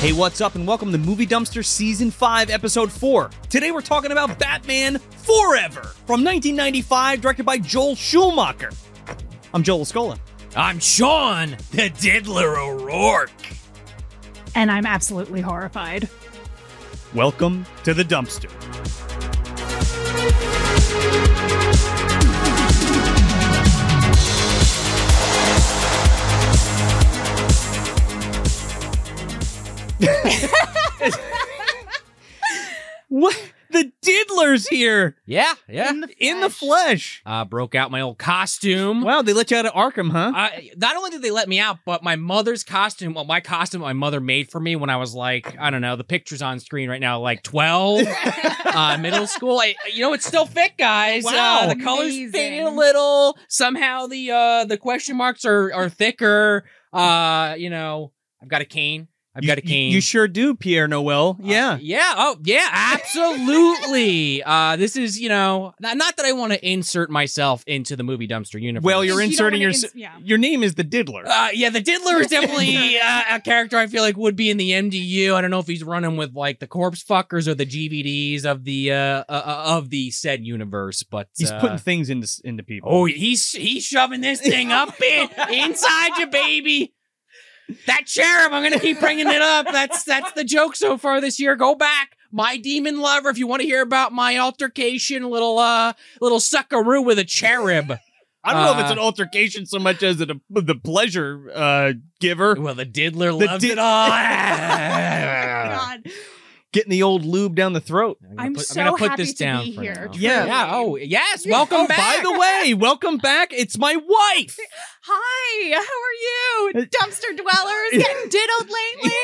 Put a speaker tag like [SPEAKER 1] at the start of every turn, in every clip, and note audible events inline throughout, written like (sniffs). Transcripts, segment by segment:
[SPEAKER 1] Hey, what's up, and welcome to Movie Dumpster Season 5, Episode 4. Today we're talking about Batman Forever from 1995, directed by Joel Schumacher. I'm Joel Scola.
[SPEAKER 2] I'm Sean, the Diddler O'Rourke.
[SPEAKER 3] and I'm absolutely horrified.
[SPEAKER 1] Welcome to the dumpster. what? The diddler's here
[SPEAKER 2] Yeah, yeah.
[SPEAKER 3] In the
[SPEAKER 1] in the
[SPEAKER 3] flesh.
[SPEAKER 1] flesh.
[SPEAKER 2] uh, broke out my old costume.
[SPEAKER 1] Wow, they let you out of Arkham, huh?
[SPEAKER 2] I, not only did they let me out, but my mother's costume, well, my costume my mother made for me when I was like, I don't know, the picture's on screen right now,
[SPEAKER 1] (laughs)
[SPEAKER 2] like 12, uh, middle school. I, you know, it's still fit, guys.
[SPEAKER 1] Wow.
[SPEAKER 2] Uh, the colors
[SPEAKER 3] Amazing.
[SPEAKER 2] faded a little. Somehow the uh, the question marks are, are thicker. Uh, you know, I've got a cane. I've
[SPEAKER 1] You-
[SPEAKER 2] got a
[SPEAKER 1] you-
[SPEAKER 2] cane.
[SPEAKER 1] You, sure do, Pierre Noel.
[SPEAKER 2] Uh,
[SPEAKER 1] yeah.
[SPEAKER 2] yeah. Oh, yeah.
[SPEAKER 1] (laughs)
[SPEAKER 2] Absolutely. uh, this is, you know, not, not that I want to insert myself into the movie dumpster universe.
[SPEAKER 1] Well,
[SPEAKER 3] You
[SPEAKER 1] you're
[SPEAKER 3] don't
[SPEAKER 1] inserting your
[SPEAKER 3] wanna ins- yeah.
[SPEAKER 1] your name is the diddler.
[SPEAKER 2] Uh, yeah, the Diddler is
[SPEAKER 1] (laughs)
[SPEAKER 2] definitely uh, a character I feel like would be in the MDU. I don't know if he's running with like the corpse fuckers or the GVDs of the uh, uh, uh, of the said universe, but
[SPEAKER 1] He's
[SPEAKER 2] uh,
[SPEAKER 1] putting things into s- into people.
[SPEAKER 2] Oh, he's he's shoving this
[SPEAKER 1] (laughs)
[SPEAKER 2] thing up in, inside you, baby. That cherub, I'm gonna keep bringing it up. That's that's the joke so far this year. Go back, my demon lover. If you want to hear about my altercation, little uh, little suckaroo with a cherub.
[SPEAKER 1] (laughs) I don't know if it's
[SPEAKER 2] uh,
[SPEAKER 1] an altercation so much as it, the pleasure uh, giver
[SPEAKER 2] Well, the diddler
[SPEAKER 1] The
[SPEAKER 2] loves
[SPEAKER 1] did-
[SPEAKER 2] it all. Ah.
[SPEAKER 3] Oh God.
[SPEAKER 1] (laughs) getting the old lube down the throat.
[SPEAKER 2] I'm,
[SPEAKER 3] I'm so happy to be
[SPEAKER 2] for
[SPEAKER 3] here.
[SPEAKER 2] now.
[SPEAKER 1] Yeah.
[SPEAKER 2] Yeah. Oh, yes. Welcome back.
[SPEAKER 1] By the way, welcome back. It's my wife.
[SPEAKER 3] Hi, how
[SPEAKER 2] Uh,
[SPEAKER 3] are you? Dumpster dwellers getting diddled lately?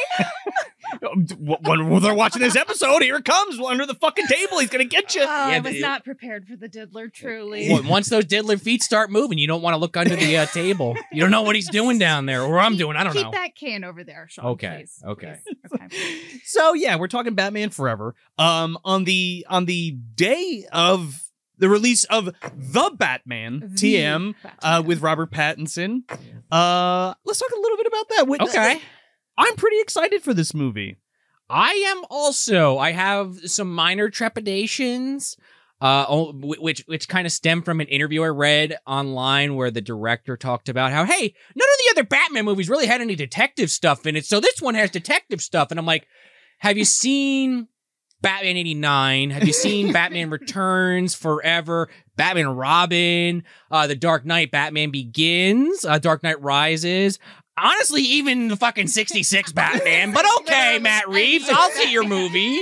[SPEAKER 1] Um, d- wh- When they're watching this episode, here it comes under the fucking table. He's gonna get
[SPEAKER 3] Oh,
[SPEAKER 1] you.
[SPEAKER 3] I
[SPEAKER 2] (laughs) Yeah,
[SPEAKER 3] was
[SPEAKER 2] the-
[SPEAKER 3] not prepared for the diddler, truly.
[SPEAKER 2] Well, Once those diddler feet start moving, you don't want to look under the uh, table. You don't know what he's doing down there or I'm
[SPEAKER 3] Keep-
[SPEAKER 2] doing. I don't
[SPEAKER 3] Keep
[SPEAKER 2] know.
[SPEAKER 3] that can over there, Sean.
[SPEAKER 2] Okay,
[SPEAKER 3] please.
[SPEAKER 2] okay.
[SPEAKER 3] Please,
[SPEAKER 2] (laughs)
[SPEAKER 3] okay.
[SPEAKER 1] So yeah, we're talking Batman Forever. Um, on the on the day of the release of the Batman TM, uh, with Robert Pattinson. Uh, let's talk a little bit about that. Wait,
[SPEAKER 2] Okay.
[SPEAKER 1] I'm pretty excited for this movie.
[SPEAKER 2] (laughs) I am also. I have some minor trepidations, uh, oh, wh- which which kind of stem from an interview I read online where the director talked about how, hey, none of the other Batman movies really had any detective stuff in it, so this one has detective stuff, and I'm like, have you seen? Batman 89. Have you seen Batman Returns Forever? Batman and Robin, uh, The Dark Knight, Batman Begins, uh, Dark Knight Rises. Honestly, even the fucking 66 Batman. But okay,
[SPEAKER 3] Literally
[SPEAKER 2] Matt Reeves,
[SPEAKER 3] any
[SPEAKER 2] I'll see your movie.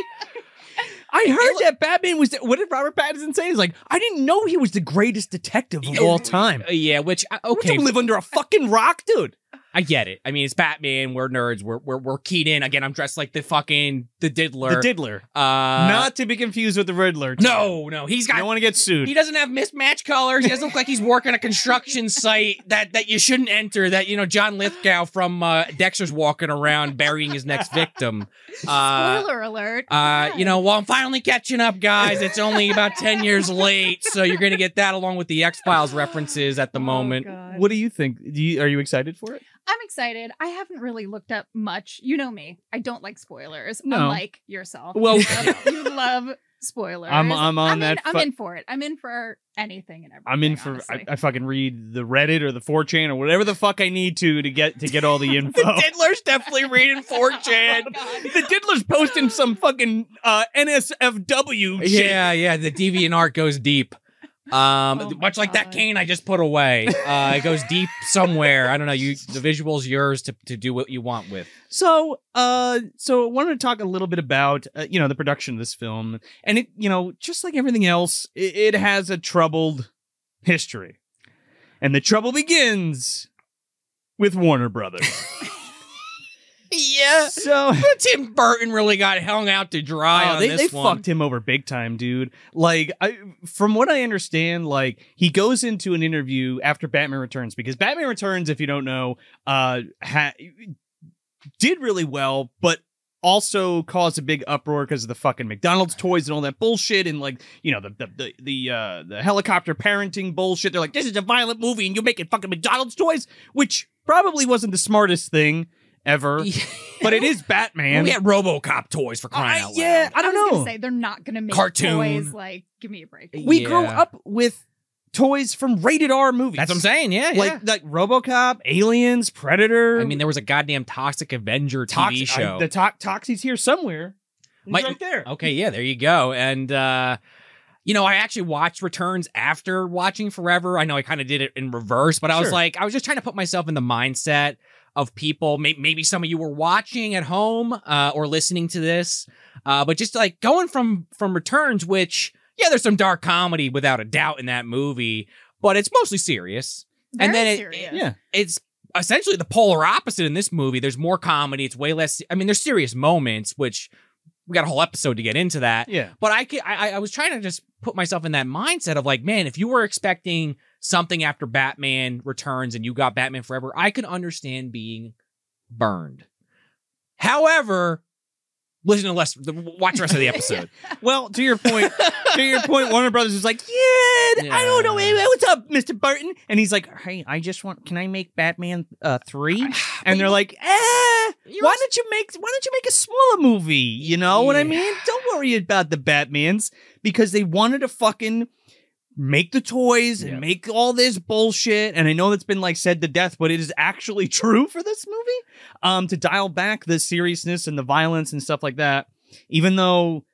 [SPEAKER 1] I heard that Batman was. what did Robert Pattinson say? He's like, I didn't know he was the greatest detective of
[SPEAKER 2] Yeah.
[SPEAKER 1] all time.
[SPEAKER 2] Uh, yeah, which, uh,
[SPEAKER 1] Don't you
[SPEAKER 2] okay,
[SPEAKER 1] live under a fucking rock, dude.
[SPEAKER 2] I get it. I mean, it's Batman. We're nerds. We're, we're, we're keyed in. Again, I'm dressed like the fucking, the diddler.
[SPEAKER 1] The Diddler,
[SPEAKER 2] uh,
[SPEAKER 1] not to be confused with the Riddler.
[SPEAKER 2] no, no, he's
[SPEAKER 1] I
[SPEAKER 2] got
[SPEAKER 1] don't want to get sued.
[SPEAKER 2] He doesn't have mismatched colors. He doesn't look like he's working a construction site that that you shouldn't enter. That you know John Lithgow from uh, Dexter's walking around burying his next victim. Uh,
[SPEAKER 3] Spoiler alert.
[SPEAKER 2] uh, you know,
[SPEAKER 3] Yes.
[SPEAKER 2] well, I'm finally catching up, guys. It's only about ten years late, so you're gonna get that along with the X Files references at the
[SPEAKER 3] Oh,
[SPEAKER 2] moment.
[SPEAKER 3] God.
[SPEAKER 1] What do you think? Do you, are you excited for it?
[SPEAKER 3] I'm excited. I haven't really looked up much. You know me. I don't like spoilers,
[SPEAKER 1] No.
[SPEAKER 3] unlike yourself.
[SPEAKER 1] Well-
[SPEAKER 3] you love,
[SPEAKER 1] (laughs)
[SPEAKER 3] you love spoilers.
[SPEAKER 1] I'm I'm on
[SPEAKER 3] I'm
[SPEAKER 1] that.
[SPEAKER 3] In, I'm
[SPEAKER 1] fu-
[SPEAKER 3] in for it. I'm in for anything and everything.
[SPEAKER 1] I'm in for. I,
[SPEAKER 3] honestly.
[SPEAKER 1] I fucking read the Reddit or the 4chan or whatever the fuck I need to to get to get all (laughs) the info.
[SPEAKER 2] Diddler's definitely reading
[SPEAKER 3] (laughs) Oh
[SPEAKER 2] 4chan.
[SPEAKER 1] the diddler's posting some fucking uh, NSFW Oh, shit.
[SPEAKER 2] Yeah, yeah. The deviant art goes deep. Um,
[SPEAKER 3] Oh my
[SPEAKER 2] much like that
[SPEAKER 3] God.
[SPEAKER 2] cane I just put away. Uh, it goes deep somewhere. I don't know. You, the visual's yours to, to do what you want with.
[SPEAKER 1] So, uh, so I wanted to talk a little bit about uh, you know the production of this film, and it you know just like everything else, it, it has a troubled history, and the trouble begins with Warner Brothers.
[SPEAKER 2] Yeah.
[SPEAKER 1] so.
[SPEAKER 2] But Tim Burton really got hung out to dry
[SPEAKER 1] Oh,
[SPEAKER 2] on
[SPEAKER 1] they
[SPEAKER 2] this
[SPEAKER 1] they
[SPEAKER 2] one.
[SPEAKER 1] fucked him over big time, dude. Like, I, from what I understand, like he goes into an interview after Batman Returns because Batman Returns, if you don't know, uh, ha- did really well, but also caused a big uproar because of the fucking McDonald's toys and all that bullshit, and like you know the the the the, uh, the helicopter parenting bullshit. They're like, this is a violent movie, and you're making fucking McDonald's toys, which probably wasn't the smartest thing.
[SPEAKER 2] (laughs)
[SPEAKER 1] (laughs) ever. But it is Batman.
[SPEAKER 2] we had RoboCop toys for crying
[SPEAKER 1] I-
[SPEAKER 2] out loud.
[SPEAKER 1] yeah, I don't
[SPEAKER 3] was
[SPEAKER 1] know.
[SPEAKER 3] Gonna say they're not gonna make
[SPEAKER 2] Cartoon.
[SPEAKER 3] toys like give me a break.
[SPEAKER 1] we grew
[SPEAKER 2] Yeah.
[SPEAKER 1] up with toys from rated R movies.
[SPEAKER 2] That's what I'm saying. Yeah, yeah.
[SPEAKER 1] Like um, like RoboCop, Aliens, Predator.
[SPEAKER 2] I mean, there was a goddamn Toxic Avenger
[SPEAKER 1] Tox-
[SPEAKER 2] TV
[SPEAKER 1] I-
[SPEAKER 2] show. oh,
[SPEAKER 1] the to- Toxie's here somewhere. He's
[SPEAKER 2] My-
[SPEAKER 1] right there.
[SPEAKER 2] okay, yeah, there you go. And uh you know, I actually watched Returns after watching Forever. I know I kind of did it in reverse, but I was
[SPEAKER 1] Sure.
[SPEAKER 2] like, I was just trying to put myself in the mindset of people. Maybe, maybe some of you were watching at home uh, or listening to this, uh, but just like going from from Returns, which yeah, there's some dark comedy without a doubt in that movie, but it's mostly serious.
[SPEAKER 3] Very
[SPEAKER 2] and then it-
[SPEAKER 3] serious.
[SPEAKER 1] yeah.
[SPEAKER 2] It's essentially the polar opposite in this movie. There's more comedy. It's way less. I mean, there's serious moments, which we got a whole episode to get into that
[SPEAKER 1] Yeah.
[SPEAKER 2] (laughs) but I, could, I I was trying to just put myself in that mindset of like, man, if you were expecting something after Batman Returns and you got Batman Forever, I could understand being burned. However, listen to less, the, watch the rest
[SPEAKER 1] (laughs)
[SPEAKER 2] of the episode.
[SPEAKER 1] Well, to your point, to your point,
[SPEAKER 2] (laughs)
[SPEAKER 1] Warner Brothers is like, yeah, I don't know,
[SPEAKER 2] Yeah.
[SPEAKER 1] eh, what's up, Mister Burton? And he's like, hey, I just want, can I make Batman uh,
[SPEAKER 2] (sighs)
[SPEAKER 1] three? And they're like, eh.
[SPEAKER 2] You're
[SPEAKER 1] Why
[SPEAKER 2] also-
[SPEAKER 1] don't you make Why don't you make a smaller movie? You know what I
[SPEAKER 2] Yeah.
[SPEAKER 1] mean? Don't worry about the Batman's because they wanted to fucking make the toys and
[SPEAKER 2] Yeah.
[SPEAKER 1] make all this bullshit. And I know that's been like said to death, but it is actually (laughs) true for this movie. Um, to dial back the seriousness and the violence and stuff like that, even though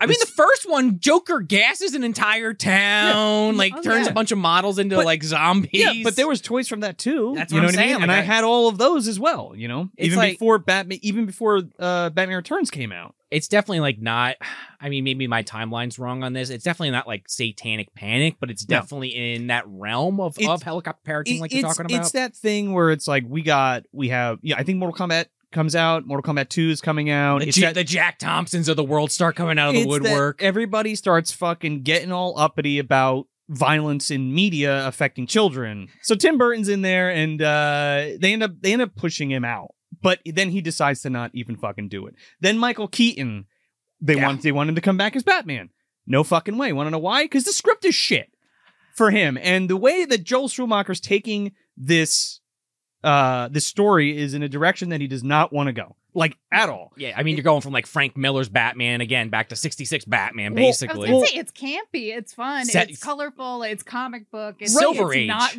[SPEAKER 2] I mean, the
[SPEAKER 1] It's-
[SPEAKER 2] first one, Joker gasses an entire town, like
[SPEAKER 3] Oh,
[SPEAKER 2] turns
[SPEAKER 1] yeah.
[SPEAKER 2] a bunch of models into
[SPEAKER 1] But-
[SPEAKER 2] like zombies.
[SPEAKER 1] Yeah, but there was toys from that too.
[SPEAKER 2] That's
[SPEAKER 1] you
[SPEAKER 2] what
[SPEAKER 1] know
[SPEAKER 2] I'm
[SPEAKER 1] what I mean.
[SPEAKER 2] saying,
[SPEAKER 1] and
[SPEAKER 2] like,
[SPEAKER 1] I
[SPEAKER 2] I-
[SPEAKER 1] had all of those as well. You know,
[SPEAKER 2] It's
[SPEAKER 1] even
[SPEAKER 2] like-
[SPEAKER 1] before Batman, even before uh, Batman Returns came out.
[SPEAKER 2] it's definitely like not (sighs) i mean maybe my timeline's wrong on this it's definitely not like satanic panic but it's
[SPEAKER 1] No.
[SPEAKER 2] definitely in that realm of,
[SPEAKER 1] It's-
[SPEAKER 2] of helicopter parenting like
[SPEAKER 1] It-
[SPEAKER 2] you're
[SPEAKER 1] it's,
[SPEAKER 2] talking
[SPEAKER 1] It's
[SPEAKER 2] about
[SPEAKER 1] that thing where it's like we got, we have. Yeah, I think Mortal Kombat comes out. Mortal Kombat Two is coming out.
[SPEAKER 2] the,
[SPEAKER 1] It's
[SPEAKER 2] J-
[SPEAKER 1] that-
[SPEAKER 2] the jack thompsons of the world start coming out of the
[SPEAKER 1] it's that
[SPEAKER 2] woodwork
[SPEAKER 1] everybody starts fucking getting all uppity about violence in media affecting children. So Tim Burton's in there, and uh, they end up they end up pushing him out. But then he decides to not even fucking do it. Then Michael Keaton, they
[SPEAKER 2] Yeah.
[SPEAKER 1] want they want him to come back as Batman. No fucking way. Want to know why? Because the script is shit for him, and the way that Joel Schumacher's taking this uh this story is in a direction that he does not want to go, like at all.
[SPEAKER 2] yeah i mean you're going from like frank miller's batman again back to 66 batman
[SPEAKER 1] Well, I was
[SPEAKER 3] I was
[SPEAKER 2] basically
[SPEAKER 3] gonna say it's campy, it's fun,
[SPEAKER 2] Set-
[SPEAKER 3] it's colorful, it's comic book, it's,
[SPEAKER 2] Silver
[SPEAKER 3] it's
[SPEAKER 2] Age.
[SPEAKER 3] not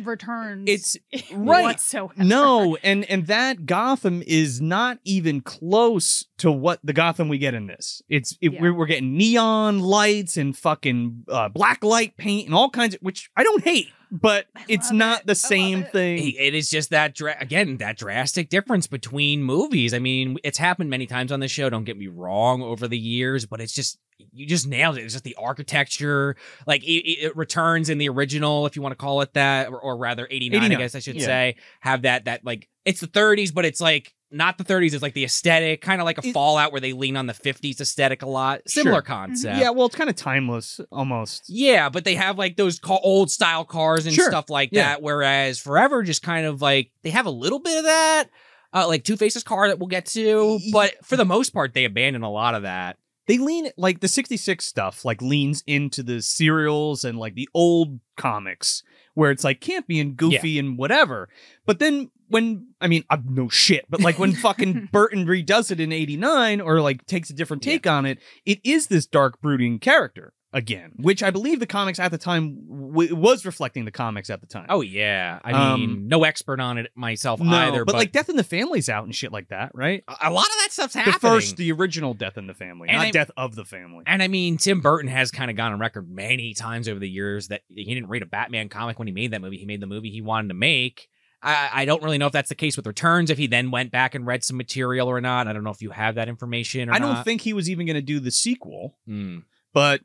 [SPEAKER 2] (laughs)
[SPEAKER 3] returns.
[SPEAKER 1] It's right.
[SPEAKER 3] whatsoever.
[SPEAKER 1] No, and and that Gotham is not even close to what the Gotham we get in this. It's it,
[SPEAKER 3] Yeah.
[SPEAKER 1] we're, we're getting neon lights and fucking uh, black light paint and all kinds of which I don't hate, but
[SPEAKER 3] I
[SPEAKER 1] it's
[SPEAKER 3] love
[SPEAKER 1] not
[SPEAKER 3] it. I
[SPEAKER 1] the
[SPEAKER 3] love
[SPEAKER 1] same
[SPEAKER 3] it.
[SPEAKER 1] thing.
[SPEAKER 2] It- it is just that dra- again that drastic difference between movies i mean it's happened many times on this show don't get me wrong over the years but it's just you just nailed it it's just the architecture like it, it- it returns in the original if you want to call it that or, or rather 89, i
[SPEAKER 1] 89,
[SPEAKER 2] guess i should
[SPEAKER 1] yeah.
[SPEAKER 2] say have that that like it's the 30s but it's like not the 30s it's like the aesthetic kind of like a
[SPEAKER 1] It-
[SPEAKER 2] fallout where they lean on the 50s aesthetic a lot similar
[SPEAKER 1] Sure.
[SPEAKER 2] concept
[SPEAKER 1] Yeah, well, it's kind of timeless almost.
[SPEAKER 2] yeah, but they have like those ca- old style cars and
[SPEAKER 1] Sure.
[SPEAKER 2] stuff like
[SPEAKER 1] Yeah.
[SPEAKER 2] that. Whereas Forever just kind of like they have a little bit of that, uh, like Two Faces car that we'll get to.
[SPEAKER 1] Ye-
[SPEAKER 2] But for the most part, they abandon a lot of that.
[SPEAKER 1] They lean like the '66 stuff, like leans into the serials and like the old comics where it's like campy and goofy and whatever. But then when I mean, I'm no shit, but like
[SPEAKER 2] (laughs)
[SPEAKER 1] when fucking Burton redoes it in '89 or like takes a different take on it, it is this dark, brooding character again, which I believe the comics at the time w- was reflecting the comics at the time.
[SPEAKER 2] Oh yeah, I
[SPEAKER 1] Um,
[SPEAKER 2] mean, no expert on it myself
[SPEAKER 1] no,
[SPEAKER 2] either.
[SPEAKER 1] but, like Death in the Family's out and shit like that, right?
[SPEAKER 2] a a lot of that stuff's
[SPEAKER 1] The
[SPEAKER 2] happening.
[SPEAKER 1] first, the original Death in the Family,
[SPEAKER 2] And
[SPEAKER 1] not
[SPEAKER 2] I-
[SPEAKER 1] Death of the Family.
[SPEAKER 2] and I mean, Tim Burton has kind of gone on record many times over the years that he didn't read a Batman comic when he made that movie. He made the movie he wanted to make. I, I don't really know if that's the case with Returns, if he then went back and read some material or not. I don't know if you have that information or
[SPEAKER 1] I don't
[SPEAKER 2] not.
[SPEAKER 1] think he was even going to do the sequel,
[SPEAKER 2] Mm.
[SPEAKER 1] but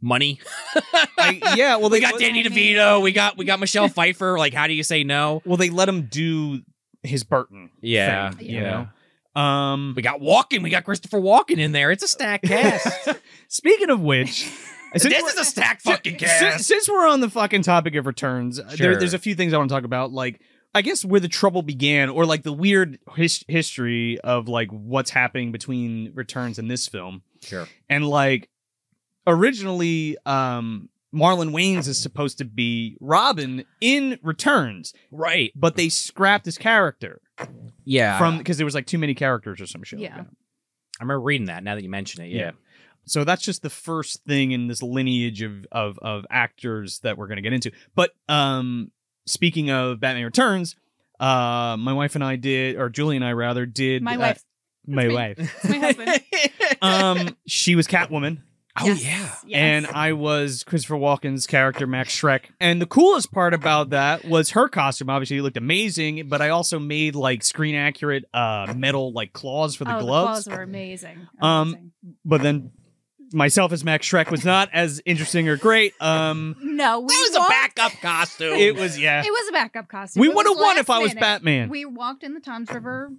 [SPEAKER 2] Money. (laughs)
[SPEAKER 1] I, yeah, well
[SPEAKER 2] we
[SPEAKER 1] they
[SPEAKER 2] got Danny (laughs) DeVito. We got we got (laughs) Michelle Pfeiffer. Like, how do you say no?
[SPEAKER 1] Well, they let him do his Burton.
[SPEAKER 2] Yeah,
[SPEAKER 1] thing,
[SPEAKER 3] yeah.
[SPEAKER 1] you know. Um,
[SPEAKER 2] We got Walken. We got Christopher Walken in there. It's a (laughs) stacked cast.
[SPEAKER 1] speaking of which,
[SPEAKER 2] (laughs) this
[SPEAKER 1] since we're-
[SPEAKER 2] is a stacked fucking
[SPEAKER 1] si- Since,
[SPEAKER 2] cast.
[SPEAKER 1] we're on the fucking topic of returns, uh, there,
[SPEAKER 2] Sure.
[SPEAKER 1] there's a few things I want to talk about. Like, I guess where the trouble began, or like the weird his- history of like what's happening between returns and this film.
[SPEAKER 2] Sure.
[SPEAKER 1] and like originally um Marlon Wayans is supposed to be Robin in Returns,
[SPEAKER 2] Right.
[SPEAKER 1] but they scrapped his character.
[SPEAKER 2] Yeah.
[SPEAKER 1] from because there was like too many characters or some shit. like
[SPEAKER 3] Yeah.
[SPEAKER 1] that.
[SPEAKER 2] I remember reading that now that you mention it. Yeah.
[SPEAKER 1] So that's just the first thing in this lineage of of of actors that we're going to get into. But um speaking of Batman Returns, uh my wife and I did or Julie and I rather did
[SPEAKER 3] (laughs) My
[SPEAKER 1] uh,
[SPEAKER 3] wife,
[SPEAKER 1] my
[SPEAKER 3] me. (laughs)
[SPEAKER 1] wife. (laughs)
[SPEAKER 3] my husband.
[SPEAKER 2] (laughs)
[SPEAKER 1] um she was Catwoman.
[SPEAKER 2] oh,
[SPEAKER 3] Yes,
[SPEAKER 2] yeah.
[SPEAKER 3] yes.
[SPEAKER 1] And I was Christopher Walken's character, Max Shrek. And the coolest part about that was her costume. Obviously, it looked amazing, but I also made like screen accurate uh, metal like claws for the
[SPEAKER 3] oh,
[SPEAKER 1] gloves.
[SPEAKER 3] the claws were amazing.
[SPEAKER 1] Um,
[SPEAKER 3] Amazing.
[SPEAKER 1] but then myself as Max Shrek was not as interesting or great. Um,
[SPEAKER 3] no, we
[SPEAKER 2] That was a
[SPEAKER 3] walked-
[SPEAKER 2] backup costume.
[SPEAKER 1] it was, yeah.
[SPEAKER 3] It was a backup costume.
[SPEAKER 1] we
[SPEAKER 3] It
[SPEAKER 1] would have
[SPEAKER 3] was
[SPEAKER 1] won
[SPEAKER 3] last
[SPEAKER 1] if I was
[SPEAKER 3] minute.
[SPEAKER 1] Batman.
[SPEAKER 3] We walked in the Toms River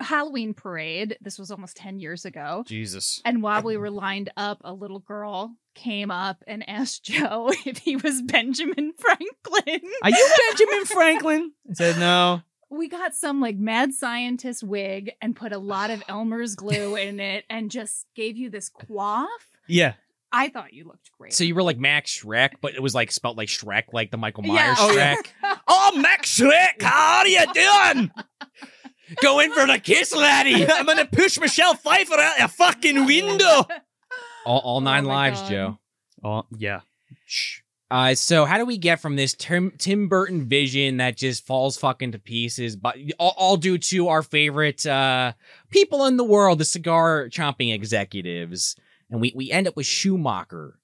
[SPEAKER 3] Halloween parade. This was almost 10 years ago.
[SPEAKER 1] Jesus.
[SPEAKER 3] And while we were lined up, a little girl came up and (laughs) asked Joe if he was Benjamin Franklin.
[SPEAKER 1] Are you Benjamin Franklin? I said, no.
[SPEAKER 3] We got some like mad scientist wig and put a lot of Elmer's glue in it and just gave you this quaff.
[SPEAKER 1] Yeah.
[SPEAKER 3] I thought you looked great.
[SPEAKER 2] So you were like Max Shrek, but it was like spelt like Shrek, like the Michael
[SPEAKER 3] Yeah.
[SPEAKER 2] Myers
[SPEAKER 1] Oh, yeah.
[SPEAKER 2] Shrek.
[SPEAKER 1] Oh, Max Shrek, how are you doing?
[SPEAKER 2] (laughs) Go in for the kiss, (laughs) laddie.
[SPEAKER 1] I'm going to push Michelle Pfeiffer out your fucking window.
[SPEAKER 2] All, all nine
[SPEAKER 3] Oh my
[SPEAKER 2] lives,
[SPEAKER 3] God.
[SPEAKER 2] Joe.
[SPEAKER 1] Oh, yeah.
[SPEAKER 2] Uh, so how do we get from this Tim, Tim Burton vision that just falls fucking to pieces, but all, all due to our favorite uh, people in the world, the cigar chomping executives, and we we end up with Schumacher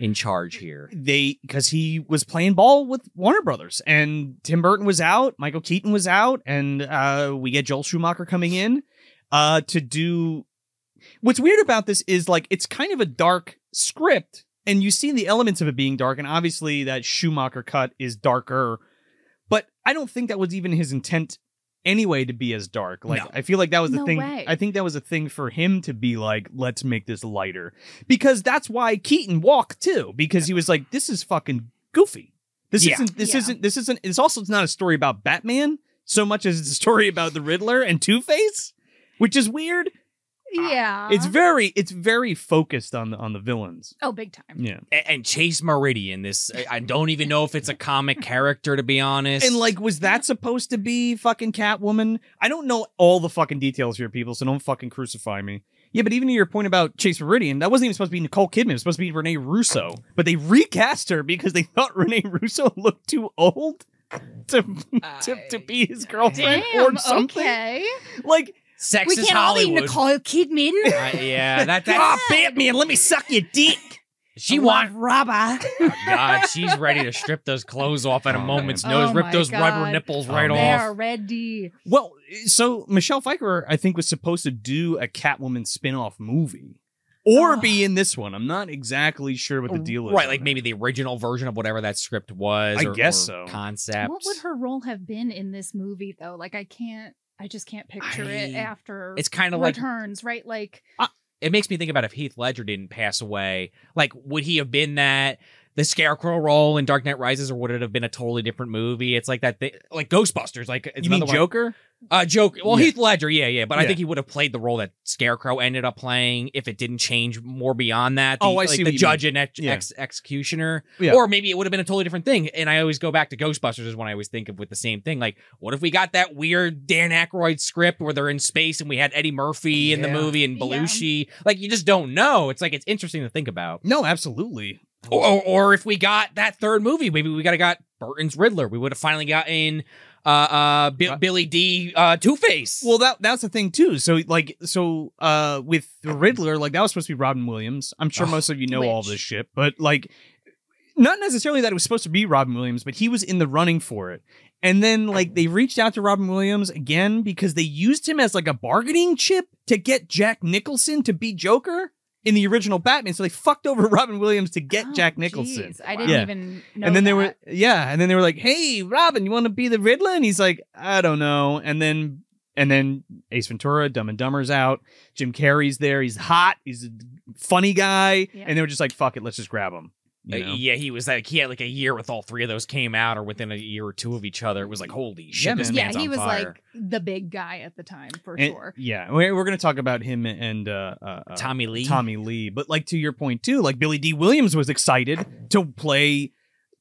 [SPEAKER 2] in charge here.
[SPEAKER 1] they because he was playing ball with Warner Brothers and Tim Burton was out, Michael Keaton was out, and uh, we get Joel Schumacher coming in uh, to do. What's weird about this is like it's kind of a dark script, and you see the elements of it being dark, and obviously that Schumacher cut is darker, but I don't think that was even his intent anyway to be as dark. Like
[SPEAKER 2] No.
[SPEAKER 1] I feel like that was the
[SPEAKER 3] No
[SPEAKER 1] thing.
[SPEAKER 3] way.
[SPEAKER 1] I think that was a thing for him to be like, let's make this lighter because that's why Keaton walked too because he was like this is fucking goofy. This
[SPEAKER 2] Yeah.
[SPEAKER 1] isn't this
[SPEAKER 3] Yeah.
[SPEAKER 1] isn't this isn't it's also not a story about Batman so much as it's a story about the Riddler and Two-Face, which is weird.
[SPEAKER 3] yeah.
[SPEAKER 1] It's very it's very focused on the on the villains.
[SPEAKER 3] oh, big time.
[SPEAKER 1] Yeah.
[SPEAKER 2] A- And Chase Meridian, this I- I don't even know if it's a comic character to be honest.
[SPEAKER 1] And like was that supposed to be fucking Catwoman? I don't know all the fucking details here people, so don't fucking crucify me. Yeah, but even to your point about Chase Meridian, that wasn't even supposed to be Nicole Kidman. It was supposed to be Renee Russo, but they recast her because they thought Renee Russo looked too old to to, to be his girlfriend
[SPEAKER 3] Damn.
[SPEAKER 1] or something.
[SPEAKER 3] Okay.
[SPEAKER 1] Like,
[SPEAKER 2] sexist
[SPEAKER 3] we can't all eat
[SPEAKER 2] Hollywood. (laughs)
[SPEAKER 3] Nicole Kidman.
[SPEAKER 2] Uh, yeah, that,
[SPEAKER 1] ah,
[SPEAKER 2] that
[SPEAKER 1] Batman, let me suck your dick.
[SPEAKER 2] she
[SPEAKER 1] I
[SPEAKER 2] wants (laughs)
[SPEAKER 1] rubber.
[SPEAKER 2] God, she's ready to strip those clothes off at a
[SPEAKER 1] Oh,
[SPEAKER 2] moment's
[SPEAKER 3] man.
[SPEAKER 2] notice,
[SPEAKER 3] Oh,
[SPEAKER 2] rip
[SPEAKER 3] my
[SPEAKER 2] those rubber
[SPEAKER 3] God.
[SPEAKER 2] nipples
[SPEAKER 1] Oh,
[SPEAKER 2] right
[SPEAKER 1] man.
[SPEAKER 3] they
[SPEAKER 2] off.
[SPEAKER 3] are ready.
[SPEAKER 1] Well, so Michelle Pfeiffer, I think, was supposed to do a Catwoman spin-off movie. Or
[SPEAKER 3] Ugh.
[SPEAKER 1] be in this one. I'm not exactly sure what the deal is.
[SPEAKER 2] Right,
[SPEAKER 1] on
[SPEAKER 2] like
[SPEAKER 1] that.
[SPEAKER 2] maybe the original version of whatever that script was.
[SPEAKER 1] I
[SPEAKER 2] or-
[SPEAKER 1] guess so.
[SPEAKER 2] or Concept.
[SPEAKER 3] What would her role have been in this movie though? Like I can't I just can't picture it
[SPEAKER 2] I-
[SPEAKER 3] after
[SPEAKER 2] It's kind of like
[SPEAKER 3] returns, right? Like
[SPEAKER 2] it makes me think about if Heath Ledger didn't pass away. Like, would he have been that the Scarecrow role in Dark Knight Rises, or would it have been a totally different movie? It's like that thing, like Ghostbusters. Like, it's
[SPEAKER 1] you mean
[SPEAKER 2] another one.
[SPEAKER 1] Joker?
[SPEAKER 2] Uh, joke. Well,
[SPEAKER 1] Yeah.
[SPEAKER 2] Heath Ledger, yeah, yeah, but I
[SPEAKER 1] Yeah.
[SPEAKER 2] think he would have played the role that Scarecrow ended up playing if it didn't change more beyond that. The,
[SPEAKER 1] Oh, I
[SPEAKER 2] like,
[SPEAKER 1] see
[SPEAKER 2] The
[SPEAKER 1] what you
[SPEAKER 2] judge and ex-
[SPEAKER 1] Yeah.
[SPEAKER 2] ex- executioner,
[SPEAKER 1] Yeah.
[SPEAKER 2] or maybe it would have been a totally different thing. And I always go back to Ghostbusters is when I always think of with the same thing. Like, what if we got that weird Dan Aykroyd script where they're in space and we had Eddie Murphy in the
[SPEAKER 1] Yeah.
[SPEAKER 2] movie and
[SPEAKER 3] Yeah.
[SPEAKER 2] Belushi? Like, you just don't know. It's like it's interesting to think about.
[SPEAKER 1] No, absolutely.
[SPEAKER 2] Or, or, or if we got that third movie, maybe we got got Burton's Riddler. We would have finally gotten uh, uh, Bi-
[SPEAKER 1] Right.
[SPEAKER 2] Billy D. Uh, Two Face.
[SPEAKER 1] Well, that that's the thing too. So like so uh with the Riddler, like that was supposed to be Robin Williams. I'm sure
[SPEAKER 2] Ugh,
[SPEAKER 1] most of you know all
[SPEAKER 3] which-
[SPEAKER 1] this shit, but like not necessarily that it was supposed to be Robin Williams, but he was in the running for it. And then like they reached out to Robin Williams again because they used him as like a bargaining chip to get Jack Nicholson to be Joker in the original Batman. So they fucked over (laughs) Robin Williams to get
[SPEAKER 3] oh,
[SPEAKER 1] Jack Nicholson.
[SPEAKER 3] jeez, I didn't
[SPEAKER 1] Yeah.
[SPEAKER 3] even know.
[SPEAKER 1] and then they
[SPEAKER 3] that.
[SPEAKER 1] were yeah, and then they were like, "Hey, Robin, you want to be the Riddler?" And he's like, "I don't know." And then and then Ace Ventura, Dumb and Dumber's out. Jim Carrey's there. He's hot. He's a funny guy.
[SPEAKER 3] Yeah.
[SPEAKER 1] And they were just like, "Fuck it, let's just grab him." You
[SPEAKER 2] Uh,
[SPEAKER 1] know?
[SPEAKER 2] Yeah, he was like he had like a year with all three of those came out or within a year or two of each other. It was like holy shit,
[SPEAKER 1] Yeah,
[SPEAKER 2] this
[SPEAKER 1] man.
[SPEAKER 3] yeah,
[SPEAKER 2] man's
[SPEAKER 3] he
[SPEAKER 2] on
[SPEAKER 3] was
[SPEAKER 2] fire.
[SPEAKER 3] like the big guy at the time for
[SPEAKER 1] And-
[SPEAKER 3] sure.
[SPEAKER 1] yeah, we're, we're gonna talk about him and uh, uh, uh,
[SPEAKER 2] Tommy Lee.
[SPEAKER 1] Tommy Lee. But like to your point too, like Billy D. Williams was excited to play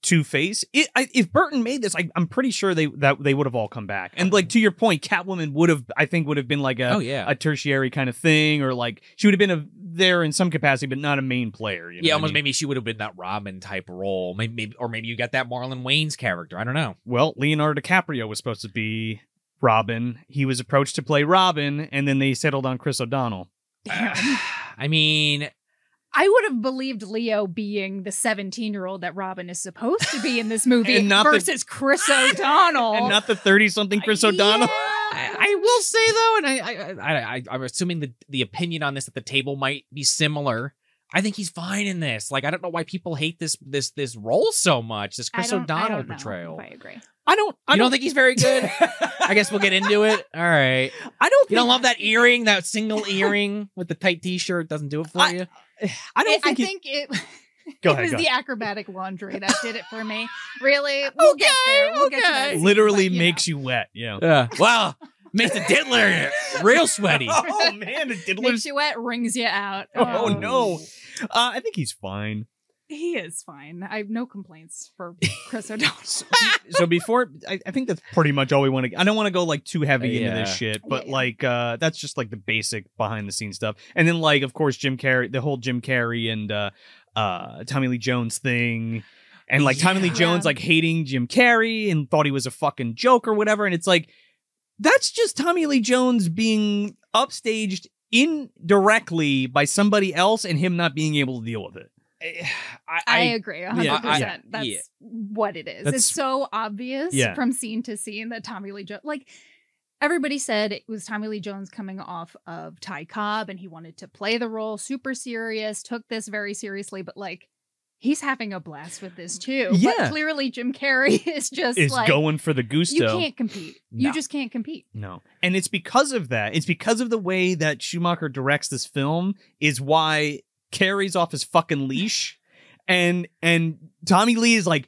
[SPEAKER 1] Two Face. If Burton made this, I, I'm pretty sure they that they would have all come back. And like to your point, Catwoman would have, I think, would have been like a
[SPEAKER 2] Oh yeah.
[SPEAKER 1] a tertiary kind of thing, or like she would have been a, there in some capacity, but not a main player. You know
[SPEAKER 2] yeah,
[SPEAKER 1] what I
[SPEAKER 2] almost
[SPEAKER 1] mean?
[SPEAKER 2] maybe she would have been that Robin type role, maybe, maybe or maybe you got that Marlon Wayne's character. I don't
[SPEAKER 3] (laughs)
[SPEAKER 2] know. (sighs)
[SPEAKER 1] Well, Leonardo DiCaprio was supposed to be Robin. He was approached to play Robin, and then they settled on Chris O'Donnell.
[SPEAKER 2] I mean,
[SPEAKER 3] I would have believed Leo being the 17 year old that Robin is supposed to be in this movie
[SPEAKER 1] (laughs) And not the-
[SPEAKER 3] versus Chris
[SPEAKER 2] (laughs)
[SPEAKER 3] O'Donnell.
[SPEAKER 1] And not the 30 something Chris O'Donnell.
[SPEAKER 2] I, I will say though, and I, I, I, I, I'm assuming the the opinion on this at the table might be similar. I think he's fine in this. Like, I don't know why people hate this this this role so much. This
[SPEAKER 3] I
[SPEAKER 2] Chris
[SPEAKER 3] don't- I
[SPEAKER 2] O'Donnell
[SPEAKER 3] don't know
[SPEAKER 2] portrayal.
[SPEAKER 3] if I agree.
[SPEAKER 1] I don't, I
[SPEAKER 2] you don't,
[SPEAKER 1] don't,
[SPEAKER 2] think he's very
[SPEAKER 1] (laughs)
[SPEAKER 2] good? (laughs) I guess we'll get into it. All right.
[SPEAKER 1] I don't,
[SPEAKER 2] You don't
[SPEAKER 1] think,
[SPEAKER 2] love that earring, that single earring with the tight T-shirt doesn't do it for
[SPEAKER 1] I-
[SPEAKER 2] you.
[SPEAKER 1] I don't
[SPEAKER 3] It- I
[SPEAKER 1] think, he-
[SPEAKER 3] think it, (laughs)
[SPEAKER 1] Go
[SPEAKER 3] it
[SPEAKER 1] ahead,
[SPEAKER 3] was
[SPEAKER 1] go
[SPEAKER 3] the acrobatic laundry that did it for me.
[SPEAKER 2] (laughs)
[SPEAKER 3] Really? We'll get there. We'll get to that
[SPEAKER 2] okay.
[SPEAKER 3] scene,
[SPEAKER 1] literally
[SPEAKER 3] but, you
[SPEAKER 1] makes you wet.
[SPEAKER 2] (laughs)
[SPEAKER 1] Yeah.
[SPEAKER 2] Yeah. Wow. Makes the diddler real sweaty.
[SPEAKER 1] (laughs) oh, man, the
[SPEAKER 3] know, makes
[SPEAKER 1] diddlers.
[SPEAKER 3] you wet, rings you out.
[SPEAKER 1] Oh,
[SPEAKER 3] Um,
[SPEAKER 1] no. Uh, I think he's fine.
[SPEAKER 3] He is fine. I have no complaints
[SPEAKER 1] (laughs)
[SPEAKER 3] for Chris O'Donnell.
[SPEAKER 1] so before I, I think that's pretty much all we want to i don't want to go like too heavy into this
[SPEAKER 2] Yeah.
[SPEAKER 1] shit but
[SPEAKER 3] Yeah.
[SPEAKER 1] like uh that's just like the basic behind the scenes stuff and then like of course jim carrey the whole jim carrey and uh uh tommy lee jones thing and like tommy lee
[SPEAKER 3] Yeah.
[SPEAKER 1] jones like hating jim carrey and thought he was a fucking joke or whatever and it's like that's just tommy lee jones being upstaged indirectly by somebody else and him not being able to deal with it
[SPEAKER 2] I,
[SPEAKER 3] I agree 100%.
[SPEAKER 2] I- yeah,
[SPEAKER 3] That's
[SPEAKER 2] yeah.
[SPEAKER 3] what it is.
[SPEAKER 1] That's-
[SPEAKER 3] it's so obvious
[SPEAKER 1] Yeah.
[SPEAKER 3] from scene to scene that Tommy Lee Jones, like, everybody said it was Tommy Lee Jones coming off of Ty Cobb and he wanted to play the role super serious, took this very seriously, but like, he's having a blast with this too.
[SPEAKER 1] Yeah.
[SPEAKER 3] But clearly, Jim Carrey (laughs) is just
[SPEAKER 1] is
[SPEAKER 3] like,
[SPEAKER 1] going for the gusto
[SPEAKER 3] you can't compete. You
[SPEAKER 2] No.
[SPEAKER 3] just can't compete.
[SPEAKER 1] No. And it's because of that. It's because of the way that Schumacher directs this film is why Carrie's off his fucking leash and and Tommy Lee is like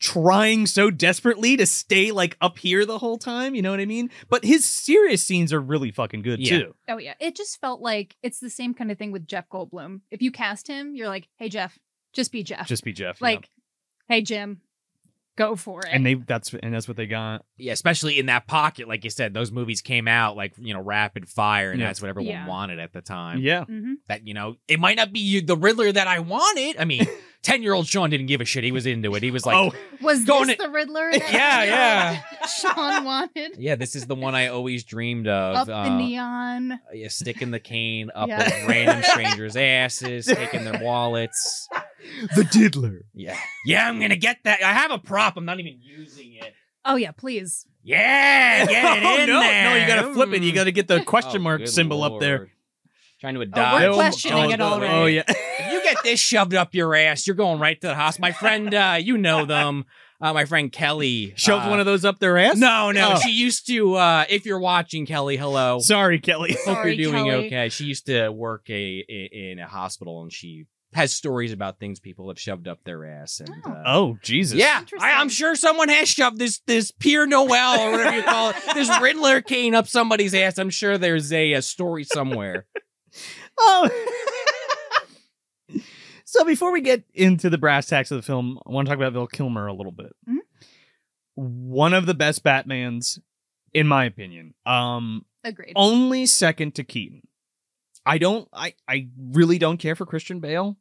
[SPEAKER 1] trying so desperately to stay like up here the whole time, you know what I mean? But his serious scenes are really fucking good
[SPEAKER 2] Yeah.
[SPEAKER 1] too.
[SPEAKER 3] Oh yeah, it just felt like it's the same kind of thing with Jeff Goldblum. If you cast him, you're like, "Hey Jeff, just be Jeff."
[SPEAKER 1] Just be Jeff. yeah.
[SPEAKER 3] like, "Hey Jim, go for it."
[SPEAKER 1] and they that's and that's what they got.
[SPEAKER 2] yeah, especially in that pocket, like you said, those movies came out like you know rapid fire, and
[SPEAKER 1] Yeah.
[SPEAKER 2] that's what everyone
[SPEAKER 3] Yeah.
[SPEAKER 2] wanted at the time.
[SPEAKER 1] Yeah.
[SPEAKER 3] Mhm.
[SPEAKER 2] That you know, it might not be you, the Riddler that I wanted. I mean, (laughs) ten year old Sean didn't give a shit. He was into it. He was like,
[SPEAKER 1] oh,
[SPEAKER 3] was
[SPEAKER 2] Going
[SPEAKER 3] this
[SPEAKER 2] to-
[SPEAKER 3] the (laughs) Riddler?
[SPEAKER 2] Yeah,
[SPEAKER 3] yeah. (laughs) Sean wanted
[SPEAKER 2] yeah, this is the one I always dreamed of.
[SPEAKER 3] up the
[SPEAKER 2] uh,
[SPEAKER 3] neon.
[SPEAKER 2] yeah, sticking the cane up
[SPEAKER 3] Yeah.
[SPEAKER 2] of random strangers'
[SPEAKER 3] (laughs)
[SPEAKER 2] asses, taking their wallets.
[SPEAKER 1] the diddler.
[SPEAKER 2] Yeah, yeah, I'm gonna get that. I have a prop. I'm not even using it.
[SPEAKER 3] Oh yeah, please.
[SPEAKER 1] (laughs)
[SPEAKER 2] Yeah, (laughs) get it
[SPEAKER 1] oh,
[SPEAKER 2] in
[SPEAKER 1] no,
[SPEAKER 2] there.
[SPEAKER 1] no, you gotta flip it. You
[SPEAKER 2] Mm.
[SPEAKER 1] gotta get the question
[SPEAKER 2] (laughs) Oh,
[SPEAKER 1] mark
[SPEAKER 2] good
[SPEAKER 1] symbol up there.
[SPEAKER 2] lord. Trying to
[SPEAKER 3] Oh,
[SPEAKER 2] adopt.
[SPEAKER 3] we're
[SPEAKER 1] Oh,
[SPEAKER 3] questioning it
[SPEAKER 1] oh,
[SPEAKER 3] already.
[SPEAKER 1] Oh yeah.
[SPEAKER 2] If you get this shoved up your ass, you're going right to the hospital. My friend, uh, you know them. Uh, my friend Kelly uh,
[SPEAKER 1] Shoved one of those up their ass?
[SPEAKER 2] No, no,
[SPEAKER 1] Oh.
[SPEAKER 2] she used to. Uh, if you're watching, Kelly, hello.
[SPEAKER 1] Sorry, Kelly. (laughs)
[SPEAKER 2] Hope
[SPEAKER 3] Sorry,
[SPEAKER 2] you're doing
[SPEAKER 3] Kelly.
[SPEAKER 2] okay. She used to work a, i- in a hospital, and she has stories about things people have shoved up their ass. And
[SPEAKER 3] Oh.
[SPEAKER 2] uh,
[SPEAKER 1] Oh, Jesus.
[SPEAKER 2] yeah, I,
[SPEAKER 3] Interesting.
[SPEAKER 2] I'm sure someone has shoved this this Pierre Noel or whatever you call it, this Riddler cane up somebody's ass. I'm sure there's a, a story somewhere.
[SPEAKER 1] Oh. so before we get into the brass tacks of the film, I want to talk about Bill Kilmer a little bit.
[SPEAKER 3] Mhm.
[SPEAKER 1] One of the best Batmans, in my opinion. Um,
[SPEAKER 3] Agreed.
[SPEAKER 1] only second to Keaton. I don't. I I really don't care for Christian Bale.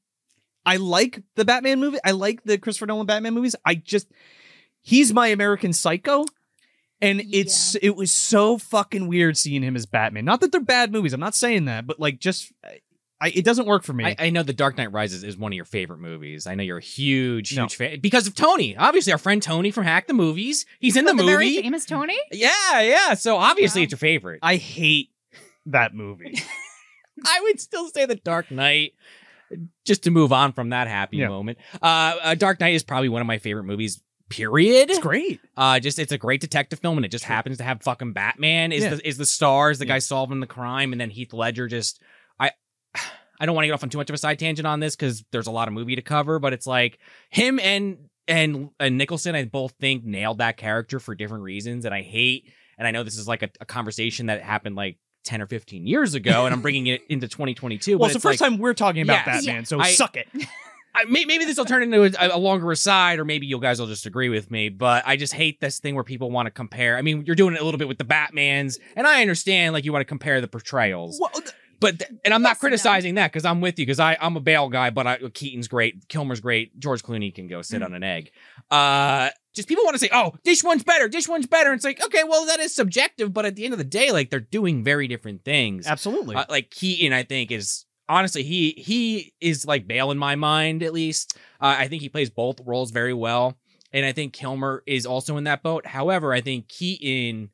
[SPEAKER 1] I like the Batman movie. I like the Christopher Nolan Batman movies. I just he's my American Psycho, and it's it was so fucking weird seeing him as Batman. Not that they're bad movies. I'm not saying that, but like just. I, it doesn't work for (laughs) me.
[SPEAKER 2] I, I know The Dark Knight Rises is one of your favorite movies. I know you're a huge, huge
[SPEAKER 1] No.
[SPEAKER 2] fan because of Tony. Obviously, our friend Tony from Hack the Movies. He's in the
[SPEAKER 3] Oh, the very
[SPEAKER 2] movie.
[SPEAKER 3] famous Tony.
[SPEAKER 2] yeah, yeah. So obviously,
[SPEAKER 3] Wow.
[SPEAKER 2] it's your favorite.
[SPEAKER 1] I hate that movie.
[SPEAKER 2] (laughs) I would still say The Dark Knight. Just to move on from that happy
[SPEAKER 1] Yeah.
[SPEAKER 2] moment, uh, uh, Dark Knight is probably one of my favorite movies. Period.
[SPEAKER 1] It's great.
[SPEAKER 2] Uh, just it's a great detective film, and it just happens to have fucking Batman is
[SPEAKER 1] Yeah.
[SPEAKER 2] the is the stars the
[SPEAKER 1] Yeah.
[SPEAKER 2] guy solving the crime, and then Heath Ledger just I (sighs) I don't want to get off on too much of a side tangent on this because there's a lot of movie to cover, but it's like him and and and Nicholson I both think nailed that character for different reasons, and I hate and I know this is like a, a conversation that happened like ten or
[SPEAKER 1] (laughs)
[SPEAKER 2] fifteen years ago, and I'm bringing it into 2022.
[SPEAKER 1] Well,
[SPEAKER 2] but
[SPEAKER 1] it's the
[SPEAKER 2] like,
[SPEAKER 1] first time we're talking about
[SPEAKER 2] Yes.
[SPEAKER 1] Batman, so
[SPEAKER 2] I-
[SPEAKER 1] suck it.
[SPEAKER 2] I, may- maybe this will turn into a, a longer aside, or maybe you guys will just agree with me. But I just hate this thing where people want to compare. I mean, you're doing it a little bit with the Batman's, and I understand like you want to compare the portrayals.
[SPEAKER 1] Well, th-
[SPEAKER 2] But th- and I'm not
[SPEAKER 3] Yes and no.
[SPEAKER 2] criticizing that because I'm with you because I I'm a Bale guy, but I, Keaton's great, Kilmer's great, George Clooney can go sit
[SPEAKER 3] Mhm.
[SPEAKER 2] on an egg. Uh, just people want to say, oh, this one's better, this one's better. And it's like, okay, well that is subjective, but at the end of the day, like they're doing very different things.
[SPEAKER 1] absolutely.
[SPEAKER 2] Uh, like Keaton, I think is honestly he he is like Bale in my mind at least. Uh, I think he plays both roles very well, and I think Kilmer is also in that boat. However, I think Keaton,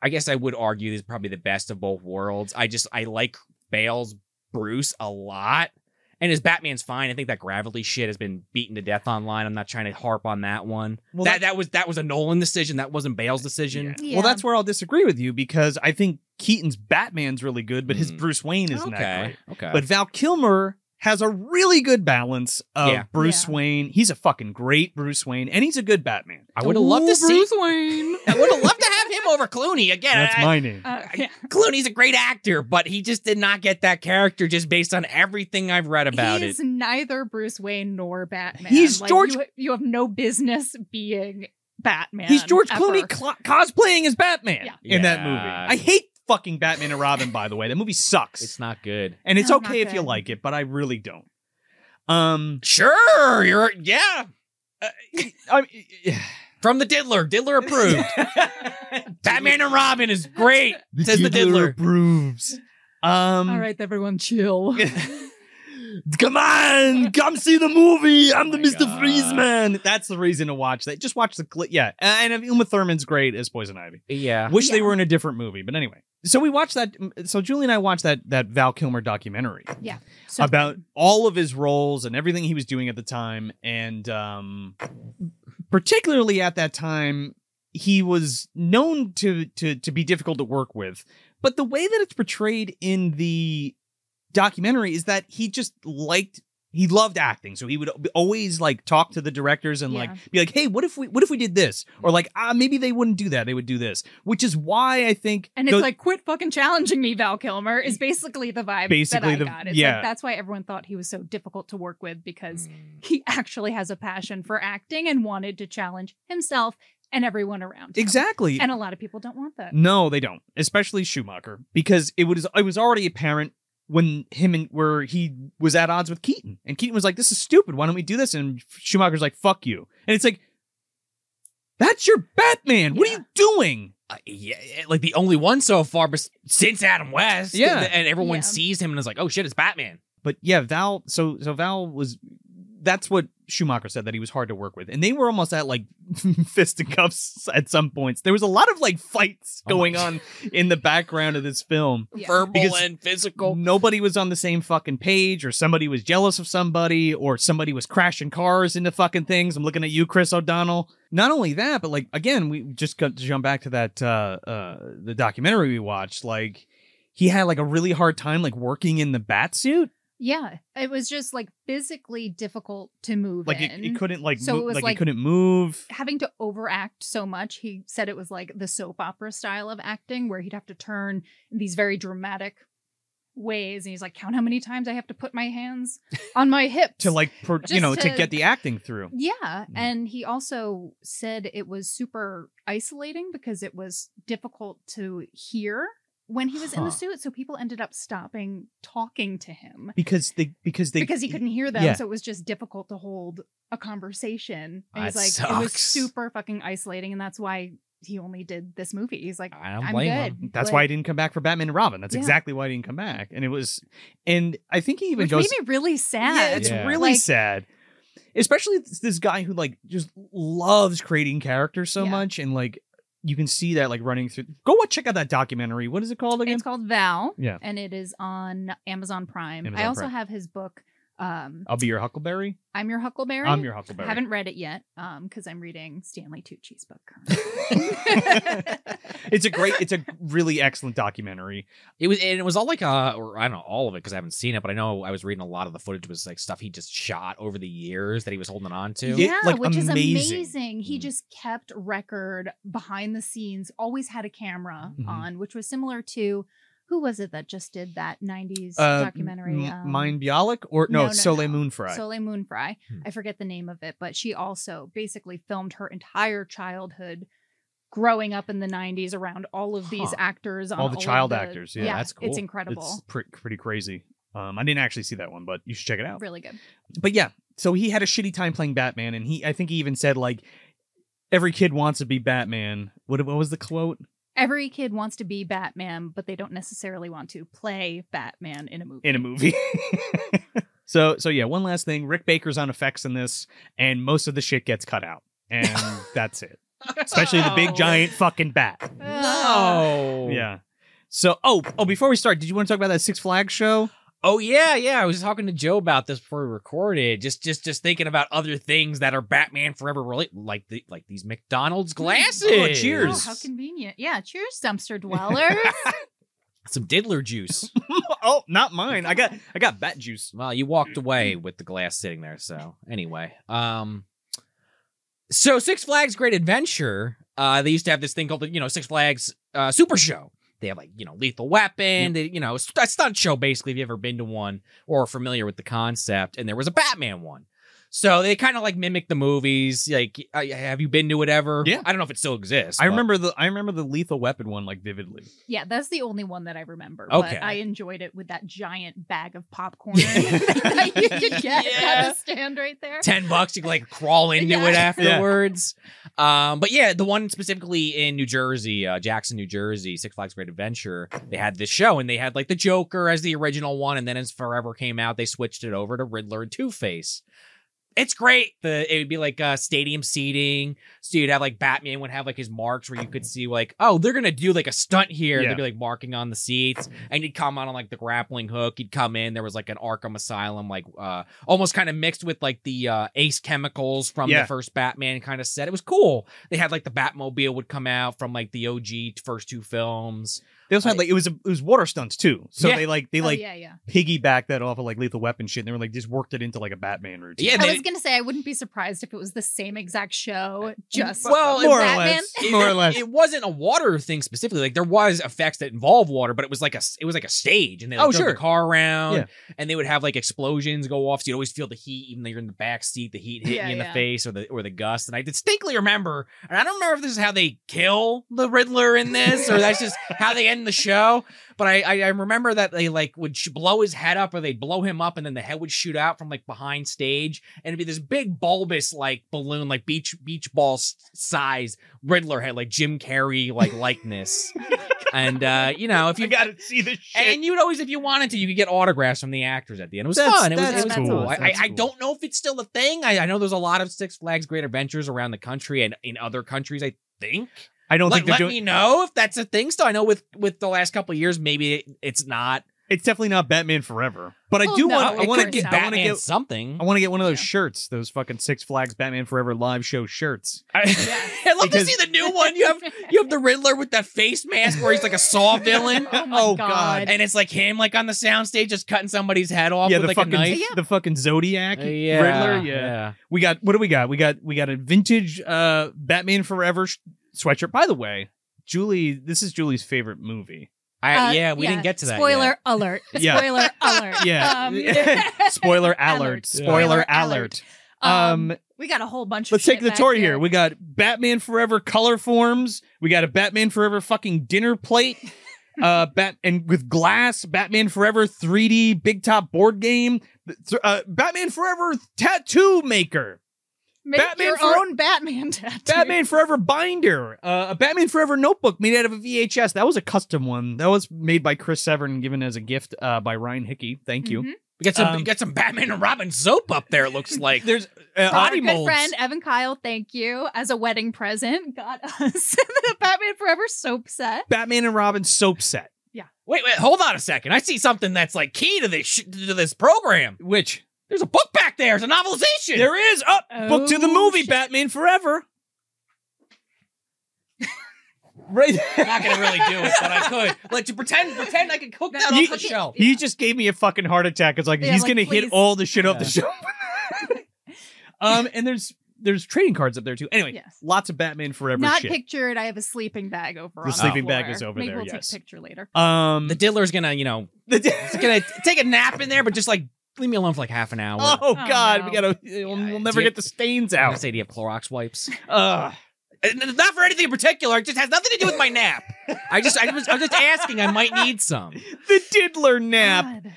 [SPEAKER 2] I guess I would argue, is probably the best of both worlds. I just I like Bale's Bruce a lot. And his Batman's fine. I think that gravity shit has been beaten to death online. I'm not trying to harp on that one.
[SPEAKER 1] Well,
[SPEAKER 2] that, that was that was a Nolan decision. That wasn't Bale's decision.
[SPEAKER 1] Yeah.
[SPEAKER 3] Yeah.
[SPEAKER 1] Well, that's where I'll disagree with you because I think Keaton's Batman's really good, but his
[SPEAKER 2] Mm.
[SPEAKER 1] Bruce Wayne isn't that
[SPEAKER 2] okay.
[SPEAKER 1] great.
[SPEAKER 2] Okay.
[SPEAKER 1] But Val Kilmer has a really good balance of
[SPEAKER 2] Yeah.
[SPEAKER 1] Bruce
[SPEAKER 3] Yeah.
[SPEAKER 1] Wayne. He's a fucking great Bruce Wayne, and he's a good Batman.
[SPEAKER 2] I would have loved to see
[SPEAKER 3] Bruce Wayne.
[SPEAKER 2] (laughs) I would have loved to have him over Clooney again.
[SPEAKER 1] That's
[SPEAKER 2] I-
[SPEAKER 1] my name.
[SPEAKER 3] Uh,
[SPEAKER 1] (laughs)
[SPEAKER 3] yeah.
[SPEAKER 2] Clooney's a great actor, but he just did not get that character just based on everything I've read about
[SPEAKER 3] He's
[SPEAKER 2] it.
[SPEAKER 3] neither Bruce Wayne nor Batman.
[SPEAKER 1] He's
[SPEAKER 3] Like,
[SPEAKER 1] George-
[SPEAKER 3] You, you have no business being Batman.
[SPEAKER 1] he's George
[SPEAKER 3] ever.
[SPEAKER 1] Clooney cl- cosplaying as Batman
[SPEAKER 3] Yeah.
[SPEAKER 1] in that
[SPEAKER 2] Yeah.
[SPEAKER 1] movie. I hate fucking Batman and Robin. By the way, that movie sucks,
[SPEAKER 2] It's not good.
[SPEAKER 1] and it's
[SPEAKER 3] No, not
[SPEAKER 1] okay if you
[SPEAKER 3] good.
[SPEAKER 1] like it, but I really don't. Um,
[SPEAKER 2] Sure, you're yeah.
[SPEAKER 1] I (laughs)
[SPEAKER 2] From the Diddler, Diddler (laughs) approved. Batman and Robin is great, says the Diddler.
[SPEAKER 1] approves. Um,
[SPEAKER 3] All right, everyone, chill.
[SPEAKER 1] (laughs) come on, come see the movie. I'm the
[SPEAKER 2] Oh my
[SPEAKER 1] Mr.
[SPEAKER 2] God.
[SPEAKER 1] Freeze man. That's the reason to watch that. Just watch the clip. Yeah, and uh, Uma Thurman's great as Poison Ivy.
[SPEAKER 2] Yeah,
[SPEAKER 1] Wish they
[SPEAKER 3] Yeah.
[SPEAKER 1] were in a different movie, but anyway. So we watched that. So Julie and I watched that that Val Kilmer documentary
[SPEAKER 3] So-
[SPEAKER 1] about all of his roles and everything he was doing at the time, and um, particularly at that time, he was known to to to be difficult to work with. But the way that it's portrayed in the documentary is that he just liked he loved acting so he would always like talk to the directors and like
[SPEAKER 3] Yeah.
[SPEAKER 1] be like hey what if we what if we did this or like ah maybe they wouldn't do that they would do this which is why i think
[SPEAKER 3] And it's
[SPEAKER 1] those-
[SPEAKER 3] like, quit fucking challenging me, Val Kilmer, is basically the vibe
[SPEAKER 1] Basically
[SPEAKER 3] that I
[SPEAKER 1] the-
[SPEAKER 3] got. It's
[SPEAKER 1] yeah. Mm.
[SPEAKER 3] like, that's why everyone thought he was so difficult to work with because he actually has a passion for acting and wanted to challenge himself and everyone around him.
[SPEAKER 1] exactly
[SPEAKER 3] And a lot of people don't want that.
[SPEAKER 1] No, they don't. Especially Schumacher, because it was it was already apparent when him and where he was at odds with Keaton, and Keaton was like, "This is stupid. Why don't we do this?" And Schumacher's like, "Fuck you," and it's like, "That's your Batman. What are
[SPEAKER 3] Yeah.
[SPEAKER 1] you doing?"
[SPEAKER 2] Uh, yeah, like the only one so far, but since Adam West,
[SPEAKER 1] Yeah.
[SPEAKER 2] and, and everyone
[SPEAKER 3] Yeah.
[SPEAKER 2] sees him and is like, oh shit, it's Batman.
[SPEAKER 1] But yeah, Val. So so Val was. That's what Schumacher said that he was hard to work with, and they were almost at like (laughs) fist and cuffs at some points. There was a lot of like fights
[SPEAKER 2] Oh my-
[SPEAKER 1] going
[SPEAKER 2] (laughs)
[SPEAKER 1] on in the background of this film.
[SPEAKER 3] Yeah.
[SPEAKER 2] Verbal
[SPEAKER 1] Because-
[SPEAKER 2] and physical.
[SPEAKER 1] Nobody was on the same fucking page, or somebody was jealous of somebody, or somebody was crashing cars into fucking things. I'm looking at you, Chris O'Donnell. Not only that, but like again, we just got to jump back to that uh, uh, the documentary we watched. Like he had like a really hard time like working in the bat suit.
[SPEAKER 3] Yeah. It was just like physically difficult to move.
[SPEAKER 1] Like he,
[SPEAKER 3] in.
[SPEAKER 1] he couldn't like
[SPEAKER 3] So it
[SPEAKER 1] move,
[SPEAKER 3] was
[SPEAKER 1] like, he
[SPEAKER 3] like-
[SPEAKER 1] couldn't move.
[SPEAKER 3] having to overact so much he said it was like the soap opera style of acting where he'd have to turn in these very dramatic ways and he's like count how many times i have to put my hands on my hips
[SPEAKER 1] (laughs) To like, pro- you
[SPEAKER 3] Just
[SPEAKER 1] know, to
[SPEAKER 3] to-
[SPEAKER 1] get the acting through.
[SPEAKER 3] yeah
[SPEAKER 1] Mm-hmm.
[SPEAKER 3] and he also said it was super isolating because it was difficult to hear when he was in
[SPEAKER 2] Huh.
[SPEAKER 3] the suit so people ended up stopping talking to him
[SPEAKER 1] Because they, because they,
[SPEAKER 3] because he couldn't hear them,
[SPEAKER 1] yeah.
[SPEAKER 3] so it was just difficult to hold a conversation. And he's
[SPEAKER 2] That
[SPEAKER 3] like, it was
[SPEAKER 2] sucks.
[SPEAKER 3] super fucking isolating, and that's why he only did this movie. He's like,
[SPEAKER 2] I don't
[SPEAKER 3] I'm
[SPEAKER 2] blame him.
[SPEAKER 3] good.
[SPEAKER 1] That's
[SPEAKER 3] Like,
[SPEAKER 1] why he didn't come back for Batman and Robin. That's
[SPEAKER 3] Yeah.
[SPEAKER 1] exactly why he didn't come back. And it was, and I think he even
[SPEAKER 3] which
[SPEAKER 1] goes.
[SPEAKER 3] made me really sad.
[SPEAKER 1] Yeah, it's
[SPEAKER 2] Yeah.
[SPEAKER 1] really
[SPEAKER 3] Like-
[SPEAKER 1] sad. Especially this, this guy who like just loves creating characters so
[SPEAKER 3] Yeah.
[SPEAKER 1] much, and like you can see that like running through. Go watch, check out that documentary. What is it called again?
[SPEAKER 3] It's called Val.
[SPEAKER 1] Yeah.
[SPEAKER 3] and it is on Amazon Prime.
[SPEAKER 1] Amazon
[SPEAKER 3] I also
[SPEAKER 1] Prime.
[SPEAKER 3] have his book. Um,
[SPEAKER 1] I'll be your Huckleberry.
[SPEAKER 3] I'm your Huckleberry.
[SPEAKER 1] I'm your
[SPEAKER 3] I
[SPEAKER 1] Huckleberry.
[SPEAKER 3] haven't read it yet because I'm reading Stanley Tucci's book. currently.
[SPEAKER 1] (laughs) It's a great. It's a really excellent documentary.
[SPEAKER 2] It was, and it was all like, uh, or I don't know, all of it because I haven't seen it, but I know I was reading a lot of the footage was like stuff he just shot over the years that he was holding on to.
[SPEAKER 1] Yeah,
[SPEAKER 3] Yeah,
[SPEAKER 1] like,
[SPEAKER 3] which is
[SPEAKER 1] amazing.
[SPEAKER 3] amazing. He
[SPEAKER 2] Mm.
[SPEAKER 3] just kept record behind the scenes, always had a camera
[SPEAKER 1] Mhm.
[SPEAKER 3] on, which was similar to who was it that just did that 90s
[SPEAKER 1] Uh,
[SPEAKER 3] documentary?
[SPEAKER 1] M-
[SPEAKER 3] um,
[SPEAKER 1] Mind Bialik or no,
[SPEAKER 3] no, no,
[SPEAKER 1] Soleil
[SPEAKER 3] no.
[SPEAKER 1] Moonfry.
[SPEAKER 3] Soleil Moon Fry.
[SPEAKER 2] Hmm.
[SPEAKER 3] I forget the name of it, but she also basically filmed her entire childhood growing up in the 90s around all of these
[SPEAKER 2] Huh.
[SPEAKER 3] actors. On
[SPEAKER 1] All the child
[SPEAKER 3] of
[SPEAKER 1] actors, yeah.
[SPEAKER 2] That's cool.
[SPEAKER 3] It's incredible.
[SPEAKER 1] it's pre- pretty crazy. Um, I didn't actually see that one, but you should check it out.
[SPEAKER 3] really good.
[SPEAKER 1] But yeah, so he had a shitty time playing Batman, and he I think he even said like every kid wants to be Batman. What what was the quote?
[SPEAKER 3] Every kid wants to be Batman, but they don't necessarily want to play Batman in a movie.
[SPEAKER 1] in a movie. (laughs) so so yeah, one last thing. Rick Baker's on effects in this, and most of the shit gets cut out.
[SPEAKER 2] (laughs)
[SPEAKER 1] And that's it. Especially the big
[SPEAKER 2] Oh.
[SPEAKER 1] giant fucking bat.
[SPEAKER 3] Ah.
[SPEAKER 2] No.
[SPEAKER 1] Yeah. So oh oh before we start, did you want to talk about that Six Flags show?
[SPEAKER 2] Oh yeah, yeah. I was talking to Joe about this before we recorded. Just, just, just thinking about other things that are Batman Forever related, like the like these McDonald's glasses.
[SPEAKER 1] Oh, cheers.
[SPEAKER 3] Oh, how convenient. Yeah,
[SPEAKER 2] (laughs)
[SPEAKER 3] cheers, dumpster dwellers.
[SPEAKER 2] Some diddler juice.
[SPEAKER 1] oh, not mine. I got I got bat juice.
[SPEAKER 2] well, you walked
[SPEAKER 1] Mm-hmm.
[SPEAKER 2] away with the glass sitting there. So anyway, um, so Six Flags Great Adventure. Uh, they used to have this thing called the you know Six Flags uh, Super Show. They have like you know Lethal Weapon. They, you know a st- a stunt show basically. If you've ever been to one or are familiar with the concept, and there was a Batman one. So they kind of like mimic the movies. Like, uh, have you been to it ever?
[SPEAKER 1] Yeah.
[SPEAKER 2] I don't know if it still exists.
[SPEAKER 1] I
[SPEAKER 2] but-
[SPEAKER 1] remember the I remember the Lethal Weapon one like vividly.
[SPEAKER 3] yeah, that's the only one that I remember.
[SPEAKER 2] Okay.
[SPEAKER 3] But I enjoyed it with that giant bag of
[SPEAKER 2] (laughs)
[SPEAKER 3] popcorn that you could get
[SPEAKER 2] Yeah.
[SPEAKER 3] at the stand right (laughs) there.
[SPEAKER 2] 10 bucks you could like crawl into
[SPEAKER 3] Yeah.
[SPEAKER 2] it
[SPEAKER 3] Yeah.
[SPEAKER 2] afterwards um but yeah the one specifically in new jersey uh jackson new jersey six flags great adventure they had this show and they had like the joker as the original one and then as forever came out they switched it over to riddler and two-face it's great the it would be like uh stadium seating so you'd have like batman would have like his marks where you could see like oh they're gonna do like a stunt here
[SPEAKER 1] Yeah.
[SPEAKER 2] they'd be like marking on the seats and he'd come out on like the grappling hook he'd come in there was like an arkham asylum like uh almost kind of mixed with like the uh, Ace Chemicals from
[SPEAKER 1] Yeah.
[SPEAKER 2] the first Batman kind of set. It was cool. They had like the Batmobile would come out from like the OG first two films.
[SPEAKER 1] They also had
[SPEAKER 2] I-
[SPEAKER 1] like it was a, it was water stunts too. So
[SPEAKER 2] Yeah.
[SPEAKER 1] they like they
[SPEAKER 3] oh,
[SPEAKER 1] like
[SPEAKER 3] yeah, yeah.
[SPEAKER 1] piggybacked that off of like Lethal Weapon shit and they were like just worked it into like a Batman routine.
[SPEAKER 2] Yeah, and
[SPEAKER 3] I
[SPEAKER 2] they-
[SPEAKER 3] was gonna say I wouldn't be surprised if it was the same exact show, just
[SPEAKER 2] Uh, Well,
[SPEAKER 3] with
[SPEAKER 1] more or
[SPEAKER 3] Oh, Batman.
[SPEAKER 1] less. More or
[SPEAKER 2] (laughs)
[SPEAKER 1] less.
[SPEAKER 2] It wasn't a water thing specifically. Like there was effects that involve water, but it was like a it was like a stage, and they like,
[SPEAKER 1] Oh,
[SPEAKER 2] drove
[SPEAKER 1] sure.
[SPEAKER 2] the car around,
[SPEAKER 1] Yeah.
[SPEAKER 2] and they would have like explosions go off. So you'd always feel the heat, even though you're in the back seat, the heat hitting
[SPEAKER 3] Yeah,
[SPEAKER 2] you in the
[SPEAKER 3] yeah.
[SPEAKER 2] face or the or the gust. And I distinctly remember, and I don't remember if this is how they kill the Riddler in this, or
[SPEAKER 1] (laughs)
[SPEAKER 2] that's just how they end the show. But I I, I remember that they like would sh- blow his head up, or they'd blow him up, and then the head would shoot out from like behind stage, and it'd be this big bulbous like balloon, like beach beach ball s- size Riddler head, like Jim Carrey like likeness. and uh, you know if
[SPEAKER 1] You
[SPEAKER 2] you
[SPEAKER 1] gotta see this shit.
[SPEAKER 2] and you'd always, if you wanted to, you could get autographs from the actors at the end. It was
[SPEAKER 1] That's-
[SPEAKER 2] fun. It was,
[SPEAKER 1] that's
[SPEAKER 2] it was
[SPEAKER 3] cool.
[SPEAKER 2] cool. I, I,
[SPEAKER 1] That's
[SPEAKER 2] I
[SPEAKER 1] cool.
[SPEAKER 2] don't know if it's still a thing. I, I know there's a lot of Six Flags Great Adventures around the country and in other countries. I think.
[SPEAKER 1] I don't
[SPEAKER 2] Let,
[SPEAKER 1] think they're
[SPEAKER 2] let
[SPEAKER 1] doing
[SPEAKER 2] me know if that's a thing. Still, I know with with the last couple of years, maybe it- it's not.
[SPEAKER 1] It's definitely not Batman Forever, but I
[SPEAKER 3] Well,
[SPEAKER 1] do
[SPEAKER 3] Oh, no,
[SPEAKER 1] want.
[SPEAKER 3] it
[SPEAKER 1] I want to
[SPEAKER 3] could
[SPEAKER 1] get. I
[SPEAKER 3] be
[SPEAKER 1] want to
[SPEAKER 2] Batman
[SPEAKER 1] get.
[SPEAKER 2] something.
[SPEAKER 1] I want to get one of those
[SPEAKER 3] Yeah.
[SPEAKER 1] shirts, those fucking Six Flags Batman Forever live show shirts. (laughs)
[SPEAKER 2] I, (laughs)
[SPEAKER 3] Yeah.
[SPEAKER 2] I'd love
[SPEAKER 1] Because-
[SPEAKER 2] to see the new one. You
[SPEAKER 3] (laughs)
[SPEAKER 2] have (laughs) you have the Riddler with that face mask where he's like a (laughs) Saw villain,
[SPEAKER 3] Oh my
[SPEAKER 1] Oh, God.
[SPEAKER 3] god.
[SPEAKER 2] and it's like him like on the soundstage just cutting somebody's head off
[SPEAKER 1] yeah,
[SPEAKER 2] with
[SPEAKER 1] the
[SPEAKER 2] like
[SPEAKER 1] fucking
[SPEAKER 2] a knife. Uh,
[SPEAKER 1] the fucking Zodiac Riddler. Yeah. we got what do we got? We got we got a vintage uh Batman Forever sh- sweatshirt. By the way, Julie, this is Julie's favorite movie.
[SPEAKER 2] I,
[SPEAKER 3] Uh,
[SPEAKER 2] yeah, we didn't get to that.
[SPEAKER 3] Spoiler
[SPEAKER 2] yet.
[SPEAKER 3] alert.
[SPEAKER 1] Yeah.
[SPEAKER 3] Spoiler
[SPEAKER 2] (laughs)
[SPEAKER 3] alert.
[SPEAKER 1] Yeah.
[SPEAKER 3] Um, (laughs)
[SPEAKER 1] Spoiler alert!
[SPEAKER 3] Alert.
[SPEAKER 1] Spoiler
[SPEAKER 3] Spoiler
[SPEAKER 1] alert!
[SPEAKER 3] alert.
[SPEAKER 1] Um,
[SPEAKER 3] Um, we got a whole bunch of
[SPEAKER 1] Let's take
[SPEAKER 3] shit
[SPEAKER 1] the
[SPEAKER 3] back
[SPEAKER 1] tour here.
[SPEAKER 3] there.
[SPEAKER 1] We got Batman Forever color forms. We got a Batman Forever fucking dinner
[SPEAKER 3] (laughs)
[SPEAKER 1] plate. Uh, bat and with glass, Batman Forever 3D big top board game, th- uh, Batman Forever tattoo
[SPEAKER 3] (laughs)
[SPEAKER 1] maker,
[SPEAKER 3] Make
[SPEAKER 1] Batman
[SPEAKER 3] your
[SPEAKER 1] for- (laughs)
[SPEAKER 3] own Batman tattoo.
[SPEAKER 1] Batman Forever binder, uh, a Batman Forever notebook made out of a VHS. That was a custom one. That was made by Chris Severn, and given as a gift uh, by Ryan Hickey. Thank you.
[SPEAKER 3] Mhm.
[SPEAKER 2] We got some
[SPEAKER 1] Um,
[SPEAKER 2] we got some Batman and Robin soap up there. It (laughs) looks like
[SPEAKER 1] Therere's
[SPEAKER 3] Our
[SPEAKER 1] uh, body
[SPEAKER 3] good
[SPEAKER 1] molds.
[SPEAKER 3] friend Evan Kyle, thank you, as a wedding present, got (laughs) us the Batman Forever soap set.
[SPEAKER 1] Batman and Robin soap
[SPEAKER 3] (laughs)
[SPEAKER 1] set.
[SPEAKER 2] wait, wait, hold on a second. I see something that's like key to this sh- to this program.
[SPEAKER 1] Which
[SPEAKER 2] There's a book back there. It's a novelization.
[SPEAKER 1] there is up book to the
[SPEAKER 3] Oh,
[SPEAKER 1] movie
[SPEAKER 3] shit.
[SPEAKER 1] Batman Forever. (laughs) right.
[SPEAKER 2] (laughs) I'm not gonna really do it, but I could. Like to pretend pretend I could cook that
[SPEAKER 1] You-
[SPEAKER 2] off the shelf.
[SPEAKER 1] He just gave me a fucking heart attack. It's like
[SPEAKER 3] Yeah,
[SPEAKER 1] he's
[SPEAKER 3] like,
[SPEAKER 1] gonna hit
[SPEAKER 3] please. (laughs)
[SPEAKER 1] all the shit off the
[SPEAKER 2] Yeah.
[SPEAKER 1] show. um, and there's there's trading cards up there too. Anyway,
[SPEAKER 3] Yes.
[SPEAKER 1] lots of Batman Forever
[SPEAKER 3] Not
[SPEAKER 1] shit.
[SPEAKER 3] pictured. I have a sleeping bag over.
[SPEAKER 1] The
[SPEAKER 3] on
[SPEAKER 1] sleeping
[SPEAKER 3] floor.
[SPEAKER 1] bag is over
[SPEAKER 3] Maybe
[SPEAKER 1] there,
[SPEAKER 3] We'll
[SPEAKER 1] yes.
[SPEAKER 3] take a picture later.
[SPEAKER 1] um, (laughs)
[SPEAKER 2] The diddler's gonna, you know, he's gonna take a nap in there, but just like leave me alone for like half an hour.
[SPEAKER 1] oh God, we
[SPEAKER 3] no.
[SPEAKER 1] gotta we'll, we'll never
[SPEAKER 2] do you-
[SPEAKER 1] get the stains (laughs)
[SPEAKER 2] I'm gonna
[SPEAKER 1] out.
[SPEAKER 2] say, do you have Clorox wipes?
[SPEAKER 1] Ugh.
[SPEAKER 2] And Uh, Not for anything in particular. It just has nothing to do with my nap. I just, I was, I was just asking. I might need some.
[SPEAKER 1] the diddler nap.
[SPEAKER 3] God.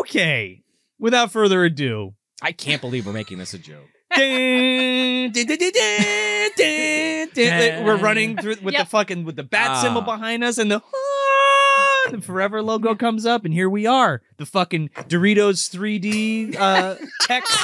[SPEAKER 1] Okay, without further ado.
[SPEAKER 2] I can't believe we're making this a joke.
[SPEAKER 1] Dun, dun, dun, dun, dun, dun, dun. Like, We're running through with
[SPEAKER 3] Yep.
[SPEAKER 1] the fucking with the bat
[SPEAKER 2] Ah.
[SPEAKER 1] symbol behind us, and the, ah, the forever logo comes up, and here we are, the fucking Doritos 3D uh, text,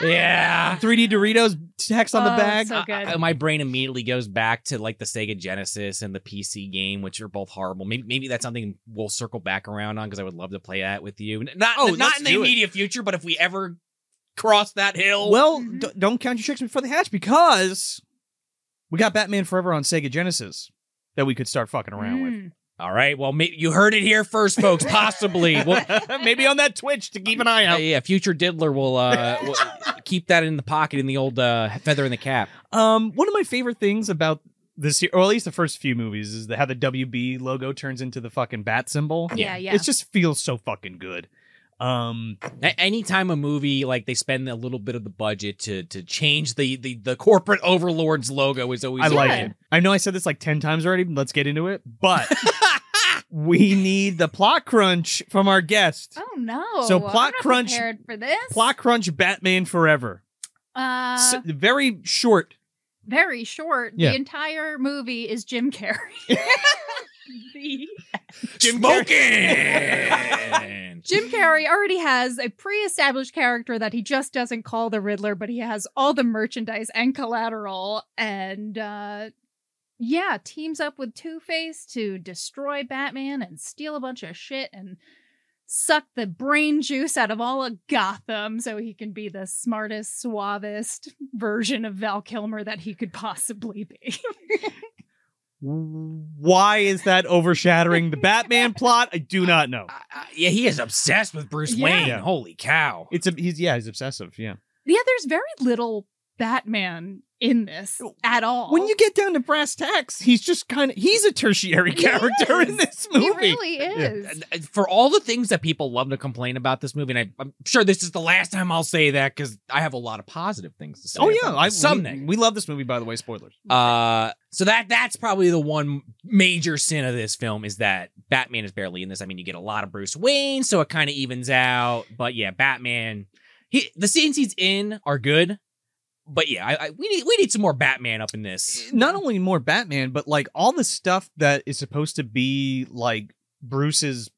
[SPEAKER 2] Yeah.
[SPEAKER 1] 3D Doritos text on the
[SPEAKER 3] Oh,
[SPEAKER 1] bag.
[SPEAKER 3] so good.
[SPEAKER 2] I- I- my brain immediately goes back to like the Sega Genesis and the PC game, which are both horrible. Maybe, maybe that's something we'll circle back around on because I would love to play that with you. N- Not,
[SPEAKER 1] Oh,
[SPEAKER 2] not
[SPEAKER 1] let's
[SPEAKER 2] in the
[SPEAKER 1] do it.
[SPEAKER 2] immediate future, but if we ever cross that hill,
[SPEAKER 1] Well,
[SPEAKER 3] Mhm.
[SPEAKER 1] d- don't count your chicks before they hatch because we got Batman Forever on Sega Genesis that we could start fucking around with.
[SPEAKER 3] Mm.
[SPEAKER 2] all right. Well, maybe you heard it here first, folks. Possibly, we'll,
[SPEAKER 1] (laughs) Maybe on that Twitch to keep an eye
[SPEAKER 2] Uh,
[SPEAKER 1] out.
[SPEAKER 2] yeah, future diddler will uh, will keep that in the pocket in the old uh, feather in the cap.
[SPEAKER 1] Um, one of my favorite things about this, or at least the first few movies, is the, how the WB logo turns into the fucking bat symbol.
[SPEAKER 3] Yeah, yeah.
[SPEAKER 1] It just feels so fucking good. Um,
[SPEAKER 2] A- anytime a movie like they spend a little bit of the budget to to change the the, the corporate overlord's logo is always
[SPEAKER 1] I
[SPEAKER 2] a
[SPEAKER 1] like
[SPEAKER 2] win.
[SPEAKER 1] it. I know I said this like ten times already. but Let's get into it,
[SPEAKER 3] (laughs)
[SPEAKER 1] but. We need the plot crunch from our guest.
[SPEAKER 3] Oh no!
[SPEAKER 1] So
[SPEAKER 3] I'm
[SPEAKER 1] plot
[SPEAKER 3] not
[SPEAKER 1] crunch-
[SPEAKER 3] Prepared for this
[SPEAKER 1] Plot crunch Batman Forever.
[SPEAKER 3] Uh,
[SPEAKER 1] S- very short.
[SPEAKER 3] very short.
[SPEAKER 1] Yeah.
[SPEAKER 3] The entire movie is Jim Carrey.
[SPEAKER 1] (laughs)
[SPEAKER 3] the
[SPEAKER 1] Jim
[SPEAKER 2] Smoking.
[SPEAKER 3] Jim Carrey already has a pre-established character that he just doesn't call the Riddler, but he has all the merchandise and collateral, and uh, yeah, teams up with Two Face to destroy Batman and steal a bunch of shit and suck the brain juice out of all of Gotham, so he can be the smartest, suavest version of Val Kilmer that he could possibly be. (laughs)
[SPEAKER 1] Why is that overshadowing the
[SPEAKER 3] (laughs)
[SPEAKER 1] Batman plot? I do not
[SPEAKER 3] Uh,
[SPEAKER 1] know.
[SPEAKER 2] I- I- yeah, he is obsessed with Bruce
[SPEAKER 3] Yeah.
[SPEAKER 2] Wayne.
[SPEAKER 1] Yeah.
[SPEAKER 2] Holy cow!
[SPEAKER 1] It's a he's yeah he's obsessive yeah.
[SPEAKER 3] yeah, there's very little Batman in this at all.
[SPEAKER 1] When you get down to brass tacks, he's just kind of he's a tertiary (laughs)
[SPEAKER 3] He
[SPEAKER 1] character
[SPEAKER 3] is.
[SPEAKER 1] in this
[SPEAKER 3] he
[SPEAKER 1] movie.
[SPEAKER 3] really is.
[SPEAKER 2] Uh, For all the things that people love to complain about this movie, and I, I'm sure this is the last time I'll say that because I have a lot of positive things to say.
[SPEAKER 1] Oh
[SPEAKER 2] about
[SPEAKER 1] yeah,
[SPEAKER 2] it.
[SPEAKER 1] I,
[SPEAKER 2] some
[SPEAKER 1] we,
[SPEAKER 2] negative.
[SPEAKER 1] we love this movie by the way. Spoilers.
[SPEAKER 2] Uh, so that that's probably the one major sin of this film is that Batman is barely in this. I mean, you get a lot of Bruce Wayne, so it kind of evens out. But yeah, Batman. He the scenes he's in are good, but yeah, I, I we need we need some more Batman up in this.
[SPEAKER 1] Not only more Batman, but like all the stuff that is supposed to be like Bruce's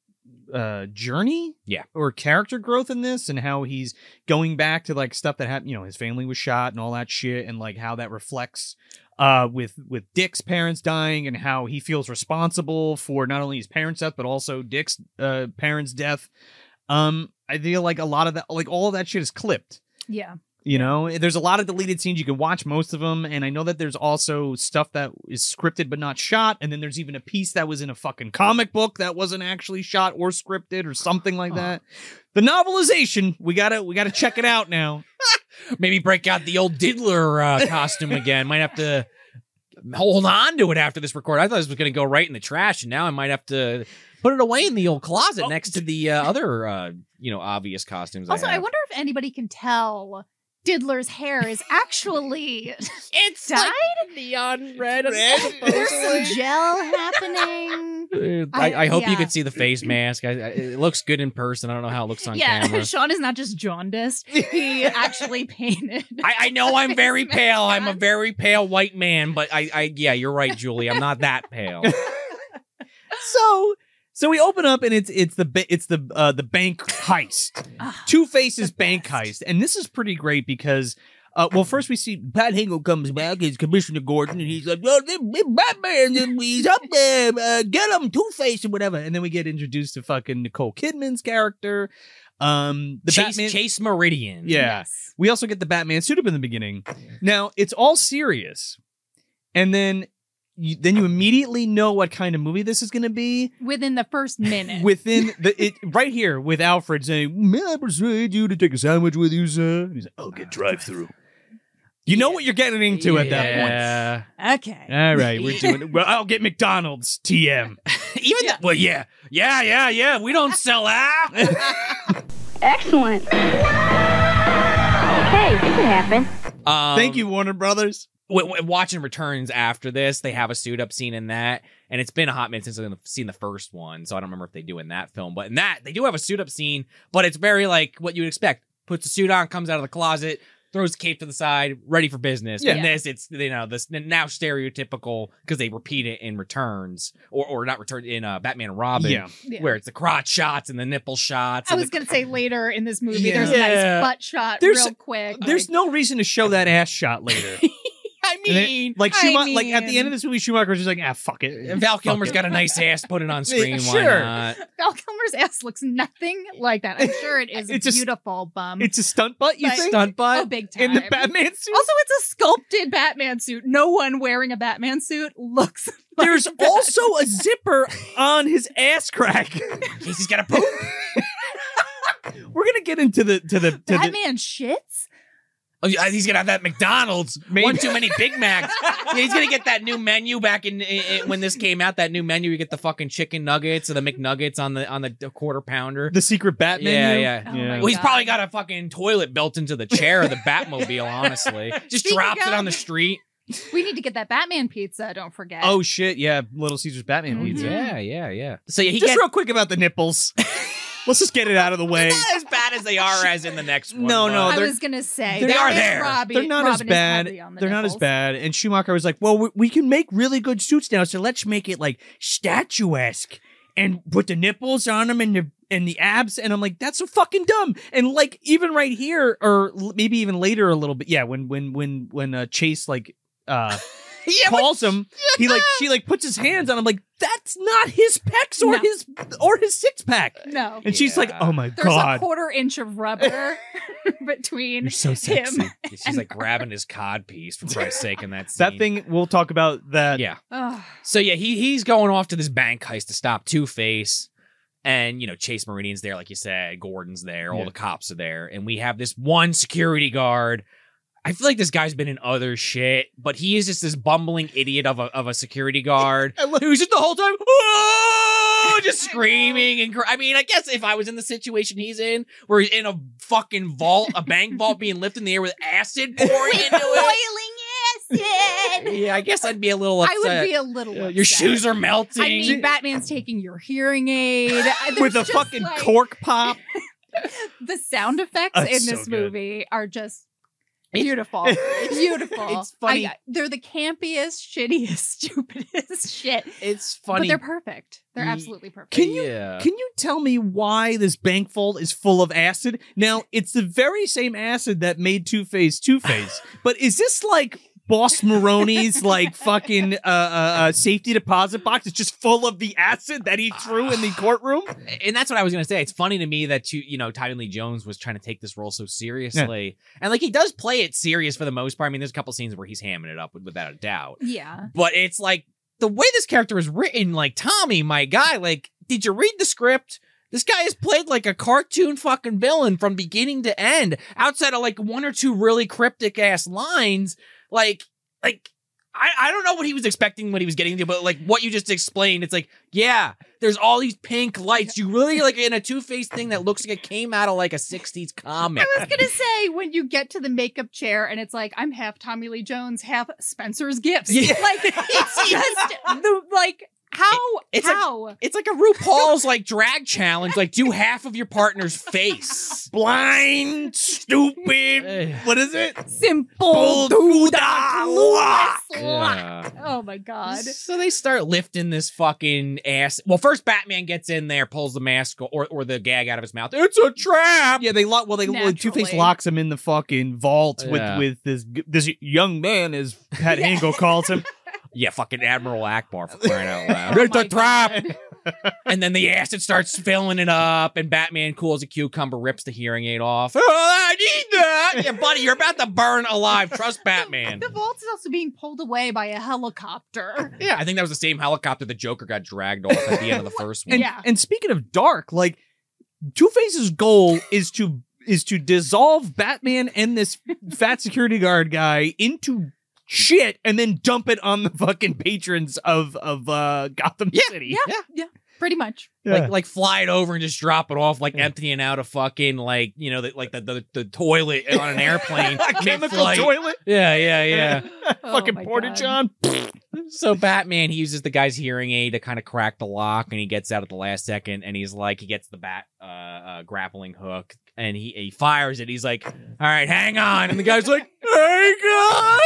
[SPEAKER 1] uh journey
[SPEAKER 2] Yeah.
[SPEAKER 1] or character growth in this and how he's going back to like stuff that happened you know his family was shot and all that shit and like how that reflects uh with with Dick's parents dying and how he feels responsible for not only his parents death but also Dick's uh parents death um I feel like a lot of that like all of that shit is clipped
[SPEAKER 3] Yeah.
[SPEAKER 1] you know, there's a lot of deleted scenes. You can watch most of them. And I know that there's also stuff that is scripted but not shot. And then there's even a piece that was in a fucking comic book that wasn't actually shot or scripted or something like
[SPEAKER 3] Huh.
[SPEAKER 1] that. The novelization, we gotta we gotta check it out now.
[SPEAKER 2] Maybe break out the old Diddler uh, costume again. Might have to hold on to it after this record. I thought this was going to go right in the trash, and now I might have to. Put it away in the old closet
[SPEAKER 1] Oh.
[SPEAKER 2] next to the uh, other, uh, you know, obvious costumes.
[SPEAKER 3] Also,
[SPEAKER 2] I
[SPEAKER 3] I
[SPEAKER 2] have.
[SPEAKER 3] wonder if anybody can tell Diddler's hair is actually
[SPEAKER 2] it's
[SPEAKER 3] dyed.
[SPEAKER 2] neon red.
[SPEAKER 3] There's some gel happening.
[SPEAKER 2] I,
[SPEAKER 3] I-
[SPEAKER 2] Uh, I hope
[SPEAKER 3] yeah.
[SPEAKER 2] you could see the face mask. I, I, it looks good in person. I don't know how it looks on
[SPEAKER 3] yeah, (laughs)
[SPEAKER 2] camera.
[SPEAKER 3] Sean is not just jaundiced. He actually painted.
[SPEAKER 2] I, I know I'm very
[SPEAKER 3] Face
[SPEAKER 2] pale.
[SPEAKER 3] mask
[SPEAKER 2] I'm a
[SPEAKER 3] on.
[SPEAKER 2] very pale white man, but I, I yeah, you're right, Julie. I'm not
[SPEAKER 1] (laughs)
[SPEAKER 2] that pale.
[SPEAKER 1] (laughs) so so we open up and it's it's the ba- it's the uh, the bank heist.
[SPEAKER 3] Ah,
[SPEAKER 1] Two Faces
[SPEAKER 3] The
[SPEAKER 1] bank
[SPEAKER 3] best.
[SPEAKER 1] heist. And this is pretty great because uh, well, first we see Pat Hingle comes back. He's Commissioner Gordon, and he's like, "Oh, this, this Batman, this- he's up there. Uh, get him, Two Face, and whatever." And then we get introduced to fucking Nicole Kidman's character. Um, the
[SPEAKER 2] Chase,
[SPEAKER 1] Batman.
[SPEAKER 2] Chase Meridian.
[SPEAKER 1] Yeah.
[SPEAKER 3] Yes.
[SPEAKER 1] We also get the Batman suit up in the beginning. Now it's all serious, and then you, then you immediately know what kind of movie this is going to be.
[SPEAKER 3] Within the
[SPEAKER 1] (laughs)
[SPEAKER 3] first minute.
[SPEAKER 1] Within the it right here with Ah, Alfred saying, "May I persuade you to take a sandwich with you, sir?" And he's like, "I'll get drive through." "Oh, You know what you're getting into at that
[SPEAKER 2] yeah.
[SPEAKER 3] Okay.
[SPEAKER 1] point. All right, we're doing it. Well, I'll get McDonald's TM.
[SPEAKER 2] (laughs) Even
[SPEAKER 3] Yeah.
[SPEAKER 2] the- well, yeah, yeah, yeah, yeah. We don't
[SPEAKER 1] (laughs)
[SPEAKER 2] sell that.
[SPEAKER 4] Excellent. Okay, this could happen.
[SPEAKER 2] um,
[SPEAKER 1] Thank you, Warner Brothers.
[SPEAKER 2] W- w- watching Returns after this, they have a suit up scene in that, and it's been a hot minute since I've seen the first one, so I don't remember if they do in that film. But in that, they do have a suit up scene, but it's very like what you would expect: puts a suit on, comes out of the closet, throws the cape to the side, ready for business.
[SPEAKER 1] Yeah.
[SPEAKER 2] In this, it's you know this now stereotypical because they repeat it in Returns or or not Return in uh, Batman and Robin,
[SPEAKER 1] Yeah.
[SPEAKER 3] Yeah.
[SPEAKER 2] where it's the crotch shots and the nipple shots.
[SPEAKER 3] I
[SPEAKER 2] and
[SPEAKER 3] was
[SPEAKER 2] the-
[SPEAKER 3] gonna say later in this movie,
[SPEAKER 1] Yeah.
[SPEAKER 3] there's a
[SPEAKER 2] Yeah.
[SPEAKER 3] nice butt shot
[SPEAKER 1] There's-
[SPEAKER 3] real quick.
[SPEAKER 1] There's no reason to show that ass shot later.
[SPEAKER 2] I
[SPEAKER 1] (laughs) And it-
[SPEAKER 2] mean,
[SPEAKER 1] like
[SPEAKER 3] I
[SPEAKER 1] Schumacher, like at the
[SPEAKER 3] mean-
[SPEAKER 1] end of this movie, Schumacher's just like, ah, fuck it.
[SPEAKER 2] Val
[SPEAKER 1] Fuck
[SPEAKER 2] Kilmer's
[SPEAKER 1] it.
[SPEAKER 2] got a nice ass.
[SPEAKER 1] (laughs)
[SPEAKER 2] Put it on screen. Why
[SPEAKER 1] Sure.
[SPEAKER 2] not?
[SPEAKER 3] like, Val Kilmer's ass looks nothing like that. I'm
[SPEAKER 1] (laughs)
[SPEAKER 3] sure it is
[SPEAKER 1] It's just-
[SPEAKER 3] beautiful bum.
[SPEAKER 1] It's a stunt butt. You
[SPEAKER 3] But-
[SPEAKER 1] think Oh,
[SPEAKER 2] Stunt butt.
[SPEAKER 3] a big time.
[SPEAKER 1] in the Batman suit?
[SPEAKER 3] (laughs) also, it's a sculpted Batman suit. No one wearing a Batman suit looks.
[SPEAKER 1] (laughs)
[SPEAKER 3] like
[SPEAKER 1] There's
[SPEAKER 3] that.
[SPEAKER 1] also a zipper on his ass crack. (laughs)
[SPEAKER 2] Casey's got a poop.
[SPEAKER 1] We're gonna get into the to the to the (laughs)
[SPEAKER 3] Batman shits.
[SPEAKER 2] Oh, yeah, He's gonna have that McDonald's.
[SPEAKER 1] Maybe.
[SPEAKER 2] One too many Big Macs.
[SPEAKER 1] Oh
[SPEAKER 2] Yeah, he's gonna get that new menu back in, in, in- when this came out. That new menu, you get the fucking chicken nuggets or the McNuggets on the on the quarter pounder.
[SPEAKER 1] (laughs) the secret Batman.
[SPEAKER 2] Yeah,
[SPEAKER 1] menu.
[SPEAKER 2] yeah.
[SPEAKER 3] Oh my
[SPEAKER 2] Well, he's
[SPEAKER 3] God.
[SPEAKER 2] probably got a fucking toilet built into the chair of the Batmobile. Honestly, just
[SPEAKER 3] Speaking
[SPEAKER 2] drops it
[SPEAKER 3] of-
[SPEAKER 2] on the street.
[SPEAKER 3] We need to get that Batman pizza. Don't forget.
[SPEAKER 1] Oh shit! Yeah, Little Caesar's Batman
[SPEAKER 3] Mhm.
[SPEAKER 1] pizza.
[SPEAKER 2] Mm-hmm. Yeah, yeah, yeah. So yeah, he
[SPEAKER 1] Mm-hmm. Just
[SPEAKER 2] gets
[SPEAKER 1] real quick about the
[SPEAKER 2] (laughs)
[SPEAKER 1] nipples. Let's just get it out of the way.
[SPEAKER 2] not (laughs) as bad as they are as in the next one.
[SPEAKER 1] No, no,
[SPEAKER 2] but-
[SPEAKER 3] I
[SPEAKER 1] they're-
[SPEAKER 3] was gonna say
[SPEAKER 1] they
[SPEAKER 3] that
[SPEAKER 2] are
[SPEAKER 3] is
[SPEAKER 2] there.
[SPEAKER 3] Robbie-
[SPEAKER 1] They're not as
[SPEAKER 3] Robin is
[SPEAKER 1] bad.
[SPEAKER 3] heavy on the
[SPEAKER 1] They're not as
[SPEAKER 3] nipples.
[SPEAKER 1] bad. And Schumacher was like, "Well, we, we can make really good suits now, so let's make it like statuesque and put the nipples on them and the and the abs." And I'm like, "That's so fucking dumb." And like even right here, or l- maybe even later a little bit, yeah. When when when when uh, Chase like
[SPEAKER 3] (laughs)
[SPEAKER 1] uh
[SPEAKER 2] yeah, but
[SPEAKER 1] calls him, he like she like puts his hands on him. Like that's not his pecs or
[SPEAKER 3] No.
[SPEAKER 1] his or his six pack. (laughs)
[SPEAKER 3] No,
[SPEAKER 1] And she's like,
[SPEAKER 2] Yeah.
[SPEAKER 1] "Oh my
[SPEAKER 3] there's a
[SPEAKER 1] god,
[SPEAKER 3] quarter inch
[SPEAKER 1] (laughs)
[SPEAKER 3] of rubber (laughs) between
[SPEAKER 1] you're so sexy."
[SPEAKER 3] him.
[SPEAKER 2] she's like grabbing his cod piece for Christ's sake in that
[SPEAKER 1] That
[SPEAKER 2] scene.
[SPEAKER 1] thing uh, we'll talk about that.
[SPEAKER 2] Yeah.
[SPEAKER 3] Ugh.
[SPEAKER 2] So yeah, he he's going off to this bank heist to stop Two Face, and you know Chase Meridian's there, like you said. Gordon's there, all
[SPEAKER 1] Yeah.
[SPEAKER 2] the cops are there, and we have this one security guard. I feel like this guy's been in other shit, but he is just this bumbling idiot of a of a security
[SPEAKER 3] (laughs)
[SPEAKER 2] guard
[SPEAKER 1] I love-
[SPEAKER 2] who's just the whole time, "Whoa!" just screaming and cr- I mean, I guess if I was in the situation he's in, where he's in a fucking vault, a
[SPEAKER 3] (laughs)
[SPEAKER 2] bank vault, being lifted in the air with acid pouring into it.
[SPEAKER 3] boiling
[SPEAKER 1] (laughs)
[SPEAKER 3] acid.
[SPEAKER 2] Yeah, I guess I'd be a little upset.
[SPEAKER 3] I would be a little.
[SPEAKER 2] Uh, your
[SPEAKER 3] upset.
[SPEAKER 2] shoes are melting.
[SPEAKER 3] I mean, Batman's taking your hearing aid I-
[SPEAKER 1] (laughs) with a
[SPEAKER 3] uh, there's just,
[SPEAKER 1] fucking
[SPEAKER 3] like, (laughs)
[SPEAKER 1] cork pop.
[SPEAKER 3] The sound effects
[SPEAKER 1] Oh, it's
[SPEAKER 3] in
[SPEAKER 1] so
[SPEAKER 3] this
[SPEAKER 1] good.
[SPEAKER 3] movie are just
[SPEAKER 2] (laughs) It's- (laughs)
[SPEAKER 3] beautiful,
[SPEAKER 1] it's-
[SPEAKER 3] beautiful.
[SPEAKER 2] it's funny.
[SPEAKER 3] I- they're the campiest, (laughs) shittiest, stupidest (laughs) shit,
[SPEAKER 2] it's
[SPEAKER 3] but
[SPEAKER 2] funny.
[SPEAKER 3] they're perfect. They're
[SPEAKER 2] Ye-
[SPEAKER 3] absolutely perfect.
[SPEAKER 1] Can you-
[SPEAKER 2] Yeah.
[SPEAKER 1] Can you tell me why this bank vault is full of acid? Now, it's the very same acid that made Two Face Two
[SPEAKER 2] (laughs)
[SPEAKER 1] Face, but is this like Boss
[SPEAKER 3] (laughs)
[SPEAKER 1] Maroney's like fucking uh, uh, uh, safety deposit box? It's just full of the acid that he threw in the courtroom.
[SPEAKER 2] and that's what I was gonna say. It's funny to me that you, you know, Tyron Lee Jones was trying to take this role so seriously, and like he does play it serious for the most part. I mean, there's a couple scenes where he's hamming it up without a doubt,
[SPEAKER 3] Yeah.
[SPEAKER 2] but it's like the way this character is written. Like Tommy, my guy, like did you read the script? This guy is played like a cartoon fucking villain from beginning to end. Outside of like one or two really cryptic ass lines, like like. I, I don't know what he was expecting when he was getting to, but like what you just explained, it's like, yeah, there's all these pink lights. You really like in a two faced thing that looks like it came out of like a 60s comic.
[SPEAKER 3] I was gonna say when you get to the makeup chair and it's like I'm half Tommy Lee Jones, half Spencer's Gifts.
[SPEAKER 2] Yeah.
[SPEAKER 3] (laughs) Like
[SPEAKER 2] (laughs)
[SPEAKER 3] it's just the like how
[SPEAKER 2] It's like-
[SPEAKER 3] how
[SPEAKER 2] It's like a RuPaul's like drag challenge, like do half of your partner's face.
[SPEAKER 1] Blind, stupid.
[SPEAKER 2] Eh,
[SPEAKER 1] What is it?
[SPEAKER 3] simple
[SPEAKER 1] Bull-
[SPEAKER 3] clueless lot.
[SPEAKER 2] yeah.
[SPEAKER 3] Oh my god.
[SPEAKER 2] So they start lifting this fucking ass. Well, first Batman gets in there, pulls the mask or, or the gag out of his mouth. It's a trap.
[SPEAKER 1] Yeah, they lock. Well, they well, Two Face
[SPEAKER 3] Naturally.
[SPEAKER 1] locks him in the fucking vault with
[SPEAKER 2] Yeah.
[SPEAKER 1] with this g- this young man, as Pat Engel calls
[SPEAKER 3] (laughs)
[SPEAKER 1] him.
[SPEAKER 2] Yeah, fucking Admiral Akbar for crying out loud.
[SPEAKER 3] Oh
[SPEAKER 2] it's a
[SPEAKER 3] my
[SPEAKER 2] trap.
[SPEAKER 3] God.
[SPEAKER 2] And then the acid starts filling it up, and Batman, cool as a cucumber, rips the hearing aid off. Oh, I need that. Yeah, buddy, you're about to burn alive. Trust Batman.
[SPEAKER 3] (laughs) The vault is also being pulled away by a helicopter.
[SPEAKER 2] Yeah, I think that was the same helicopter the Joker got dragged off
[SPEAKER 3] (laughs)
[SPEAKER 2] at the end of the first one.
[SPEAKER 1] And,
[SPEAKER 3] Yeah.
[SPEAKER 1] and speaking of dark, like Two Face's goal is to is to dissolve Batman and this fat security guard guy into shit and then dump it on the fucking patrons of of uh Gotham
[SPEAKER 2] Yeah,
[SPEAKER 1] City.
[SPEAKER 3] yeah, (laughs) yeah, pretty much.
[SPEAKER 2] Like, like fly it over and just drop it off, like emptying out a fucking like you know the, like the, the the toilet
[SPEAKER 1] (laughs)
[SPEAKER 2] on an airplane,
[SPEAKER 1] a (laughs) chemical
[SPEAKER 2] mid-flight.
[SPEAKER 1] toilet.
[SPEAKER 2] Yeah, yeah, yeah.
[SPEAKER 1] (laughs)
[SPEAKER 3] Oh
[SPEAKER 1] fucking
[SPEAKER 3] my
[SPEAKER 1] Porter
[SPEAKER 3] God.
[SPEAKER 1] John.
[SPEAKER 2] So Batman, he uses the guy's hearing aid to kind of crack the lock, and he gets out at the last second, and he's like, he gets the bat uh, uh, grappling hook, and he he fires it. He's like, "All right, hang on," and the
[SPEAKER 1] (laughs)
[SPEAKER 2] guy's like, "Hang on,"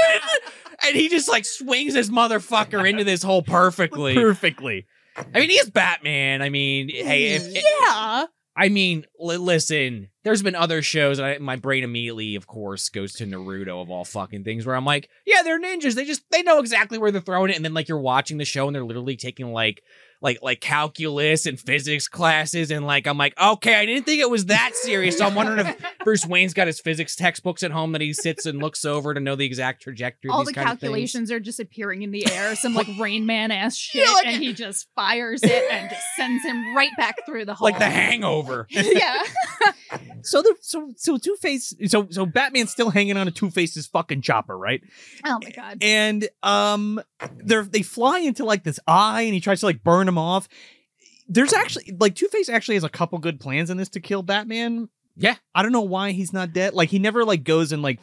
[SPEAKER 2] and he just like swings this motherfucker into this
[SPEAKER 1] (laughs)
[SPEAKER 2] hole perfectly.
[SPEAKER 1] Perfectly.
[SPEAKER 2] I mean, he is Batman. I mean, hey, if,
[SPEAKER 3] yeah,
[SPEAKER 2] I mean, li- listen, there's been other shows, and I, my brain immediately, of course, goes to Naruto of all fucking things, where I'm like, yeah, they're ninjas. They just they know exactly where they're throwing it, and then like you're watching the show, and they're literally taking like like like calculus and physics classes, and like I'm like, okay, I didn't think it was that serious. So I'm wondering
[SPEAKER 3] (laughs)
[SPEAKER 2] if Bruce Wayne's got his physics textbooks at home that he sits and looks over to know the exact trajectory.
[SPEAKER 3] all
[SPEAKER 2] of
[SPEAKER 3] the
[SPEAKER 2] these kind of things.
[SPEAKER 3] calculations are just appearing in the air, some
[SPEAKER 2] (laughs)
[SPEAKER 3] like Rain Man ass shit,
[SPEAKER 2] like-
[SPEAKER 3] and he just fires it and just sends him right back through the hole.
[SPEAKER 2] like the Hangover.
[SPEAKER 3] (laughs) yeah,
[SPEAKER 1] So the so so Two Face so so Batman's still hanging on to Two Face's fucking chopper, right?
[SPEAKER 3] oh
[SPEAKER 2] (laughs)
[SPEAKER 3] my god.
[SPEAKER 1] and um they're they fly into like this eye and he tries to like burn him off there's actually like two-face actually has a couple good plans in this to kill batman
[SPEAKER 2] Yeah.
[SPEAKER 1] i don't know why he's not dead like he never like goes and like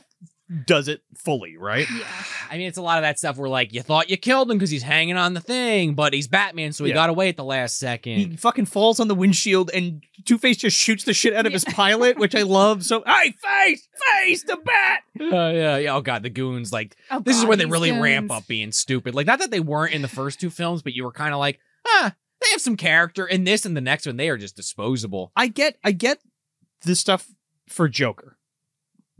[SPEAKER 1] does it fully right
[SPEAKER 3] Yeah.
[SPEAKER 2] I mean, it's a lot of that stuff where like you thought you killed him because he's hanging on the thing, but he's Batman, so he
[SPEAKER 1] Yeah.
[SPEAKER 2] got away at the last second.
[SPEAKER 1] he fucking falls on the windshield and two-face just shoots the shit out of his pilot which i love so hey face face the bat
[SPEAKER 2] Uh, yeah, yeah. Oh god, the goons like
[SPEAKER 3] Oh,
[SPEAKER 2] this is
[SPEAKER 3] God,
[SPEAKER 2] where they
[SPEAKER 3] these
[SPEAKER 2] really
[SPEAKER 3] goons.
[SPEAKER 2] ramp up being stupid. Like not that they weren't in the first two films, but you were kind of like, ah, they have some character in this and the next one. They are just disposable.
[SPEAKER 1] i get i get this stuff for joker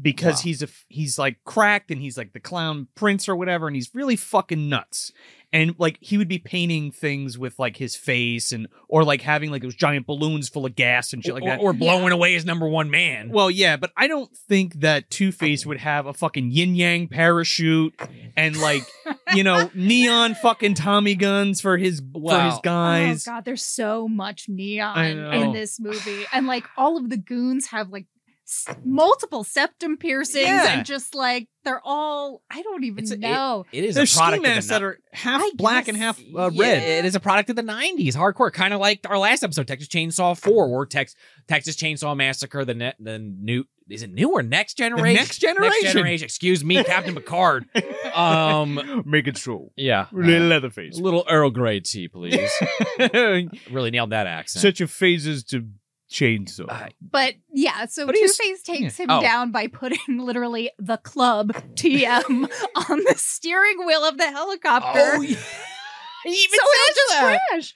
[SPEAKER 1] because
[SPEAKER 2] Wow.
[SPEAKER 1] he's a f- he's like cracked and he's like the clown prince or whatever and he's really fucking nuts and like he would be painting things with like his face and or like having like those giant balloons full of gas and shit like
[SPEAKER 2] or,
[SPEAKER 1] that
[SPEAKER 2] or blowing away his number one man.
[SPEAKER 1] well yeah but i don't think that two-face would have a fucking yin yang parachute and
[SPEAKER 2] (laughs)
[SPEAKER 1] like you know neon fucking tommy guns for his for his
[SPEAKER 2] Wow.
[SPEAKER 1] guys
[SPEAKER 3] Oh god, there's so much
[SPEAKER 1] I
[SPEAKER 3] neon
[SPEAKER 1] know.
[SPEAKER 3] in this movie, and like all of the goons have like s- multiple septum piercings,
[SPEAKER 1] Yeah.
[SPEAKER 3] and just like they're all I don't even
[SPEAKER 2] It's a- it-
[SPEAKER 3] know.
[SPEAKER 2] it is
[SPEAKER 1] there's
[SPEAKER 2] a
[SPEAKER 1] ski
[SPEAKER 2] product of
[SPEAKER 1] masks
[SPEAKER 2] the
[SPEAKER 1] that are half
[SPEAKER 3] I
[SPEAKER 1] black
[SPEAKER 3] guess-
[SPEAKER 1] and half
[SPEAKER 2] ni-
[SPEAKER 1] uh,
[SPEAKER 2] Yeah,
[SPEAKER 1] red
[SPEAKER 2] it is a product of the '90s, hardcore, kind of like our last episode, Texas Chainsaw Four, or Tex- Texas Chainsaw Massacre, the ne- the new is it new or next generation?
[SPEAKER 1] next generation.
[SPEAKER 2] Next generation. Excuse me,
[SPEAKER 1] (laughs)
[SPEAKER 2] Captain Picard. Um,
[SPEAKER 1] make it true
[SPEAKER 2] yeah,
[SPEAKER 1] leatherface (laughs)
[SPEAKER 2] little Earl Grey tea, please. really nailed that accent.
[SPEAKER 1] a phases to chainsaw.
[SPEAKER 2] Uh,
[SPEAKER 3] But yeah, so
[SPEAKER 1] But
[SPEAKER 3] Two
[SPEAKER 1] he's-
[SPEAKER 3] Face takes him
[SPEAKER 2] Oh.
[SPEAKER 3] down by putting (laughs) literally the club
[SPEAKER 1] (laughs)
[SPEAKER 3] TM on the steering wheel of the helicopter.
[SPEAKER 2] oh, yeah. (laughs) He even
[SPEAKER 3] (laughs) so it'll just
[SPEAKER 2] that.
[SPEAKER 3] crash.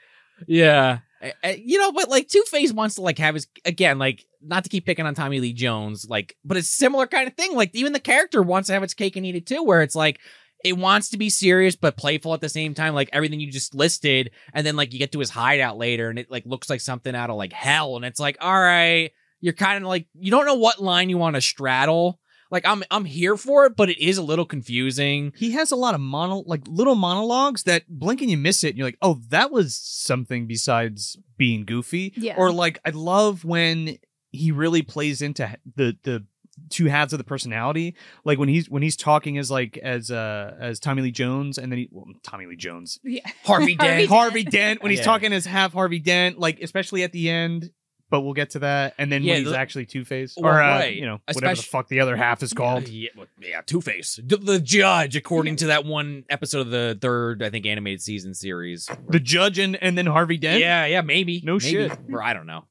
[SPEAKER 2] Yeah. I- I- you know, but like Two Face wants to like have his again, like not to keep picking on Tommy Lee Jones, like, but it's similar kind of thing. Like even the character wants to have its cake and eat it too, where it's like it wants to be serious but playful at the same time, like everything you just listed, and then like you get to his hideout later and it like looks like something out of like hell, and it's like, all right, you're kind of like you don't know what line you want to straddle. Like I'm I'm here for it, but it is a little (laughs) confusing.
[SPEAKER 1] He has a lot of mono, like little monologues that blink and you miss it, and you're like, "Oh, that was something besides being goofy."
[SPEAKER 3] Yeah.
[SPEAKER 1] Or like, I love when he really plays into h- the the two halves of the personality. Like when he's when he's talking as like as uh as Tommy Lee Jones, and then he well, Tommy Lee Jones,
[SPEAKER 3] Yeah.
[SPEAKER 2] Harvey Dent.
[SPEAKER 1] Harvey Dent. When he's
[SPEAKER 2] Yeah.
[SPEAKER 1] talking as half Harvey Dent, like especially at the end. But we'll get to that, and then
[SPEAKER 2] Yeah,
[SPEAKER 1] when he's
[SPEAKER 2] the-
[SPEAKER 1] actually Two Face,
[SPEAKER 2] Well,
[SPEAKER 1] or uh,
[SPEAKER 2] right.
[SPEAKER 1] you know whatever the
[SPEAKER 2] Especi-
[SPEAKER 1] fuck the other half is called.
[SPEAKER 2] Uh, Yeah, well, yeah Two Face, D- the Judge, according to that one episode of the third, I think, animated season series.
[SPEAKER 1] the judge and, and then Harvey Dent.
[SPEAKER 2] Yeah, yeah, maybe.
[SPEAKER 1] No
[SPEAKER 2] maybe.
[SPEAKER 1] shit.
[SPEAKER 2] Or I don't know.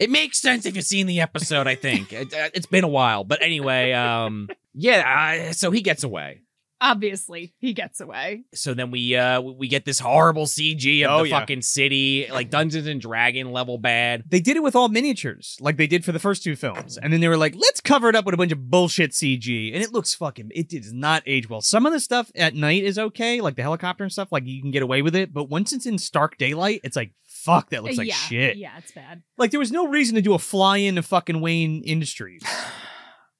[SPEAKER 2] It makes sense if you've seen the episode.
[SPEAKER 1] (laughs)
[SPEAKER 2] I think it, has been a while, but anyway, um, yeah. I, so he gets away.
[SPEAKER 3] Obviously, he gets away.
[SPEAKER 2] So then we uh we get this horrible CG of
[SPEAKER 1] Oh,
[SPEAKER 2] the
[SPEAKER 1] yeah.
[SPEAKER 2] fucking city, like Dungeons and Dragon level bad.
[SPEAKER 1] They did it with all miniatures, like they did for the first two films. And then they were like, let's cover it up with a bunch of bullshit CG. And it looks fucking, it does not age well. Some of the stuff at night is okay, like the helicopter and stuff, like you can get away with it. But once it's in stark daylight, it's like, fuck, that looks like
[SPEAKER 3] Uh, yeah.
[SPEAKER 1] shit.
[SPEAKER 3] Yeah, it's bad.
[SPEAKER 1] Like there was no reason to do a fly in to fucking Wayne Industries.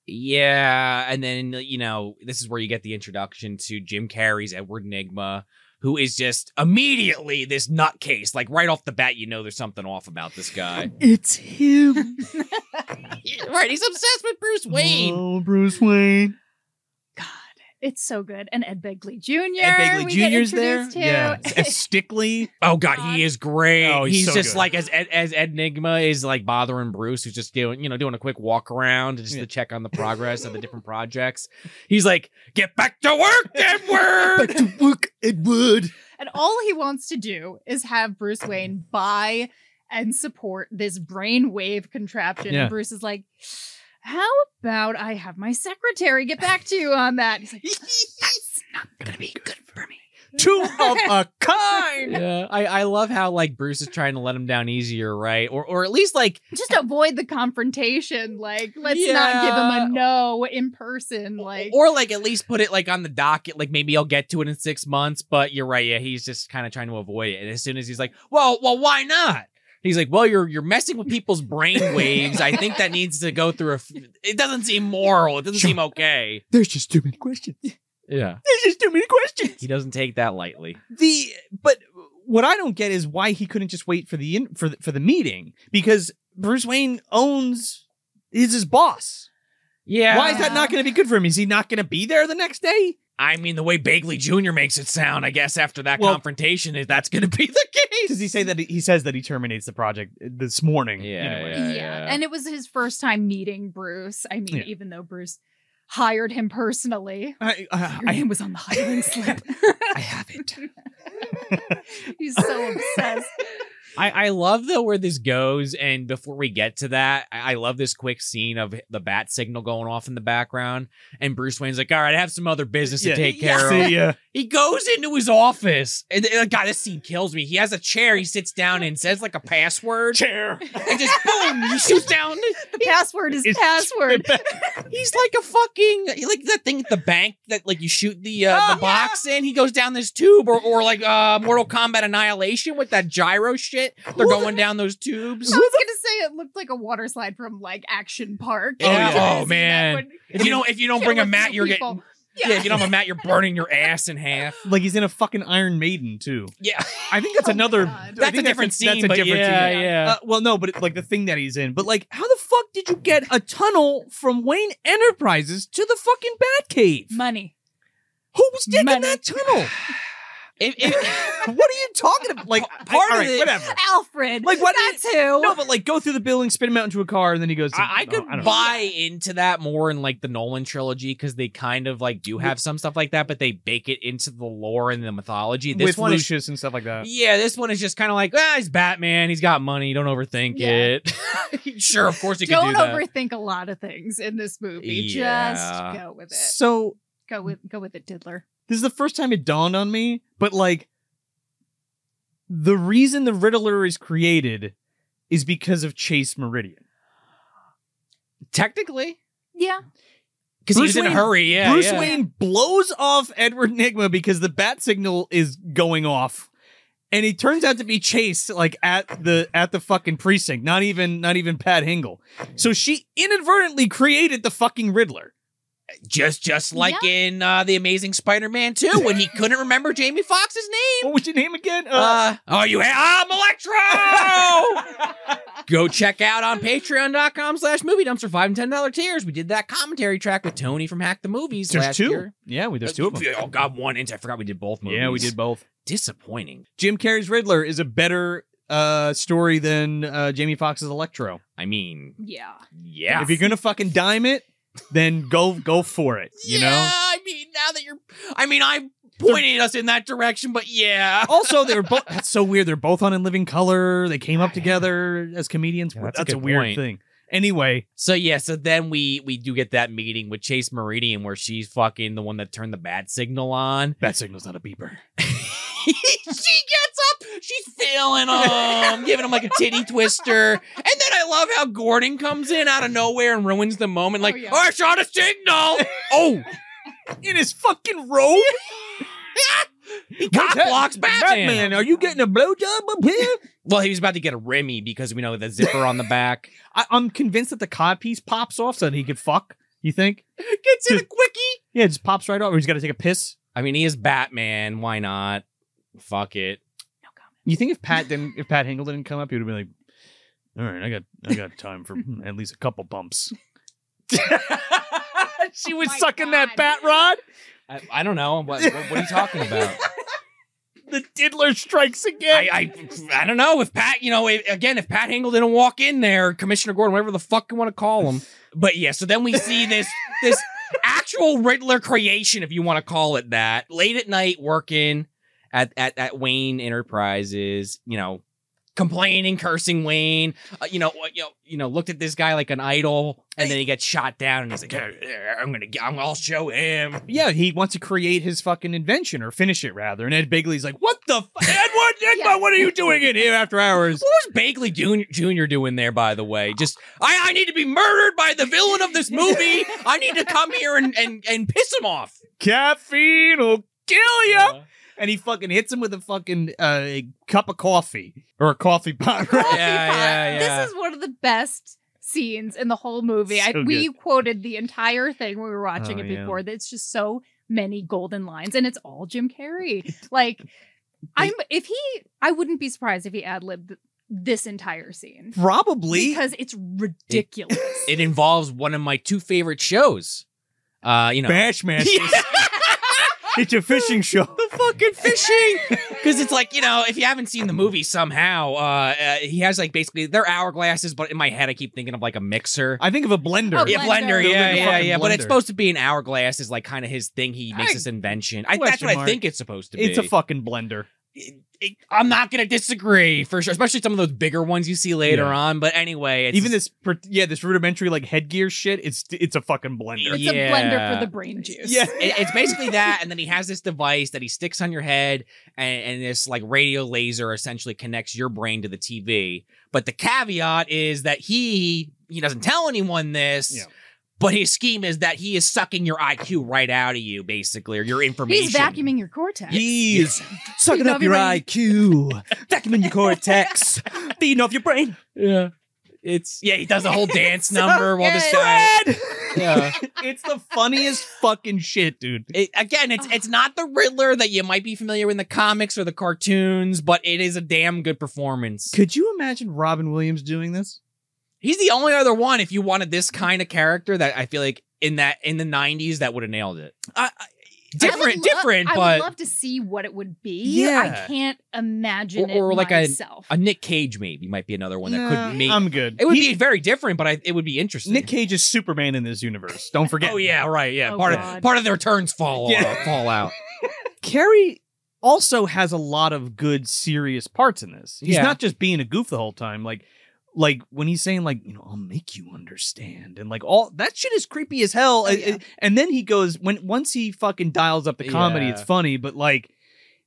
[SPEAKER 2] Yeah, and then you know this is where you get the introduction to Jim Carrey's Edward Nigma, who is just immediately this (laughs) nutcase. Like right off the bat, you know there's something off about this guy.
[SPEAKER 1] It's him.
[SPEAKER 2] right, he's obsessed with Bruce Wayne.
[SPEAKER 1] Oh, Bruce Wayne.
[SPEAKER 3] (laughs) God, it's so good. And Ed Begley Jr.
[SPEAKER 1] Ed Begley
[SPEAKER 3] we get
[SPEAKER 1] Jr.'s there.
[SPEAKER 3] introduced To. (laughs)
[SPEAKER 1] Yeah. S- Stickley.
[SPEAKER 2] Oh god, he is great.
[SPEAKER 1] Oh, he's
[SPEAKER 2] he's
[SPEAKER 1] so
[SPEAKER 2] just
[SPEAKER 1] good.
[SPEAKER 2] like as Ed, as Enigma is like bothering Bruce, who's just doing you know doing a quick walk around just
[SPEAKER 1] Yeah.
[SPEAKER 2] to check on the progress of the (laughs) different projects. He's like, "Get back to work, Edward."
[SPEAKER 1] to work, Edward.
[SPEAKER 3] And all he wants to do is have Bruce Wayne buy and support this brainwave contraption.
[SPEAKER 1] Yeah.
[SPEAKER 3] And Bruce is like, How about I have my secretary get back to you on that? He's like, That's not going to be good for me.
[SPEAKER 1] Two of a kind.
[SPEAKER 2] yeah, I, I love how like Bruce is trying to let him down easier, right? Or or at least like
[SPEAKER 3] Just avoid the confrontation. Like, let's not give
[SPEAKER 2] Yeah.
[SPEAKER 3] him a no in person. Like,
[SPEAKER 2] or like at least put it like on the docket like maybe i'll get to it in six months but you're right yeah he's just kind of trying to avoid it and as soon as he's like well well why not he's like well you're you're messing with people's brain waves i think that needs to go through a f- it doesn't seem moral it doesn't
[SPEAKER 1] Sure.
[SPEAKER 2] seem okay
[SPEAKER 1] There's just too many questions.
[SPEAKER 2] yeah
[SPEAKER 1] There's just too many questions.
[SPEAKER 2] he doesn't take that lightly
[SPEAKER 1] the but what I don't get is why he couldn't just wait for the in, for the, for the meeting because Bruce Wayne owns is his boss.
[SPEAKER 2] yeah
[SPEAKER 1] Why is that not going to be good for him? Is he not going to be there the next day?
[SPEAKER 2] i mean the way bagley jr makes it sound i guess after that
[SPEAKER 1] Well-
[SPEAKER 2] confrontation is that's gonna be the case
[SPEAKER 1] Does he say that he, he says that he terminates the project this morning?
[SPEAKER 2] Yeah,
[SPEAKER 1] anyway.
[SPEAKER 2] yeah,
[SPEAKER 3] yeah,
[SPEAKER 2] yeah.
[SPEAKER 3] And it was his first time meeting Bruce. I mean,
[SPEAKER 1] Yeah.
[SPEAKER 3] even though Bruce hired him personally,
[SPEAKER 1] I, I,
[SPEAKER 3] your
[SPEAKER 1] I,
[SPEAKER 3] name was on the hiring slip.
[SPEAKER 1] I have it.
[SPEAKER 3] (laughs)
[SPEAKER 1] (laughs)
[SPEAKER 3] He's so obsessed.
[SPEAKER 2] I, I love though where this goes, and before we get to that, I, I love this quick scene of the bat signal going off in the background, and Bruce Wayne's like, "All right, I have some other business to take care of."
[SPEAKER 1] See
[SPEAKER 3] (laughs)
[SPEAKER 1] ya.
[SPEAKER 2] He goes into his office, and uh, God, this scene kills me. He has a chair, he sits down and says like a
[SPEAKER 1] (laughs)
[SPEAKER 2] password,
[SPEAKER 1] Chair.
[SPEAKER 2] and just
[SPEAKER 1] (laughs)
[SPEAKER 2] boom, he shoots down.
[SPEAKER 3] The password is
[SPEAKER 1] It's-
[SPEAKER 3] password.
[SPEAKER 2] He's like a fucking like that thing at the bank that like you shoot the uh,
[SPEAKER 1] Oh,
[SPEAKER 2] the box in. He goes down this tube, or or like uh, Mortal Kombat Annihilation with that gyro shit. They're going down those tubes.
[SPEAKER 3] I (laughs) was gonna say it looked like a water slide from like Action Park.
[SPEAKER 2] Oh,
[SPEAKER 1] yeah.
[SPEAKER 3] I've
[SPEAKER 2] Oh,
[SPEAKER 3] seen
[SPEAKER 2] man.
[SPEAKER 3] that one.
[SPEAKER 2] If you don't, if you don't
[SPEAKER 3] Kill
[SPEAKER 2] bring a
[SPEAKER 3] a few
[SPEAKER 2] mat, you're
[SPEAKER 3] people.
[SPEAKER 2] getting (laughs) yeah. If you don't have a mat, you're burning your ass in half.
[SPEAKER 1] like he's in a fucking Iron Maiden too.
[SPEAKER 2] (laughs) Yeah,
[SPEAKER 1] I think that's
[SPEAKER 3] Oh my
[SPEAKER 1] another.
[SPEAKER 3] God.
[SPEAKER 1] I think
[SPEAKER 3] That's
[SPEAKER 2] that's a different scene.
[SPEAKER 1] That's a
[SPEAKER 2] but
[SPEAKER 1] different
[SPEAKER 2] yeah,
[SPEAKER 1] scene.
[SPEAKER 2] yeah.
[SPEAKER 1] Uh, well, no, but like the thing that he's in. But like, how the fuck did you get a tunnel from Wayne Enterprises to the fucking Batcave?
[SPEAKER 3] money.
[SPEAKER 1] Who was digging
[SPEAKER 3] Money.
[SPEAKER 1] that tunnel?
[SPEAKER 2] If- if-
[SPEAKER 1] (laughs) what are you talking about? Like, (laughs)
[SPEAKER 2] Part
[SPEAKER 1] I- all
[SPEAKER 2] of
[SPEAKER 1] right,
[SPEAKER 2] it-
[SPEAKER 1] whatever.
[SPEAKER 3] Alfred.
[SPEAKER 1] Like, why
[SPEAKER 3] That's who.
[SPEAKER 1] No, but (laughs) like, go through the building, spit him out into a car, and then he goes. To,
[SPEAKER 2] I, I
[SPEAKER 1] no,
[SPEAKER 2] could
[SPEAKER 1] don't know.
[SPEAKER 2] buy into that more in like the Nolan trilogy because they kind of like do have some stuff like that, but they bake it into the lore and the mythology. This
[SPEAKER 1] with
[SPEAKER 2] one is.
[SPEAKER 1] Lucius and stuff like that.
[SPEAKER 2] Yeah, this one is just kind of like, ah, he's Batman. He's got money. Don't overthink
[SPEAKER 3] Yeah.
[SPEAKER 2] it. (laughs) sure, of course you can
[SPEAKER 3] don't
[SPEAKER 2] do that.
[SPEAKER 3] overthink a lot of things in this movie.
[SPEAKER 2] Yeah.
[SPEAKER 3] Just go with it.
[SPEAKER 1] So
[SPEAKER 3] Go with go with it, Diddler.
[SPEAKER 1] this is the first time it dawned on me, but like the reason the Riddler is created is because of Chase Meridian.
[SPEAKER 2] Technically,
[SPEAKER 3] Yeah.
[SPEAKER 2] because
[SPEAKER 1] Bruce
[SPEAKER 2] he's in a
[SPEAKER 1] Wayne-
[SPEAKER 2] hurry. Yeah,
[SPEAKER 1] Bruce
[SPEAKER 2] yeah.
[SPEAKER 1] Wayne blows off Edward Nigma because the bat signal is going off. And he turns out to be Chase, like at the at the fucking precinct. Not even not even Pat Hingle. So she inadvertently created the fucking Riddler.
[SPEAKER 2] just just like in uh, the Amazing Spider-Man 2 when he couldn't remember Jamie Foxx's name.
[SPEAKER 1] What was your name again?
[SPEAKER 2] Uh, oh, you ha- I'm
[SPEAKER 1] (laughs)
[SPEAKER 2] Electro. Go check out on patreon.com slash movie dumpster five and ten dollar tiers. We did that commentary track with Tony from Hack the Movies
[SPEAKER 1] there's
[SPEAKER 2] last
[SPEAKER 1] two.
[SPEAKER 2] year.
[SPEAKER 1] Yeah, we, there's two of them.
[SPEAKER 2] Oh god, one inch. I forgot we did both movies.
[SPEAKER 1] Yeah, we did both.
[SPEAKER 2] Disappointing.
[SPEAKER 1] Jim Carrey's Riddler is a better uh, story than uh, Jamie Foxx's Electro.
[SPEAKER 2] I mean,
[SPEAKER 3] Yeah.
[SPEAKER 2] yeah.
[SPEAKER 1] If you're gonna fucking dime it, then go go for it. You
[SPEAKER 2] yeah,
[SPEAKER 1] know.
[SPEAKER 2] I mean, now that you're I mean I pointed us in that direction, but yeah.
[SPEAKER 1] Also, they were both. That's so weird. They're both on In Living Color. They came up together as comedians.
[SPEAKER 2] Yeah,
[SPEAKER 1] that's
[SPEAKER 2] that's
[SPEAKER 1] a,
[SPEAKER 2] a good
[SPEAKER 1] weird
[SPEAKER 2] point.
[SPEAKER 1] thing. Anyway,
[SPEAKER 2] So yeah, so then we we do get that meeting with Chase Meridian where she's fucking the one that turned the bat signal on.
[SPEAKER 1] that signal's not a beeper.
[SPEAKER 2] (laughs) she gets up, she's feeling him, giving him like a titty twister, and then I love how Gordon comes in out of nowhere and ruins the moment. Like,
[SPEAKER 3] Oh,
[SPEAKER 2] oh,
[SPEAKER 3] yeah.
[SPEAKER 2] I shot a (laughs) signal. oh,
[SPEAKER 1] In his fucking robe.
[SPEAKER 2] (laughs) he cock blocks Batman.
[SPEAKER 1] Batman, are you getting a blowjob up
[SPEAKER 2] (laughs)
[SPEAKER 1] here?
[SPEAKER 2] Well, he was about to get a Remy because we know the zipper on the (laughs) back.
[SPEAKER 1] I, I'm convinced that the cod piece pops off so that he could fuck. You think?
[SPEAKER 2] Gets in a quickie.
[SPEAKER 1] Yeah, it just pops right off. Or he's got to take a piss.
[SPEAKER 2] I mean, he is Batman. Why not? Fuck it.
[SPEAKER 1] You think if Pat didn't, if Pat Hingle didn't come up, he would have been like, All right, I got I got time for hmm, at least a couple
[SPEAKER 3] (laughs)
[SPEAKER 1] bumps. she
[SPEAKER 3] Oh
[SPEAKER 1] was
[SPEAKER 3] my
[SPEAKER 1] sucking that
[SPEAKER 3] God.
[SPEAKER 1] bat rod.
[SPEAKER 2] I, I don't know. What, what, what are you talking about?
[SPEAKER 1] The diddler strikes again.
[SPEAKER 2] I, I I don't know if Pat, you know, if, again, if Pat Hingle didn't walk in there, Commissioner Gordon, whatever the fuck you want to call him. But yeah, so then we see this (laughs) this actual Riddler creation, if you want to call it that, late at night working at at, at Wayne Enterprises, you know, complaining, cursing Wayne, uh, you know, uh, you know, you know, looked at this guy like an idol, and then he gets shot down, and he's like, "Eh, eh, I'm gonna, get- I'm, I'll show him.
[SPEAKER 1] yeah, he wants to create his fucking invention or finish it rather. And Ed Bigley's like, "What the fu- Edward Nigma?
[SPEAKER 3] Yeah.
[SPEAKER 1] What are you doing in here after hours?"
[SPEAKER 2] What was Bagley Jun- Jr. doing there, by the way? Just, I, I need to be murdered by the villain of this movie. I need to come here and, and, and piss him off. Uh,
[SPEAKER 1] Caffeine will kill you. And he fucking hits him with a fucking uh, cup of coffee or a coffee pot. (laughs) Right?
[SPEAKER 3] Coffee
[SPEAKER 2] Yeah,
[SPEAKER 3] pot.
[SPEAKER 2] yeah, yeah.
[SPEAKER 3] This is one of the best scenes in the whole movie. I,
[SPEAKER 1] So
[SPEAKER 3] we quoted the entire thing when we were watching
[SPEAKER 1] Oh,
[SPEAKER 3] it
[SPEAKER 1] yeah.
[SPEAKER 3] before. It's just so many golden lines, and it's all Jim
[SPEAKER 2] (laughs)
[SPEAKER 3] Carrey. Like, I'm if he, I wouldn't be surprised if he ad libbed this entire scene
[SPEAKER 1] Probably.
[SPEAKER 3] because it's
[SPEAKER 2] (laughs)
[SPEAKER 3] ridiculous.
[SPEAKER 2] It involves one of my two favorite shows. Uh, you know, (laughs)
[SPEAKER 1] Bash (laughs) man, it's a fishing show.
[SPEAKER 2] the fucking fishing because it's like you know if you haven't seen the movie somehow uh, uh he has like basically they're hourglasses but in my head i keep thinking of like a mixer
[SPEAKER 1] I think of a blender.
[SPEAKER 3] Oh,
[SPEAKER 2] yeah, blender,
[SPEAKER 3] Blender.
[SPEAKER 2] yeah,
[SPEAKER 1] Blender,
[SPEAKER 2] yeah,
[SPEAKER 1] fucking
[SPEAKER 2] yeah. But it's
[SPEAKER 1] blender.
[SPEAKER 2] supposed to be an hourglass is like kind of his thing. He makes
[SPEAKER 1] I-
[SPEAKER 2] this invention. I, that's
[SPEAKER 1] Question
[SPEAKER 2] what
[SPEAKER 1] mark.
[SPEAKER 2] I think it's supposed to be.
[SPEAKER 1] It's a fucking blender.
[SPEAKER 2] It- it- I'm not gonna disagree for sure, especially some of those bigger ones you see later
[SPEAKER 1] Yeah.
[SPEAKER 2] on. But anyway, it's
[SPEAKER 1] Even this, per- yeah, this rudimentary like headgear shit. It's it's a fucking blender.
[SPEAKER 3] it's
[SPEAKER 2] Yeah.
[SPEAKER 3] a blender for the brain juice.
[SPEAKER 1] Yeah.
[SPEAKER 2] it- it's basically that, and then he has this device that he sticks on your head, and, and this like radio laser essentially connects your brain to the TV. But the caveat is that he he doesn't tell anyone this.
[SPEAKER 1] Yeah.
[SPEAKER 2] But his scheme is that he is sucking your IQ right out of you, basically, or your information.
[SPEAKER 3] He's vacuuming your cortex.
[SPEAKER 1] He's sucking
[SPEAKER 3] Feeding
[SPEAKER 1] up
[SPEAKER 3] off
[SPEAKER 1] your
[SPEAKER 3] your brain.
[SPEAKER 1] IQ, vacuuming your
[SPEAKER 2] (laughs)
[SPEAKER 1] cortex, feeding off your brain.
[SPEAKER 2] Yeah. It's yeah, he does a whole
[SPEAKER 3] (laughs)
[SPEAKER 2] dance number while this guy. Yeah.
[SPEAKER 1] it's the funniest fucking shit, dude.
[SPEAKER 2] It- again, it's
[SPEAKER 3] Ugh.
[SPEAKER 2] it's not the Riddler that you might be familiar with in the comics or the cartoons, but it is a damn good performance.
[SPEAKER 1] Could you imagine Robin Williams doing this?
[SPEAKER 2] He's the only other one if you wanted this kind of character that I feel like in that in the 90s that would have nailed it.
[SPEAKER 1] I,
[SPEAKER 3] I would
[SPEAKER 2] Different,
[SPEAKER 3] love-
[SPEAKER 2] different,
[SPEAKER 3] I
[SPEAKER 2] but
[SPEAKER 3] would love to see what what it would be.
[SPEAKER 2] Yeah.
[SPEAKER 3] I can't imagine
[SPEAKER 2] Or- or
[SPEAKER 3] it
[SPEAKER 2] like a-
[SPEAKER 3] myself.
[SPEAKER 2] a Nick Cage maybe might be another one that could make
[SPEAKER 1] I'm good.
[SPEAKER 2] It would
[SPEAKER 1] He-
[SPEAKER 2] be very different, but I, it would be interesting.
[SPEAKER 1] Nick Cage is Superman in this universe. Don't forget.
[SPEAKER 2] Oh yeah, right, yeah.
[SPEAKER 3] Oh,
[SPEAKER 2] part of
[SPEAKER 3] God.
[SPEAKER 2] part of the returns fall
[SPEAKER 1] Yeah.
[SPEAKER 2] fall out.
[SPEAKER 1] Carrie also has a lot of good serious parts in this. He's
[SPEAKER 2] Yeah.
[SPEAKER 1] not just being a goof the whole time. Like like when he's saying like, you know, I'll make you understand and like all that shit is creepy as hell.
[SPEAKER 3] Oh,
[SPEAKER 1] And-
[SPEAKER 3] yeah.
[SPEAKER 1] And then he goes when once he fucking dials up the comedy,
[SPEAKER 2] Yeah.
[SPEAKER 1] it's funny, but like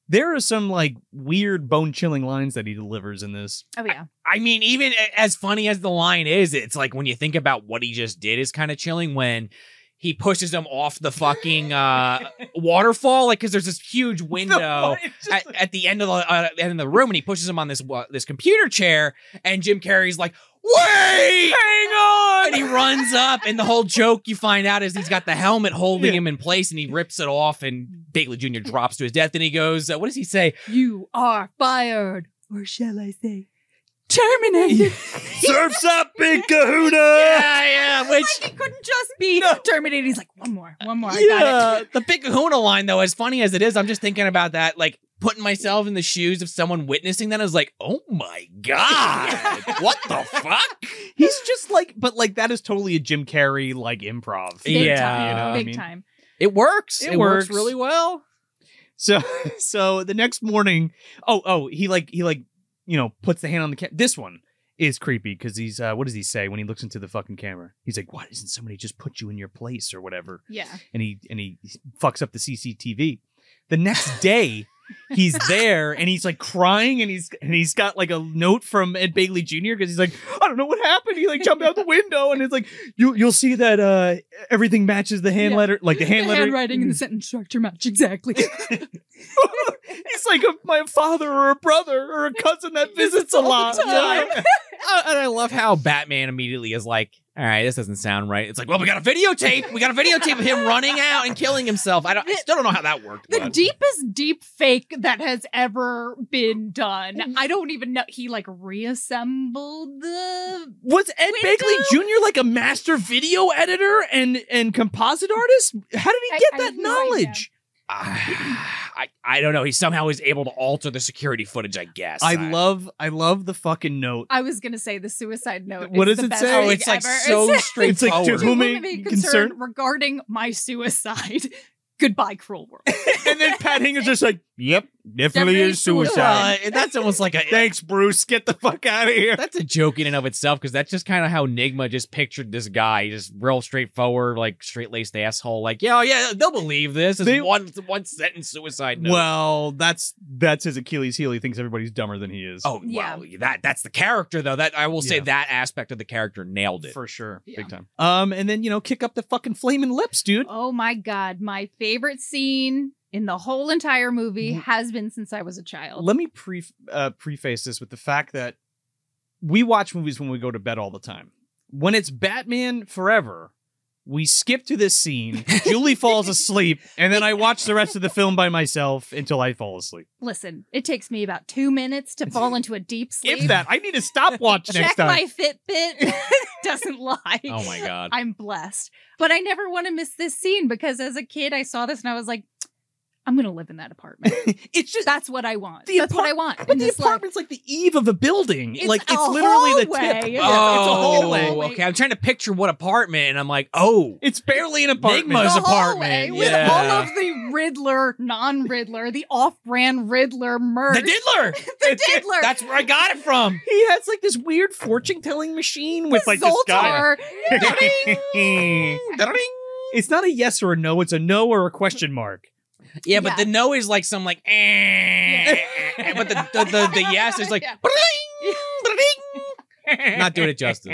[SPEAKER 1] there are some like weird bone chilling lines that he delivers in this.
[SPEAKER 3] oh yeah.
[SPEAKER 2] I mean, even a- as funny as the line is, it's like when you think about what he just did is kind of chilling when he pushes him off the fucking (laughs) uh, waterfall, like because there's this
[SPEAKER 1] (laughs)
[SPEAKER 2] huge window.
[SPEAKER 1] It's just-
[SPEAKER 2] At, at the end of the uh, end of the room, and he pushes him on this wa- this computer chair, and Jim Carrey's like, "Wait, hang on!" And he runs up, and the whole joke you find out is he's got the helmet holding
[SPEAKER 1] Yeah.
[SPEAKER 2] him in place, and he rips it off, and Bagley Jr. drops to his death, and he goes, uh, "What does he say?
[SPEAKER 3] You are fired. Or shall I say, terminated?
[SPEAKER 2] (laughs)
[SPEAKER 1] (laughs) Surfs up, big kahuna!
[SPEAKER 2] Yeah,
[SPEAKER 1] (laughs)
[SPEAKER 2] yeah." uh, (laughs) Which
[SPEAKER 3] like he couldn't just be terminated. He's like, one more, one more. (laughs) I got
[SPEAKER 2] yeah.
[SPEAKER 3] it.
[SPEAKER 2] The big kahuna line, though, as funny as it is, I'm just thinking about that, like putting myself in the shoes of someone witnessing that. I was like, oh my God, what the fuck?
[SPEAKER 1] He's just like, but like that is totally a Jim Carrey like improv.
[SPEAKER 3] Big
[SPEAKER 2] Yeah,
[SPEAKER 3] time.
[SPEAKER 1] you know what I
[SPEAKER 3] Big
[SPEAKER 1] mean?
[SPEAKER 3] time.
[SPEAKER 2] It works.
[SPEAKER 1] It
[SPEAKER 2] It, works.
[SPEAKER 1] works.
[SPEAKER 2] really well.
[SPEAKER 1] So (laughs) so the next morning, oh oh, he like he like you know puts the hand on the camera. This one is creepy because he's uh, what does he say when he looks into the fucking camera? He's like, why doesn't somebody just put you in your place or whatever?
[SPEAKER 3] Yeah.
[SPEAKER 1] And he and he fucks up the CCTV. The
[SPEAKER 3] (laughs)
[SPEAKER 1] next day. He's there and he's like crying and he's and he's got like a note from Ed Bailey Jr. because he's like, I don't know what happened. He like jumped out the window and it's like you you'll see that uh everything matches the hand
[SPEAKER 3] Yeah.
[SPEAKER 1] letter like the hand
[SPEAKER 3] (laughs) the
[SPEAKER 1] letter
[SPEAKER 3] handwriting and the sentence structure
[SPEAKER 1] (laughs)
[SPEAKER 3] match exactly.
[SPEAKER 1] He's like a, my father or a brother or a cousin that visits a
[SPEAKER 3] all the
[SPEAKER 1] lot.
[SPEAKER 3] time.
[SPEAKER 1] Yeah.
[SPEAKER 2] Oh, Uh, and I love how Batman immediately is like, all right, this doesn't sound right. It's like, well, we got a videotape. We got a videotape of him running out and killing himself. I don't. I still don't know how that worked.
[SPEAKER 3] The
[SPEAKER 2] but-
[SPEAKER 3] deepest deep fake that has ever been
[SPEAKER 1] Mm-hmm.
[SPEAKER 3] done. I don't even know. He like reassembled the.
[SPEAKER 1] Was Ed
[SPEAKER 3] Window?
[SPEAKER 1] Begley Jr. like a master video editor and and composite artist? How did he
[SPEAKER 3] I-
[SPEAKER 1] get
[SPEAKER 3] I
[SPEAKER 1] that
[SPEAKER 3] have no idea.
[SPEAKER 1] knowledge?
[SPEAKER 2] (sighs) I I don't know. He somehow is able to alter the security footage. I guess.
[SPEAKER 1] I love I love the fucking note.
[SPEAKER 3] I was gonna say the suicide note.
[SPEAKER 1] What
[SPEAKER 3] is
[SPEAKER 1] does
[SPEAKER 3] the
[SPEAKER 1] it
[SPEAKER 3] best
[SPEAKER 1] say?
[SPEAKER 2] Oh,
[SPEAKER 3] thing
[SPEAKER 2] (laughs) it's like
[SPEAKER 3] ever. (laughs)
[SPEAKER 2] so
[SPEAKER 1] It's like
[SPEAKER 2] straightforward.
[SPEAKER 1] to
[SPEAKER 3] to whom
[SPEAKER 1] whom
[SPEAKER 3] it
[SPEAKER 1] may
[SPEAKER 3] may
[SPEAKER 1] concern-
[SPEAKER 3] concern regarding my suicide. (laughs) Goodbye, cruel world.
[SPEAKER 1] (laughs) and then Pat Hinger's just like, "Yep, definitely
[SPEAKER 3] Definitely
[SPEAKER 1] is suicide."
[SPEAKER 2] Uh, that's almost like a
[SPEAKER 1] Thanks, Bruce. Get the fuck out of here. (laughs)
[SPEAKER 2] that's a joke in and of itself because that's just kind of how Nigma just pictured this guy, just real straightforward, like straight laced asshole. Like, yeah, oh, yeah, they'll believe this. It's
[SPEAKER 1] They-
[SPEAKER 2] one one sentence suicide note.
[SPEAKER 1] Well, that's that's his Achilles heel. He thinks everybody's dumber than he is.
[SPEAKER 2] oh
[SPEAKER 3] Yeah.
[SPEAKER 2] well, that that's the character though. That I will say
[SPEAKER 1] Yeah.
[SPEAKER 2] that aspect of the character nailed it.
[SPEAKER 1] for sure,
[SPEAKER 3] Yeah.
[SPEAKER 1] big time. Um, and then you know, kick up the fucking flaming lips, dude.
[SPEAKER 3] Oh my god, my favorite scene in the whole entire movie
[SPEAKER 1] Mm.
[SPEAKER 3] has been since I was a child.
[SPEAKER 1] Let me pre uh, preface this with the fact that we watch movies when we go to bed all the time. When it's Batman Forever, we skip to this scene. Julie falls asleep, and then I watch the rest of the film by myself until I fall asleep.
[SPEAKER 3] Listen, it takes me about two minutes to fall into
[SPEAKER 1] (laughs)
[SPEAKER 3] a deep sleep.
[SPEAKER 1] If that, I need a stopwatch next
[SPEAKER 3] Check
[SPEAKER 1] time.
[SPEAKER 3] my Fitbit. (laughs) Doesn't lie.
[SPEAKER 2] oh my god.
[SPEAKER 3] I'm blessed. But I never want to miss this scene because as a kid, I saw this and I was like, I'm going to live in that apartment.
[SPEAKER 1] (laughs) it's just
[SPEAKER 3] That's what I want.
[SPEAKER 1] The
[SPEAKER 3] That's
[SPEAKER 1] apart-
[SPEAKER 3] what I want.
[SPEAKER 1] (laughs) But
[SPEAKER 3] in
[SPEAKER 1] the
[SPEAKER 3] this life.
[SPEAKER 1] apartment's like the eve of a building.
[SPEAKER 3] It's
[SPEAKER 1] like it's
[SPEAKER 3] a
[SPEAKER 1] literally the
[SPEAKER 3] hallway.
[SPEAKER 1] tip.
[SPEAKER 3] Yeah,
[SPEAKER 1] it's a hallway.
[SPEAKER 2] Oh, okay. I'm trying to picture what apartment, and I'm like, oh,
[SPEAKER 1] It's barely an apartment.
[SPEAKER 2] Nigma's
[SPEAKER 3] the hallway
[SPEAKER 2] apartment.
[SPEAKER 3] with
[SPEAKER 2] Yeah.
[SPEAKER 3] all of the Riddler, non-Riddler, the off-brand Riddler merch.
[SPEAKER 2] the diddler.
[SPEAKER 3] (laughs) The diddler.
[SPEAKER 2] That's where I got it from.
[SPEAKER 1] He has like this weird fortune telling machine with
[SPEAKER 3] the
[SPEAKER 1] like this guy.
[SPEAKER 3] Zoltar.
[SPEAKER 2] (laughs)
[SPEAKER 1] it's not a yes or a no. It's a no or a question mark.
[SPEAKER 2] Yeah, but the
[SPEAKER 3] Yeah.
[SPEAKER 2] no is like some like, eh, but the the, the,
[SPEAKER 3] (laughs)
[SPEAKER 2] the yes is like, not doing
[SPEAKER 1] (laughs)
[SPEAKER 2] it justice.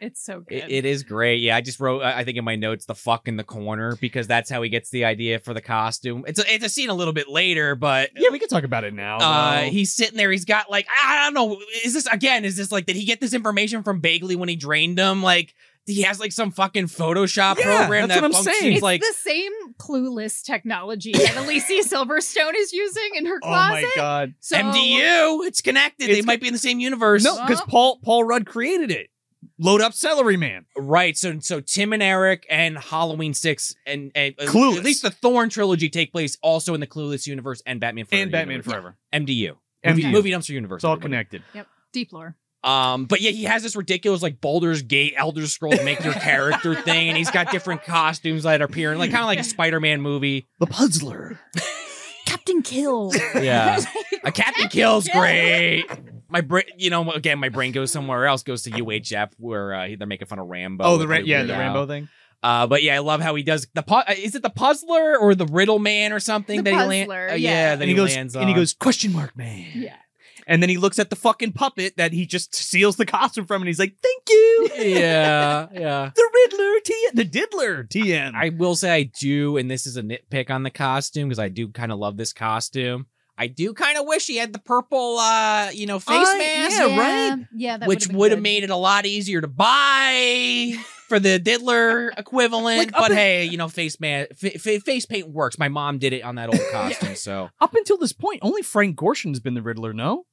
[SPEAKER 3] It's so good.
[SPEAKER 2] It, it is great. Yeah, I just wrote. I I think in my notes the fuck in the corner because that's how he gets the idea for the costume. It's a, it's a scene a little bit later, but
[SPEAKER 1] Yeah, we can talk about it now.
[SPEAKER 2] uh,
[SPEAKER 1] though.
[SPEAKER 2] he's sitting there. He's got like I I don't know. Is this again? Is this like did he get this information from Bagley when he drained him? Like he has like some fucking Photoshop
[SPEAKER 1] Yeah,
[SPEAKER 2] program
[SPEAKER 1] that's
[SPEAKER 2] that
[SPEAKER 1] what I'm
[SPEAKER 2] functions
[SPEAKER 1] saying.
[SPEAKER 3] It's
[SPEAKER 2] like
[SPEAKER 3] the same clueless technology
[SPEAKER 2] (laughs)
[SPEAKER 3] that Alicia Silverstone is using in her
[SPEAKER 1] oh
[SPEAKER 3] closet.
[SPEAKER 1] my god.
[SPEAKER 3] So
[SPEAKER 2] MDU. It's connected. they
[SPEAKER 1] It's
[SPEAKER 2] might be in the same universe.
[SPEAKER 1] No, because Paul Paul Rudd created it. Load up Celery Man.
[SPEAKER 2] Right. So so Tim and Eric and Halloween Six and, and uh,
[SPEAKER 1] Clueless.
[SPEAKER 2] At least the Thorn trilogy take place also in the Clueless universe and Batman Forever
[SPEAKER 1] And Batman
[SPEAKER 2] universe.
[SPEAKER 1] Forever.
[SPEAKER 2] MDU.
[SPEAKER 1] MDU.
[SPEAKER 2] Movie, movie dumpster universe.
[SPEAKER 1] It's all
[SPEAKER 2] everybody.
[SPEAKER 1] connected.
[SPEAKER 3] Deep lore.
[SPEAKER 2] Um, but yeah, he has this ridiculous like Baldur's Gate, Elder Scrolls, make
[SPEAKER 1] (laughs)
[SPEAKER 2] your character thing, and he's got different costumes that appear in like kind of like a Spider-Man movie.
[SPEAKER 1] The Puzzler.
[SPEAKER 3] Captain Kill.
[SPEAKER 2] Yeah, (laughs) a Captain Kill's
[SPEAKER 3] Kill.
[SPEAKER 2] great. My brain, you know, again, my brain goes somewhere else, goes to UHF where uh, they're making fun of Rambo.
[SPEAKER 1] Oh, the
[SPEAKER 2] with
[SPEAKER 1] Ra-
[SPEAKER 2] Lou
[SPEAKER 1] yeah, the
[SPEAKER 2] Reed.
[SPEAKER 1] Rambo thing.
[SPEAKER 2] Uh, but yeah, I love how he does the. Pu- uh, is it the Puzzler or the Riddle Man or something
[SPEAKER 3] The
[SPEAKER 2] that he
[SPEAKER 3] Puzzler,
[SPEAKER 2] lands?
[SPEAKER 3] yeah.
[SPEAKER 2] yeah, that
[SPEAKER 1] And he goes
[SPEAKER 2] lands
[SPEAKER 1] and he
[SPEAKER 2] on.
[SPEAKER 1] goes question mark man.
[SPEAKER 3] yeah.
[SPEAKER 1] And then he looks at the fucking puppet that he just seals the costume from, and he's like, "Thank (laughs) you,
[SPEAKER 2] (laughs) yeah, yeah.
[SPEAKER 1] the Riddler, T, the Diddler, TM."
[SPEAKER 2] I will say I do, and this is a nitpick on the costume because I do kind of love this costume. I do kind of wish he had the purple, uh, you know, face
[SPEAKER 1] I-
[SPEAKER 2] mask,
[SPEAKER 1] Oh, Yeah, right?
[SPEAKER 3] Yeah, that
[SPEAKER 2] which would
[SPEAKER 3] would
[SPEAKER 2] have made it a lot easier
[SPEAKER 1] (laughs)
[SPEAKER 2] to buy for the diddler equivalent.
[SPEAKER 1] Like, up
[SPEAKER 2] but
[SPEAKER 1] in-
[SPEAKER 2] hey, you know, face man, f- f- face paint works. My mom did it on
[SPEAKER 1] (laughs)
[SPEAKER 2] that old costume, so
[SPEAKER 1] Up until this point, only Frank Gorshin's been the Riddler. No,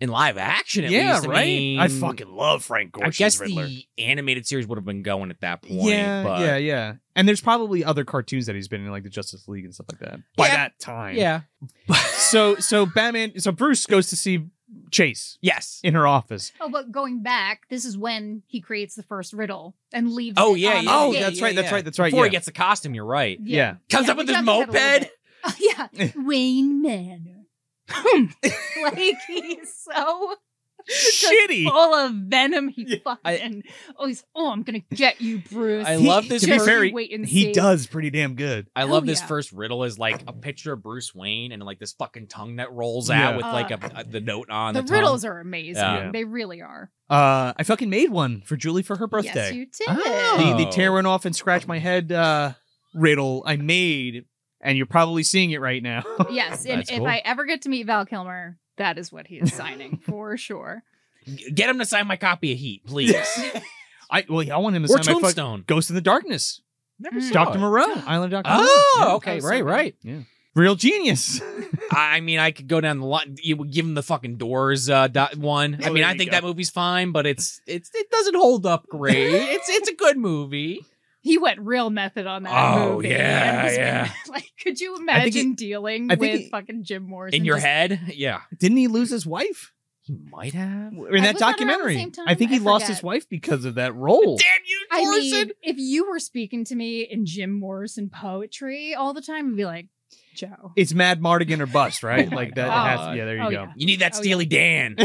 [SPEAKER 2] in live action, at
[SPEAKER 1] yeah,
[SPEAKER 2] least, I
[SPEAKER 1] right.
[SPEAKER 2] mean,
[SPEAKER 1] I fucking love Frank Gorshin's
[SPEAKER 2] I guess
[SPEAKER 1] Riddler.
[SPEAKER 2] the animated series would have been going at that point.
[SPEAKER 1] yeah,
[SPEAKER 2] but
[SPEAKER 1] yeah, yeah. And there's probably other cartoons that he's been in, like the Justice League and stuff like that. By
[SPEAKER 2] Yeah.
[SPEAKER 1] that time,
[SPEAKER 2] yeah.
[SPEAKER 1] So, so Batman, so Bruce goes to see Chase
[SPEAKER 2] Yes.
[SPEAKER 1] in her office.
[SPEAKER 3] Oh, but going back, this is when he creates the first riddle and leaves.
[SPEAKER 2] Oh
[SPEAKER 3] it
[SPEAKER 2] yeah.
[SPEAKER 3] on
[SPEAKER 2] yeah,
[SPEAKER 3] the
[SPEAKER 1] Oh,
[SPEAKER 3] gate.
[SPEAKER 1] that's right, that's right, that's right,
[SPEAKER 2] Before
[SPEAKER 1] yeah.
[SPEAKER 2] he gets the costume, you're right.
[SPEAKER 1] Yeah.
[SPEAKER 2] Comes up with
[SPEAKER 3] we
[SPEAKER 2] his
[SPEAKER 3] jumped ahead
[SPEAKER 2] moped. (laughs)
[SPEAKER 3] a little bit. (laughs) Oh, yeah, Wayne Manor. (laughs) like he's so
[SPEAKER 1] Shitty.
[SPEAKER 3] full of venom. He
[SPEAKER 1] Yeah,
[SPEAKER 3] fucking oh, he's oh, I'm gonna get you, Bruce.
[SPEAKER 2] I
[SPEAKER 1] He-
[SPEAKER 2] love this
[SPEAKER 1] To be
[SPEAKER 2] first-
[SPEAKER 1] fair,
[SPEAKER 3] Wait and
[SPEAKER 1] he
[SPEAKER 3] see.
[SPEAKER 1] does pretty damn good.
[SPEAKER 2] I
[SPEAKER 3] Hell
[SPEAKER 2] love this
[SPEAKER 3] yeah.
[SPEAKER 2] first riddle is like a picture of Bruce Wayne and like this fucking tongue that rolls
[SPEAKER 1] Yeah.
[SPEAKER 2] out with
[SPEAKER 3] Uh,
[SPEAKER 2] like a, a- the note on the,
[SPEAKER 3] the
[SPEAKER 2] tongue.
[SPEAKER 3] riddles are amazing.
[SPEAKER 2] Yeah.
[SPEAKER 3] They really are.
[SPEAKER 1] Uh, I fucking made one for Julie for her birthday.
[SPEAKER 3] Yes, you did.
[SPEAKER 2] Oh.
[SPEAKER 1] the, the tear went off and scratch my head uh, riddle I made, and you're probably seeing it right now. (laughs)
[SPEAKER 3] Yes, and
[SPEAKER 2] That's
[SPEAKER 3] if
[SPEAKER 2] cool.
[SPEAKER 3] I ever get to meet Val Kilmer,
[SPEAKER 1] (laughs)
[SPEAKER 3] that is what he is signing for sure.
[SPEAKER 2] Get him to (laughs) sign my copy of Heat, please.
[SPEAKER 1] I well, yeah, I want him to
[SPEAKER 2] or
[SPEAKER 1] sign my fuck-
[SPEAKER 2] Tombstone.
[SPEAKER 1] Ghost in the Darkness.
[SPEAKER 2] Never
[SPEAKER 3] saw
[SPEAKER 1] Doctor
[SPEAKER 2] it.
[SPEAKER 1] Moreau, Island Doctor.
[SPEAKER 2] Oh,
[SPEAKER 1] Moreau.
[SPEAKER 2] okay,
[SPEAKER 3] Oh, so
[SPEAKER 2] right,
[SPEAKER 3] good.
[SPEAKER 2] right.
[SPEAKER 1] Yeah. real genius. (laughs)
[SPEAKER 2] I I mean, I could go down the line. You would give him the fucking Doors uh, dot one. I
[SPEAKER 1] Oh,
[SPEAKER 2] mean,
[SPEAKER 1] there
[SPEAKER 2] I
[SPEAKER 1] you
[SPEAKER 2] think
[SPEAKER 1] go.
[SPEAKER 2] that movie's fine, but it's it's it doesn't hold up great. it's it's a good movie.
[SPEAKER 3] He went real method on that
[SPEAKER 2] Oh,
[SPEAKER 3] movie.
[SPEAKER 2] yeah,
[SPEAKER 3] and was-
[SPEAKER 2] yeah.
[SPEAKER 3] (laughs) like, could you
[SPEAKER 1] I think he-
[SPEAKER 3] imagine dealing
[SPEAKER 1] I
[SPEAKER 3] with
[SPEAKER 1] think he-
[SPEAKER 3] fucking Jim Morrison
[SPEAKER 2] In your
[SPEAKER 3] just-
[SPEAKER 2] head, yeah.
[SPEAKER 1] Didn't he lose his wife
[SPEAKER 2] He might have.
[SPEAKER 1] in that
[SPEAKER 3] was that around the
[SPEAKER 1] documentary?
[SPEAKER 3] same time?
[SPEAKER 1] I think he
[SPEAKER 3] I
[SPEAKER 1] lost
[SPEAKER 3] forget.
[SPEAKER 1] his wife because of that role.
[SPEAKER 2] (laughs) Damn you,
[SPEAKER 3] I
[SPEAKER 2] Morrison!
[SPEAKER 3] mean, if you were speaking to me in Jim Morrison poetry all the time, I'd be like, Joe.
[SPEAKER 1] It's Mad Mardigan or bust, right?
[SPEAKER 2] Oh my
[SPEAKER 1] like that.
[SPEAKER 2] God.
[SPEAKER 1] Has, yeah, there you
[SPEAKER 3] Oh,
[SPEAKER 1] go.
[SPEAKER 3] yeah.
[SPEAKER 2] you need that
[SPEAKER 3] Oh, yeah.
[SPEAKER 2] Steely Dan.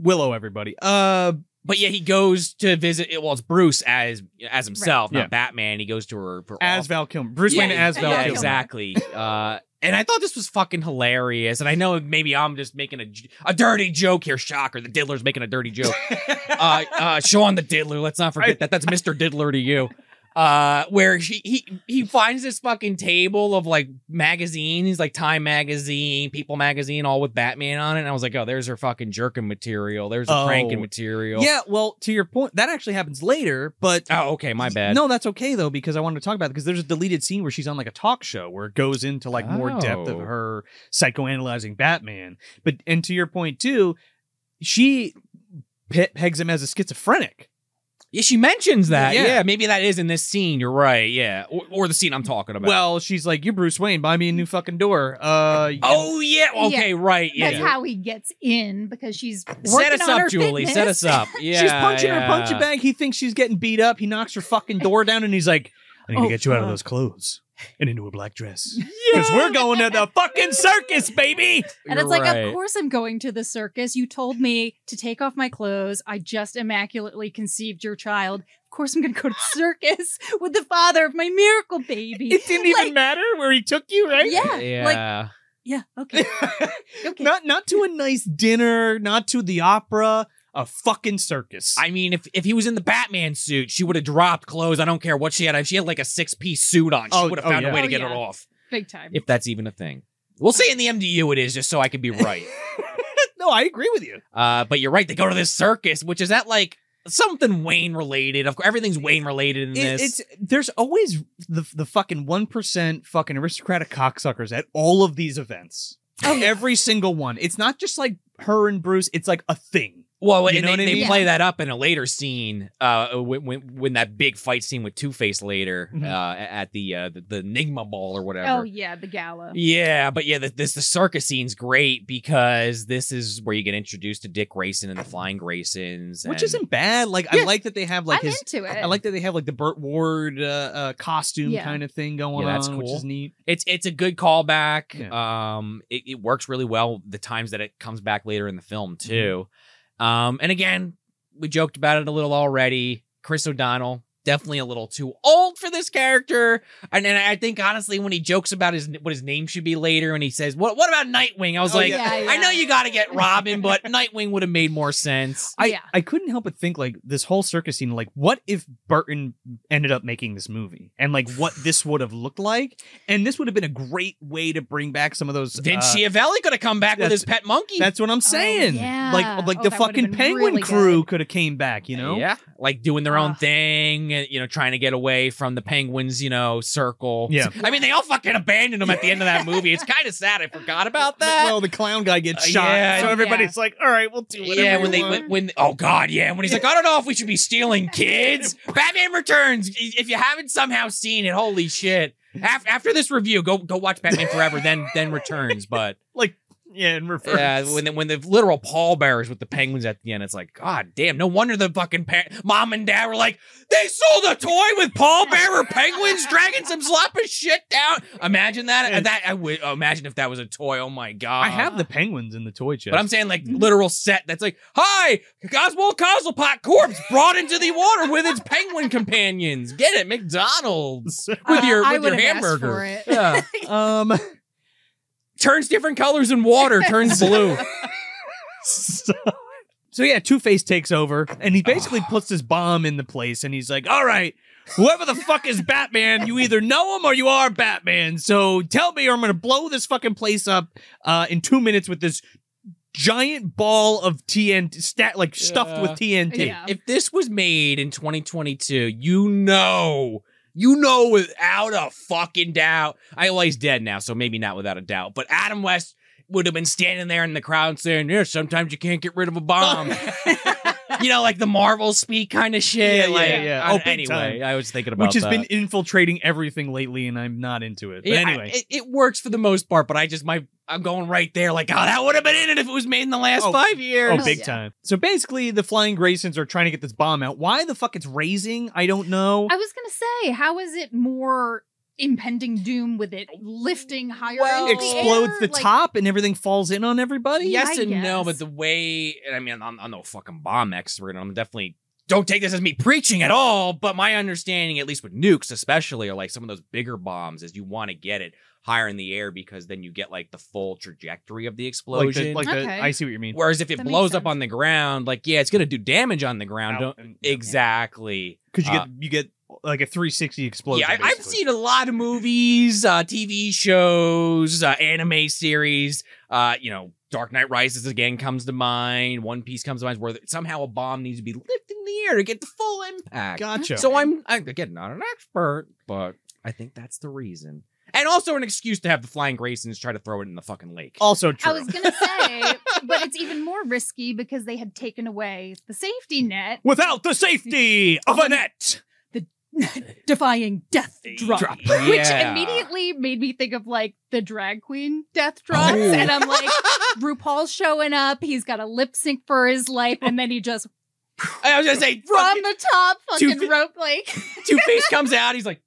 [SPEAKER 1] Willow, everybody. Uh,
[SPEAKER 2] But yeah, he goes to visit. Well, it's Bruce as as himself,
[SPEAKER 1] Right.
[SPEAKER 2] not
[SPEAKER 1] Yeah.
[SPEAKER 2] Batman. He goes to her, her
[SPEAKER 1] as
[SPEAKER 2] office.
[SPEAKER 1] Val Kilmer, Bruce
[SPEAKER 2] yeah,
[SPEAKER 1] Wayne as Val
[SPEAKER 2] yeah,
[SPEAKER 1] Kilmer.
[SPEAKER 2] exactly. uh, and I thought this was fucking hilarious. And I know maybe I'm just making a j- a dirty joke here. Shocker, the Diddler's making a
[SPEAKER 1] (laughs)
[SPEAKER 2] dirty joke. uh, uh, Sean the Diddler. Let's not forget
[SPEAKER 1] I-
[SPEAKER 2] that. That's Mister Diddler to you. Uh, where she, he he finds this fucking table of like magazines, like Time magazine, People magazine, all with Batman on it. And I was like, oh, there's her fucking jerking material. There's her
[SPEAKER 1] Oh.
[SPEAKER 2] pranking material.
[SPEAKER 1] Yeah, well, to your point, that actually happens later, but
[SPEAKER 2] Oh, okay, my bad.
[SPEAKER 1] No, that's okay though because I wanted to talk about it because there's a deleted scene where she's on like a talk show where it goes into like more depth of
[SPEAKER 2] Oh.
[SPEAKER 1] her psychoanalyzing Batman. But and to your point too, she pe- pegs him as a schizophrenic.
[SPEAKER 2] Yeah, she mentions that.
[SPEAKER 1] Yeah.
[SPEAKER 2] Yeah. maybe that is in this scene. You're right. Yeah, or, or the scene I'm talking about.
[SPEAKER 1] Well, she's like, "You're Bruce Wayne. Buy me a new fucking door." Uh,
[SPEAKER 2] oh yeah. Okay, right. Yeah.
[SPEAKER 3] That's how he gets in because she's
[SPEAKER 2] Set
[SPEAKER 3] working
[SPEAKER 2] us
[SPEAKER 3] on her
[SPEAKER 2] up, Julie. Set
[SPEAKER 3] fitness.
[SPEAKER 2] us up.
[SPEAKER 3] (laughs)
[SPEAKER 2] Yeah.
[SPEAKER 1] she's punching
[SPEAKER 2] yeah.
[SPEAKER 1] her punching bag. He thinks she's getting beat up. He knocks her fucking door down, and he's like, "I need
[SPEAKER 3] Oh,
[SPEAKER 1] to get you out of
[SPEAKER 3] fuck.
[SPEAKER 1] those clothes and into a black dress
[SPEAKER 2] Yeah.
[SPEAKER 1] because we're going to the fucking circus, baby."
[SPEAKER 3] And
[SPEAKER 2] You're
[SPEAKER 3] it's like,
[SPEAKER 2] right.
[SPEAKER 3] of course I'm going to the circus. You told me to take off my clothes. I just immaculately conceived your child. Of course I'm
[SPEAKER 2] (gasps)
[SPEAKER 3] going to go to the circus with the father of my miracle baby.
[SPEAKER 1] It didn't even
[SPEAKER 3] Like-
[SPEAKER 1] matter where he took you, right?
[SPEAKER 3] Yeah, like-
[SPEAKER 2] Yeah.
[SPEAKER 3] yeah, okay.
[SPEAKER 2] (laughs)
[SPEAKER 1] (laughs)
[SPEAKER 3] okay.
[SPEAKER 1] Not not to a nice dinner, not to the opera, a fucking circus.
[SPEAKER 2] I mean, if, if he was in the Batman suit, she would have dropped clothes. I don't care what she had. If she had like a six piece suit on, she
[SPEAKER 1] Oh,
[SPEAKER 2] would have
[SPEAKER 1] oh,
[SPEAKER 2] found
[SPEAKER 1] yeah.
[SPEAKER 2] a way to
[SPEAKER 3] Oh,
[SPEAKER 2] get
[SPEAKER 3] yeah.
[SPEAKER 2] it off.
[SPEAKER 3] Big time.
[SPEAKER 2] If that's even a thing. We'll say in the MDU it is, just so I
[SPEAKER 3] (laughs)
[SPEAKER 2] can be right.
[SPEAKER 1] (laughs) no, I agree with you.
[SPEAKER 2] Uh, but you're right. They go to this circus, which is that like something Wayne related. Of course, everything's Wayne related
[SPEAKER 1] It-
[SPEAKER 2] in this.
[SPEAKER 1] it's there's always the the fucking one percent fucking aristocratic cocksuckers at all of these events.
[SPEAKER 3] Oh,
[SPEAKER 1] Every single one. It's not just like her and Bruce. It's like a thing.
[SPEAKER 2] well,
[SPEAKER 1] you know
[SPEAKER 2] and they,
[SPEAKER 1] what I
[SPEAKER 2] they
[SPEAKER 1] mean?
[SPEAKER 2] play that up in a later scene, uh, when, when, when that big fight scene with Two Face later,
[SPEAKER 1] Mhm.
[SPEAKER 2] uh, at the, uh, the the Enigma Ball or whatever.
[SPEAKER 3] oh, yeah, the gala.
[SPEAKER 2] Yeah, but yeah, the, this the circus scene's great because this is where you get introduced to Dick Grayson and the Flying Graysons,
[SPEAKER 1] Which
[SPEAKER 2] and-
[SPEAKER 1] isn't bad. Like I
[SPEAKER 3] Yeah.
[SPEAKER 1] like that they have like
[SPEAKER 3] I'm
[SPEAKER 1] his
[SPEAKER 3] into it.
[SPEAKER 1] I like that they have like the Burt Ward uh, uh, costume
[SPEAKER 3] Yeah.
[SPEAKER 1] kind of thing going
[SPEAKER 2] Yeah, that's
[SPEAKER 1] on, which
[SPEAKER 2] cool.
[SPEAKER 1] is neat.
[SPEAKER 2] it's it's a good callback. Um, it, it works really well the times that it comes back later in the film
[SPEAKER 1] Mm-hmm.
[SPEAKER 2] too. Um, and again, we joked about it a little already. Chris O'Donnell definitely a little too old for this character, and then I think honestly when he jokes about his what his name should be later, and he says, "What what about Nightwing?" I was
[SPEAKER 1] Oh,
[SPEAKER 2] like.
[SPEAKER 1] yeah.
[SPEAKER 2] I know you got to get Robin, but (laughs) Nightwing would have made more sense.
[SPEAKER 1] I,
[SPEAKER 3] Yeah.
[SPEAKER 1] I couldn't help but think like this whole circus scene like what if burton ended up making this movie and like
[SPEAKER 3] (sighs)
[SPEAKER 1] what this would have looked like and this would have been a great way to bring back some of those
[SPEAKER 2] Then
[SPEAKER 1] uh,
[SPEAKER 2] Schiavelli could have come back with
[SPEAKER 1] that's-
[SPEAKER 2] his pet monkey.
[SPEAKER 1] that's what i'm saying
[SPEAKER 3] Oh, yeah.
[SPEAKER 1] like like
[SPEAKER 3] Oh,
[SPEAKER 1] the
[SPEAKER 3] that would have
[SPEAKER 1] fucking
[SPEAKER 3] been
[SPEAKER 1] penguin
[SPEAKER 3] really
[SPEAKER 1] crew
[SPEAKER 3] good.
[SPEAKER 1] could have came back you know
[SPEAKER 2] yeah, like doing their own
[SPEAKER 3] Ugh.
[SPEAKER 2] thing, and you know, trying to get away from the penguins, you know, circle.
[SPEAKER 1] Yeah.
[SPEAKER 2] I mean, they all fucking abandoned him at the end of that movie. It's kind of sad. I forgot about that.
[SPEAKER 1] well the clown guy gets
[SPEAKER 2] Uh,
[SPEAKER 1] shot
[SPEAKER 2] yeah.
[SPEAKER 1] so
[SPEAKER 3] Oh,
[SPEAKER 1] everybody's like all right we'll do whatever
[SPEAKER 2] yeah,
[SPEAKER 1] we
[SPEAKER 2] when they
[SPEAKER 1] want.
[SPEAKER 2] when, when oh god, yeah, when he's like, I don't know if we should be stealing kids. Batman Returns. If you haven't somehow seen it, holy shit! Af- after this review, go go watch Batman Forever, then then Returns. But
[SPEAKER 1] like yeah in reverse
[SPEAKER 2] Yeah, when the, when the literal pallbearers with the penguins at the end, it's like, God damn! No wonder the fucking par- mom and dad were like, they sold a toy with pallbearer penguins dragging some sloppy shit down. Imagine that.
[SPEAKER 1] Yeah.
[SPEAKER 2] That I would oh, imagine if that was a toy. Oh my god!
[SPEAKER 1] i have the penguins in the toy chest
[SPEAKER 2] But I'm saying like literal set that's like, hi, Oswald Cozzlepot corpse brought into the water with its penguin companions. Get
[SPEAKER 1] (laughs)
[SPEAKER 2] it, McDonald's with
[SPEAKER 3] Uh,
[SPEAKER 2] your
[SPEAKER 3] I
[SPEAKER 2] with your
[SPEAKER 3] would've asked
[SPEAKER 2] hamburger.
[SPEAKER 3] for it.
[SPEAKER 2] Yeah.
[SPEAKER 1] um
[SPEAKER 2] turns different colors in water, turns blue.
[SPEAKER 1] so, so yeah, Two Face takes over, and he basically puts this bomb in the place, and he's like, "All right, whoever the fuck is Batman, you either know him or you are Batman. So tell me, or I'm gonna blow this fucking place up uh, in two minutes with this." giant ball of TNT, stat like stuffed with TNT.
[SPEAKER 3] Yeah.
[SPEAKER 2] If this was made in 2022, you know, you know without a fucking doubt. I well, he's dead now, so maybe not without a doubt. But Adam West would have been standing there in the crowd saying, "Yeah, sometimes you can't get rid of a (laughs) bomb." you know, like the Marvel speak kind of shit.
[SPEAKER 1] Yeah, yeah,
[SPEAKER 2] like,
[SPEAKER 1] yeah.
[SPEAKER 2] I-
[SPEAKER 1] Oh, big
[SPEAKER 2] anyway,
[SPEAKER 1] time.
[SPEAKER 2] I was thinking
[SPEAKER 1] (laughs)
[SPEAKER 2] about
[SPEAKER 1] Which has
[SPEAKER 2] that.
[SPEAKER 1] been infiltrating everything lately, and I'm not into it. But
[SPEAKER 2] Yeah, I-
[SPEAKER 1] anyway,
[SPEAKER 2] it, it works for the most part, but I just my I'm going right there. Like, oh, that would have been in it if it was made in the last
[SPEAKER 1] Oh,
[SPEAKER 2] five years.
[SPEAKER 1] Oh, big
[SPEAKER 3] Yeah.
[SPEAKER 1] time. So basically, the flying Graysons are trying to get this bomb out. Why the fuck it's raising? I don't know.
[SPEAKER 3] I was gonna say, how is it more impending doom with it lifting higher?
[SPEAKER 2] Well,
[SPEAKER 3] into
[SPEAKER 1] Explodes
[SPEAKER 3] air?
[SPEAKER 1] the
[SPEAKER 3] Oh, Like,
[SPEAKER 1] top and everything falls in on everybody.
[SPEAKER 2] yes
[SPEAKER 3] I
[SPEAKER 2] and no,
[SPEAKER 3] guess.
[SPEAKER 2] but the way and I mean, I'm, I'm no fucking bomb expert, and I'm definitely don't take this as me preaching at all. But my understanding, at least with nukes, especially, or like some of those bigger bombs, is you want to get it higher in the air because then you get like the full trajectory of the
[SPEAKER 1] Like, the,
[SPEAKER 2] explosion.
[SPEAKER 1] like the-
[SPEAKER 3] Okay.
[SPEAKER 1] I see what you mean.
[SPEAKER 2] Whereas if it
[SPEAKER 3] That makes
[SPEAKER 2] blows up
[SPEAKER 3] sense.
[SPEAKER 2] on the ground, like yeah, it's gonna do damage on the ground.
[SPEAKER 1] Out
[SPEAKER 2] Don't,
[SPEAKER 1] and-
[SPEAKER 2] exactly.
[SPEAKER 1] Cause you
[SPEAKER 2] Uh,
[SPEAKER 1] get you get like a 360 explosion.
[SPEAKER 2] Yeah, I, I've
[SPEAKER 1] basically.
[SPEAKER 2] seen a lot of movies, uh, TV shows, uh, anime series. Uh, you know, Dark Knight Rises again comes to mind. One Piece comes to mind, where somehow a bomb needs to be lifted in the air to get the full impact.
[SPEAKER 1] Gotcha.
[SPEAKER 2] So I'm I, again not an expert, but I think that's the reason, and also an excuse to have the flying Graysons try to throw it in the fucking lake.
[SPEAKER 1] also true.
[SPEAKER 3] I was gonna say, (laughs) but it's even more risky because they had taken away the safety net,
[SPEAKER 1] Without the safety of a net.
[SPEAKER 3] defying death drop,
[SPEAKER 1] Drop.
[SPEAKER 3] which
[SPEAKER 2] Yeah.
[SPEAKER 3] immediately made me think of like the drag queen death drops,
[SPEAKER 2] Oh.
[SPEAKER 3] and I'm (laughs) like, RuPaul's showing up, he's got a lip sync for his life, and then
[SPEAKER 2] (laughs)
[SPEAKER 3] he just
[SPEAKER 2] I was gonna say,
[SPEAKER 3] from the top
[SPEAKER 2] Two
[SPEAKER 3] fucking
[SPEAKER 2] fi-
[SPEAKER 3] rope like (laughs)
[SPEAKER 2] Two Face comes out. He's like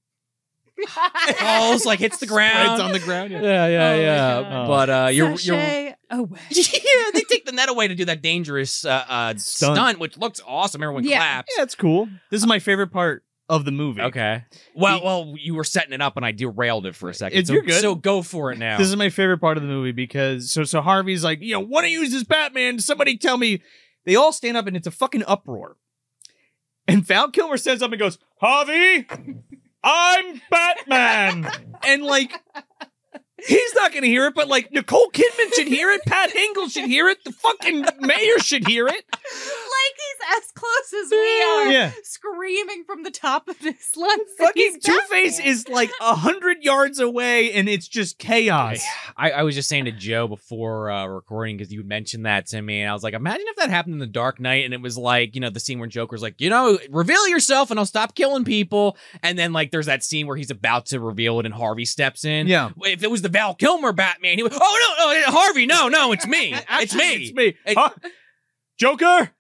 [SPEAKER 2] falls,
[SPEAKER 1] (laughs)
[SPEAKER 2] like hits the ground.
[SPEAKER 1] It's on the ground. Yeah.
[SPEAKER 2] yeah, yeah,
[SPEAKER 3] Oh my
[SPEAKER 2] yeah.
[SPEAKER 3] God.
[SPEAKER 2] But uh, you're you're
[SPEAKER 3] Sashay away.
[SPEAKER 1] (laughs)
[SPEAKER 2] yeah, they take the net away to do that dangerous uh, uh, stunt.
[SPEAKER 1] Stunt.
[SPEAKER 2] which looks awesome. Everyone
[SPEAKER 3] Yeah.
[SPEAKER 2] claps.
[SPEAKER 1] yeah, it's cool. This is my favorite part of the movie.
[SPEAKER 2] Okay. Well,
[SPEAKER 1] He-
[SPEAKER 2] well, you were setting it up, and I derailed it for a second.
[SPEAKER 1] It's-
[SPEAKER 2] so,
[SPEAKER 1] you're good.
[SPEAKER 2] So go for it now.
[SPEAKER 1] This is my favorite part of the movie because so so Harvey's like, you know, want to use this Batman? Somebody tell me. They all stand up and it's a fucking uproar. And Val Kilmer stands up and goes, Harvey, I'm Batman. and like, he's not gonna hear it, but like Nicole Kidman should hear it, Pat Hingle should hear it, the fucking mayor should hear it.
[SPEAKER 3] like he's as close as we are
[SPEAKER 1] Yeah.
[SPEAKER 3] screaming from the top of his lungs that
[SPEAKER 1] Fucking
[SPEAKER 3] he's
[SPEAKER 1] Two Face
[SPEAKER 3] Batman.
[SPEAKER 1] is like a hundred yards away and it's just chaos.
[SPEAKER 2] I, I was just saying to Joe before uh, recording because you mentioned that to me, and I was like, imagine if that happened in the Dark Knight, and it was like, you know, the scene where Joker's like, you know, reveal yourself, and I'll stop killing people, and then like there's that scene where he's about to reveal it, and Harvey steps in.
[SPEAKER 1] Yeah.
[SPEAKER 2] If it was the Val Kilmer Batman, he would, oh no, no, Harvey, no, no,
[SPEAKER 1] (laughs)
[SPEAKER 2] it's me, it's
[SPEAKER 1] Actually,
[SPEAKER 2] me,
[SPEAKER 1] It's me.
[SPEAKER 2] It-
[SPEAKER 1] Huh? Joker,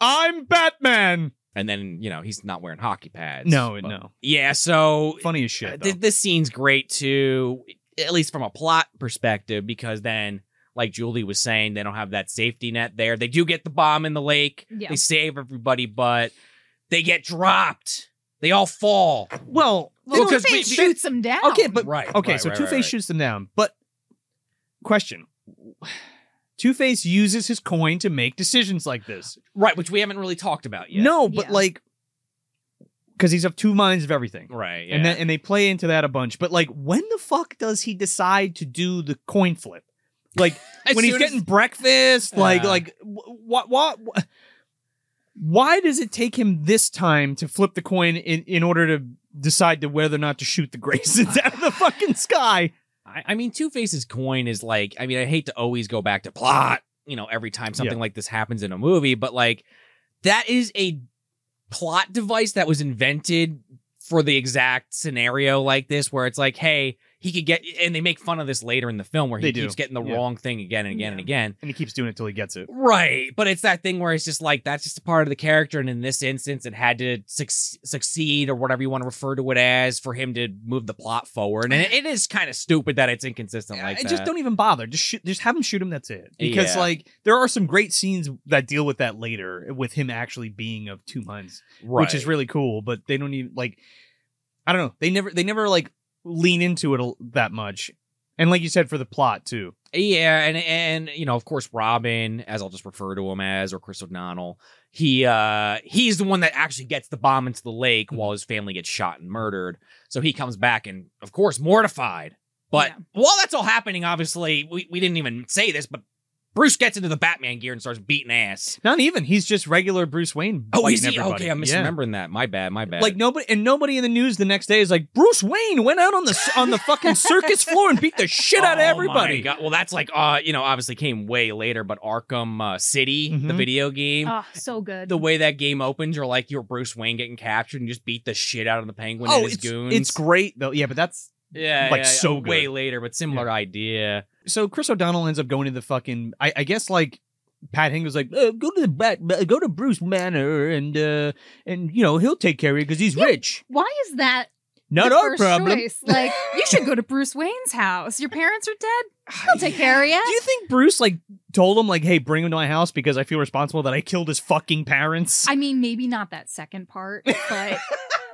[SPEAKER 1] I'm Batman.
[SPEAKER 2] and then you know he's not wearing hockey pads.
[SPEAKER 1] No,
[SPEAKER 2] But-
[SPEAKER 1] no.
[SPEAKER 2] Yeah, so
[SPEAKER 1] Funny as
[SPEAKER 2] uh,
[SPEAKER 1] shit.
[SPEAKER 2] th- this scene's great too, at least from a plot perspective, because then, like Julie was saying, they don't have that safety net there. They do get the bomb in the lake.
[SPEAKER 3] Yeah.
[SPEAKER 2] They save everybody, but they get dropped. They all fall.
[SPEAKER 1] though. well,
[SPEAKER 3] well,
[SPEAKER 1] because
[SPEAKER 3] Two-Face
[SPEAKER 1] we-
[SPEAKER 3] shoots him down
[SPEAKER 1] Okay, but
[SPEAKER 2] Right.
[SPEAKER 1] okay,
[SPEAKER 2] right,
[SPEAKER 1] so
[SPEAKER 2] right,
[SPEAKER 1] Two Face
[SPEAKER 2] right, right.
[SPEAKER 1] shoots them down. But question: Two Face uses his coin to make decisions like this.
[SPEAKER 2] Right, which we haven't really talked about yet.
[SPEAKER 1] No, but
[SPEAKER 3] Yeah.
[SPEAKER 1] like, because he's of two minds of everything.
[SPEAKER 2] Right. Yeah.
[SPEAKER 1] And that, and they play into that a bunch. But like, when the fuck does he decide to do the coin flip? Like,
[SPEAKER 2] As
[SPEAKER 1] when he's
[SPEAKER 2] soon
[SPEAKER 1] getting
[SPEAKER 2] as-
[SPEAKER 1] breakfast, like
[SPEAKER 2] Yeah.
[SPEAKER 1] like what what why does it take him this time to flip the coin in, in order to decide to whether or not to shoot the Graysons (laughs) out of the fucking sky?
[SPEAKER 2] I, I mean, Two Face's coin is like, I mean, I hate to always go back to plot, you know, every time something
[SPEAKER 1] Yeah.
[SPEAKER 2] like this happens in a movie, but like that is a plot device that was invented for the exact scenario like this, where it's like, hey, he could get, and they make fun of this later in the film where he
[SPEAKER 1] They do.
[SPEAKER 2] keeps getting the
[SPEAKER 1] Yeah.
[SPEAKER 2] wrong thing again and again and
[SPEAKER 3] Yeah.
[SPEAKER 2] again.
[SPEAKER 1] And he keeps doing it till he gets it.
[SPEAKER 2] Right. But it's that thing where it's just like, that's just a part of the character. And in this instance, it had to suc succeed or whatever you want to refer to it as for him to move the plot forward. And it, it is kind of stupid that it's inconsistent like
[SPEAKER 1] I
[SPEAKER 2] that.
[SPEAKER 1] just don't even bother. Just shoot, just have him shoot him. That's it. Because
[SPEAKER 2] Yeah.
[SPEAKER 1] like there are some great scenes that deal with that later, with him actually being of two minds,
[SPEAKER 2] right.
[SPEAKER 1] which is really cool. But they don't even like. I don't know. They never they never like lean into it a- that much, and like you said, for the plot too.
[SPEAKER 2] yeah, and and you know, of course, Robin, as I'll just refer to him as, or Chris O'Donnell, he uh he's the one that actually gets the bomb into the lake while his family gets shot and murdered. So he comes back and, of course, mortified. But
[SPEAKER 3] Yeah.
[SPEAKER 2] while that's all happening, obviously, we, we didn't even say this, but Bruce gets into the Batman gear and starts beating ass.
[SPEAKER 1] Not even. He's just regular Bruce Wayne.
[SPEAKER 2] Oh,
[SPEAKER 1] fighting
[SPEAKER 2] is he?
[SPEAKER 1] everybody.
[SPEAKER 2] Okay, I'm
[SPEAKER 1] Yeah.
[SPEAKER 2] misremembering that. My bad. My bad.
[SPEAKER 1] Like nobody and nobody in the news the next day is like Bruce Wayne went out on the on the fucking circus floor and beat the shit out of
[SPEAKER 2] (laughs) Oh my
[SPEAKER 1] everybody.
[SPEAKER 2] God. Well, that's like uh, you know, obviously came way later, but Arkham uh, City, the
[SPEAKER 1] Mhm.
[SPEAKER 2] video game.
[SPEAKER 3] Oh, so good.
[SPEAKER 2] the way that game opens, you're like you're Bruce Wayne getting captured and just beat the shit out of the Penguin
[SPEAKER 1] Oh,
[SPEAKER 2] and his
[SPEAKER 1] it's,
[SPEAKER 2] goons.
[SPEAKER 1] it's great though. Yeah, but that's
[SPEAKER 2] yeah,
[SPEAKER 1] like,
[SPEAKER 2] yeah, yeah.
[SPEAKER 1] so
[SPEAKER 2] way
[SPEAKER 1] good.
[SPEAKER 2] later, but similar idea.
[SPEAKER 1] so Chris O'Donnell ends up going to the fucking. I, I guess like Pat Hingle was like, uh, go to the bat, go to Bruce Manor, and uh, and you know he'll take care of you because he's
[SPEAKER 3] Yeah.
[SPEAKER 1] rich.
[SPEAKER 3] Why is that
[SPEAKER 1] Not
[SPEAKER 3] the
[SPEAKER 1] our
[SPEAKER 3] first
[SPEAKER 1] problem.
[SPEAKER 3] choice? Like, you should go to Bruce Wayne's house. Your parents are
[SPEAKER 1] (sighs)
[SPEAKER 3] dead. I'll take care of you.
[SPEAKER 1] Do you think Bruce like told him like, hey, bring him to my house because I feel responsible that I killed his fucking parents?
[SPEAKER 3] I mean, maybe not that
[SPEAKER 1] (laughs)
[SPEAKER 3] second part, but yeah.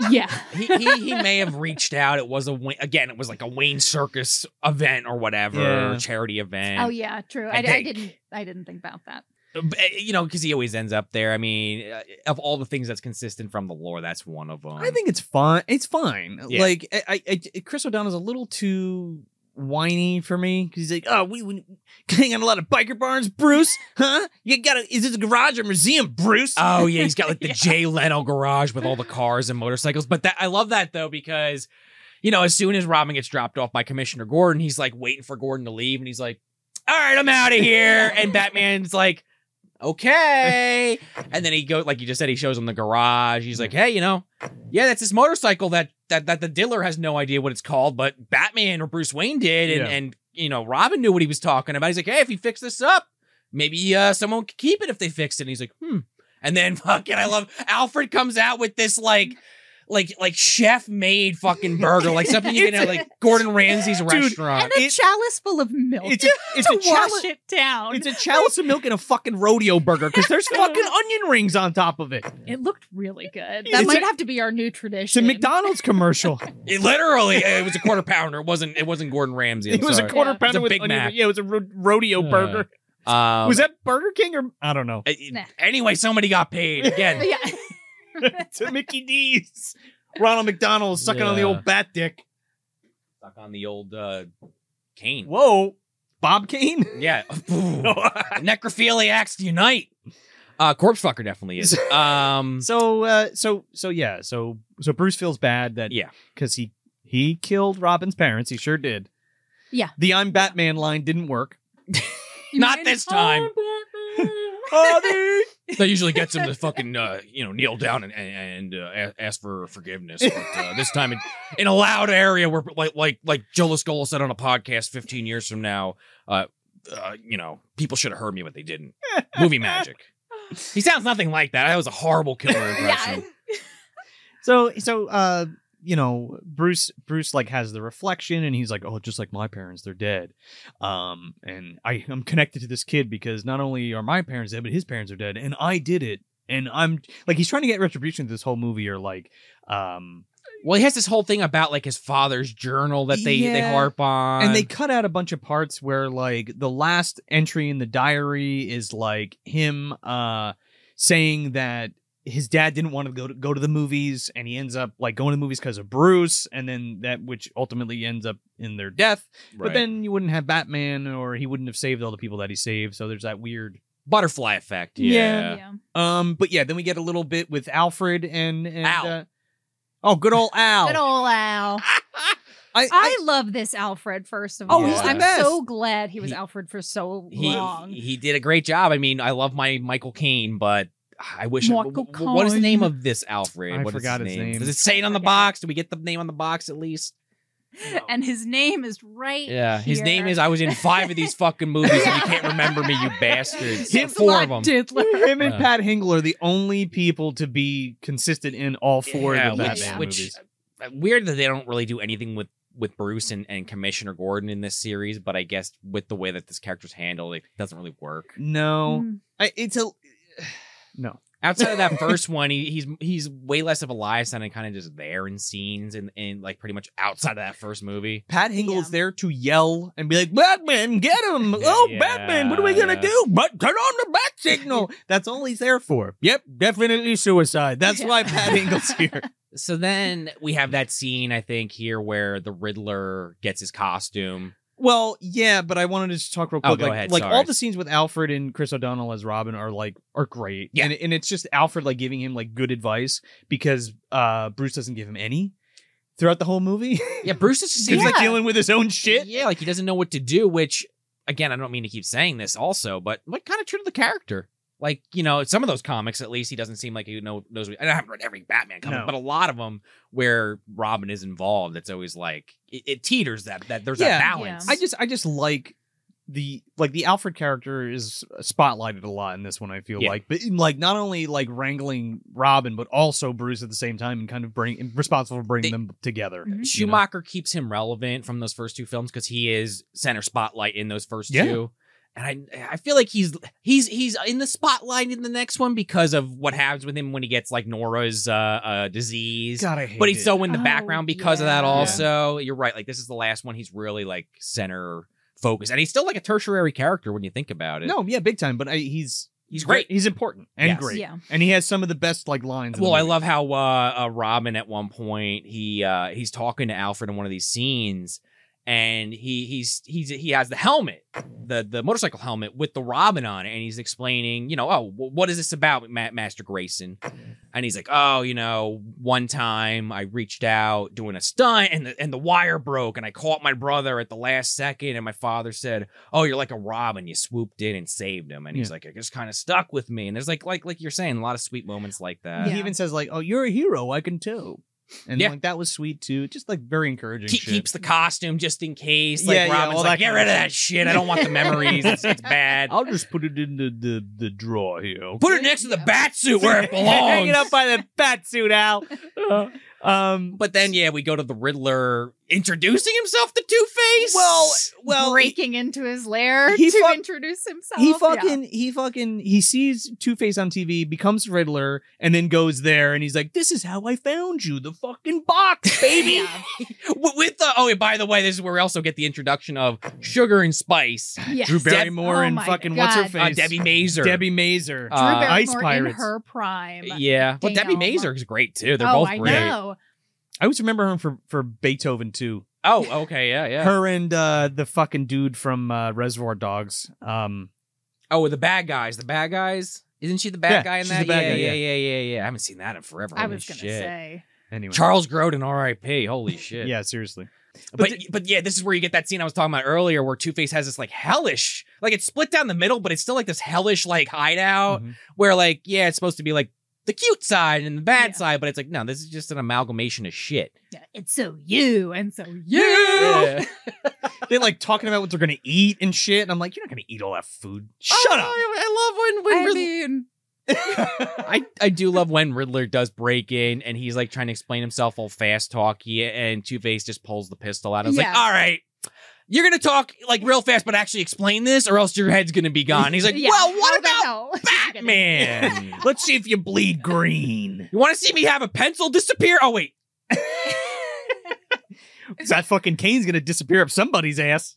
[SPEAKER 2] (laughs) He, he he may have reached out. It was a Wa- again, it was like a Wayne Circus event or whatever
[SPEAKER 1] Yeah.
[SPEAKER 2] charity event.
[SPEAKER 3] Oh yeah, true.
[SPEAKER 2] I
[SPEAKER 3] I, I
[SPEAKER 2] think.
[SPEAKER 3] didn't. I didn't think about that.
[SPEAKER 2] But, uh, you know, because he always ends up there. I mean, uh, of all the things that's consistent from the lore, that's one of them.
[SPEAKER 1] I think it's fine. It's fine.
[SPEAKER 2] Yeah.
[SPEAKER 1] Like I, I, I- Chris O'Donnell's a little too whiny for me because he's like, oh, we (laughs) would hang on a lot of biker barns, Bruce, huh? You got to Is this a garage or museum, Bruce?
[SPEAKER 2] Oh yeah, he's got like the Jay Leno garage with all the cars and motorcycles. But that I love that though because, you know, as soon as Robin gets dropped off by Commissioner Gordon, he's like waiting for Gordon to leave, and he's like, "All right, I'm out of here." And Batman's like, "Okay." And then he goes, like you just said, he shows him the garage. He's like, "Hey, you know, yeah, that's this motorcycle that that that the dealer has no idea what it's called, but Batman or Bruce Wayne did, and
[SPEAKER 1] Yeah.
[SPEAKER 2] and you know, Robin knew what he was talking about. He's like, "Hey, if you fix this up." Maybe uh, someone could keep it if they fixed it. And he's like, hmm. And then (laughs) fucking, I love Alfred comes out with this like, like, like chef made fucking burger, like
[SPEAKER 1] (laughs)
[SPEAKER 2] something you can have, like Gordon Ramsay's
[SPEAKER 3] And
[SPEAKER 2] restaurant.
[SPEAKER 3] a
[SPEAKER 1] Uh, it-
[SPEAKER 3] chalice full of milk
[SPEAKER 1] It's a, it's (laughs)
[SPEAKER 3] to
[SPEAKER 1] a
[SPEAKER 3] wash
[SPEAKER 1] challenge.
[SPEAKER 3] it down.
[SPEAKER 1] It's a chalice of milk and a fucking rodeo burger because (laughs) there's fucking onion rings on top of it.
[SPEAKER 3] it looked really good.
[SPEAKER 1] It's
[SPEAKER 3] That
[SPEAKER 1] a-
[SPEAKER 3] might have to be our new tradition.
[SPEAKER 1] It's a McDonald's (laughs) commercial.
[SPEAKER 2] It literally, it was a quarter pounder. It wasn't, it wasn't Gordon Ramsay. I'm
[SPEAKER 1] it was
[SPEAKER 2] sorry.
[SPEAKER 1] a quarter
[SPEAKER 3] Yeah.
[SPEAKER 1] pounder
[SPEAKER 2] It's a
[SPEAKER 1] with
[SPEAKER 2] Big
[SPEAKER 1] onion
[SPEAKER 2] Mac.
[SPEAKER 1] ring. Yeah, it was a ro- rodeo
[SPEAKER 2] Uh,
[SPEAKER 1] burger.
[SPEAKER 2] Um,
[SPEAKER 1] was that Burger King or I don't (laughs) know?
[SPEAKER 2] uh,
[SPEAKER 3] Nah.
[SPEAKER 2] Anyway, somebody got paid (laughs) again.
[SPEAKER 1] (laughs)
[SPEAKER 3] (laughs) Yeah.
[SPEAKER 1] to Mickey D's. Ronald McDonald sucking on the
[SPEAKER 2] Yeah.
[SPEAKER 1] old bat dick.
[SPEAKER 2] Stuck on the old uh, cane.
[SPEAKER 1] Whoa, Bob Kane. (laughs)
[SPEAKER 2] Yeah. Necrophiliacs unite. Uh, corpse fucker
[SPEAKER 1] (laughs)
[SPEAKER 2] definitely is. Um,
[SPEAKER 1] So uh so so yeah, so so Bruce feels bad that
[SPEAKER 2] Yeah.
[SPEAKER 1] cuz he he killed Robin's parents, he sure did.
[SPEAKER 3] Yeah.
[SPEAKER 1] The I'm Batman line didn't work.
[SPEAKER 2] Not this time. that usually gets him to fucking uh, you know kneel down and and uh, a- ask for forgiveness. But uh, this time in, in a loud area where like like like Joe Lascola said on a podcast 15 years from now, uh, uh, you know people should have heard me, but they didn't. Movie magic. He sounds nothing like that. That was a
[SPEAKER 1] (laughs)
[SPEAKER 2] horrible killer
[SPEAKER 3] yeah.
[SPEAKER 2] impression.
[SPEAKER 1] (laughs) so so uh you know, Bruce Bruce like has the reflection and he's like, "Oh, just like my parents, they're dead." Um and I I'm connected to this kid because not only are my parents dead, but his parents are dead and I did it. And I'm like he's trying to get retribution to this whole movie or like um
[SPEAKER 2] Well, he has this whole thing about like his father's journal that they they
[SPEAKER 1] Yeah.
[SPEAKER 2] harp on,
[SPEAKER 1] and they cut out a bunch of parts where like the last entry in the diary is like him uh saying that his dad didn't want to go to go to the movies and he ends up like going to the movies because of Bruce and then that which ultimately ends up in their death but then you wouldn't have Batman or he wouldn't have saved all the people that he saved so there's that weird
[SPEAKER 2] butterfly effect.
[SPEAKER 1] Yeah.
[SPEAKER 3] Yeah.
[SPEAKER 1] um but yeah then we get a little bit with Alfred and and
[SPEAKER 2] Al.
[SPEAKER 1] uh, oh good old Al
[SPEAKER 3] Good ol' Al.
[SPEAKER 1] I, I,
[SPEAKER 3] I love this Alfred. First of
[SPEAKER 1] Oh,
[SPEAKER 3] all,
[SPEAKER 2] he's the
[SPEAKER 3] I'm
[SPEAKER 1] best.
[SPEAKER 3] so glad he was
[SPEAKER 2] He-
[SPEAKER 3] Alfred for so
[SPEAKER 2] he
[SPEAKER 3] long.
[SPEAKER 2] he did a great job. I mean, I love my Michael Caine, but I wish.
[SPEAKER 3] Michael
[SPEAKER 2] w- w- What is the
[SPEAKER 3] Caine.
[SPEAKER 2] name of this Alfred?
[SPEAKER 1] I
[SPEAKER 2] What is
[SPEAKER 1] forgot his name.
[SPEAKER 2] Does it say it on the
[SPEAKER 3] Forgot.
[SPEAKER 2] box? Do we get the name on the box at least?
[SPEAKER 3] and his name is right.
[SPEAKER 2] Yeah, his
[SPEAKER 3] here.
[SPEAKER 2] name
[SPEAKER 3] (laughs)
[SPEAKER 2] is. I was in five of these fucking movies, and you can't remember me, you bastards.
[SPEAKER 1] Him-
[SPEAKER 2] Four of them. (laughs)
[SPEAKER 3] Diddler.
[SPEAKER 1] him and
[SPEAKER 2] Uh.
[SPEAKER 1] Pat Hingle are the only people to be consistent in all four
[SPEAKER 2] Yeah,
[SPEAKER 1] of the
[SPEAKER 2] which-
[SPEAKER 1] Batman
[SPEAKER 2] which-
[SPEAKER 1] movies.
[SPEAKER 2] Uh, Weird that they don't really do anything with with Bruce and, and Commissioner Gordon in this series, but I guess with the way that this character's handled, it doesn't really work.
[SPEAKER 1] No,
[SPEAKER 2] Oh,
[SPEAKER 3] (laughs) Mm.
[SPEAKER 1] I, it's a no.
[SPEAKER 2] Outside of (laughs) that first one, he, he's he's way less of a liaison and kind of just there in scenes and, and like pretty much outside of that first movie.
[SPEAKER 1] Pat Hingle
[SPEAKER 3] Yeah.
[SPEAKER 1] is there to yell and be like, "Batman, get him! Oh, Batman, what are we gonna
[SPEAKER 2] Yeah.
[SPEAKER 1] do? But turn on the bat
[SPEAKER 3] (laughs)
[SPEAKER 1] signal." That's all he's there for. Yep, definitely suicide. That's why Pat
[SPEAKER 3] (laughs)
[SPEAKER 1] Hingle's here.
[SPEAKER 2] So then we have that scene I think here where the Riddler gets his costume
[SPEAKER 1] Well, yeah, but I wanted to just talk real
[SPEAKER 2] Oh,
[SPEAKER 1] quick.
[SPEAKER 2] go
[SPEAKER 1] like,
[SPEAKER 2] ahead,
[SPEAKER 1] like
[SPEAKER 2] sorry.
[SPEAKER 1] all the scenes with Alfred and Chris O'Donnell as Robin are like are great.
[SPEAKER 2] Yeah.
[SPEAKER 1] And, and it's just Alfred like giving him like good advice because uh Bruce doesn't give him any throughout the whole movie. (laughs)
[SPEAKER 2] Yeah, Bruce is just
[SPEAKER 1] He's
[SPEAKER 2] seems
[SPEAKER 1] like
[SPEAKER 3] Yeah.
[SPEAKER 1] dealing with his own shit.
[SPEAKER 2] Yeah, like he doesn't know what to do, which again, I don't mean to keep saying this also, but what kind of true to the character? Like, you know, some of those comics, at least, he doesn't seem like he know, knows. What, and I haven't read every Batman comic,
[SPEAKER 1] No.
[SPEAKER 2] but a lot of them where Robin is involved, it's always like it, it teeters that that there's
[SPEAKER 1] Yeah.
[SPEAKER 2] that balance.
[SPEAKER 1] I just I just like the like the Alfred character is spotlighted a lot in this one. I feel
[SPEAKER 2] Yeah.
[SPEAKER 1] like, but like not only like wrangling Robin, but also Bruce at the same time, and kind of bring and responsible for bringing
[SPEAKER 2] They-
[SPEAKER 1] them together.
[SPEAKER 3] Mhm.
[SPEAKER 1] you know?
[SPEAKER 2] Schumacher keeps him relevant from those first two films because he is center spotlight in those first
[SPEAKER 1] Yeah.
[SPEAKER 2] two. And I I feel like he's he's he's in the spotlight in the next one because of what happens with him when he gets like Nora's uh, uh disease.
[SPEAKER 1] God, I hate
[SPEAKER 2] but he's
[SPEAKER 1] it.
[SPEAKER 2] so in the
[SPEAKER 3] Oh,
[SPEAKER 2] background because of that
[SPEAKER 3] yeah.
[SPEAKER 2] also you're right like this is the last one he's really like center focused and he's still like a tertiary character when you think about it
[SPEAKER 1] no, yeah, big time. But I, he's
[SPEAKER 2] he's great
[SPEAKER 1] He's important and
[SPEAKER 2] Yes.
[SPEAKER 1] great.
[SPEAKER 3] Mm, Yeah.
[SPEAKER 1] and he has some of the best like lines. in the
[SPEAKER 2] well i
[SPEAKER 1] movie.
[SPEAKER 2] love how uh, uh robin at one point he uh he's talking to alfred in one of these scenes and he he's he's he has the helmet the the motorcycle helmet with the robin on it and he's explaining you know oh wh- what is this about Ma- master grayson and he's like, "Oh, you know, one time I reached out doing a stunt, and the and the wire broke, and I caught my brother at the last second, and my father said, "Oh, you're like a robin, you swooped in and saved him," and he's
[SPEAKER 1] Yeah.
[SPEAKER 2] like, "It just kind of stuck with me," and there's like like like you're saying, a lot of sweet moments like that.
[SPEAKER 1] He
[SPEAKER 3] Yeah.
[SPEAKER 1] even says like, "Oh, you're a hero. I can too." And
[SPEAKER 2] Yeah.
[SPEAKER 1] like that was sweet too. Just like very encouraging.
[SPEAKER 2] Ke-
[SPEAKER 1] shit.
[SPEAKER 2] keeps the costume just in case. Like
[SPEAKER 1] Yeah, yeah,
[SPEAKER 2] Robin's
[SPEAKER 1] all
[SPEAKER 2] like,
[SPEAKER 1] that
[SPEAKER 2] "Get
[SPEAKER 1] kind
[SPEAKER 2] rid
[SPEAKER 1] of
[SPEAKER 2] of that
[SPEAKER 1] stuff."
[SPEAKER 2] shit. I don't want the memories. It's, it's
[SPEAKER 1] (laughs)
[SPEAKER 2] bad.
[SPEAKER 1] I'll just put it in the the, the drawer here.
[SPEAKER 2] Put it next to the
[SPEAKER 3] Yeah.
[SPEAKER 2] bat suit where it
[SPEAKER 1] (laughs) Hang
[SPEAKER 2] belongs."
[SPEAKER 1] it up by the bat suit,
[SPEAKER 2] (laughs)
[SPEAKER 1] Al. Um,
[SPEAKER 2] But then, yeah, we go to the Riddler introducing himself to Two Face.
[SPEAKER 1] well, well, he-
[SPEAKER 3] breaking into his lair
[SPEAKER 1] he
[SPEAKER 3] to
[SPEAKER 1] fuck-
[SPEAKER 3] introduce himself.
[SPEAKER 1] he
[SPEAKER 3] Yeah.
[SPEAKER 1] fucking he fucking he sees Two Face on TV, becomes Riddler, and then goes there, and he's like, "This is how I found you, the fucking box, baby."
[SPEAKER 3] Yeah.
[SPEAKER 2] W- with the oh, and by the way, this is where we also get the introduction of Sugar and Spice,
[SPEAKER 3] Yes.
[SPEAKER 1] Drew
[SPEAKER 3] Drew
[SPEAKER 1] Barrymore
[SPEAKER 3] Oh
[SPEAKER 1] and
[SPEAKER 3] my
[SPEAKER 1] fucking what's her
[SPEAKER 3] God.
[SPEAKER 1] face?
[SPEAKER 2] uh, Debbie (laughs) Mazer,
[SPEAKER 1] Debbie Mazer.
[SPEAKER 2] Uh,
[SPEAKER 3] Barrymore
[SPEAKER 1] Ice
[SPEAKER 3] in
[SPEAKER 1] Pirates.
[SPEAKER 3] her prime.
[SPEAKER 2] Yeah, well,
[SPEAKER 3] Dana
[SPEAKER 2] Debbie
[SPEAKER 3] Olmo.
[SPEAKER 2] Mazer is great too. They're
[SPEAKER 3] oh,
[SPEAKER 2] both
[SPEAKER 3] I
[SPEAKER 2] great.
[SPEAKER 3] know.
[SPEAKER 1] I always remember her for for Beethoven too.
[SPEAKER 2] Oh, okay, yeah, yeah.
[SPEAKER 1] Her and uh, the fucking dude from uh, Reservoir Dogs. Um,
[SPEAKER 2] oh, the bad guys, the bad guys. Isn't she the bad
[SPEAKER 1] Yeah,
[SPEAKER 2] guy in
[SPEAKER 1] she's
[SPEAKER 2] that?
[SPEAKER 1] the bad
[SPEAKER 2] yeah,
[SPEAKER 1] guy,
[SPEAKER 2] yeah,
[SPEAKER 1] yeah.
[SPEAKER 2] yeah, yeah, yeah. I haven't seen that in forever.
[SPEAKER 3] I
[SPEAKER 2] Holy
[SPEAKER 3] was gonna
[SPEAKER 2] shit.
[SPEAKER 3] say.
[SPEAKER 1] anyway,
[SPEAKER 2] Charles Grodin,
[SPEAKER 1] (laughs)
[SPEAKER 2] R.I.P. Holy shit.
[SPEAKER 1] yeah, seriously.
[SPEAKER 2] but but yeah, this is where you get that scene I was talking about earlier, where Two Face has this like hellish, like it's split down the middle, but it's still like this hellish like hideout
[SPEAKER 1] Mhm.
[SPEAKER 2] where like yeah, it's supposed to be like the cute side and the bad
[SPEAKER 3] Yeah.
[SPEAKER 2] side, but it's like no, this is just an amalgamation of shit.
[SPEAKER 3] Yeah, It's so you and so you.
[SPEAKER 2] Yeah.
[SPEAKER 1] they like talking about what they're gonna eat and shit, and I'm like, you're not gonna eat all that food. Shut up.
[SPEAKER 2] I love when when
[SPEAKER 3] I
[SPEAKER 2] Riddler.
[SPEAKER 3] mean,
[SPEAKER 2] I, I do love when Riddler does break in and he's like trying to explain himself all fast talky and Two Face just pulls the pistol out. I was like,
[SPEAKER 3] Yeah.
[SPEAKER 2] all right, you're gonna talk like real fast, but actually explain this, or else your head's gonna be gone. He's like,
[SPEAKER 3] (laughs) yeah,
[SPEAKER 2] well, what about
[SPEAKER 3] how (laughs) the hell?
[SPEAKER 2] Batman. (laughs)
[SPEAKER 1] (laughs) Let's see if you bleed green.
[SPEAKER 2] you want to see me have a pencil disappear? Oh wait,
[SPEAKER 1] (laughs) that fucking cane's gonna disappear up somebody's ass.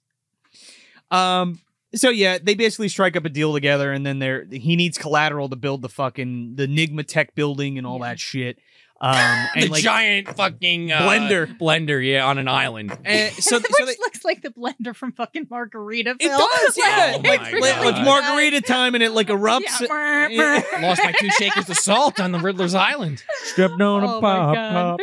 [SPEAKER 1] Um. So yeah, they basically strike up a deal together, and then they're he needs collateral to build the fucking the Enigma Tech building and all
[SPEAKER 3] Yeah.
[SPEAKER 1] that
[SPEAKER 2] (laughs)
[SPEAKER 1] shit. Um, and
[SPEAKER 2] the
[SPEAKER 1] like
[SPEAKER 2] giant fucking uh,
[SPEAKER 1] Blender.
[SPEAKER 2] blender, Eh, yeah, on an island.
[SPEAKER 1] and so,
[SPEAKER 3] Which
[SPEAKER 1] so they,
[SPEAKER 3] looks like the blender from fucking Margaritaville.
[SPEAKER 1] it does, yeah.
[SPEAKER 2] Oh my
[SPEAKER 1] like, like,
[SPEAKER 2] God.
[SPEAKER 1] like margarita time, and it like erupts.
[SPEAKER 3] Yeah.
[SPEAKER 2] (laughs)
[SPEAKER 3] (laughs)
[SPEAKER 2] Lost my two shakers of salt on the Riddler's island.
[SPEAKER 1] Strip down
[SPEAKER 3] Oh my god,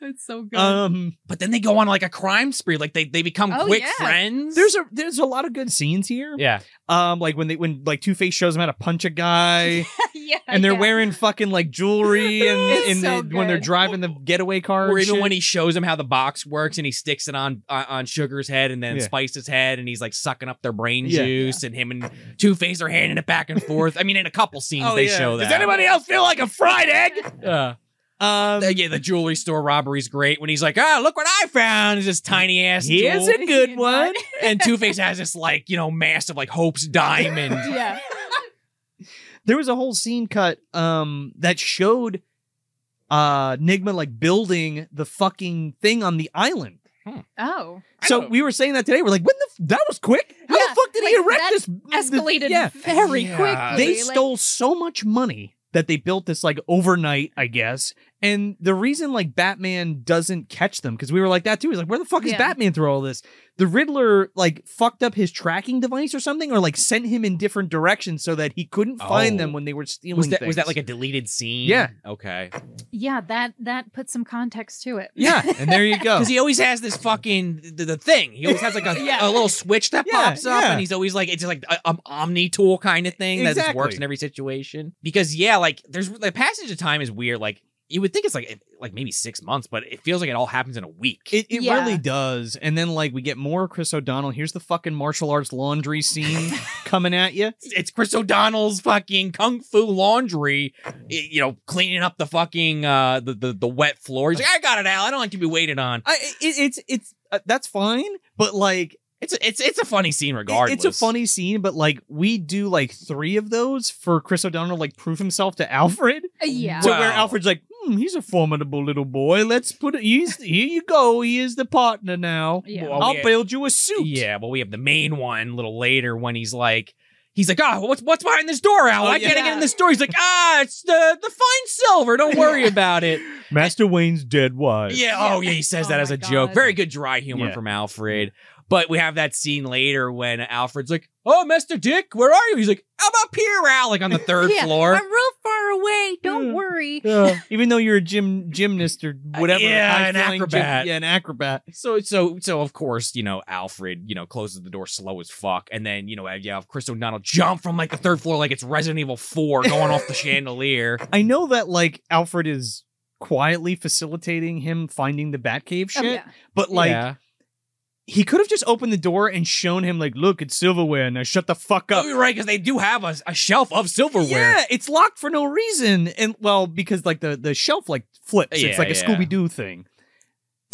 [SPEAKER 3] it's so (laughs) good.
[SPEAKER 1] Um,
[SPEAKER 2] But then they go on like a crime spree. Like they, they become
[SPEAKER 3] Oh,
[SPEAKER 2] quick
[SPEAKER 3] yeah.
[SPEAKER 2] friends.
[SPEAKER 1] there's a there's a lot of good scenes here.
[SPEAKER 2] yeah.
[SPEAKER 1] Um, like when they when like Two Face shows him how to punch a guy,
[SPEAKER 3] yeah,
[SPEAKER 1] and they're
[SPEAKER 3] yeah.
[SPEAKER 1] wearing fucking like
[SPEAKER 3] (laughs)
[SPEAKER 1] jewelry, and,
[SPEAKER 3] It's
[SPEAKER 1] and
[SPEAKER 3] so
[SPEAKER 1] the- when they're
[SPEAKER 3] good.
[SPEAKER 1] driving the getaway car,
[SPEAKER 2] Or even when he shows him how the box works and he sticks it on uh, on Sugar's head and then
[SPEAKER 1] Yeah.
[SPEAKER 2] Spice's head and he's like sucking up their brain
[SPEAKER 1] Yeah.
[SPEAKER 2] juice and him and Two Face are handing it back and forth. I mean, in a couple scenes they show that.
[SPEAKER 1] Oh, Does anybody else feel like a fried egg?
[SPEAKER 2] Yeah.
[SPEAKER 1] Um,
[SPEAKER 2] Uh, yeah, the jewelry store robbery's great when he's like, "Ah, look what I found!" Is this tiny
[SPEAKER 1] (laughs)
[SPEAKER 2] ass
[SPEAKER 1] here's
[SPEAKER 2] jewel.
[SPEAKER 1] a good one.
[SPEAKER 2] and Two Face has this like you know massive like Hope's diamond.
[SPEAKER 3] (laughs) Yeah,
[SPEAKER 1] (laughs) There was a whole scene cut um that showed uh Nigma like building the fucking thing on the island.
[SPEAKER 3] oh,
[SPEAKER 2] I
[SPEAKER 1] So
[SPEAKER 2] don't-
[SPEAKER 1] we were saying that today. We're like, when the f- that was quick. How
[SPEAKER 3] Yeah,
[SPEAKER 1] the fuck did he
[SPEAKER 3] like,
[SPEAKER 1] erect (laughs)
[SPEAKER 3] that
[SPEAKER 1] this?
[SPEAKER 3] escalated
[SPEAKER 1] this- yeah,
[SPEAKER 3] very
[SPEAKER 2] Yeah.
[SPEAKER 3] quickly.
[SPEAKER 1] they
[SPEAKER 3] Uh, like-
[SPEAKER 1] stole so much money that they built this like overnight, I guess, And the reason like Batman doesn't catch them because we were like that too. He's like, where the fuck is
[SPEAKER 3] Yeah.
[SPEAKER 1] Batman through all this? The Riddler like fucked up his tracking device or something, or like sent him in different directions so that he couldn't find
[SPEAKER 2] Oh.
[SPEAKER 1] them when they were stealing.
[SPEAKER 2] Was that was
[SPEAKER 1] things.
[SPEAKER 2] that like a deleted scene?
[SPEAKER 1] Yeah.
[SPEAKER 2] Okay.
[SPEAKER 3] Yeah, that that puts some context to it.
[SPEAKER 1] yeah? And there
[SPEAKER 2] (laughs)
[SPEAKER 1] you go.
[SPEAKER 2] Because he always has this fucking the, the thing. He always has
[SPEAKER 1] (laughs)
[SPEAKER 2] like a,
[SPEAKER 3] Yeah.
[SPEAKER 2] a little switch that
[SPEAKER 1] Yeah,
[SPEAKER 2] pops up,
[SPEAKER 1] yeah.
[SPEAKER 2] and he's always like it's like a, an omni tool kind of thing that just works
[SPEAKER 1] Exactly.
[SPEAKER 2] in every situation. Because yeah, like there's the passage of time is weird. Like you would think it's like like maybe six months, but it feels like it all happens in a week.
[SPEAKER 1] It, it
[SPEAKER 3] Yeah.
[SPEAKER 1] really does. And then like we get more Chris O'Donnell. Here's the fucking martial arts laundry
[SPEAKER 3] (laughs)
[SPEAKER 1] scene coming at you.
[SPEAKER 2] it's Chris O'Donnell's fucking kung fu laundry, i- you know, cleaning up the fucking uh the the, the wet floor. He's like, I got it, Al. I don't like to be waited on.
[SPEAKER 1] I it, it's it's uh, that's fine, but like
[SPEAKER 2] It's a, it's it's a funny scene
[SPEAKER 1] it-
[SPEAKER 2] regardless.
[SPEAKER 1] it's a funny scene. But like we do like three of those for Chris O'Donnell to, like prove himself to Alfred.
[SPEAKER 3] Uh, (laughs) Yeah.
[SPEAKER 1] To where
[SPEAKER 2] Wow.
[SPEAKER 1] Alfred's like, hmm, he's a formidable little boy. Let's put it. He's here. You go. He is the partner now.
[SPEAKER 3] Yeah.
[SPEAKER 2] Well,
[SPEAKER 1] I'll
[SPEAKER 2] we-
[SPEAKER 1] build you a suit.
[SPEAKER 2] Oh, Yeah, well, we have the main one a little later when he's like, he's like, oh, what's what's behind this door, Al?
[SPEAKER 1] Oh,
[SPEAKER 2] I
[SPEAKER 1] yeah.
[SPEAKER 2] gotta get in this door. He's like, ah, it's the the fine silver. Don't worry about it.
[SPEAKER 1] Master Wayne's dead wife.
[SPEAKER 2] (laughs) Yeah.
[SPEAKER 3] Yeah.
[SPEAKER 2] Oh, yeah. He says
[SPEAKER 3] Oh
[SPEAKER 2] that as
[SPEAKER 3] my
[SPEAKER 2] a joke.
[SPEAKER 3] God.
[SPEAKER 2] Very good dry humor
[SPEAKER 1] Yeah.
[SPEAKER 2] from Alfred. But we have that scene later when Alfred's like, "Oh, Mister Dick, where are you?" He's like, "I'm up here, Al, like on the third
[SPEAKER 3] (laughs) Yeah,
[SPEAKER 2] floor."
[SPEAKER 3] I'm real far away. Don't
[SPEAKER 1] Yeah.
[SPEAKER 3] worry.
[SPEAKER 2] (laughs)
[SPEAKER 1] Yeah. Even though you're a gym gymnast or whatever,
[SPEAKER 2] Uh, yeah,
[SPEAKER 1] high
[SPEAKER 2] an
[SPEAKER 1] flying gym-
[SPEAKER 2] acrobat.
[SPEAKER 1] yeah, an acrobat.
[SPEAKER 2] So, so, so, of course, you know, Alfred, you know, closes the door slow as fuck, and then, you know, uh, you have Chris O'Donnell jump from like the third floor, like it's Resident Evil Four, going off (laughs) the chandelier.
[SPEAKER 1] I know that like Alfred is quietly facilitating him finding the Batcave
[SPEAKER 3] Oh,
[SPEAKER 1] shit,
[SPEAKER 3] yeah.
[SPEAKER 1] but like
[SPEAKER 2] Yeah.
[SPEAKER 1] he could have just opened the door and shown him like, look, it's silverware. Now shut the fuck up.
[SPEAKER 2] Oh, you're right, because they do have a, a shelf of silverware.
[SPEAKER 1] Oh, Yeah, it's locked for no reason, and well, because like the the shelf like flips.
[SPEAKER 2] Yeah,
[SPEAKER 1] it's like a
[SPEAKER 2] yeah.
[SPEAKER 1] Scooby Doo (laughs) thing.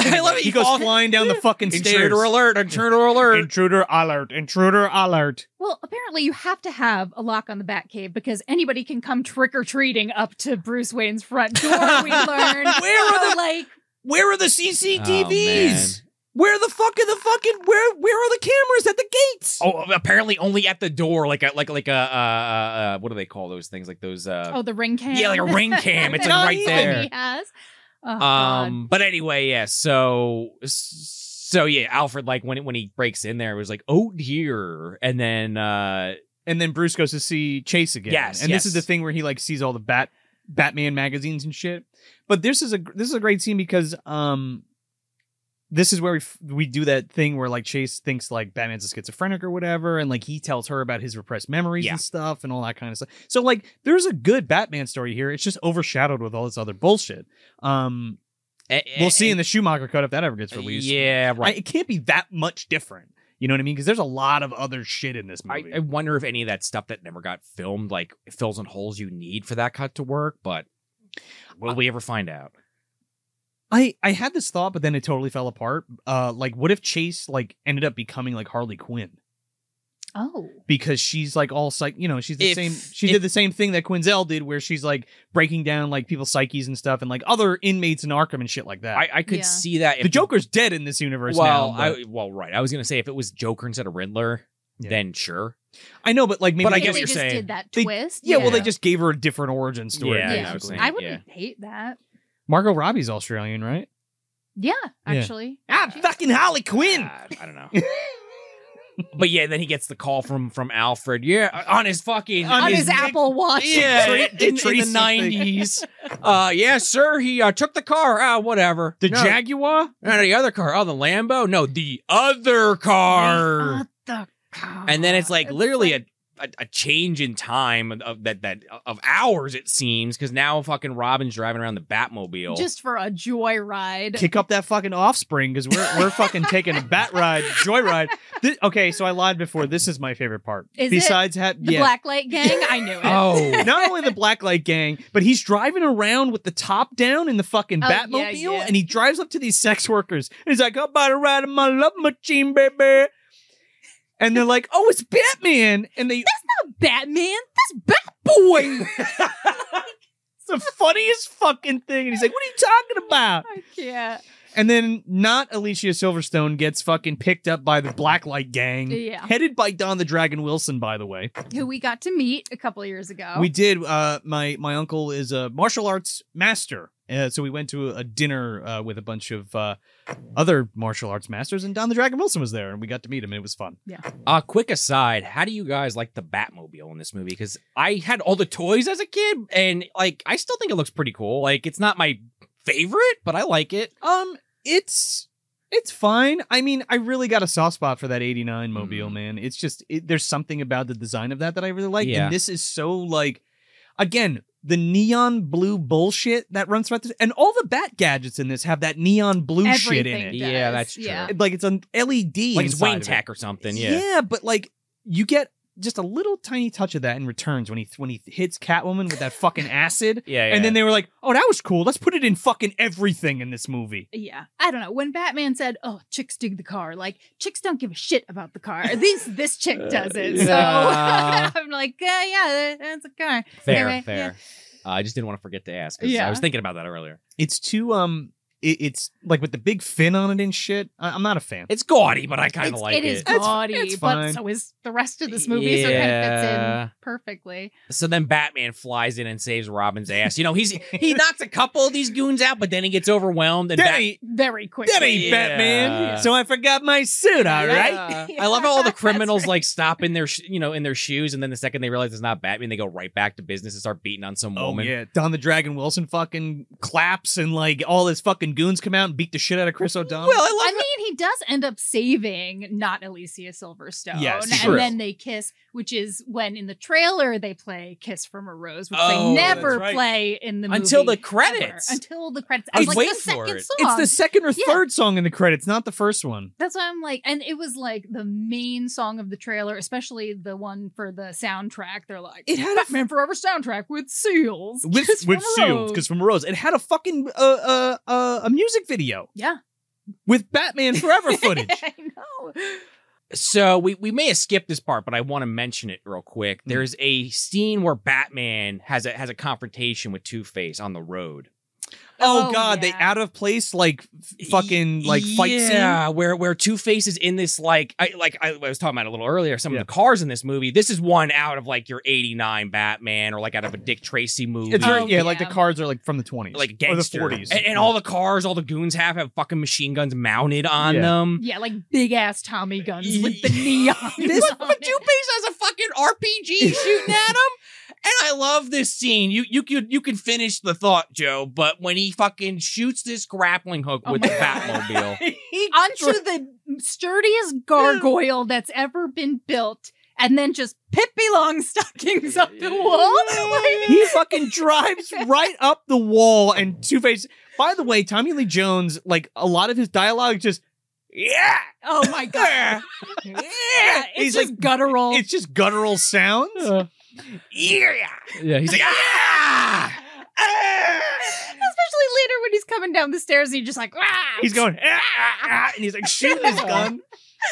[SPEAKER 2] I love it.
[SPEAKER 1] He goes
[SPEAKER 2] falls-
[SPEAKER 1] flying down the fucking stairs.
[SPEAKER 2] Intruder alert! Intruder alert!
[SPEAKER 1] Intruder alert! Intruder alert!
[SPEAKER 3] Well, apparently you have to have a lock on the Batcave because anybody can come trick or treating up to Bruce Wayne's front door.
[SPEAKER 2] (laughs)
[SPEAKER 3] We learn
[SPEAKER 1] Where are
[SPEAKER 3] So,
[SPEAKER 1] the-
[SPEAKER 3] like
[SPEAKER 1] Where are the
[SPEAKER 2] Oh,
[SPEAKER 1] CCTVs? where the fuck are the fucking where? Where are the cameras at the gates?
[SPEAKER 2] Oh, apparently only at the door, like a, like like a uh, uh, uh, what do they call those things? Like those. Uh,
[SPEAKER 3] oh the ring cam.
[SPEAKER 2] yeah, like a ring cam.
[SPEAKER 3] (laughs)
[SPEAKER 2] It's
[SPEAKER 1] Not
[SPEAKER 2] like right
[SPEAKER 1] even.
[SPEAKER 2] there.
[SPEAKER 3] He has. Oh, God.
[SPEAKER 2] Um, but anyway, yeah. So so yeah, Alfred like when when he breaks in there, it was like oh dear, and then uh
[SPEAKER 1] And then Bruce goes to see Chase again.
[SPEAKER 2] Yes,
[SPEAKER 1] and
[SPEAKER 2] yes.
[SPEAKER 1] this is the thing where he like sees all the bat Batman magazines and shit. But this is a this is a great scene because um, this is where we f- we do that thing where like Chase thinks like Batman's a schizophrenic or whatever, and like he tells her about his repressed memories
[SPEAKER 2] Yeah.
[SPEAKER 1] and stuff and all that kind of stuff. So like there's a good Batman story here. It's just overshadowed with all this other bullshit. Um,
[SPEAKER 2] a-
[SPEAKER 1] we'll see
[SPEAKER 2] a-
[SPEAKER 1] in the Schumacher cut if that ever gets released.
[SPEAKER 2] Eh, Yeah,
[SPEAKER 1] I-
[SPEAKER 2] right.
[SPEAKER 1] it can't be that much different. You know what I mean? Because there's a lot of other shit in this
[SPEAKER 2] I,
[SPEAKER 1] movie.
[SPEAKER 2] I wonder if any of that stuff that never got filmed like fills in holes you need for that cut to work, but will we ever find out?
[SPEAKER 1] I I had this thought, but then it totally fell apart. Uh, like, what if Chase like ended up becoming like Harley Quinn
[SPEAKER 3] oh.
[SPEAKER 1] because she's like all psych, you know, she's the
[SPEAKER 2] If-
[SPEAKER 1] same. She
[SPEAKER 2] if-
[SPEAKER 1] did the same thing that Quinzel did, where she's like breaking down like people's psyches and stuff, and like other inmates in Arkham and shit like that.
[SPEAKER 2] I, I could
[SPEAKER 3] Yeah.
[SPEAKER 2] see that
[SPEAKER 1] uh,
[SPEAKER 2] if
[SPEAKER 1] the Joker's dead in this universe
[SPEAKER 2] Well,
[SPEAKER 1] now. but-
[SPEAKER 2] I, well, right. I was gonna say if it was Joker instead of Riddler,
[SPEAKER 1] Yeah.
[SPEAKER 2] then sure.
[SPEAKER 1] I, know, but like maybe
[SPEAKER 2] But I
[SPEAKER 1] they
[SPEAKER 2] guess
[SPEAKER 3] If
[SPEAKER 1] just-
[SPEAKER 3] they
[SPEAKER 2] you're
[SPEAKER 3] just
[SPEAKER 2] saying-
[SPEAKER 3] did that
[SPEAKER 1] They-
[SPEAKER 3] twist.
[SPEAKER 1] Yeah, well, they
[SPEAKER 2] Yeah.
[SPEAKER 1] just gave her a different origin story.
[SPEAKER 2] Yeah, I
[SPEAKER 3] yeah.
[SPEAKER 2] was
[SPEAKER 1] basically.
[SPEAKER 2] saying,
[SPEAKER 3] I wouldn't hate that.
[SPEAKER 1] Margot Robbie's Australian, right?
[SPEAKER 3] Yeah,
[SPEAKER 1] Yeah.
[SPEAKER 3] actually.
[SPEAKER 1] Ah, fucking Harley Quinn.
[SPEAKER 2] Uh, I, I don't know. but yeah, then he gets the call from from Alfred. Yeah, uh, on his fucking
[SPEAKER 1] On
[SPEAKER 3] On
[SPEAKER 1] his
[SPEAKER 3] his
[SPEAKER 1] dick-
[SPEAKER 3] Apple Watch.
[SPEAKER 2] (laughs)
[SPEAKER 3] (laughs)
[SPEAKER 2] Yeah,
[SPEAKER 1] Tra-
[SPEAKER 2] in, in
[SPEAKER 1] trace
[SPEAKER 2] the
[SPEAKER 1] something.
[SPEAKER 2] nineties. Uh, yeah, sir. He uh, took the car. Ah, whatever.
[SPEAKER 1] (laughs) The
[SPEAKER 2] no,
[SPEAKER 1] Jaguar.
[SPEAKER 2] no, the other car. Oh, the Lambo. No, the other car.
[SPEAKER 3] What the car?
[SPEAKER 2] and then it's like literally a, a a change in time of- of that that of hours it seems because now fucking Robin's driving around the Batmobile.
[SPEAKER 3] just for a
[SPEAKER 1] (laughs)
[SPEAKER 3] joyride.
[SPEAKER 1] kick up that fucking offspring because we're we're fucking taking a bat ride, joyride. Thi- okay, so I lied before. This is my favorite part.
[SPEAKER 3] Is it?
[SPEAKER 1] Besides, ha-
[SPEAKER 3] The
[SPEAKER 1] yeah,
[SPEAKER 3] Blacklight Gang. I knew
[SPEAKER 2] (laughs)
[SPEAKER 3] it.
[SPEAKER 2] oh.
[SPEAKER 1] not only the blacklight gang, but he's driving around with the top down in the fucking
[SPEAKER 3] Oh, yeah,
[SPEAKER 1] Batmobile,
[SPEAKER 3] yeah.
[SPEAKER 1] and he drives up to these sex workers. And he's like, "I'm about to ride in my love machine, baby." And they're like, "Oh, it's Batman!" And they,
[SPEAKER 3] Batman, this Batboy.
[SPEAKER 1] (laughs) it's the funniest fucking thing. And he's like, "What are you talking about?"
[SPEAKER 3] I can't.
[SPEAKER 1] And then not Alicia Silverstone gets fucking picked up by the Blacklight Gang.
[SPEAKER 3] Yeah.
[SPEAKER 1] Headed by Don the Dragon Wilson, by the way.
[SPEAKER 3] Who we Oh. got to meet a couple years ago.
[SPEAKER 1] We did uh my my uncle is a martial arts master Uh, so we went to a dinner uh, with a bunch of uh, other martial arts masters, and Don the Dragon Wilson was there, and we got to meet him, and it was fun.
[SPEAKER 2] Uh, quick aside, how do you guys like the Batmobile in this movie? Because I had all the toys as a kid, and like I still think it looks pretty cool. Like it's not my favorite, but I like it.
[SPEAKER 1] Um, it's it's fine. I mean, I really got a soft spot for that '89 Mobile,
[SPEAKER 2] Mm.
[SPEAKER 1] man. It's just it, there's something about the design of that that I really like,
[SPEAKER 2] Yeah.
[SPEAKER 1] and this is so like, again, the neon blue bullshit that runs throughout this, and all the bat gadgets in this have that neon blue shit in
[SPEAKER 3] Everything
[SPEAKER 1] it.
[SPEAKER 2] Yeah,
[SPEAKER 3] does.
[SPEAKER 2] that's true.
[SPEAKER 3] Yeah.
[SPEAKER 1] Like it's an LED,
[SPEAKER 2] Like it's
[SPEAKER 1] inside
[SPEAKER 2] Wayne
[SPEAKER 1] of it.
[SPEAKER 2] Tech or something. Yeah.
[SPEAKER 1] but like you get just a little tiny touch of that in returns when he when he hits Catwoman with that fucking acid.
[SPEAKER 2] (laughs) Yeah.
[SPEAKER 1] And then they were like, "Oh, that was cool. Let's put it in fucking everything in this movie."
[SPEAKER 3] Yeah. I don't know. When Batman said, "Oh, chicks dig the car," like chicks don't give a shit about the car. At least this chick does it. So
[SPEAKER 2] yeah.
[SPEAKER 3] (laughs) I'm like, uh, yeah, that- that's a car.
[SPEAKER 2] fair,
[SPEAKER 3] Anyway,
[SPEAKER 2] fair. Uh, I just didn't want to forget to ask. 'cause I
[SPEAKER 3] Yeah.
[SPEAKER 2] was thinking about that earlier.
[SPEAKER 1] It's too um, it, it's like with the big fin on it and shit. I, I'm not a fan.
[SPEAKER 2] It's gaudy, but I kind of
[SPEAKER 3] It's-
[SPEAKER 2] like it.
[SPEAKER 3] it is
[SPEAKER 1] It's-
[SPEAKER 3] gaudy,
[SPEAKER 1] it's fine.
[SPEAKER 3] but so is the rest of this movie. So it kind of
[SPEAKER 2] Yeah.
[SPEAKER 3] fits in perfectly.
[SPEAKER 2] So then Batman flies in and saves Robin's ass. You know, he's he knocks a couple of these goons out, but then he gets overwhelmed and Bat-
[SPEAKER 1] Daddy,
[SPEAKER 3] Very quickly.
[SPEAKER 1] Daddy,
[SPEAKER 2] Yeah.
[SPEAKER 1] Batman. So I forgot my suit. All right. (laughs)
[SPEAKER 2] I love how all the
[SPEAKER 3] (laughs) That's
[SPEAKER 2] criminals
[SPEAKER 3] right.
[SPEAKER 2] like stop in their sh- you know in their shoes, and then the second they realize it's not Batman, they go right back to business and start beating on some
[SPEAKER 1] Oh
[SPEAKER 2] woman.
[SPEAKER 1] yeah, Don the Dragon Wilson fucking claps and like all his fucking goons come out and beat the shit out of Chris O'Donnell.
[SPEAKER 2] Well, I love
[SPEAKER 3] I mean, he does end up saving not Alicia Silverstone.
[SPEAKER 1] Yes,
[SPEAKER 2] true.
[SPEAKER 3] and then they kiss, which is when in the trailer they play Kiss from a Rose, which
[SPEAKER 2] Oh,
[SPEAKER 3] they never
[SPEAKER 1] that's right.
[SPEAKER 3] play in the movie.
[SPEAKER 2] until the
[SPEAKER 3] ever.
[SPEAKER 2] credits.
[SPEAKER 3] Until the credits.
[SPEAKER 2] I was
[SPEAKER 3] It's like
[SPEAKER 2] waiting
[SPEAKER 3] the
[SPEAKER 2] for
[SPEAKER 3] second
[SPEAKER 2] it.
[SPEAKER 3] song.
[SPEAKER 1] it's the second or
[SPEAKER 3] Yeah.
[SPEAKER 1] third song in the credits, not the first one.
[SPEAKER 3] That's why I'm like, and it was like the main song of the trailer, especially the one for the soundtrack. They're like,
[SPEAKER 1] It had a-
[SPEAKER 3] Batman Forever soundtrack with seals.
[SPEAKER 1] (laughs) with
[SPEAKER 3] Kiss
[SPEAKER 1] with
[SPEAKER 3] from a
[SPEAKER 1] seals
[SPEAKER 3] Rose.
[SPEAKER 1] because from Rose, it had a fucking uh, uh, uh, a music video.
[SPEAKER 3] Yeah.
[SPEAKER 1] with Batman Forever footage.
[SPEAKER 3] I know.
[SPEAKER 2] so we we may have skipped this part, but I want to mention it real quick.
[SPEAKER 1] Hmm.
[SPEAKER 2] There's a scene where Batman has a has a confrontation with Two Face on the road.
[SPEAKER 1] Oh,
[SPEAKER 3] Oh,
[SPEAKER 1] God, they
[SPEAKER 3] yeah.
[SPEAKER 1] out of place like f- fucking like fight scene.
[SPEAKER 2] yeah, where where Two Face is in this like I like I, I was talking about a little earlier. Some
[SPEAKER 1] Yeah.
[SPEAKER 2] of the cars in this movie. This is one out of like your '89 Batman or like out of a Dick Tracy movie. Um,
[SPEAKER 1] It's very,
[SPEAKER 3] Oh,
[SPEAKER 1] yeah, like the
[SPEAKER 3] yeah.
[SPEAKER 1] cards are like from the twenties,
[SPEAKER 2] like
[SPEAKER 1] or
[SPEAKER 2] gangster,
[SPEAKER 1] the forties,
[SPEAKER 2] and, and all the cars, all the goons have have fucking machine guns mounted on
[SPEAKER 1] Yeah.
[SPEAKER 2] them.
[SPEAKER 3] Yeah, like big ass Tommy guns with the
[SPEAKER 2] Yeah.
[SPEAKER 3] neon.
[SPEAKER 2] This
[SPEAKER 3] on
[SPEAKER 2] (laughs) but
[SPEAKER 3] it.
[SPEAKER 2] Two Face has a fucking RPG shooting at him. And I love this scene. You you could you can finish the thought, Joe, but when he fucking shoots this grappling hook
[SPEAKER 3] Oh
[SPEAKER 2] with the
[SPEAKER 3] my God.
[SPEAKER 2] Batmobile.
[SPEAKER 3] (laughs) onto the sturdiest gargoyle that's ever been built, and then just Pippi Longstockings up the wall. (laughs) Like,
[SPEAKER 1] he fucking drives right up the wall and Two Face. By the way, Tommy Lee Jones, like a lot of his dialogue, just
[SPEAKER 3] (laughs)
[SPEAKER 1] yeah,
[SPEAKER 3] oh my god!
[SPEAKER 1] yeah.
[SPEAKER 3] Yeah, it's
[SPEAKER 1] He's
[SPEAKER 3] just
[SPEAKER 1] like
[SPEAKER 3] guttural.
[SPEAKER 1] it's just guttural sounds. yeah.
[SPEAKER 2] (laughs) yeah, he's like, ah!
[SPEAKER 3] Especially later when he's coming down the stairs, he's just like, ah!
[SPEAKER 1] He's going, "Ah, ah, ah," and he's like shooting his
[SPEAKER 3] (laughs)
[SPEAKER 1] gun.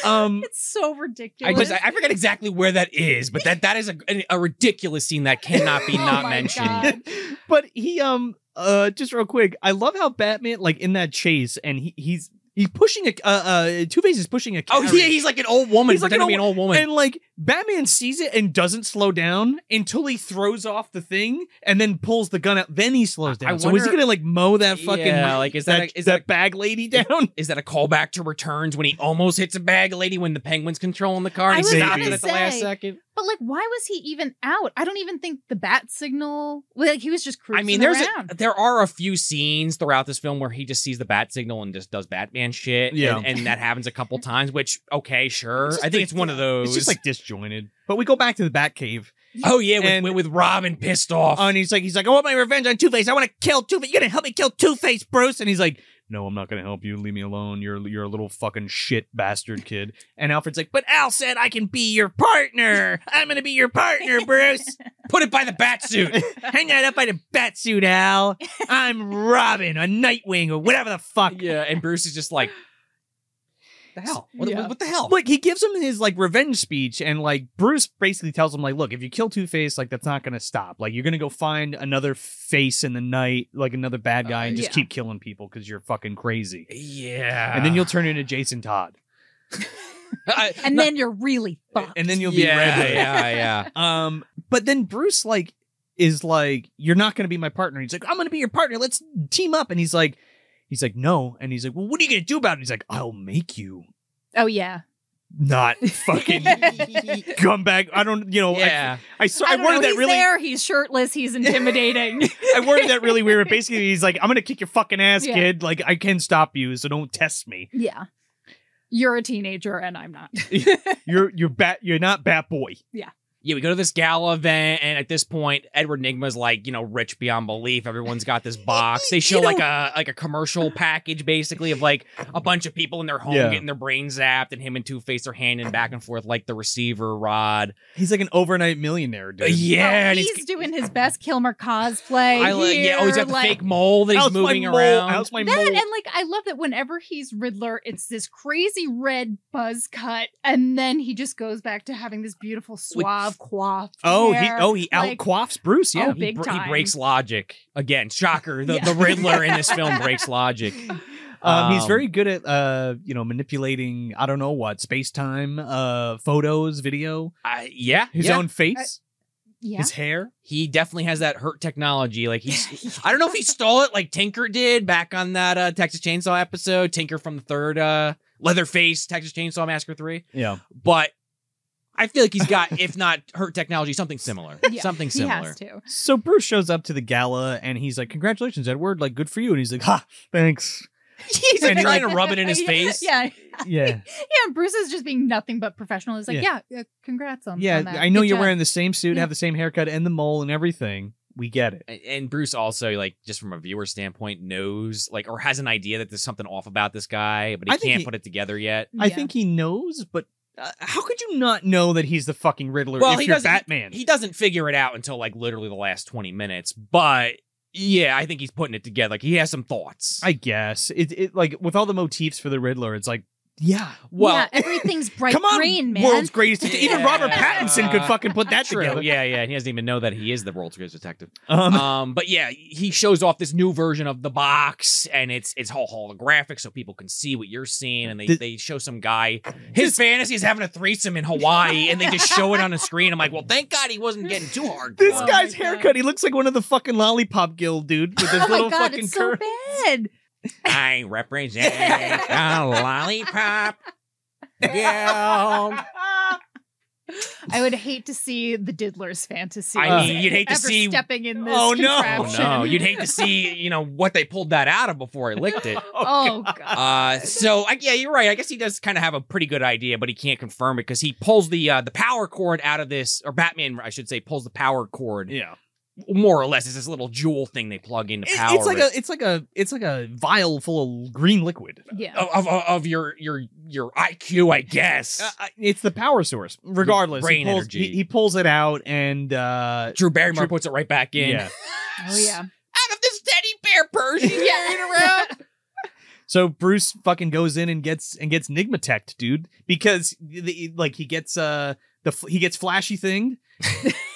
[SPEAKER 1] Um,
[SPEAKER 3] It's so
[SPEAKER 2] I
[SPEAKER 3] ridiculous.
[SPEAKER 2] just I, I forget exactly where that is, but that that is a, a ridiculous scene
[SPEAKER 1] (laughs)
[SPEAKER 2] that cannot be
[SPEAKER 3] Oh
[SPEAKER 2] not
[SPEAKER 3] my
[SPEAKER 2] mentioned.
[SPEAKER 3] God.
[SPEAKER 2] (laughs)
[SPEAKER 1] but he, um, uh, just real quick, I love how Batman, like in that chase, and he, he's he's pushing a, uh, uh Two Face is pushing a.
[SPEAKER 2] Oh
[SPEAKER 1] carriage.
[SPEAKER 2] yeah, he's like an old woman.
[SPEAKER 1] He's like an
[SPEAKER 2] pretending to be an old woman.
[SPEAKER 1] And like Batman sees it and doesn't slow down until he throws off the thing and then pulls the gun out. Then he slows down.
[SPEAKER 2] I
[SPEAKER 1] so is he
[SPEAKER 2] wonder-
[SPEAKER 1] gonna like mow that fucking
[SPEAKER 2] Yeah, like, is that a- is
[SPEAKER 1] that,
[SPEAKER 2] that a-
[SPEAKER 1] bag lady down?
[SPEAKER 2] Is that a callback to Returns when he almost hits a bag lady when the penguin's controlling the car and
[SPEAKER 3] I
[SPEAKER 2] he
[SPEAKER 3] was
[SPEAKER 2] stops
[SPEAKER 1] gonna
[SPEAKER 2] it at the last
[SPEAKER 3] say,
[SPEAKER 2] second?
[SPEAKER 3] but like, why was he even out? I don't even think the bat signal. Like, he was just cruising
[SPEAKER 2] I mean, there's (laughs)
[SPEAKER 3] around.
[SPEAKER 2] a, there are a few scenes throughout this film where he just sees the bat signal and just does Batman shit.
[SPEAKER 1] Yeah.
[SPEAKER 2] and, and that happens a couple times. Which okay, sure,
[SPEAKER 1] It's just
[SPEAKER 2] I think
[SPEAKER 1] like-
[SPEAKER 2] it's one of those.
[SPEAKER 1] It's just like disjointed. But we go back to the Batcave.
[SPEAKER 2] oh yeah, with,
[SPEAKER 1] and-
[SPEAKER 2] with, with Robin pissed off.
[SPEAKER 1] Oh, and he's like, he's like, I want my revenge on Two Face. I want to kill Two Face. You're gonna help me kill Two Face, Bruce. And he's like, No, I'm not gonna help you. Leave me alone. You're you're a little fucking shit bastard kid. And Alfred's like, But Al said I can be your partner. I'm gonna be your partner, Bruce.
[SPEAKER 2] Put it by the bat suit.
[SPEAKER 1] Hang out up by the bat suit, Al. I'm Robin, a Nightwing, or whatever the fuck.
[SPEAKER 2] yeah, and Bruce is just like, the hell? What,
[SPEAKER 3] Yeah.
[SPEAKER 2] what, what the hell?
[SPEAKER 1] Like he gives him his like revenge speech, and like Bruce basically tells him like, "Look, if you kill Two Face, like that's not gonna stop. Like you're gonna go find another face in the night, like another bad guy, and just
[SPEAKER 3] Uh, yeah.
[SPEAKER 1] keep killing people because you're fucking crazy,
[SPEAKER 2] yeah,
[SPEAKER 1] and then you'll turn into Jason Todd,
[SPEAKER 2] (laughs) I-
[SPEAKER 3] and
[SPEAKER 2] no-
[SPEAKER 3] then you're really fucked.
[SPEAKER 2] (laughs)
[SPEAKER 1] and then you'll be
[SPEAKER 2] yeah,
[SPEAKER 1] red.
[SPEAKER 2] yeah, yeah.
[SPEAKER 1] Um, but then Bruce like is like, "You're not going to be my partner." He's like, "I'm going to be your partner. Let's team up." And he's like, he's like, "No." And he's like, "Well, what are you going to do about it?" He's like, "I'll make you
[SPEAKER 3] Oh yeah. (laughs)
[SPEAKER 1] not fucking come back." I don't, you know,
[SPEAKER 2] yeah.
[SPEAKER 1] I, I, sor- I,
[SPEAKER 3] don't
[SPEAKER 1] worded
[SPEAKER 3] know,
[SPEAKER 1] that
[SPEAKER 3] he's
[SPEAKER 1] really.
[SPEAKER 3] there, he's shirtless, he's intimidating.
[SPEAKER 1] I worded that really weird, but basically he's like, I'm gonna kick your fucking ass,
[SPEAKER 3] Yeah.
[SPEAKER 1] kid. Like I can stop you, so don't test me.
[SPEAKER 3] yeah. You're a teenager and I'm not.
[SPEAKER 1] You're you're bat you're not bat boy.
[SPEAKER 2] Yeah, we go to this gala event, and at this point, Edward Nigma's like, you know, rich beyond belief. Everyone's got this box. They show
[SPEAKER 1] You know-
[SPEAKER 2] like a like a commercial package, basically, of like a bunch of people in their home
[SPEAKER 1] Yeah.
[SPEAKER 2] getting their brains zapped, and him and Two Face are handing back and forth like the receiver rod.
[SPEAKER 1] He's like an overnight millionaire,
[SPEAKER 2] Uh,
[SPEAKER 1] dude.
[SPEAKER 2] yeah,
[SPEAKER 3] Oh,
[SPEAKER 2] and
[SPEAKER 3] he's,
[SPEAKER 2] he's
[SPEAKER 3] doing his best Kilmer cosplay.
[SPEAKER 2] I like, yeah, oh, he's
[SPEAKER 3] here,
[SPEAKER 2] got the
[SPEAKER 3] like,
[SPEAKER 2] fake mole that he's
[SPEAKER 1] How's my
[SPEAKER 2] moving
[SPEAKER 1] mole-
[SPEAKER 2] around.
[SPEAKER 1] How's my
[SPEAKER 3] That
[SPEAKER 1] mole?
[SPEAKER 3] and like I love that whenever he's Riddler, it's this crazy red buzz cut, and then he just goes back to having this beautiful suave coif.
[SPEAKER 1] Oh, he
[SPEAKER 3] hair.
[SPEAKER 1] oh he
[SPEAKER 3] Like,
[SPEAKER 1] out quaffs Bruce.
[SPEAKER 3] oh,
[SPEAKER 1] Yeah,
[SPEAKER 2] he,
[SPEAKER 3] big time.
[SPEAKER 2] he breaks logic again. Shocker, the,
[SPEAKER 3] Yeah.
[SPEAKER 2] the Riddler in this
[SPEAKER 3] (laughs)
[SPEAKER 2] film breaks logic.
[SPEAKER 1] (laughs) um, he's
[SPEAKER 2] Um,
[SPEAKER 1] very good at uh you know manipulating I don't know what space time, uh photos, video,
[SPEAKER 2] I yeah,
[SPEAKER 1] his
[SPEAKER 2] yeah.
[SPEAKER 1] own face,
[SPEAKER 3] yeah.
[SPEAKER 1] his hair.
[SPEAKER 2] He definitely has that hurt technology. Like he's
[SPEAKER 3] (laughs)
[SPEAKER 2] I don't know if he stole it like Tinker did back on that uh, Texas Chainsaw episode, Tinker from the third uh, Leatherface Texas Chainsaw Massacre 3.
[SPEAKER 1] Yeah,
[SPEAKER 2] But I feel like he's got,
[SPEAKER 3] (laughs)
[SPEAKER 2] if not hurt technology, something similar.
[SPEAKER 3] Yeah,
[SPEAKER 2] something
[SPEAKER 3] He
[SPEAKER 2] similar.
[SPEAKER 3] has to.
[SPEAKER 1] So Bruce shows up to the gala and he's like, "Congratulations, Edward! Like, good for you." And he's like, "Ha, thanks."
[SPEAKER 2] he's like,
[SPEAKER 1] And he,
[SPEAKER 2] trying to rub it
[SPEAKER 3] (laughs)
[SPEAKER 2] in his
[SPEAKER 3] Yeah,
[SPEAKER 2] face.
[SPEAKER 3] Yeah,
[SPEAKER 1] Yeah,
[SPEAKER 3] (laughs) yeah. Bruce is just being nothing but professional. He's like, yeah, yeah uh, congrats on
[SPEAKER 1] yeah.
[SPEAKER 3] on that.
[SPEAKER 1] I know
[SPEAKER 3] Good
[SPEAKER 1] you're
[SPEAKER 3] job."
[SPEAKER 1] wearing the same suit,
[SPEAKER 3] Yeah.
[SPEAKER 1] have the same haircut, and the mole and everything. We get it.
[SPEAKER 2] And- And Bruce also, like, just from a viewer standpoint, knows, like, or has an idea that there's something off about this guy, but he
[SPEAKER 1] I think
[SPEAKER 2] can't
[SPEAKER 1] he-
[SPEAKER 2] put it together yet.
[SPEAKER 1] I
[SPEAKER 3] Yeah.
[SPEAKER 1] think he knows, but uh, how could you not know that he's the fucking Riddler
[SPEAKER 2] Well,
[SPEAKER 1] if
[SPEAKER 2] he
[SPEAKER 1] you're
[SPEAKER 2] doesn't-
[SPEAKER 1] Batman?
[SPEAKER 2] He doesn't figure it out until, like, literally the last 20 minutes. But yeah, I think he's putting it together. Like, he has some thoughts.
[SPEAKER 1] I guess it, it like with all the motifs for the Riddler, it's like, yeah,
[SPEAKER 2] well,
[SPEAKER 3] yeah,
[SPEAKER 1] (laughs)
[SPEAKER 2] (laughs)
[SPEAKER 3] everything's bright
[SPEAKER 1] come on,
[SPEAKER 3] green, man.
[SPEAKER 1] world's
[SPEAKER 3] (laughs)
[SPEAKER 1] greatest. det- Even Robert
[SPEAKER 2] Yeah.
[SPEAKER 1] Pattinson could fucking put that
[SPEAKER 2] True.
[SPEAKER 1] together.
[SPEAKER 2] Yeah, yeah. and He doesn't even know that he is the world's greatest detective.
[SPEAKER 1] Um,
[SPEAKER 2] Um, but yeah, he shows off this new version of the box, and it's it's all holographic, so people can see what you're seeing. And they,
[SPEAKER 1] Did-
[SPEAKER 2] they show some guy his fantasy is having a threesome in Hawaii, and they just show it on a screen. I'm like, well, thank God he wasn't getting too
[SPEAKER 1] (laughs)
[SPEAKER 2] hard.
[SPEAKER 1] this
[SPEAKER 3] Oh
[SPEAKER 1] guy's
[SPEAKER 3] my God.
[SPEAKER 1] haircut, he looks like one of the fucking lollipop guild dude with his
[SPEAKER 3] (laughs) Oh my
[SPEAKER 1] little
[SPEAKER 3] god,
[SPEAKER 1] fucking
[SPEAKER 3] it's so
[SPEAKER 1] curve.
[SPEAKER 3] bad.
[SPEAKER 2] I ain't represent
[SPEAKER 1] (laughs)
[SPEAKER 2] a lollipop. Yeah,
[SPEAKER 3] I would hate to see the Diddler's fantasy.
[SPEAKER 2] I mean, you'd hate to
[SPEAKER 3] ever
[SPEAKER 2] see.
[SPEAKER 3] stepping in this
[SPEAKER 1] Oh, no.
[SPEAKER 2] Oh
[SPEAKER 3] contraption.
[SPEAKER 2] no, (laughs) you'd hate to see you know what they pulled that out of before I licked (laughs) it.
[SPEAKER 3] Oh god.
[SPEAKER 2] Uh, so I, yeah, you're right. I guess he does kind of have a pretty good idea, but he can't confirm it because he pulls the uh, the power cord out of this, or Batman, I should say, pulls the power cord
[SPEAKER 1] yeah.
[SPEAKER 2] more or less. It's this little jewel thing they plug in to
[SPEAKER 1] It-
[SPEAKER 2] power
[SPEAKER 1] it's like
[SPEAKER 2] it.
[SPEAKER 1] a it's like a it's like a vial full of green liquid.
[SPEAKER 3] Yeah.
[SPEAKER 2] of, of, of your your your IQ, I guess.
[SPEAKER 1] Uh, uh, it's the power source. Regardless,
[SPEAKER 2] Brain
[SPEAKER 1] he, pulls,
[SPEAKER 2] energy.
[SPEAKER 1] He, he pulls it out and uh,
[SPEAKER 2] Drew Barrymore
[SPEAKER 1] Drew-
[SPEAKER 2] puts it right back in.
[SPEAKER 1] yeah.
[SPEAKER 3] Oh yeah.
[SPEAKER 2] Out of this teddy bear (laughs) Persian carrying around.
[SPEAKER 1] So Bruce fucking goes in and gets and gets Nigmatech, dude, because the, like he gets uh the f- he gets flashy
[SPEAKER 2] (laughs)
[SPEAKER 1] thing,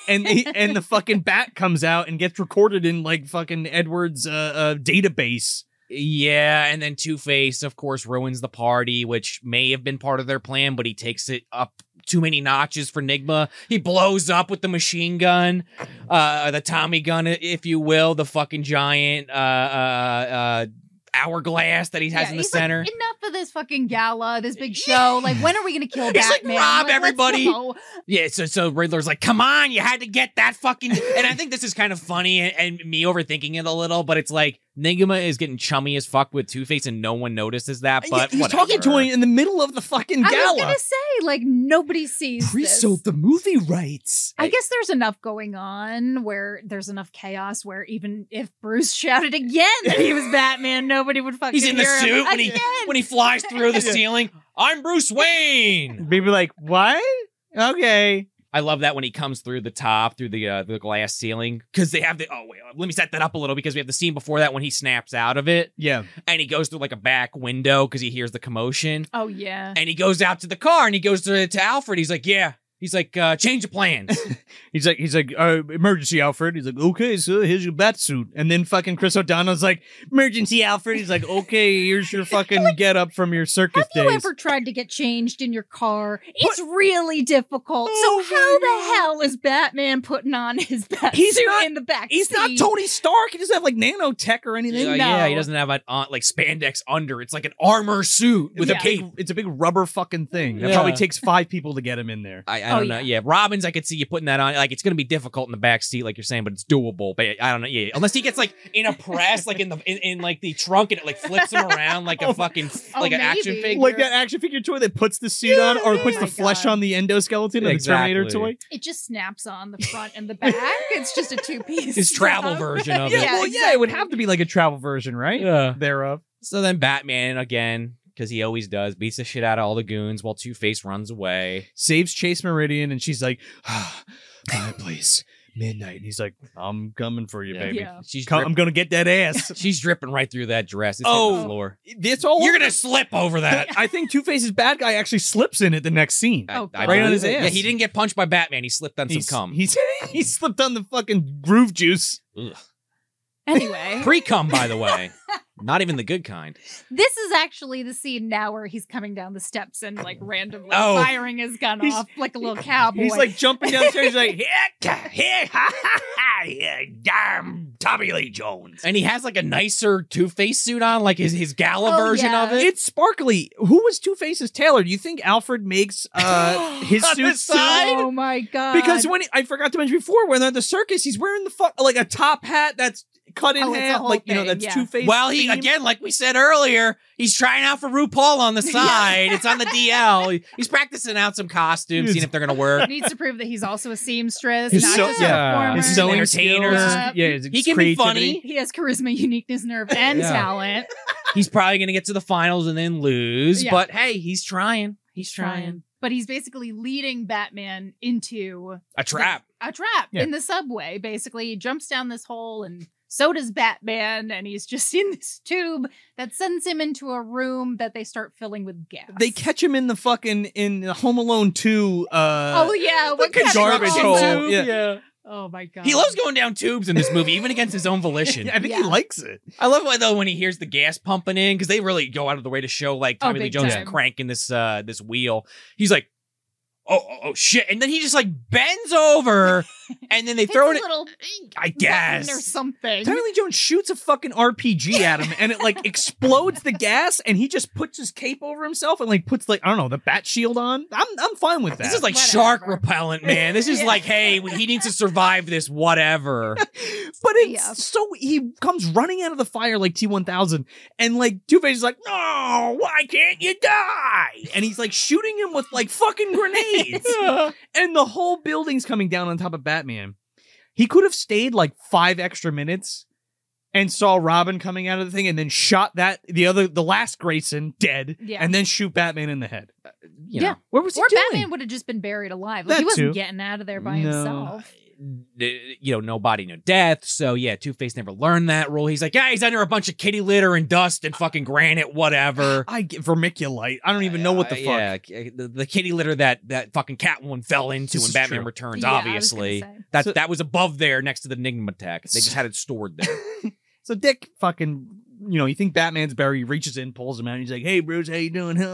[SPEAKER 1] and he, and the fucking bat comes out and gets recorded in like fucking Edward's uh, uh database.
[SPEAKER 2] Yeah, and then Two Face, of course, ruins the party, which may have been part of their plan, but he takes it up too many notches for Nigma. He blows up with the machine gun, uh, the Tommy gun, i- if you will, the fucking giant uh, uh, uh, hourglass that he has
[SPEAKER 3] Yeah,
[SPEAKER 2] in the
[SPEAKER 3] he's like,
[SPEAKER 2] center.
[SPEAKER 3] Enough of this fucking gala, this big show. Like, when are we gonna
[SPEAKER 2] (laughs)
[SPEAKER 3] kill
[SPEAKER 2] He's like,
[SPEAKER 3] Batman?
[SPEAKER 2] "Rob
[SPEAKER 3] let's
[SPEAKER 2] everybody."
[SPEAKER 3] go.
[SPEAKER 2] Yeah, so so Riddler's like, come on, you had to get that fucking. (laughs) And I think this is kind of funny and, and me overthinking it a little, but it's like Nigma is getting chummy as fuck with Two Face, and no one notices that. But
[SPEAKER 1] he's
[SPEAKER 2] Uh, whatever.
[SPEAKER 1] talking to him in the middle of the fucking
[SPEAKER 3] I was
[SPEAKER 1] gala.
[SPEAKER 3] gonna say, like, nobody sees this.
[SPEAKER 1] the movie rights.
[SPEAKER 3] I guess there's enough going on where there's enough chaos where even if Bruce (laughs) shouted again that he was Batman, nobody would fucking
[SPEAKER 2] He's in the
[SPEAKER 3] hear him
[SPEAKER 2] suit when he
[SPEAKER 3] again.
[SPEAKER 2] when he flies through the
[SPEAKER 1] Yeah.
[SPEAKER 2] ceiling. I'm Bruce Wayne.
[SPEAKER 1] Maybe like what? Okay.
[SPEAKER 2] I love that when he comes through the top through the uh, the glass ceiling because they have the oh wait let me set that up a little because we have the scene before that when he snaps out of it
[SPEAKER 1] Yeah.
[SPEAKER 2] and he goes through like a back window because he hears the commotion
[SPEAKER 3] Oh yeah.
[SPEAKER 2] and he goes out to the car and he goes to to Alfred. He's like, yeah. He's like, uh, change of plans.
[SPEAKER 1] He's like, he's like, uh, emergency, Alfred. He's like, okay, so here's your bat suit. And then fucking Chris O'Donnell's like, emergency, Alfred. He's like, okay, here's your fucking get up from your circus
[SPEAKER 3] Have you
[SPEAKER 1] days.
[SPEAKER 3] ever tried to get changed in your car? It's really difficult.
[SPEAKER 1] Oh
[SPEAKER 3] so
[SPEAKER 1] my
[SPEAKER 3] how the hell is Batman putting on his (laughs) bat
[SPEAKER 1] He's
[SPEAKER 3] suit
[SPEAKER 1] not-
[SPEAKER 3] in the back?
[SPEAKER 1] he's not
[SPEAKER 3] seat?
[SPEAKER 1] Tony Stark. He doesn't have like nanotech or anything.
[SPEAKER 2] Uh, Yeah, he doesn't have an on, like spandex under. It's like an armor suit
[SPEAKER 1] With
[SPEAKER 2] with a
[SPEAKER 1] a
[SPEAKER 2] cape.
[SPEAKER 1] big, it's a big rubber fucking thing. That
[SPEAKER 2] Yeah.
[SPEAKER 1] probably takes five people to get him in there.
[SPEAKER 2] I, I
[SPEAKER 3] Oh,
[SPEAKER 2] don't know. Yeah. Robbins, I could see you putting that on. Like, it's going to be difficult in the back seat, like you're saying, but it's doable. But I don't know. Yeah, unless he gets like in a press, like in the in, in like the trunk, and it like flips him around like
[SPEAKER 1] Oh,
[SPEAKER 2] a fucking
[SPEAKER 3] (laughs) oh,
[SPEAKER 2] like an action
[SPEAKER 3] maybe.
[SPEAKER 2] figure.
[SPEAKER 1] Like that action (laughs) figure toy that puts the suit on or puts
[SPEAKER 3] Oh
[SPEAKER 1] the
[SPEAKER 3] my
[SPEAKER 1] flesh
[SPEAKER 3] God.
[SPEAKER 1] on the endoskeleton of the
[SPEAKER 2] Exactly.
[SPEAKER 1] Terminator toy.
[SPEAKER 3] It just snaps on the front and the back. it's just a two piece.
[SPEAKER 2] His travel version of
[SPEAKER 1] Yeah,
[SPEAKER 2] it.
[SPEAKER 3] Yeah,
[SPEAKER 1] well, yeah, it would
[SPEAKER 3] exactly.
[SPEAKER 1] have to be like a travel version, right?
[SPEAKER 2] Yeah.
[SPEAKER 1] Thereof.
[SPEAKER 2] So then Batman again, because he always does, beats the shit out of all the goons while Two Face runs away.
[SPEAKER 1] Saves Chase Meridian and she's like, ah, my place, midnight. And he's like, I'm coming for you,
[SPEAKER 2] Yeah.
[SPEAKER 1] baby.
[SPEAKER 3] Yeah.
[SPEAKER 2] She's
[SPEAKER 1] Come,
[SPEAKER 2] drip-
[SPEAKER 1] I'm going to get that
[SPEAKER 2] (laughs)
[SPEAKER 1] ass.
[SPEAKER 2] she's dripping right through that dress. It's hitting
[SPEAKER 1] Oh.
[SPEAKER 2] the floor.
[SPEAKER 1] That's
[SPEAKER 3] Oh,
[SPEAKER 1] all.
[SPEAKER 2] You're gonna slip over that.
[SPEAKER 3] (laughs)
[SPEAKER 1] I think Two Face's bad guy actually slips in at the next scene.
[SPEAKER 2] I-
[SPEAKER 3] Oh,
[SPEAKER 2] I
[SPEAKER 3] God.
[SPEAKER 1] Right on his
[SPEAKER 2] believe it.
[SPEAKER 1] ass.
[SPEAKER 2] Yeah, he didn't get punched by Batman. He slipped on
[SPEAKER 1] He's-
[SPEAKER 2] some cum.
[SPEAKER 1] He's (laughs) he slipped on the fucking groove juice.
[SPEAKER 3] Anyway,
[SPEAKER 2] Pre cum, by the
[SPEAKER 3] (laughs)
[SPEAKER 2] way. Not even the good kind.
[SPEAKER 3] this is actually the scene now where he's coming down the steps and like randomly
[SPEAKER 2] Oh.
[SPEAKER 3] firing his gun
[SPEAKER 1] He's-
[SPEAKER 3] off like a little cowboy.
[SPEAKER 1] He's like jumping downstairs. He's (laughs) like,
[SPEAKER 5] damn Tommy Lee Jones.
[SPEAKER 2] And he has like a nicer Two Face suit on, like his, his Gala
[SPEAKER 3] Oh,
[SPEAKER 2] version
[SPEAKER 3] yeah.
[SPEAKER 2] of it.
[SPEAKER 1] it's sparkly. Who was Two Face's tailor? Do you think Alfred makes (gasps) uh, his
[SPEAKER 2] On the
[SPEAKER 1] suit
[SPEAKER 2] side?
[SPEAKER 3] oh my god,
[SPEAKER 1] Because when he, I forgot to mention before, when they're at the circus, he's wearing the fuck like a top hat that's cut in
[SPEAKER 3] Oh, it's a
[SPEAKER 1] half,
[SPEAKER 3] whole
[SPEAKER 1] like you know
[SPEAKER 3] thing,
[SPEAKER 1] that's
[SPEAKER 3] yeah.
[SPEAKER 1] Two Face.
[SPEAKER 2] well, he again, like we said earlier, he's trying out for RuPaul on
[SPEAKER 3] (laughs)
[SPEAKER 2] the side. it's on the DL. He's practicing out some costumes, seeing if they're gonna work.
[SPEAKER 3] (laughs) needs to prove that he's also a seamstress,
[SPEAKER 1] His
[SPEAKER 3] not
[SPEAKER 1] so-
[SPEAKER 3] just
[SPEAKER 1] yeah.
[SPEAKER 3] a performer.
[SPEAKER 1] his
[SPEAKER 2] He's an
[SPEAKER 1] sewing
[SPEAKER 2] entertainer.
[SPEAKER 1] skills,
[SPEAKER 3] Yeah.
[SPEAKER 1] yeah, his
[SPEAKER 2] He can
[SPEAKER 1] creativity.
[SPEAKER 2] be funny.
[SPEAKER 3] (laughs) he has charisma, uniqueness, nerve, and
[SPEAKER 2] Yeah.
[SPEAKER 3] talent.
[SPEAKER 2] He's probably gonna get to the finals and then lose.
[SPEAKER 3] Yeah.
[SPEAKER 2] But hey, he's trying. He's trying.
[SPEAKER 3] But he's basically leading Batman into
[SPEAKER 2] A trap.
[SPEAKER 3] a trap
[SPEAKER 1] Yeah.
[SPEAKER 3] in the subway. Basically, he jumps down this hole and so does Batman, and he's just (laughs) in this tube that sends him into a room that they start filling with gas.
[SPEAKER 1] They catch him in the fucking in the Home Alone two. Uh,
[SPEAKER 3] oh yeah, what
[SPEAKER 1] fucking
[SPEAKER 3] kind of
[SPEAKER 1] garbage
[SPEAKER 3] hole is that?
[SPEAKER 1] hole. Yeah.
[SPEAKER 3] Oh my god,
[SPEAKER 2] He loves going down tubes in this movie, even against his own volition.
[SPEAKER 1] I think he
[SPEAKER 3] (laughs) Yeah.
[SPEAKER 1] likes it.
[SPEAKER 2] I love why though when he hears the gas pumping in because they really go out of the way to show like
[SPEAKER 3] Oh,
[SPEAKER 2] Tommy Lee
[SPEAKER 3] big
[SPEAKER 2] Jones
[SPEAKER 3] time.
[SPEAKER 2] cranking this uh this wheel. He's like, oh, oh, oh, shit, and then he just like bends
[SPEAKER 3] (laughs)
[SPEAKER 2] over, and then they
[SPEAKER 3] Hits
[SPEAKER 2] throw
[SPEAKER 3] a
[SPEAKER 2] it.
[SPEAKER 3] little
[SPEAKER 1] (sniffs)
[SPEAKER 2] I
[SPEAKER 3] button or
[SPEAKER 2] guess.
[SPEAKER 3] something.
[SPEAKER 1] Tommy Lee Jones shoots a fucking RPG at him, and it
[SPEAKER 3] (laughs)
[SPEAKER 1] like explodes the gas, and he just puts his cape over himself and like puts like I don't know the bat shield on. I'm I'm fine with that.
[SPEAKER 2] This is like
[SPEAKER 3] Whatever.
[SPEAKER 2] shark repellent, man. This is
[SPEAKER 3] (laughs) Yeah.
[SPEAKER 2] like, hey, he needs to survive this,
[SPEAKER 3] (laughs)
[SPEAKER 2] whatever.
[SPEAKER 1] But it's
[SPEAKER 3] Yeah.
[SPEAKER 1] so he comes running out of the fire like T1000, and like Two Face is like, no, why can't you die? And he's like shooting him with like fucking grenades, and the whole building's coming down on top of Batman. He could have stayed like five extra minutes and saw Robin coming out of the thing, and then shot that the other the last Grayson dead,
[SPEAKER 3] Yeah.
[SPEAKER 1] and then shoot Batman in the head.
[SPEAKER 2] You
[SPEAKER 3] Yeah.
[SPEAKER 2] know.
[SPEAKER 1] Where was he
[SPEAKER 3] or
[SPEAKER 1] doing?
[SPEAKER 3] Batman would have just been buried alive. Like,
[SPEAKER 1] That
[SPEAKER 3] he wasn't
[SPEAKER 1] too.
[SPEAKER 3] getting out of there by
[SPEAKER 1] No.
[SPEAKER 3] himself.
[SPEAKER 2] d- you know, no body, no death. So yeah, Two Face never learned that rule. He's like, yeah, he's under a bunch of kitty litter and dust and fucking granite, whatever.
[SPEAKER 1] I get vermiculite. I don't even know what the fuck.
[SPEAKER 2] Uh, yeah, k- the, the kitty litter that that fucking Catwoman fell into
[SPEAKER 1] This
[SPEAKER 2] in
[SPEAKER 1] is
[SPEAKER 2] Batman
[SPEAKER 1] true.
[SPEAKER 2] Returns,
[SPEAKER 3] Yeah, I was gonna
[SPEAKER 2] obviously.
[SPEAKER 3] say.
[SPEAKER 2] That
[SPEAKER 1] So-
[SPEAKER 2] that was above there next to the Enigma tech. They just
[SPEAKER 1] So-
[SPEAKER 2] had it stored
[SPEAKER 3] (laughs)
[SPEAKER 2] there.
[SPEAKER 1] So Dick fucking, you know, you think Batman's Barry he reaches in, pulls him out, and he's like, "Hey, Bruce, how you doing?" huh?"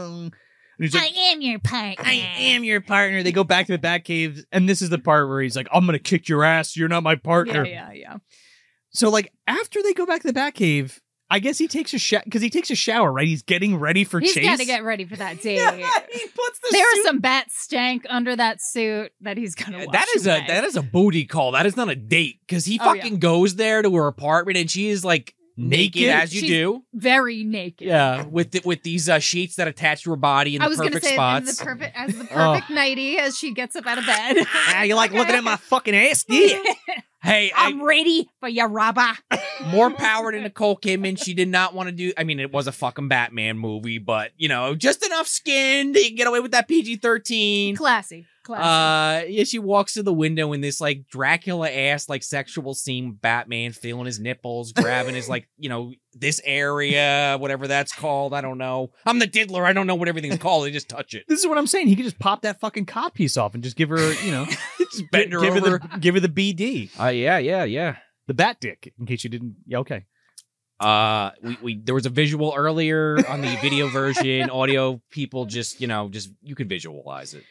[SPEAKER 1] And he's like,
[SPEAKER 4] I am your partner.
[SPEAKER 1] "I am your partner." They go back to the Batcave, and this is the part where he's like, "I'm gonna kick your ass. You're not my partner."
[SPEAKER 3] Yeah, yeah, yeah.
[SPEAKER 1] So like after they go back to the Batcave, I guess he takes a shower because he takes a shower, right? He's getting ready for
[SPEAKER 3] He's
[SPEAKER 1] Chase.
[SPEAKER 3] got
[SPEAKER 1] (laughs)
[SPEAKER 3] to get ready for that
[SPEAKER 1] he
[SPEAKER 3] date.
[SPEAKER 1] puts the
[SPEAKER 3] There
[SPEAKER 1] suit-
[SPEAKER 3] is some bat stank under that suit that he's gonna. Wash
[SPEAKER 2] that is a
[SPEAKER 3] away.
[SPEAKER 2] that is a booty call. That is not a date because he
[SPEAKER 3] Oh, yeah.
[SPEAKER 2] fucking goes there to her apartment and she is like naked,
[SPEAKER 1] Naked?
[SPEAKER 2] as you
[SPEAKER 3] She's-
[SPEAKER 2] do.
[SPEAKER 3] very naked.
[SPEAKER 2] Yeah, with the, with these uh, sheets that attach to her body in
[SPEAKER 3] I
[SPEAKER 2] the
[SPEAKER 3] was gonna
[SPEAKER 2] perfect
[SPEAKER 3] say
[SPEAKER 2] spots.
[SPEAKER 3] the perfect
[SPEAKER 1] (laughs)
[SPEAKER 3] as the
[SPEAKER 1] Oh.
[SPEAKER 3] perfect nighty as she gets up out of bed.
[SPEAKER 2] (laughs)
[SPEAKER 1] Ah, you like looking at my fucking ass, yeah.
[SPEAKER 2] hey, I-
[SPEAKER 3] (laughs) I'm ready for your robber. (laughs)
[SPEAKER 2] more power than Nicole Kidman. She did not want to do. I mean, it was a fucking Batman movie, but you know, just enough skin to get away with that PG thirteen.
[SPEAKER 3] Classy, Classic.
[SPEAKER 2] Uh, yeah, she walks to the window in this like Dracula ass like sexual scene. Batman feeling his nipples, grabbing his like you know this area, whatever that's called. I don't know. I'm the diddler. I don't know what everything's called. They
[SPEAKER 1] (laughs)
[SPEAKER 2] just touch it.
[SPEAKER 1] This is what I'm saying. He could just pop that fucking cod piece off and just give her, you know,
[SPEAKER 2] Just bend her
[SPEAKER 1] give
[SPEAKER 2] over.
[SPEAKER 1] her the give her the BD,
[SPEAKER 2] Uh, yeah, yeah, yeah.
[SPEAKER 1] the bat dick. In case you didn't, yeah, okay.
[SPEAKER 2] Uh, we, we there was a visual earlier on the video version. Audio people just you know just you could visualize it.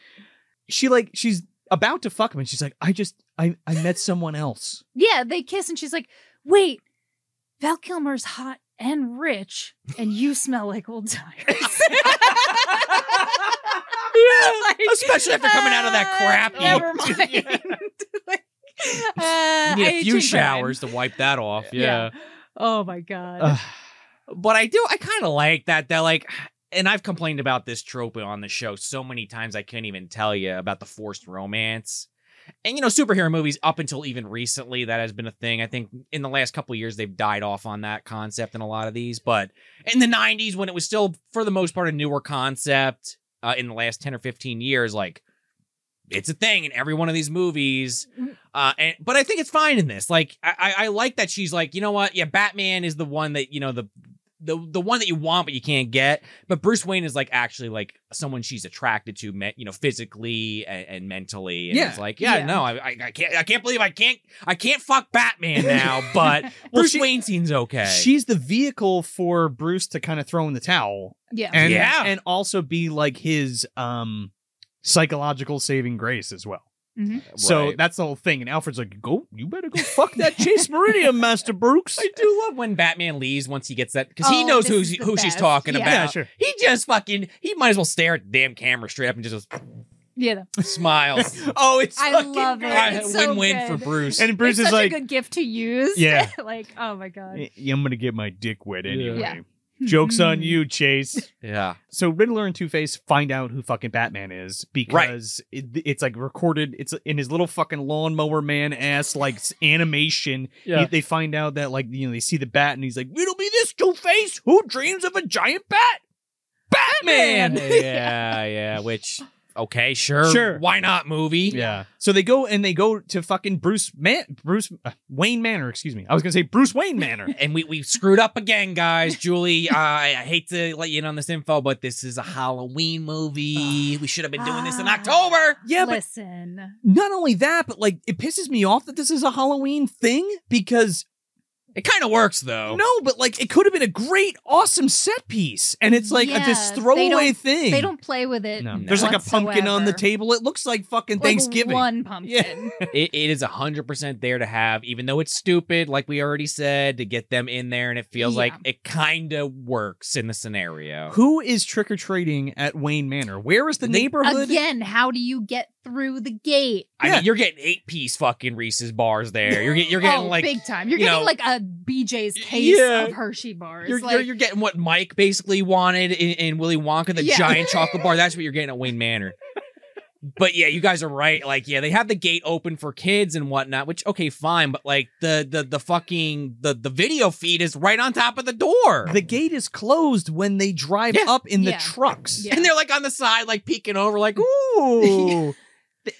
[SPEAKER 1] She like she's about to fuck him, and she's like, I just I I met someone
[SPEAKER 3] (laughs)
[SPEAKER 1] else.
[SPEAKER 3] yeah, they kiss and she's like, "Wait, Val Kilmer's hot and rich, and you smell like
[SPEAKER 1] (laughs)
[SPEAKER 3] old tires." (laughs) Like,
[SPEAKER 2] especially after coming out of that
[SPEAKER 3] uh,
[SPEAKER 2] crappy-
[SPEAKER 1] (laughs)
[SPEAKER 3] Never mind. (laughs) Like, uh,
[SPEAKER 2] Need
[SPEAKER 3] I
[SPEAKER 2] a few
[SPEAKER 3] changed my mind.
[SPEAKER 2] showers to wipe that off. yeah.
[SPEAKER 3] Yeah. Oh my god.
[SPEAKER 1] Ugh.
[SPEAKER 2] But I do, I kind of like that. That like, and I've complained about this trope on the show so many times. I couldn't even tell you about the forced romance. And you know, superhero movies up until even recently that has been a thing. I think in the last couple of years they've died off on that concept in a lot of these. But in the '90s, when it was still for the most part a newer concept, uh, in the last ten or fifteen years, like it's a thing in every one of these movies. Uh, and, but I think it's fine in this. Like, I, I I like that she's like, you know what? Yeah, Batman is the one that you know the the the one that you want but you can't get. But Bruce Wayne is like actually like someone she's attracted to, me- you know, physically and, and mentally. And
[SPEAKER 1] Yeah.
[SPEAKER 2] it's like, yeah,
[SPEAKER 3] Yeah.
[SPEAKER 2] no, I, I I can't I can't believe I can't I can't fuck
[SPEAKER 3] (laughs)
[SPEAKER 2] Batman now. But
[SPEAKER 1] Well,
[SPEAKER 2] Bruce
[SPEAKER 1] she-
[SPEAKER 2] Wayne seems okay.
[SPEAKER 1] She's the vehicle for Bruce to kind of throw in the towel
[SPEAKER 3] yeah.
[SPEAKER 1] and
[SPEAKER 2] Yeah.
[SPEAKER 1] and also be like his um psychological saving grace as well. So
[SPEAKER 2] Right.
[SPEAKER 1] that's the whole thing. And Alfred's like, go, you better go fuck that
[SPEAKER 3] (laughs)
[SPEAKER 1] Chase Meridian, Master Brooks.
[SPEAKER 2] I do love when Batman leaves once he gets that because he
[SPEAKER 3] Oh,
[SPEAKER 2] knows
[SPEAKER 3] this
[SPEAKER 2] who's
[SPEAKER 3] is the
[SPEAKER 2] who she's
[SPEAKER 3] best.
[SPEAKER 2] talking
[SPEAKER 3] Yeah.
[SPEAKER 2] about.
[SPEAKER 1] (laughs) Yeah, sure.
[SPEAKER 2] He just fucking he might as well stare at the damn camera straight up and just (laughs)
[SPEAKER 3] Yeah. no. (laughs)
[SPEAKER 2] smiles.
[SPEAKER 1] Oh, it's
[SPEAKER 3] I
[SPEAKER 1] fucking
[SPEAKER 3] love
[SPEAKER 1] great.
[SPEAKER 3] it. It's so
[SPEAKER 2] win-win
[SPEAKER 3] good.
[SPEAKER 2] for Bruce.
[SPEAKER 1] And Bruce
[SPEAKER 3] it's
[SPEAKER 1] is
[SPEAKER 3] such
[SPEAKER 1] like,
[SPEAKER 3] a good gift to use.
[SPEAKER 1] Yeah.
[SPEAKER 3] (laughs) like, oh my god. Hmm.
[SPEAKER 1] "Y- I'm going to get my dick wet
[SPEAKER 2] Yeah.
[SPEAKER 1] anyway.
[SPEAKER 3] Yeah.
[SPEAKER 1] Joke's
[SPEAKER 3] (laughs)
[SPEAKER 1] on you, Chase.
[SPEAKER 2] yeah.
[SPEAKER 1] So Riddler and Two Face find out who fucking Batman is because it, it's like recorded. It's in his little fucking lawnmower man ass like s- animation.
[SPEAKER 2] Yeah.
[SPEAKER 1] He- they find out that like you know they see the bat and he's like, "Riddle me this, Two Face. Who dreams of a giant bat? Batman."
[SPEAKER 2] yeah, yeah, Which okay, sure,
[SPEAKER 1] Sure.
[SPEAKER 2] Why not movie?
[SPEAKER 1] Yeah. So they go and they go to fucking Bruce Man- Bruce uh, Wayne Manor. Excuse me. I was gonna say Bruce Wayne
[SPEAKER 2] (laughs)
[SPEAKER 1] Manor.
[SPEAKER 2] And we, we screwed up again, guys.
[SPEAKER 3] (laughs)
[SPEAKER 2] Julie, uh, I I hate to let you in on this info, but this is a Halloween movie. We should have been doing this in
[SPEAKER 3] Ah.
[SPEAKER 2] October.
[SPEAKER 1] yeah, but
[SPEAKER 3] Listen.
[SPEAKER 1] not only that, but like it pisses me off that this is a Halloween thing because
[SPEAKER 2] It kind of works though.
[SPEAKER 1] no, but like it could have been a great, awesome set piece, and it's like a, this
[SPEAKER 3] Yeah, they
[SPEAKER 1] throwaway
[SPEAKER 3] don't-
[SPEAKER 1] thing.
[SPEAKER 3] They don't play with it.
[SPEAKER 1] No.
[SPEAKER 2] No.
[SPEAKER 1] There's like a pumpkin on the
[SPEAKER 3] whatsoever.
[SPEAKER 1] table. It looks like fucking
[SPEAKER 3] Like,
[SPEAKER 1] Thanksgiving.
[SPEAKER 3] one pumpkin.
[SPEAKER 2] It, it is 100% there to have, even though it's stupid, like we already said, to get them in there. And it feels
[SPEAKER 3] Yeah.
[SPEAKER 2] like it kind of works in the scenario.
[SPEAKER 1] Who is trick or treating at Wayne Manor? Where is the
[SPEAKER 2] They-
[SPEAKER 1] neighborhood?
[SPEAKER 3] Again, how do you get through the gate?
[SPEAKER 2] I
[SPEAKER 1] Yeah.
[SPEAKER 2] mean, you're getting eight piece fucking Reese's bars there. You're, get, you're getting
[SPEAKER 3] (laughs) oh,
[SPEAKER 2] like
[SPEAKER 3] big time. You're
[SPEAKER 2] you
[SPEAKER 3] getting
[SPEAKER 2] know-
[SPEAKER 3] like a BJ's case
[SPEAKER 2] Yeah.
[SPEAKER 3] of Hershey bars.
[SPEAKER 2] You're,
[SPEAKER 3] like,
[SPEAKER 2] you're, you're getting what Mike basically wanted in, in Willy Wonka, the
[SPEAKER 3] Yeah.
[SPEAKER 2] giant chocolate bar. That's what you're getting at
[SPEAKER 3] (laughs)
[SPEAKER 2] Wayne Manor. But yeah, you guys are right. Like, yeah, they have the gate open for kids and whatnot, which okay, fine. But like the the the fucking the the video feed is right on top of the door,
[SPEAKER 1] The gate is closed when they drive
[SPEAKER 2] Yeah.
[SPEAKER 1] up in the
[SPEAKER 3] Yeah.
[SPEAKER 1] trucks.
[SPEAKER 3] Yeah.
[SPEAKER 2] and they're like on the side, like peeking over, like ooh.
[SPEAKER 1] (laughs) Ooh.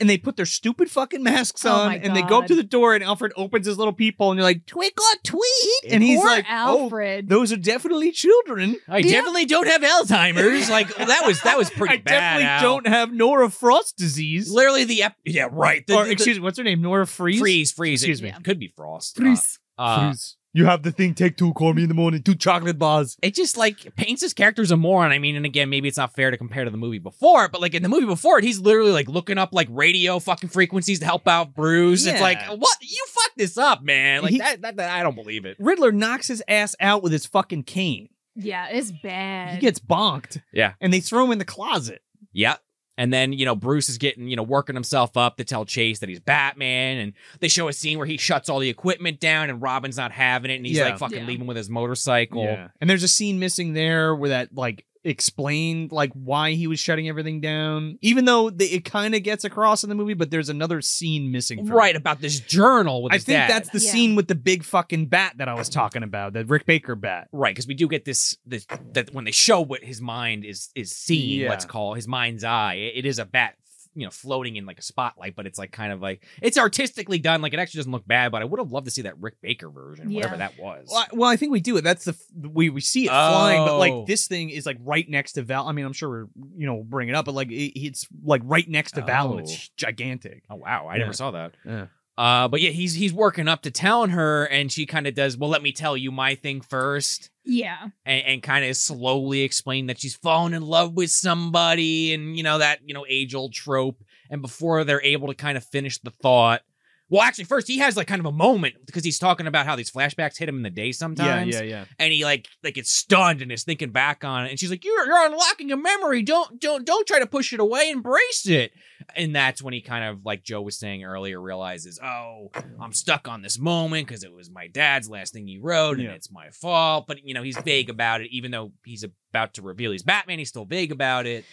[SPEAKER 1] and they put their stupid fucking masks
[SPEAKER 3] Oh
[SPEAKER 1] on
[SPEAKER 3] my
[SPEAKER 1] and they go up
[SPEAKER 3] God.
[SPEAKER 1] to the door and Alfred opens his little peephole and you're like, Twinkle tweet. And he's
[SPEAKER 3] Poor
[SPEAKER 1] like, Oh,
[SPEAKER 3] Alfred.
[SPEAKER 1] those are definitely children.
[SPEAKER 2] I
[SPEAKER 3] Yeah.
[SPEAKER 2] definitely don't have Alzheimer's.
[SPEAKER 3] (laughs)
[SPEAKER 2] Like that was that was
[SPEAKER 1] (laughs)
[SPEAKER 2] pretty
[SPEAKER 1] I
[SPEAKER 2] bad.
[SPEAKER 1] definitely
[SPEAKER 2] Al.
[SPEAKER 1] don't have Nora Frost disease.
[SPEAKER 2] Literally the ep- yeah right. The,
[SPEAKER 1] or
[SPEAKER 2] the-
[SPEAKER 1] excuse me, what's her name? Nora Freeze?
[SPEAKER 2] freeze freeze.
[SPEAKER 1] Excuse
[SPEAKER 2] It
[SPEAKER 1] me.
[SPEAKER 2] could be frost. Uh,
[SPEAKER 3] Bruce.
[SPEAKER 2] uh,
[SPEAKER 1] Freeze. You have the thing, take two, call me in the morning, two chocolate bars.
[SPEAKER 2] it just like paints his character as a moron. I mean, and again, maybe it's not fair to compare to the movie before, but like in the movie before it, he's literally like looking up like radio fucking frequencies to help out Bruce. It's
[SPEAKER 1] Yeah.
[SPEAKER 2] like, what? You fucked this up, man. Like
[SPEAKER 1] He-
[SPEAKER 2] that, that, that- I don't believe it.
[SPEAKER 1] Riddler knocks his ass out with his fucking cane.
[SPEAKER 3] yeah, it's bad.
[SPEAKER 1] He gets bonked.
[SPEAKER 2] Yeah.
[SPEAKER 1] And they throw him in the closet.
[SPEAKER 2] Yeah. And then, you know, Bruce is getting, you know, working himself up to tell Chase that he's Batman. And they show a scene where he shuts all the equipment down and Robin's not having it. And he's
[SPEAKER 1] Yeah.
[SPEAKER 2] like fucking
[SPEAKER 3] Yeah.
[SPEAKER 2] leaving with his motorcycle.
[SPEAKER 1] And there's a scene missing there where that like explained like why he was shutting everything down. Even though the, it kind of gets across in the movie, but there's another scene missing. for me.
[SPEAKER 2] Right about this journal with
[SPEAKER 1] I
[SPEAKER 2] his
[SPEAKER 1] think
[SPEAKER 2] dad.
[SPEAKER 1] that's the
[SPEAKER 3] Yeah.
[SPEAKER 1] scene with the big fucking bat that I was talking about, that Rick Baker bat.
[SPEAKER 2] Right, because we do get this, this that when they show what his mind is is seeing,
[SPEAKER 1] Yeah.
[SPEAKER 2] let's call his mind's eye, it- it is a bat, you know floating in like a spotlight, but it's like kind of like it's artistically done. Like it actually doesn't look bad, but I would have loved to see that Rick Baker version, whatever
[SPEAKER 3] Yeah.
[SPEAKER 2] that was.
[SPEAKER 1] Well, I- well, I think we do it. That's the f- we we see it flying, but
[SPEAKER 2] Oh.
[SPEAKER 1] like this thing is like right next to Val. I mean, I'm sure we're you know we'll bring it up, but like it, it's like right next to Val. and It's gigantic.
[SPEAKER 2] Oh wow, I
[SPEAKER 1] Yeah.
[SPEAKER 2] never saw that.
[SPEAKER 1] Yeah.
[SPEAKER 2] Uh, but yeah, he's he's working up to telling her, and she kind of does. Well, let me tell you my thing first,
[SPEAKER 3] Yeah.
[SPEAKER 2] and, and kind of slowly explain that she's fallen in love with somebody, and you know that you know age old trope. And before they're able to kind of finish the thought, well, actually, first he has like kind of a moment because he's talking about how these flashbacks hit him in the day sometimes,
[SPEAKER 1] Yeah, yeah, yeah.
[SPEAKER 2] and he like like gets stunned and is thinking back on it, and she's like, "You're you're unlocking a memory. Don't don't don't try to push it away. Embrace it." And that's when he kind of like Joe was saying earlier realizes, "Oh, I'm stuck on this moment because it was my dad's last thing he wrote, and
[SPEAKER 1] Yeah.
[SPEAKER 2] it's my fault." But you know he's vague about it, even though he's about to reveal he's Batman. He's still vague about it.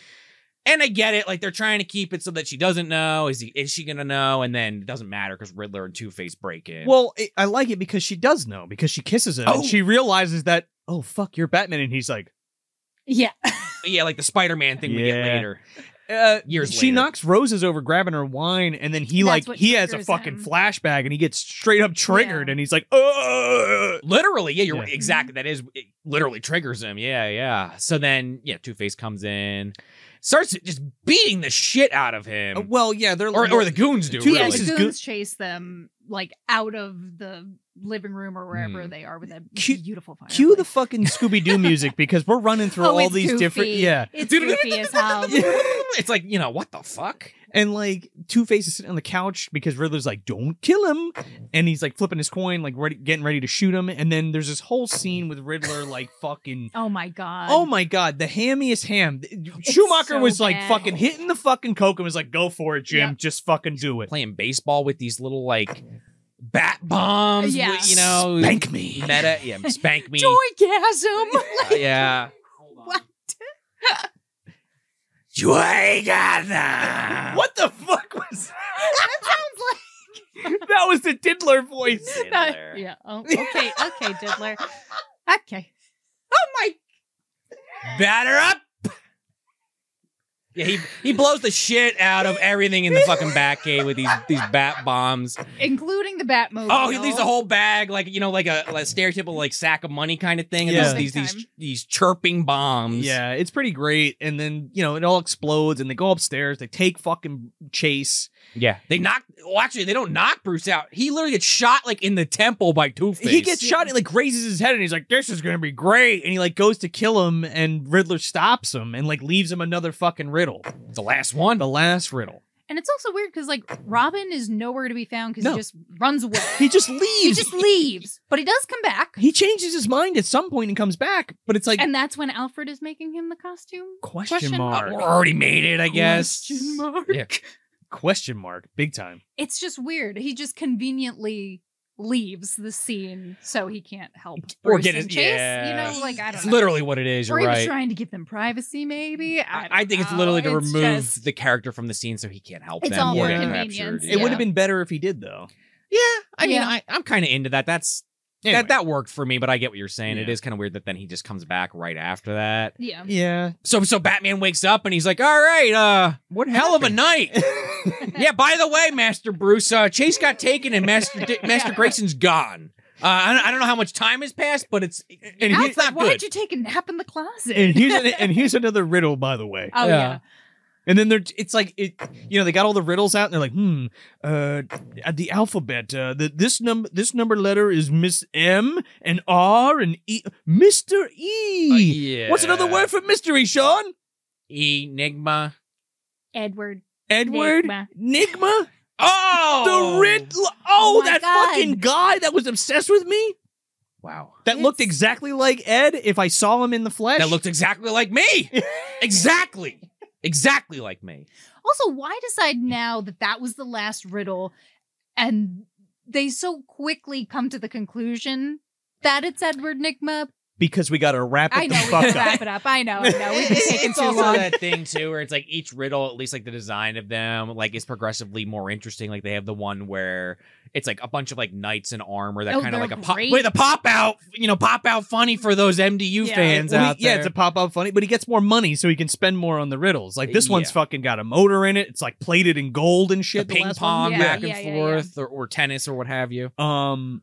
[SPEAKER 2] And I get it, like they're trying to keep it so that she doesn't know. Is he? Is she gonna know? And then it doesn't matter because Riddler and Two Face break in.
[SPEAKER 1] Well, it, I like it because she does know because she kisses him
[SPEAKER 2] Oh.
[SPEAKER 1] and she realizes that oh fuck, you're Batman, and he's like.
[SPEAKER 3] Yeah.
[SPEAKER 2] yeah, like the Spider Man thing we get
[SPEAKER 1] Yeah.
[SPEAKER 2] later.
[SPEAKER 1] Uh,
[SPEAKER 2] Years
[SPEAKER 1] she
[SPEAKER 2] later.
[SPEAKER 1] knocks roses over grabbing her wine, and then he
[SPEAKER 3] That's
[SPEAKER 1] like
[SPEAKER 3] what
[SPEAKER 1] he has a
[SPEAKER 3] triggers
[SPEAKER 1] fucking
[SPEAKER 3] him.
[SPEAKER 1] flashback, and he gets straight up triggered,
[SPEAKER 3] Yeah.
[SPEAKER 1] and he's like, "Ugh."
[SPEAKER 2] Literally, yeah, you're
[SPEAKER 1] Yeah.
[SPEAKER 2] right. exactly. That is it literally triggers him. Yeah, yeah. So then, yeah, Two Face comes in, starts just beating the shit out of him,
[SPEAKER 1] Uh, Well, yeah, they're
[SPEAKER 2] or or the goons do.
[SPEAKER 1] Two-Face
[SPEAKER 3] yeah,
[SPEAKER 1] This
[SPEAKER 2] really. (laughs)
[SPEAKER 1] is
[SPEAKER 3] the
[SPEAKER 1] good.
[SPEAKER 3] goons chase them like out of the living room or wherever
[SPEAKER 2] Hmm.
[SPEAKER 3] they are with a
[SPEAKER 1] Cue-
[SPEAKER 3] beautiful fire.
[SPEAKER 1] cue the fucking Scooby Doo music because we're
[SPEAKER 3] (laughs)
[SPEAKER 1] running
[SPEAKER 3] Oh,
[SPEAKER 1] through all these different yeah,
[SPEAKER 2] (laughs)
[SPEAKER 3] It's
[SPEAKER 1] (laughs)
[SPEAKER 3] goofy as hell.
[SPEAKER 2] It's like you know what the fuck.
[SPEAKER 1] and like Two Face is sitting on the couch because Riddler's like, "Don't kill him," and he's like flipping his coin, like ready, getting ready to shoot him, and then there's this whole scene with Riddler like fucking.
[SPEAKER 3] Oh my god.
[SPEAKER 1] Oh my god, the hammiest ham. Schumacher
[SPEAKER 3] so
[SPEAKER 1] was like
[SPEAKER 3] bad.
[SPEAKER 1] fucking hitting the fucking coke and was like, "Go for it, Jim.
[SPEAKER 3] Yep.
[SPEAKER 1] Just fucking do it."
[SPEAKER 2] Playing baseball with these little like bat bombs.
[SPEAKER 3] Yeah.
[SPEAKER 2] you know,
[SPEAKER 1] Spank me.
[SPEAKER 2] meta.
[SPEAKER 1] (laughs)
[SPEAKER 2] Yeah, spank me.
[SPEAKER 3] Joygasm.
[SPEAKER 2] Uh, yeah.
[SPEAKER 3] what?
[SPEAKER 5] Juegada.
[SPEAKER 1] What the fuck was
[SPEAKER 3] that sounds like
[SPEAKER 1] that? (laughs) that was the diddler voice.
[SPEAKER 3] That- yeah. Oh, okay. Okay,
[SPEAKER 1] (laughs)
[SPEAKER 3] Diddler. Okay. Oh my.
[SPEAKER 2] batter up. Yeah, he, he blows the shit out of everything in the fucking Batcave with these these bat bombs.
[SPEAKER 3] Oh, Including the Batmobile.
[SPEAKER 2] Oh, he leaves a whole bag like you know like a, like stereotypical like sack of money kind of thing. And
[SPEAKER 1] Yeah.
[SPEAKER 2] there's these these
[SPEAKER 3] Time.
[SPEAKER 2] these chirping bombs.
[SPEAKER 1] Yeah, it's pretty great. And then, you know, it all explodes and they go upstairs, they take fucking chase.
[SPEAKER 2] yeah. They knock. Well, actually, they don't knock Bruce out. He literally gets shot like in the temple by Two Face.
[SPEAKER 1] He gets
[SPEAKER 3] Yeah.
[SPEAKER 1] shot and like raises his head and he's like, This is gonna be great. And he like goes to kill him and Riddler stops him and like leaves him another fucking riddle.
[SPEAKER 2] the last one.
[SPEAKER 1] The last riddle.
[SPEAKER 3] And it's also weird because like Robin is nowhere to be found because
[SPEAKER 1] No.
[SPEAKER 3] he just runs away.
[SPEAKER 1] He just
[SPEAKER 3] he
[SPEAKER 1] leaves.
[SPEAKER 2] (laughs)
[SPEAKER 3] just leaves, but he does come back,
[SPEAKER 1] He changes his mind at some point and comes back, but it's like
[SPEAKER 3] and that's when Alfred is making him the costume.
[SPEAKER 1] question,
[SPEAKER 3] question
[SPEAKER 1] mark.
[SPEAKER 2] Uh, we already made it, I guess.
[SPEAKER 3] Question mark.
[SPEAKER 2] Yeah.
[SPEAKER 1] Question mark. Big time.
[SPEAKER 3] It's just weird. He just conveniently leaves the scene so he can't help
[SPEAKER 2] Or
[SPEAKER 3] Bruce
[SPEAKER 2] get
[SPEAKER 3] and
[SPEAKER 2] his-
[SPEAKER 3] Chase.
[SPEAKER 2] yeah.
[SPEAKER 3] You know, like I don't
[SPEAKER 2] It's
[SPEAKER 3] know.
[SPEAKER 2] literally what it is. You're
[SPEAKER 3] or he was
[SPEAKER 2] right.
[SPEAKER 3] trying to give them privacy, maybe. I,
[SPEAKER 2] I, I think it's
[SPEAKER 3] don't
[SPEAKER 2] literally to
[SPEAKER 3] know. Oh, It's
[SPEAKER 2] remove
[SPEAKER 3] just-
[SPEAKER 2] the character from the scene so he can't help
[SPEAKER 3] It's
[SPEAKER 2] them.
[SPEAKER 3] all
[SPEAKER 1] for
[SPEAKER 2] get
[SPEAKER 3] convenience,
[SPEAKER 2] captured.
[SPEAKER 1] It
[SPEAKER 3] Yeah.
[SPEAKER 1] would have been better if he did though.
[SPEAKER 2] Yeah, I mean,
[SPEAKER 3] Yeah.
[SPEAKER 2] I, I'm kind of into that. That's
[SPEAKER 1] Anyway.
[SPEAKER 2] that that worked for me, but I get what you're saying. It
[SPEAKER 1] Yeah.
[SPEAKER 2] is kind of weird that then he just comes back right after that.
[SPEAKER 3] yeah.
[SPEAKER 2] (laughs)
[SPEAKER 1] yeah.
[SPEAKER 2] So so Batman wakes up and he's like, "All right, uh,
[SPEAKER 1] What
[SPEAKER 2] hell of a night." yeah. By the way, Master Bruce, uh, Chase got taken and Master D- Master Grayson's gone. Uh, I, don't, I don't know how much time has passed, but it's
[SPEAKER 1] And he-
[SPEAKER 2] it's
[SPEAKER 3] Alfred,
[SPEAKER 2] not
[SPEAKER 3] why
[SPEAKER 2] good.
[SPEAKER 3] did you take a nap in the
[SPEAKER 1] (laughs)
[SPEAKER 3] closet?
[SPEAKER 1] and here's an, and here's another riddle, by the (laughs) way.
[SPEAKER 3] oh
[SPEAKER 2] Yeah.
[SPEAKER 3] yeah.
[SPEAKER 1] And then they're it's like it, you know, they got all the riddles out, and they're like, hmm, uh, the alphabet, uh, the this number this number letter is Miss M and R and E, Mister
[SPEAKER 2] Uh,
[SPEAKER 1] E.
[SPEAKER 2] yeah.
[SPEAKER 1] What's another word for mystery, Sean?
[SPEAKER 2] Enigma.
[SPEAKER 3] Edward
[SPEAKER 1] Edward
[SPEAKER 3] Nigma.
[SPEAKER 1] Nigma,
[SPEAKER 2] Oh,
[SPEAKER 1] the riddle. Oh,
[SPEAKER 3] Oh my
[SPEAKER 1] that
[SPEAKER 3] God.
[SPEAKER 1] fucking guy that was obsessed with me.
[SPEAKER 2] Wow.
[SPEAKER 1] That looked
[SPEAKER 3] It's-
[SPEAKER 1] exactly like Ed if I saw him in the flesh.
[SPEAKER 2] That looked exactly like me. exactly. Exactly like me.
[SPEAKER 3] Also, why decide now that that was the last riddle and they so quickly come to the conclusion that it's Edward Nigma
[SPEAKER 1] because we got to wrap it
[SPEAKER 3] I
[SPEAKER 1] the
[SPEAKER 3] know we
[SPEAKER 1] fuck
[SPEAKER 3] can
[SPEAKER 1] up.
[SPEAKER 3] wrap it up. I know. I know.
[SPEAKER 1] (laughs)
[SPEAKER 3] We've been taking
[SPEAKER 2] it's
[SPEAKER 3] too
[SPEAKER 2] also
[SPEAKER 3] long.
[SPEAKER 2] that thing too, where it's like each riddle, at least like the design of them, like is progressively more interesting. Like they have the one where it's like a bunch of like knights in armor that
[SPEAKER 3] Oh,
[SPEAKER 2] kind of
[SPEAKER 3] they're
[SPEAKER 2] like a pop
[SPEAKER 3] great.
[SPEAKER 2] with a pop out, you know, pop out funny for those MDU
[SPEAKER 3] Yeah.
[SPEAKER 2] fans
[SPEAKER 1] Well, he-
[SPEAKER 2] out
[SPEAKER 1] yeah,
[SPEAKER 2] there.
[SPEAKER 1] it's a pop up funny, but he gets more money so he can spend more on the riddles. Like this one's
[SPEAKER 2] Yeah.
[SPEAKER 1] fucking got a motor in it. It's like plated in gold and
[SPEAKER 2] The
[SPEAKER 1] shit. the
[SPEAKER 2] ping
[SPEAKER 1] last one.
[SPEAKER 2] pong
[SPEAKER 3] Yeah,
[SPEAKER 2] back
[SPEAKER 3] yeah,
[SPEAKER 2] and
[SPEAKER 3] yeah, yeah.
[SPEAKER 2] forth, Or, or tennis, or what have you.
[SPEAKER 1] Um,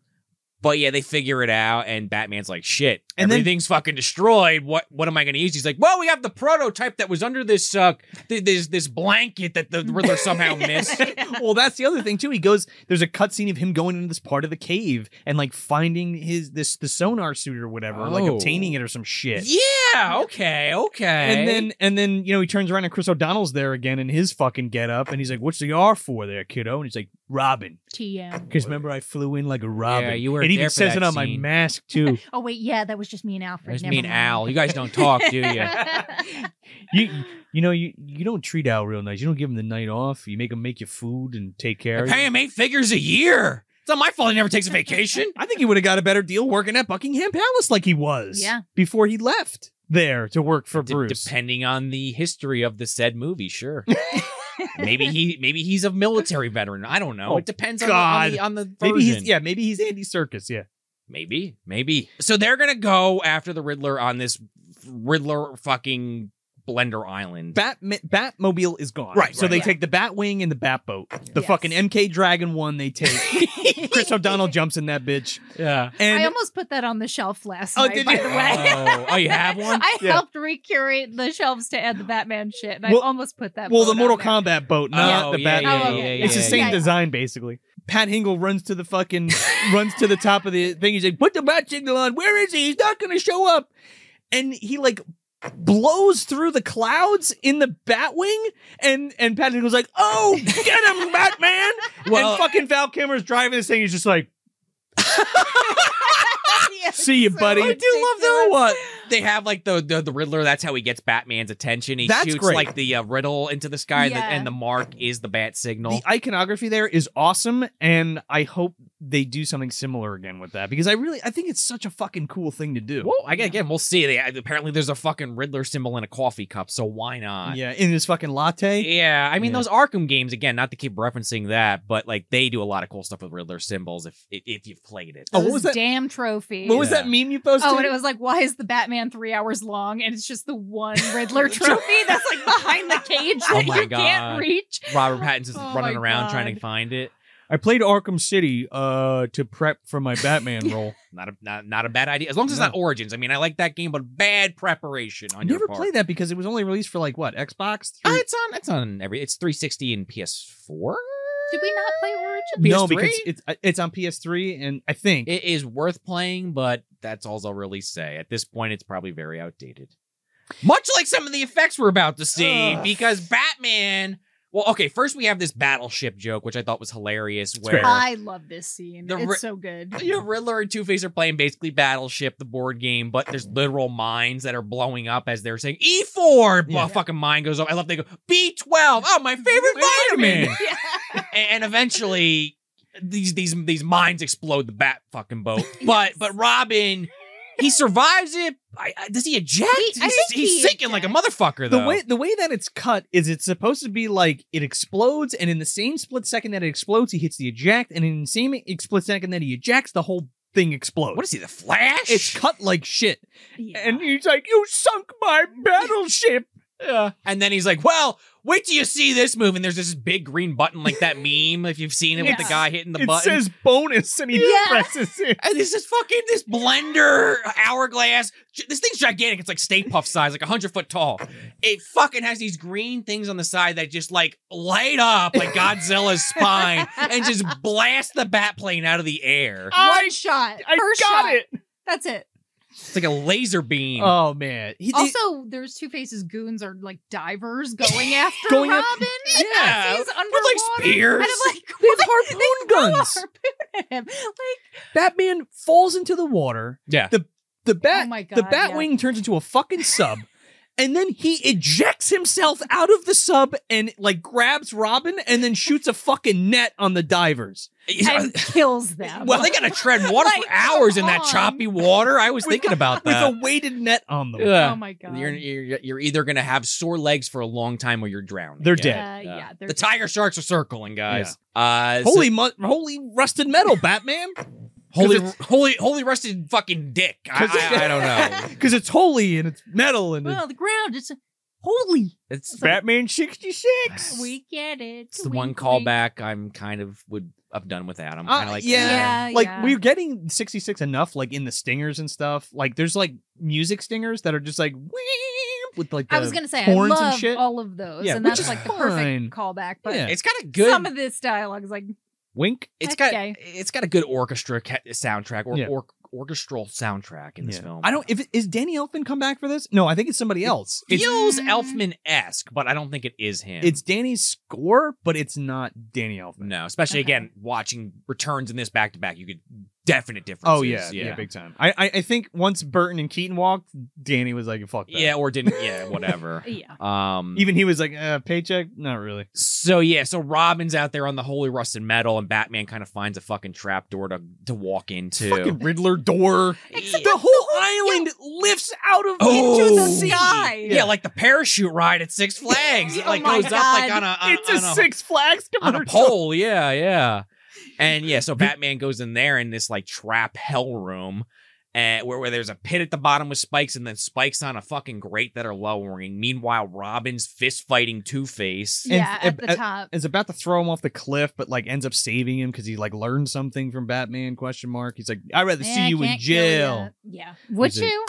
[SPEAKER 2] But yeah, they figure it out, and Batman's like, "Shit,
[SPEAKER 1] And then-
[SPEAKER 2] everything's fucking destroyed. What what am I going to use?" He's like, "Well, we have the prototype that was under this uh, th- this this blanket that the Riddler
[SPEAKER 3] (laughs)
[SPEAKER 2] somehow missed."
[SPEAKER 1] Um,
[SPEAKER 2] (laughs)
[SPEAKER 1] well, that's the other thing too. He goes. There's a cutscene of him going into this part of the cave and like finding his this the sonar suit or whatever, like
[SPEAKER 2] Oh.
[SPEAKER 1] obtaining it or some shit.
[SPEAKER 2] Yeah. Okay. Okay.
[SPEAKER 1] And then and then you know he turns around and Chris O'Donnell's there again in his fucking get up and he's like, "What's the R for there, kiddo?" And he's like, "Robin."
[SPEAKER 3] TM.
[SPEAKER 1] Because remember I flew in like a robin.
[SPEAKER 2] you were
[SPEAKER 1] It even
[SPEAKER 2] there for
[SPEAKER 1] says it
[SPEAKER 2] that
[SPEAKER 1] on my
[SPEAKER 2] scene.
[SPEAKER 1] mask too.
[SPEAKER 3] Oh wait, yeah, that was just me and Alfred.
[SPEAKER 2] there's
[SPEAKER 3] Never
[SPEAKER 2] me and
[SPEAKER 3] mind.
[SPEAKER 2] Al. You guys don't talk,
[SPEAKER 3] (laughs)
[SPEAKER 2] do you?
[SPEAKER 1] you you know you you don't treat Al real nice. You don't give him the night off. You make him make you food and take care.
[SPEAKER 2] I
[SPEAKER 1] of
[SPEAKER 2] pay
[SPEAKER 1] you.
[SPEAKER 2] him eight figures a year. It's not my fault. He never takes a (laughs) vacation.
[SPEAKER 1] I think he would have got a better deal working at Buckingham Palace like he was.
[SPEAKER 3] Yeah.
[SPEAKER 1] Before he left there to work for
[SPEAKER 2] D-
[SPEAKER 1] Bruce.
[SPEAKER 2] depending on the history of the said movie, (laughs) sure. maybe he maybe he's a military veteran. I don't know.
[SPEAKER 1] Oh,
[SPEAKER 2] it depends on the, on the on the version.
[SPEAKER 1] Maybe he's yeah. Maybe he's Andy Circus. Yeah.
[SPEAKER 2] Maybe, maybe. So they're gonna go after the Riddler on this Riddler fucking blender island.
[SPEAKER 1] Bat Batmobile is gone.
[SPEAKER 2] Right,
[SPEAKER 1] So they
[SPEAKER 3] right.
[SPEAKER 1] take the Batwing and the Batboat. The
[SPEAKER 3] Yes.
[SPEAKER 1] fucking MK Dragon one they
[SPEAKER 3] (laughs)
[SPEAKER 1] take. (laughs) Chris O'Donnell jumps in that bitch.
[SPEAKER 2] yeah.
[SPEAKER 1] And
[SPEAKER 3] I almost put that on the shelf last
[SPEAKER 1] Oh,
[SPEAKER 3] night.
[SPEAKER 1] did
[SPEAKER 3] by
[SPEAKER 1] you?
[SPEAKER 3] the way,
[SPEAKER 2] Oh, oh, you
[SPEAKER 3] (laughs)
[SPEAKER 2] have one.
[SPEAKER 3] I
[SPEAKER 1] Yeah.
[SPEAKER 3] helped recurate the shelves to add the Batman shit, and
[SPEAKER 1] Well-
[SPEAKER 3] I almost put that.
[SPEAKER 1] well, the
[SPEAKER 3] vote
[SPEAKER 1] Mortal
[SPEAKER 3] on
[SPEAKER 1] Kombat boat, not
[SPEAKER 2] Oh,
[SPEAKER 1] the
[SPEAKER 2] yeah,
[SPEAKER 1] Batman.
[SPEAKER 2] yeah,
[SPEAKER 3] yeah, yeah,
[SPEAKER 1] it's the
[SPEAKER 3] yeah,
[SPEAKER 1] same
[SPEAKER 3] yeah.
[SPEAKER 1] design basically. Pat Hingle runs to the fucking runs to the top of the thing. He's like, "Put the bat signal on. Where is he? He's not going to show up." And he like blows through the clouds in the Batwing, and and Pat Hingle's like, "Oh, get
[SPEAKER 3] (laughs)
[SPEAKER 1] him, Batman!"
[SPEAKER 2] Well-
[SPEAKER 1] and fucking Val Kilmer's driving this thing. He's just like,
[SPEAKER 3] that. (laughs) Yeah,
[SPEAKER 1] "See you,
[SPEAKER 3] so
[SPEAKER 1] buddy."
[SPEAKER 2] I do love though
[SPEAKER 3] ridiculous.
[SPEAKER 2] what they have like the, the the Riddler. That's how he gets Batman's attention. He
[SPEAKER 1] That's
[SPEAKER 2] shoots
[SPEAKER 1] great.
[SPEAKER 2] like the uh, riddle into the sky, and the-
[SPEAKER 3] Yeah.
[SPEAKER 2] and the mark is the bat signal.
[SPEAKER 1] The iconography there is awesome, and I hope they do something similar again with that because I really I think it's such a fucking cool thing to do.
[SPEAKER 2] Whoa! I got again. We'll see. They, apparently, there's a fucking Riddler symbol in a coffee cup, so why not?
[SPEAKER 1] Yeah, in his fucking latte.
[SPEAKER 2] Yeah, I mean
[SPEAKER 1] Yeah.
[SPEAKER 2] those Arkham games again. Not to keep referencing that, but like they do a lot of cool stuff with Riddler symbols. If if, if you've played it,
[SPEAKER 1] Oh, what
[SPEAKER 3] Those
[SPEAKER 1] was that-
[SPEAKER 3] Damn trophy.
[SPEAKER 1] What was
[SPEAKER 2] Yeah.
[SPEAKER 1] that meme you posted?
[SPEAKER 3] Oh, and it was like, why is the Batman three hours long? And it's just the one
[SPEAKER 2] (laughs)
[SPEAKER 3] Riddler trophy that's like behind the cage
[SPEAKER 2] Oh
[SPEAKER 3] that
[SPEAKER 2] my
[SPEAKER 3] you
[SPEAKER 2] God.
[SPEAKER 3] can't reach.
[SPEAKER 2] Robert Pattinson's
[SPEAKER 3] Oh
[SPEAKER 2] running
[SPEAKER 3] my
[SPEAKER 2] around
[SPEAKER 3] God.
[SPEAKER 2] trying to find it.
[SPEAKER 1] I played Arkham City uh to prep for my (laughs) Batman role.
[SPEAKER 2] Not a not, not a bad idea as long as it's
[SPEAKER 1] No.
[SPEAKER 2] not Origins. I mean, I like that game, but bad preparation
[SPEAKER 1] I
[SPEAKER 2] on your
[SPEAKER 1] never
[SPEAKER 2] part.
[SPEAKER 1] played that because it was only released for like what Xbox.
[SPEAKER 2] Uh,
[SPEAKER 1] Three-
[SPEAKER 2] it's on. It's on every. It's 360 and PS4.
[SPEAKER 3] Did we not play Origin?
[SPEAKER 1] no,
[SPEAKER 2] PS3?
[SPEAKER 1] because it's uh, it's on PS3, and I think
[SPEAKER 2] It is worth playing, but that's all I'll really say. At this point, it's probably very outdated. Much like some of the effects we're about to see,
[SPEAKER 1] Ugh.
[SPEAKER 2] because Batman. Well, okay. First, we have this battleship joke, which I thought was hilarious.
[SPEAKER 1] great.
[SPEAKER 2] Where
[SPEAKER 3] I love this scene.
[SPEAKER 2] The
[SPEAKER 3] it's
[SPEAKER 2] ri-
[SPEAKER 3] so good.
[SPEAKER 2] you know, Riddler and Two Face are playing basically Battleship, the board game, but
[SPEAKER 3] (clears throat)
[SPEAKER 2] there's literal mines that are blowing up as they're saying E4.
[SPEAKER 1] Yeah.
[SPEAKER 2] Well, fucking mine goes up. I love they go B12. Oh, my favorite vitamin.
[SPEAKER 3] (laughs) Yeah.
[SPEAKER 2] and eventually these these these mines explode the bat fucking
[SPEAKER 3] (laughs)
[SPEAKER 2] boat. But but Robin, he survives it. I, I, does he eject?
[SPEAKER 3] He- I
[SPEAKER 2] he's
[SPEAKER 3] think
[SPEAKER 2] he's
[SPEAKER 3] he
[SPEAKER 2] sinking like a motherfucker though.
[SPEAKER 1] the way the way that it's cut is it's supposed to be like it explodes, and in the same split second that it explodes, he hits the eject, and in the same e- split second that he ejects, the whole thing explodes.
[SPEAKER 2] what is he? The Flash?
[SPEAKER 1] It's cut like shit,
[SPEAKER 3] Yeah.
[SPEAKER 1] and he's like, "You sunk my battleship."
[SPEAKER 2] Yeah. And then he's like, "Well, wait till you see this move." And there's this big green button, like that (laughs) meme if you've seen it with
[SPEAKER 3] Yeah.
[SPEAKER 2] the guy hitting the
[SPEAKER 1] it
[SPEAKER 2] button.
[SPEAKER 1] says bonus, and he
[SPEAKER 3] Yeah.
[SPEAKER 1] presses it.
[SPEAKER 2] and this is fucking this blender hourglass. gi- This thing's gigantic. It's like Stay Puff size, like hundred foot tall. It fucking has these green things on the side that just like light up like Godzilla's spine and just blast the bat plane out of the air.
[SPEAKER 3] One shot.
[SPEAKER 1] I
[SPEAKER 3] First
[SPEAKER 1] got
[SPEAKER 3] shot.
[SPEAKER 1] it.
[SPEAKER 3] That's it.
[SPEAKER 2] It's like a laser beam.
[SPEAKER 1] Oh man. He, they-
[SPEAKER 3] Also, there's Two Faces goons are like
[SPEAKER 2] (laughs)
[SPEAKER 3] divers going after
[SPEAKER 1] Going
[SPEAKER 3] Robin.
[SPEAKER 1] up-
[SPEAKER 2] Yeah,
[SPEAKER 3] as he's
[SPEAKER 2] with, like,
[SPEAKER 3] underwater.
[SPEAKER 2] spears.
[SPEAKER 3] And I'm like, (laughs)
[SPEAKER 1] They have
[SPEAKER 3] what?
[SPEAKER 1] harpoon
[SPEAKER 3] They throw a
[SPEAKER 1] guns.
[SPEAKER 3] harpoon at him. Like,
[SPEAKER 1] Batman falls into the water.
[SPEAKER 2] yeah.
[SPEAKER 1] The bat
[SPEAKER 3] Oh my
[SPEAKER 1] the
[SPEAKER 3] God, yeah.
[SPEAKER 1] Batwing turns into a fucking sub. (laughs) and then he ejects himself out of the sub and like grabs Robin and then shoots a fucking net on the divers.
[SPEAKER 3] and kills
[SPEAKER 2] (laughs)
[SPEAKER 3] them.
[SPEAKER 2] Well, they gotta tread water
[SPEAKER 3] (laughs) Like,
[SPEAKER 2] for hours in that
[SPEAKER 3] come on.
[SPEAKER 2] choppy water. I was thinking about
[SPEAKER 1] With
[SPEAKER 2] that.
[SPEAKER 1] a weighted net on them.
[SPEAKER 2] Ugh.
[SPEAKER 3] oh my god,
[SPEAKER 2] uh, You're, you're you're either gonna have sore legs for a long time or you're drowning.
[SPEAKER 1] They're
[SPEAKER 3] uh,
[SPEAKER 1] dead.
[SPEAKER 3] yeah, they're
[SPEAKER 2] The tiger sharks are circling, guys. Uh,
[SPEAKER 1] Holy mu- holy rusted metal,
[SPEAKER 2] (laughs)
[SPEAKER 1] Batman.
[SPEAKER 2] so- holy,
[SPEAKER 1] it's-
[SPEAKER 2] holy, holy rusted fucking dick. I,
[SPEAKER 1] 'Cause-
[SPEAKER 2] I, I
[SPEAKER 1] (laughs)
[SPEAKER 2] don't know.
[SPEAKER 1] Because it's holy and it's metal and it's
[SPEAKER 3] well, the ground is holy.
[SPEAKER 2] It's
[SPEAKER 1] Batman 66.
[SPEAKER 3] (laughs) We get it.
[SPEAKER 2] It's the one callback I'm kind of would have done with Adam.
[SPEAKER 1] Uh,
[SPEAKER 2] Kind of like
[SPEAKER 1] yeah.
[SPEAKER 3] Yeah,
[SPEAKER 1] like
[SPEAKER 3] yeah.
[SPEAKER 1] we're getting 66 enough like in the stingers and stuff like there's like music stingers that are just like "Weep," with like the
[SPEAKER 3] I was gonna say I
[SPEAKER 1] horns and
[SPEAKER 3] love
[SPEAKER 1] shit.
[SPEAKER 3] all of those,
[SPEAKER 1] Yeah,
[SPEAKER 3] and
[SPEAKER 1] which
[SPEAKER 3] that's
[SPEAKER 1] is
[SPEAKER 3] like the
[SPEAKER 1] fine.
[SPEAKER 3] perfect callback. But
[SPEAKER 1] Yeah.
[SPEAKER 2] It's got a good.
[SPEAKER 3] some of this dialogue is like
[SPEAKER 1] wink
[SPEAKER 2] it's got
[SPEAKER 3] Heck yeah.
[SPEAKER 2] it's got a good orchestra ca- soundtrack or,
[SPEAKER 1] Yeah.
[SPEAKER 2] or orchestral soundtrack in this
[SPEAKER 1] Yeah.
[SPEAKER 2] film.
[SPEAKER 1] i don't if it, is danny elfman come back for this no i think it's somebody else
[SPEAKER 2] It
[SPEAKER 1] it's,
[SPEAKER 2] feels
[SPEAKER 3] Mm.
[SPEAKER 2] Elfman esque, but I don't think it is him.
[SPEAKER 1] it's danny's score but it's not danny elfman
[SPEAKER 2] no, especially
[SPEAKER 3] Okay.
[SPEAKER 2] again watching returns in this back to back. You could definite differences.
[SPEAKER 1] oh yeah, yeah
[SPEAKER 2] yeah,
[SPEAKER 1] big time I, I i think once burton and keaton walked danny was like fuck that
[SPEAKER 2] Yeah, or didn't.
[SPEAKER 1] (laughs)
[SPEAKER 2] Yeah, whatever.
[SPEAKER 3] yeah,
[SPEAKER 2] um,
[SPEAKER 1] even he was like uh paycheck not really
[SPEAKER 2] So yeah, so Robin's out there on the holy rusted metal, and Batman kind of finds a fucking trap door to to walk into.
[SPEAKER 1] fucking riddler door
[SPEAKER 2] Except
[SPEAKER 1] the whole island lifts out of
[SPEAKER 2] Oh.
[SPEAKER 1] into
[SPEAKER 3] the
[SPEAKER 1] the sea
[SPEAKER 3] sky.
[SPEAKER 2] yeah. like the parachute ride at Six Flags. It
[SPEAKER 3] Oh
[SPEAKER 2] like
[SPEAKER 3] my
[SPEAKER 2] goes up like on
[SPEAKER 3] God.
[SPEAKER 2] a on,
[SPEAKER 1] it's a
[SPEAKER 2] on
[SPEAKER 1] Six Flags (laughs)
[SPEAKER 2] on
[SPEAKER 1] commercial.
[SPEAKER 2] a pole. Yeah, yeah. And yeah, so Batman goes in there in this like trap hell room. And where, where there's a pit at the bottom with spikes and then spikes on a fucking grate that are lowering. Meanwhile, Robin's fist fighting Two Face.
[SPEAKER 1] And-
[SPEAKER 3] yeah, at
[SPEAKER 1] and-
[SPEAKER 3] the
[SPEAKER 1] and-
[SPEAKER 3] top.
[SPEAKER 1] is about to throw him off the cliff, but like ends up saving him because he like learned something from Batman? Question mark. He's like, I'd rather
[SPEAKER 3] Man,
[SPEAKER 1] see
[SPEAKER 3] Eh, I
[SPEAKER 1] you in
[SPEAKER 3] can't kill
[SPEAKER 1] jail.
[SPEAKER 3] ya. Yeah, would
[SPEAKER 1] Is it-
[SPEAKER 2] (laughs)
[SPEAKER 3] you?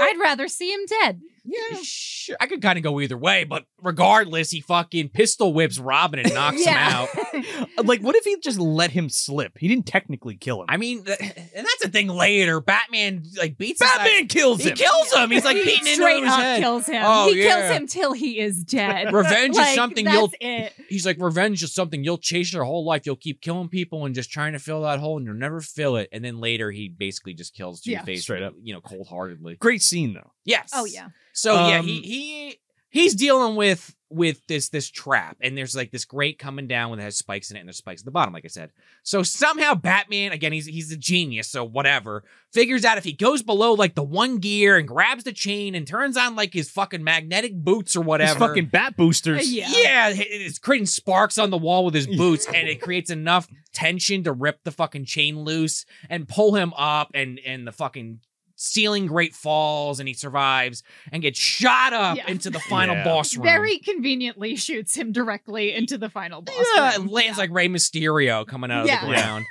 [SPEAKER 3] I'd rather see him dead.
[SPEAKER 1] Yeah.
[SPEAKER 2] Sure, I could kind of go either way, but regardless, he fucking pistol whips Robin and knocks
[SPEAKER 1] (laughs)
[SPEAKER 2] him out.
[SPEAKER 3] (laughs)
[SPEAKER 1] Like, what if he just let him slip? He didn't technically kill him.
[SPEAKER 2] I mean, th- and that's the (laughs) thing. Later, Batman like beats his-
[SPEAKER 1] Batman kills
[SPEAKER 2] He
[SPEAKER 1] him.
[SPEAKER 2] kills
[SPEAKER 1] (laughs)
[SPEAKER 2] him. He's like beating into
[SPEAKER 3] Straight
[SPEAKER 2] his
[SPEAKER 3] up
[SPEAKER 2] head.
[SPEAKER 3] kills him.
[SPEAKER 2] Oh,
[SPEAKER 3] he
[SPEAKER 2] yeah.
[SPEAKER 3] kills him till he is
[SPEAKER 2] (laughs)
[SPEAKER 3] dead.
[SPEAKER 2] Revenge is
[SPEAKER 3] Like,
[SPEAKER 2] something
[SPEAKER 3] that's
[SPEAKER 2] you'll-
[SPEAKER 3] It.
[SPEAKER 2] He's like, revenge is something you'll chase your whole life. You'll keep killing people and just trying to fill that hole, and you'll never fill it. And then later, he basically just kills Two
[SPEAKER 3] Yeah.
[SPEAKER 2] Face
[SPEAKER 1] Straight up.
[SPEAKER 2] you know, cold heartedly.
[SPEAKER 1] Great scene though.
[SPEAKER 2] Yes.
[SPEAKER 3] Oh yeah,
[SPEAKER 2] So yeah,
[SPEAKER 1] Um,
[SPEAKER 2] he he he's dealing with with this this trap, and there's like this grate coming down with it has spikes in it, and there's spikes at the bottom, like I said. So somehow Batman, again, he's he's a genius, so whatever, figures out if he goes below like the one gear and grabs the chain and turns on like his fucking magnetic boots or
[SPEAKER 1] His
[SPEAKER 2] whatever.
[SPEAKER 1] fucking bat boosters.
[SPEAKER 3] Yeah.
[SPEAKER 2] Yeah, it- it's creating sparks on the wall with his
[SPEAKER 1] Yeah.
[SPEAKER 2] boots, and it creates enough tension to rip the fucking chain loose and pull him up, and and the fucking ceiling grate falls, and he survives and gets shot up
[SPEAKER 3] Yeah.
[SPEAKER 2] into the final
[SPEAKER 1] Yeah.
[SPEAKER 2] boss room.
[SPEAKER 3] very conveniently shoots him directly into the final boss.
[SPEAKER 2] yeah,
[SPEAKER 3] room.
[SPEAKER 2] and lands like Rey Mysterio coming out of
[SPEAKER 3] Yeah.
[SPEAKER 2] the ground.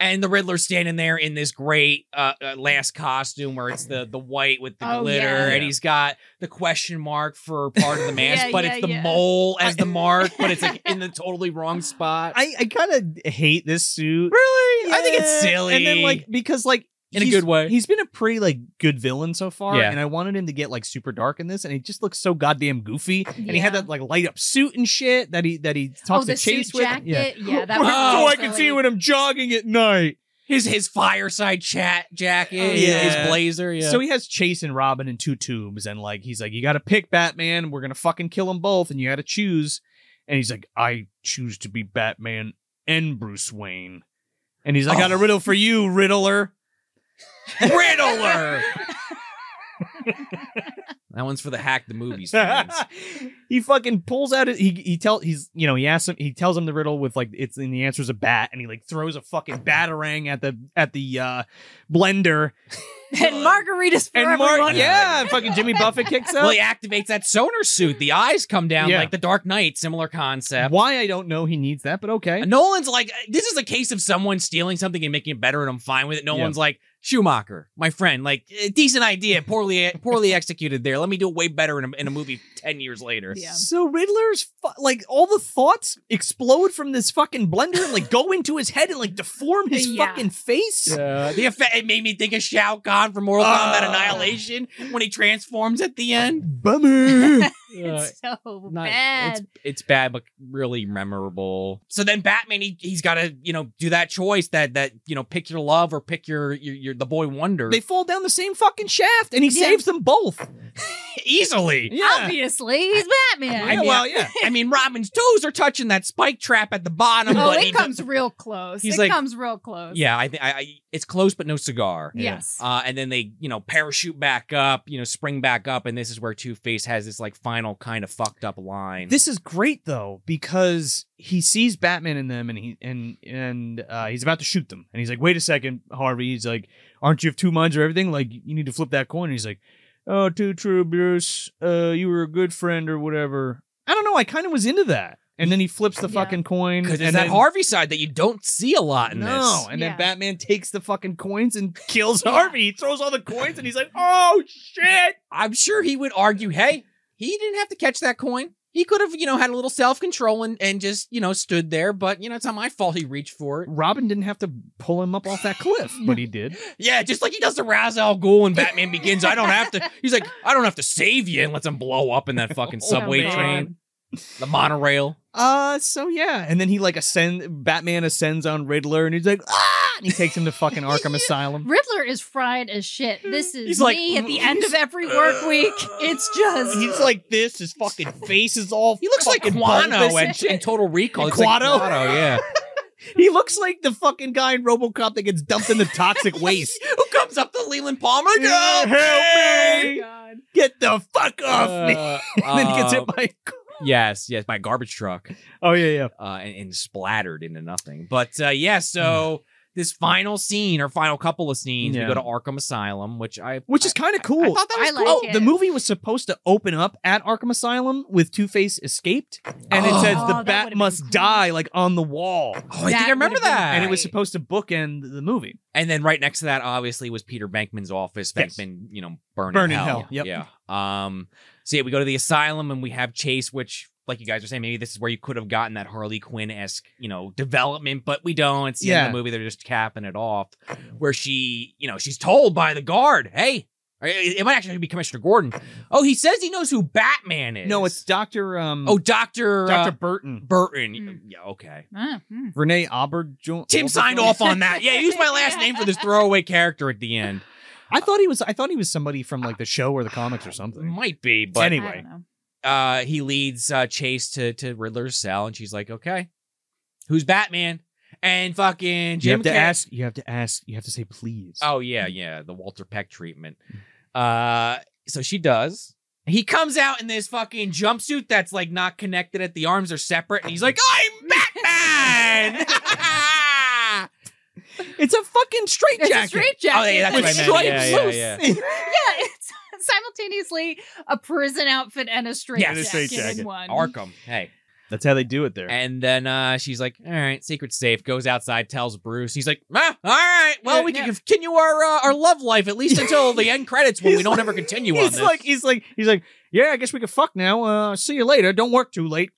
[SPEAKER 2] And the Riddler's standing there in this great uh, uh, last costume where it's the the white with the
[SPEAKER 3] Oh,
[SPEAKER 2] glitter,
[SPEAKER 3] yeah.
[SPEAKER 2] and he's got the question mark for part of
[SPEAKER 3] (laughs)
[SPEAKER 2] the mask,
[SPEAKER 3] Yeah,
[SPEAKER 2] but
[SPEAKER 3] yeah,
[SPEAKER 2] it's the
[SPEAKER 3] yeah.
[SPEAKER 2] mole as
[SPEAKER 3] (laughs)
[SPEAKER 2] the mark, but it's like in the totally wrong spot.
[SPEAKER 1] I, I kind of hate this suit.
[SPEAKER 2] Really? I think it's
[SPEAKER 1] Yeah.
[SPEAKER 2] silly.
[SPEAKER 1] And then like because like
[SPEAKER 2] In a
[SPEAKER 1] he's-
[SPEAKER 2] good way.
[SPEAKER 1] He's been a pretty like good villain so far.
[SPEAKER 2] Yeah.
[SPEAKER 1] And I wanted him to get like super dark in this, and he just looks so goddamn goofy. And he had
[SPEAKER 3] Yeah.
[SPEAKER 1] that like light up suit and shit that he that he talks
[SPEAKER 3] oh, the
[SPEAKER 1] to Chase
[SPEAKER 3] suit
[SPEAKER 1] with.
[SPEAKER 3] jacket.
[SPEAKER 1] Yeah.
[SPEAKER 2] (laughs)
[SPEAKER 3] Yeah, that
[SPEAKER 2] Oh,
[SPEAKER 3] was
[SPEAKER 2] so
[SPEAKER 3] really
[SPEAKER 2] I
[SPEAKER 3] silly.
[SPEAKER 1] I'm jogging at night.
[SPEAKER 2] his his fireside chat jacket,
[SPEAKER 1] Oh,
[SPEAKER 2] his-
[SPEAKER 1] yeah.
[SPEAKER 2] his blazer. Yeah.
[SPEAKER 1] So he has Chase and Robin in two tubes, and like he's like, you got to pick Batman. We're gonna fucking kill them both, and you got to choose. And he's like, I choose to be Batman and Bruce Wayne. And he's like, I got a
[SPEAKER 2] Oh.
[SPEAKER 1] riddle for you, Riddler.
[SPEAKER 2] (laughs) (laughs) Riddler. that one's for the hack the
[SPEAKER 3] (laughs)
[SPEAKER 2] movies fans.
[SPEAKER 1] he fucking pulls out his, he he tell he's you know he asks him he tells him the riddle with like it's and the answer's a bat and he like throws a fucking batarang at the at the uh blender
[SPEAKER 3] (laughs) and margaritas for
[SPEAKER 1] and Mark
[SPEAKER 2] (laughs)
[SPEAKER 3] everyone.
[SPEAKER 1] yeah and fucking Jimmy Buffett kicks out.
[SPEAKER 2] Well, he activates that sonar suit. The eyes come down
[SPEAKER 1] Yeah.
[SPEAKER 2] like the Dark Knight, similar concept.
[SPEAKER 1] Why I don't know he needs that, but okay.
[SPEAKER 2] Nolan's like, uh, this is a case of someone stealing something and making it better, and I'm fine with it. No
[SPEAKER 1] Yeah.
[SPEAKER 2] one's like Schumacher, my friend, like eh, decent (laughs) idea, poorly eh, poorly executed there. Let me do it way better in a, in a movie ten years later.
[SPEAKER 3] Yeah.
[SPEAKER 1] So Riddler's fu- like all the thoughts explode from this fucking blender and like
[SPEAKER 3] (laughs)
[SPEAKER 1] go into his head and like deform his
[SPEAKER 3] Yeah.
[SPEAKER 1] fucking face.
[SPEAKER 2] Yeah, the effect it made me think of Shao Kahn from Mortal
[SPEAKER 1] Ah.
[SPEAKER 2] Kombat Annihilation when he transforms at the end.
[SPEAKER 3] (laughs)
[SPEAKER 1] Bummer.
[SPEAKER 3] it's so
[SPEAKER 2] Not-
[SPEAKER 3] bad.
[SPEAKER 2] Uh, It's, it's bad, but really memorable. So then Batman, he he's got to you know do that choice that that you know pick your love or pick your your, your the boy wonder
[SPEAKER 1] They fall down the same fucking shaft, and he
[SPEAKER 3] Yeah.
[SPEAKER 1] saves them both.
[SPEAKER 2] easily.
[SPEAKER 1] Yeah.
[SPEAKER 3] Obviously, he's Batman.
[SPEAKER 2] I
[SPEAKER 1] Yeah,
[SPEAKER 2] mean-
[SPEAKER 1] well, yeah.
[SPEAKER 2] I mean, Robin's toes are touching that spike trap at the bottom,
[SPEAKER 3] oh,
[SPEAKER 2] but he
[SPEAKER 3] it comes real close.
[SPEAKER 2] He's
[SPEAKER 3] it
[SPEAKER 2] like-
[SPEAKER 3] comes real close.
[SPEAKER 2] Yeah, I think I, I it's close, but no cigar.
[SPEAKER 3] Yes.
[SPEAKER 2] Uh, and then they, you know, parachute back up, you know, spring back up, and this is where Two Face has this like final kind of fucked up line.
[SPEAKER 1] This is great though because he sees Batman in them, and he and and uh, he's about to shoot them, and he's like, "Wait a second, Harvey." He's like, "Aren't you of two minds or everything? Like, you need to flip that coin." And he's like, "Oh, too true, Bruce. Uh, you were a good friend or whatever." I don't know. I kind of was into that, and then he flips the
[SPEAKER 3] Yeah.
[SPEAKER 1] fucking coin,
[SPEAKER 2] because it's
[SPEAKER 1] and
[SPEAKER 2] that
[SPEAKER 1] then-
[SPEAKER 2] Harvey side that you don't see a lot in
[SPEAKER 1] No,
[SPEAKER 2] this.
[SPEAKER 1] and
[SPEAKER 3] Yeah.
[SPEAKER 1] then Batman takes the fucking coins (laughs) and kills
[SPEAKER 3] Yeah.
[SPEAKER 1] Harvey. He throws all the coins, and he's like, "Oh shit!"
[SPEAKER 2] I'm sure he would argue, hey, he didn't have to catch that coin. He could have, you know, had a little self control and, and just, you know, stood there, but you know, it's not my fault he reached for it.
[SPEAKER 1] Robin didn't have to pull him up off that cliff, but he did.
[SPEAKER 2] Yeah, just like he does to Ra's al Ghul in Batman Begins. I don't have (laughs) to. He's like, I don't have to save you and lets him blow up in (laughs) that fucking
[SPEAKER 1] Oh,
[SPEAKER 2] subway
[SPEAKER 3] man.
[SPEAKER 2] train, the monorail.
[SPEAKER 1] Uh, so yeah, and then he like ascend. Batman ascends on Riddler, and he's like, ah, and he takes him to fucking
[SPEAKER 3] (laughs)
[SPEAKER 1] Arkham Asylum.
[SPEAKER 3] Riddler is fried as shit.
[SPEAKER 2] (laughs)
[SPEAKER 3] This is
[SPEAKER 1] He's
[SPEAKER 3] me
[SPEAKER 1] like,
[SPEAKER 3] at the end of every work week. It's just
[SPEAKER 1] He's like this. His fucking face is all.
[SPEAKER 2] He looks like
[SPEAKER 1] fucking
[SPEAKER 2] Guano
[SPEAKER 1] bulbous and
[SPEAKER 2] and,
[SPEAKER 1] shit.
[SPEAKER 2] and Total Recall. It's
[SPEAKER 1] Quado?
[SPEAKER 2] Like Quado, yeah.
[SPEAKER 1] He looks like the fucking guy in RoboCop that gets dumped in the
[SPEAKER 3] (laughs)
[SPEAKER 1] toxic waste.
[SPEAKER 2] (laughs) Who comes up to Leland Palmer?
[SPEAKER 1] Yeah,
[SPEAKER 3] Oh
[SPEAKER 1] help
[SPEAKER 3] my
[SPEAKER 1] me!
[SPEAKER 3] God.
[SPEAKER 1] Get the fuck off
[SPEAKER 2] (laughs)
[SPEAKER 3] Uh,
[SPEAKER 1] me! And then he
[SPEAKER 3] um,
[SPEAKER 1] gets hit by. a car.
[SPEAKER 2] Uh, um, yes, yes, by a garbage truck
[SPEAKER 1] Oh yeah, yeah.
[SPEAKER 2] uh, and, and splattered into nothing. But uh, yeah, so this final scene or final couple of scenes,
[SPEAKER 1] Yeah.
[SPEAKER 2] we go to Arkham Asylum, which I
[SPEAKER 1] Which is
[SPEAKER 2] I-
[SPEAKER 1] kind of cool. Oh,
[SPEAKER 2] I thought that was
[SPEAKER 3] I like
[SPEAKER 2] cool.
[SPEAKER 3] it.
[SPEAKER 1] The movie was supposed to open up at Arkham Asylum with Two Face escaped, and it
[SPEAKER 2] Oh.
[SPEAKER 1] says the
[SPEAKER 3] Oh, that would've
[SPEAKER 1] bat
[SPEAKER 3] been
[SPEAKER 1] must
[SPEAKER 3] cool.
[SPEAKER 1] die like on the wall,
[SPEAKER 2] Oh, I think I
[SPEAKER 3] That
[SPEAKER 2] remember
[SPEAKER 3] would've been
[SPEAKER 2] that.
[SPEAKER 1] and it was
[SPEAKER 3] Right.
[SPEAKER 1] supposed to bookend the movie.
[SPEAKER 2] And then right next to that, obviously, was Peter Bankman's office.
[SPEAKER 1] Yes.
[SPEAKER 2] Bankman, you know, burning,
[SPEAKER 1] Burn in
[SPEAKER 2] hell.
[SPEAKER 1] hell, yep.
[SPEAKER 2] Yeah. Um. So yeah, we go to the asylum and we have Chase, which, like you guys were saying, maybe this is where you could have gotten that Harley Quinn esque, you know, development, but we don't. It's the end of
[SPEAKER 1] Yeah.
[SPEAKER 2] the movie. They're just capping it off, where she, you know, she's told by the guard, "Hey, it it might actually be Commissioner Gordon." Oh, he says he knows who Batman is.
[SPEAKER 1] No, it's Doctor. Um,
[SPEAKER 2] oh, Doctor
[SPEAKER 1] Doctor
[SPEAKER 2] Doctor
[SPEAKER 1] Burton.
[SPEAKER 2] Burton.
[SPEAKER 3] Mm.
[SPEAKER 2] Yeah. Okay.
[SPEAKER 3] Ah, hmm.
[SPEAKER 1] Renee Auberjoin.
[SPEAKER 2] Tim signed off on that. Yeah, use my (laughs) last name for this throwaway character at the end.
[SPEAKER 1] I thought he was. I thought he was somebody from like the show or the comics or something.
[SPEAKER 2] Might be, but
[SPEAKER 1] Any-
[SPEAKER 3] I
[SPEAKER 1] Anyway.
[SPEAKER 3] don't know.
[SPEAKER 2] uh, he leads uh, Chase to to Riddler's cell, and she's like, "Okay, who's Batman?" And fucking
[SPEAKER 1] You
[SPEAKER 2] Jim
[SPEAKER 1] have to
[SPEAKER 2] Car-
[SPEAKER 1] ask. You have to ask. You have to say please.
[SPEAKER 2] Oh yeah, yeah, the Walter Peck treatment.
[SPEAKER 1] Mm.
[SPEAKER 2] Uh, so she does. He comes out in this fucking jumpsuit that's like not connected at the arms are separate, and he's like, "I'm
[SPEAKER 1] (laughs)
[SPEAKER 2] Batman." (laughs)
[SPEAKER 1] It's a fucking straight
[SPEAKER 3] It's
[SPEAKER 1] jacket.
[SPEAKER 3] a straight jacket.
[SPEAKER 2] Oh, yeah, that's
[SPEAKER 1] with
[SPEAKER 2] what I meant.
[SPEAKER 1] stripes.
[SPEAKER 2] Yeah, yeah,
[SPEAKER 1] loose.
[SPEAKER 2] yeah.
[SPEAKER 3] (laughs) yeah, it's simultaneously a prison outfit and a straight
[SPEAKER 2] Yes. And
[SPEAKER 1] a straight
[SPEAKER 3] in
[SPEAKER 1] jacket.
[SPEAKER 3] one.
[SPEAKER 2] Arkham. Hey.
[SPEAKER 1] That's how they do it there.
[SPEAKER 2] And then uh, she's like, "All right, secret safe." Goes outside, tells Bruce. He's like, ah, "All right, well,
[SPEAKER 3] Yeah,
[SPEAKER 2] we can
[SPEAKER 3] yeah.
[SPEAKER 2] continue our uh, our love life at least until the end credits when we
[SPEAKER 1] He's
[SPEAKER 2] don't
[SPEAKER 1] (laughs) like-
[SPEAKER 2] ever continue on
[SPEAKER 1] He's
[SPEAKER 2] this."
[SPEAKER 1] like, he's like, he's like, yeah, I guess we could fuck now. Uh, see you later. Don't work too late.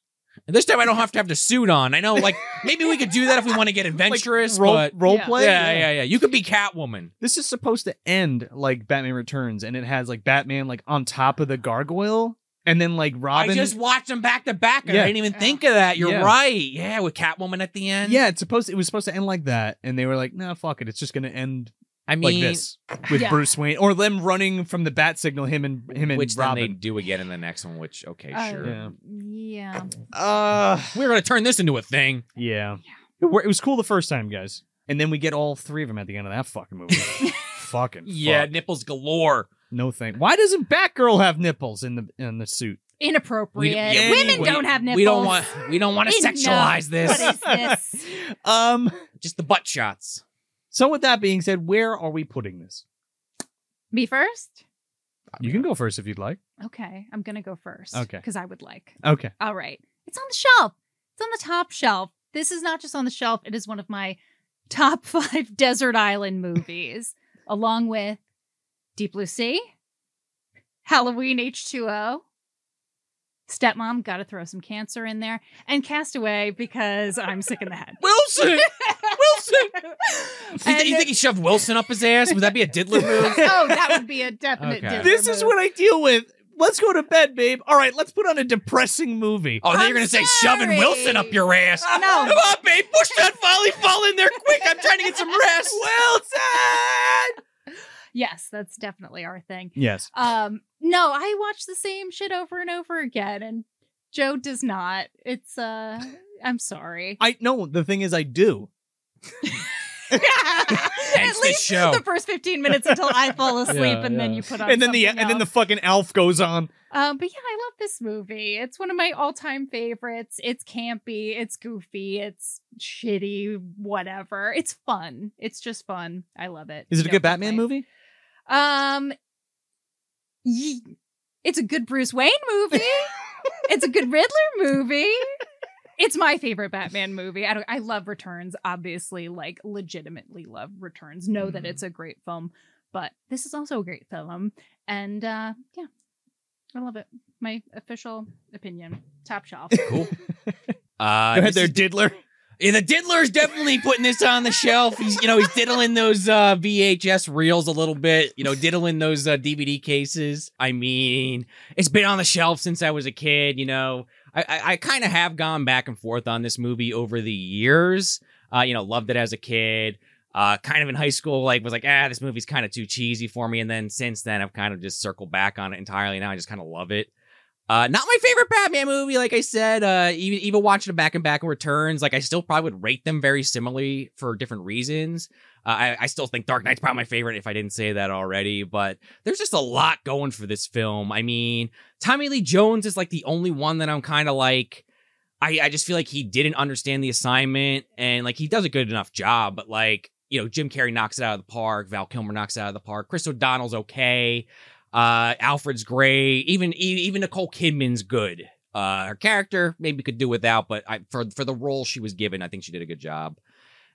[SPEAKER 2] and this time, I don't have to have the suit on. I know, like, maybe we could do that if we
[SPEAKER 1] (laughs)
[SPEAKER 2] want to get adventurous.
[SPEAKER 1] Role,
[SPEAKER 2] but
[SPEAKER 1] role
[SPEAKER 3] Yeah.
[SPEAKER 1] play.
[SPEAKER 2] yeah, yeah, yeah. You could be Catwoman.
[SPEAKER 1] This is supposed to end like Batman Returns, and it has like Batman like on top of the gargoyle, and then like Robin.
[SPEAKER 2] I just watched them back to back, and I
[SPEAKER 1] Yeah.
[SPEAKER 2] didn't even
[SPEAKER 3] Yeah.
[SPEAKER 2] think of that. You're
[SPEAKER 1] Yeah.
[SPEAKER 2] right. Yeah, with Catwoman at the end.
[SPEAKER 1] yeah, it's supposed. it was supposed to end like that, and they were like, "Nah, fuck it. It's just gonna end
[SPEAKER 2] I mean,
[SPEAKER 1] like (laughs) this with
[SPEAKER 3] Yeah.
[SPEAKER 1] Bruce Wayne, or them running from the bat signal. Him and him and
[SPEAKER 2] which then they
[SPEAKER 1] Robin.
[SPEAKER 2] do again in the next one. Which okay,
[SPEAKER 3] Uh,
[SPEAKER 2] sure.
[SPEAKER 1] Yeah.
[SPEAKER 3] Yeah.
[SPEAKER 1] Uh,
[SPEAKER 2] We're gonna turn this into a thing.
[SPEAKER 1] yeah. It, wa- it was cool the first time, guys, and then we get all three of them at the end of that fucking (laughs) movie. (laughs) fucking
[SPEAKER 2] Yeah,
[SPEAKER 1] fuck.
[SPEAKER 2] nipples galore.
[SPEAKER 1] no thing. Why doesn't Batgirl have nipples in the in the suit?
[SPEAKER 3] Inappropriate.
[SPEAKER 2] yeah,
[SPEAKER 3] Women
[SPEAKER 2] we-
[SPEAKER 3] don't have nipples.
[SPEAKER 2] We don't want we don't want to
[SPEAKER 3] Enough.
[SPEAKER 2] sexualize
[SPEAKER 3] (laughs) What
[SPEAKER 2] this.
[SPEAKER 3] is
[SPEAKER 2] (laughs)
[SPEAKER 3] this?
[SPEAKER 1] Um.
[SPEAKER 2] Just the butt shots.
[SPEAKER 1] So with that being said, where are we putting this?
[SPEAKER 3] Me first?
[SPEAKER 1] You can go first if you'd like.
[SPEAKER 3] Okay. I'm going to go first.
[SPEAKER 1] Okay.
[SPEAKER 3] Because I would like.
[SPEAKER 1] Okay.
[SPEAKER 3] All right. It's on the shelf. It's on the top shelf. This is not just on the shelf, it is one of my top (laughs) five desert island movies, along with Deep Blue Sea, Halloween H2O, Stepmom, gotta throw some cancer in there, and Castaway because I'm sick in the
[SPEAKER 2] (laughs)
[SPEAKER 3] head.
[SPEAKER 2] Wilson. Wilson.
[SPEAKER 3] (laughs)
[SPEAKER 2] You,
[SPEAKER 3] And-
[SPEAKER 2] th- you think he shoved
[SPEAKER 3] (laughs)
[SPEAKER 2] Wilson up his ass? Would that be a diddler move?
[SPEAKER 3] oh, that would be a definite
[SPEAKER 2] Okay.
[SPEAKER 3] different
[SPEAKER 1] This is
[SPEAKER 3] move.
[SPEAKER 1] what I deal with let's go to bed, babe. All right, let's put on a depressing movie.
[SPEAKER 5] Oh, then
[SPEAKER 3] I'm
[SPEAKER 5] you're gonna say shoving
[SPEAKER 3] sorry.
[SPEAKER 5] Wilson up your ass.
[SPEAKER 3] No.
[SPEAKER 5] Come on, babe, push that volleyball in there quick. I'm trying to get some
[SPEAKER 2] (laughs)
[SPEAKER 5] rest.
[SPEAKER 1] Wilson.
[SPEAKER 3] Yes, that's definitely our thing.
[SPEAKER 1] Yes.
[SPEAKER 3] Um, no, I watch the same shit over and over again, and Joe does not. It's uh, I'm (laughs) sorry.
[SPEAKER 1] I no. The thing is, I do.
[SPEAKER 3] At
[SPEAKER 2] the
[SPEAKER 3] least
[SPEAKER 2] show.
[SPEAKER 3] the first 15 minutes until I fall asleep,
[SPEAKER 2] Yeah,
[SPEAKER 3] and then
[SPEAKER 2] yeah.
[SPEAKER 3] you put on
[SPEAKER 1] and then the
[SPEAKER 3] something
[SPEAKER 1] and then the
[SPEAKER 3] else.
[SPEAKER 1] fucking elf goes on.
[SPEAKER 3] Um, but yeah, I love this movie. It's one of my all-time favorites. It's campy, it's goofy, it's shitty, whatever. It's fun. It's just fun. I love it.
[SPEAKER 1] Is it a
[SPEAKER 3] Don't
[SPEAKER 1] good Batman
[SPEAKER 3] complain.
[SPEAKER 1] movie?
[SPEAKER 3] Um, ye- it's a good Bruce Wayne
[SPEAKER 1] (laughs)
[SPEAKER 3] movie. it's a good Riddler movie. It's my favorite Batman movie. I, don't, I love Returns, obviously, like legitimately love Returns. Know
[SPEAKER 2] Mhm.
[SPEAKER 3] that
[SPEAKER 1] Mm-hmm.
[SPEAKER 3] it's a great film, but this is also a great film. And uh, yeah, I love it. My official opinion,
[SPEAKER 1] (laughs)
[SPEAKER 3] top shelf.
[SPEAKER 2] Cool. Uh,
[SPEAKER 1] Go ahead
[SPEAKER 2] this
[SPEAKER 1] there,
[SPEAKER 2] is-
[SPEAKER 1] Diddler.
[SPEAKER 2] (laughs) Yeah, the diddler's definitely putting this on the shelf. He's, you know, he's diddling those uh, VHS reels a little bit. You know, diddling those uh, DVD cases. I mean, it's been on the shelf since I was a kid. You know, I I, I kind of have gone back and forth on this movie over the years. Uh, you know, loved it as a kid. Uh, kind of in high school, like was like, ah, this movie's kind of too cheesy for me. And then since then, I've kind of just circled back on it entirely. Now I just kind of love it. Uh, not my favorite Batman movie, like I said. Uh, even even watching it back and back and returns, like I still probably would rate them very similarly for different reasons. Uh, I I still think Dark Knight's probably my favorite if I didn't say that already. But there's just a lot going for this film. I mean, Tommy Lee Jones is like the only one that I'm kind of like. I, I just feel like he didn't understand the assignment and like he does a good enough job, but like, you know, Jim Carrey knocks it out of the park, Val Kilmer knocks it out of the park, Chris O'Donnell's okay. Uh, Alfred's great. Even e- even Nicole Kidman's good. Uh, her character maybe could do without, but I, for for the role she was given, I think she did a good job.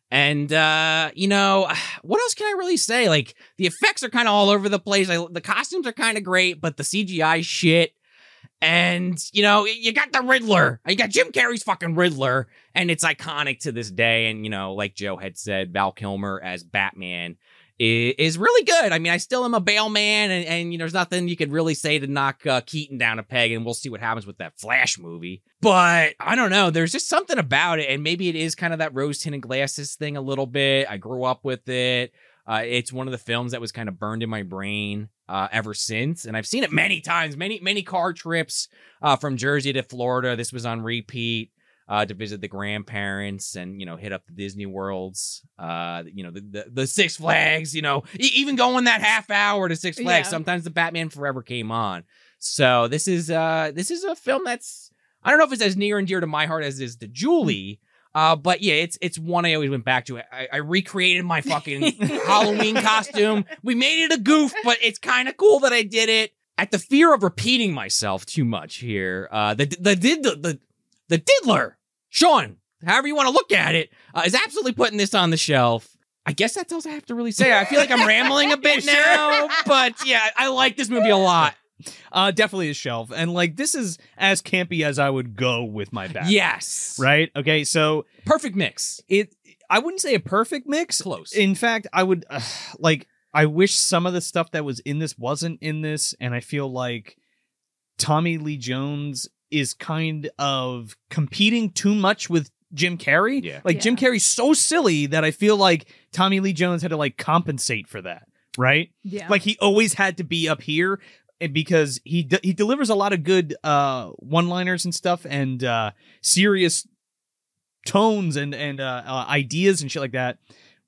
[SPEAKER 2] And uh, you know, (sighs) what else can I really say? Like the effects are kind of all over the place. I, the costumes are kind of great, but the CGI shit. And you know, you got the Riddler. You got Jim Carrey's fucking Riddler, and it's iconic to this day. And you know, like Joe had said, Val Kilmer as Batman i- is really good. I mean, I still am a bail man, and, and you know, there's nothing you could really say to knock uh, Keaton down a peg, and we'll see what happens with that Flash movie. But I don't know. There's just something about it, and maybe it is kind of that rose tinted glasses thing a little bit. I grew up with it. Uh, it's one of the films that was kind of burned in my brain uh, ever since, and I've seen it many times, many many car trips uh, from Jersey to Florida. This was on repeat uh, to visit the grandparents and you know hit up the Disney worlds, uh, you know the, the the Six Flags, you know e- even going that half hour to Six Flags.
[SPEAKER 3] Yeah.
[SPEAKER 2] Sometimes the Batman Forever came on, so this is uh this is a film that's I don't know if it's as near and dear to my heart as is to Julie. Uh, but yeah, it's it's one I always went back to. I, I recreated my fucking Halloween costume. We made it a goof, but it's kind of cool that I did it. At the fear of repeating myself too much here, uh, the the did the, the the diddler, Sean, however you want to look at it, uh, is absolutely putting this on the shelf. I guess that's all I have to really say. I feel like I'm rambling
[SPEAKER 1] (laughs)
[SPEAKER 2] a bit now, but yeah, I like this movie a lot.
[SPEAKER 1] Uh, definitely a shelf. And like this is as campy as I would go with my Batman.
[SPEAKER 2] Yes,
[SPEAKER 1] Right. Okay. So
[SPEAKER 2] perfect mix,
[SPEAKER 1] it. I wouldn't say a perfect mix.
[SPEAKER 2] close.
[SPEAKER 1] In fact, I would (sighs) uh, like. I wish some of the stuff that was in this wasn't in this, and I feel like Tommy Lee Jones is kind of competing too much with Jim Carrey.
[SPEAKER 2] Yeah.
[SPEAKER 1] Like Jim
[SPEAKER 3] Yeah.
[SPEAKER 1] Carrey's so silly that I feel like Tommy Lee Jones had to like compensate for that, right?
[SPEAKER 3] Yeah.
[SPEAKER 1] Like he always had to be up here and because he de- he delivers a lot of good uh one-liners and stuff and uh serious tones and and uh, uh ideas and shit like that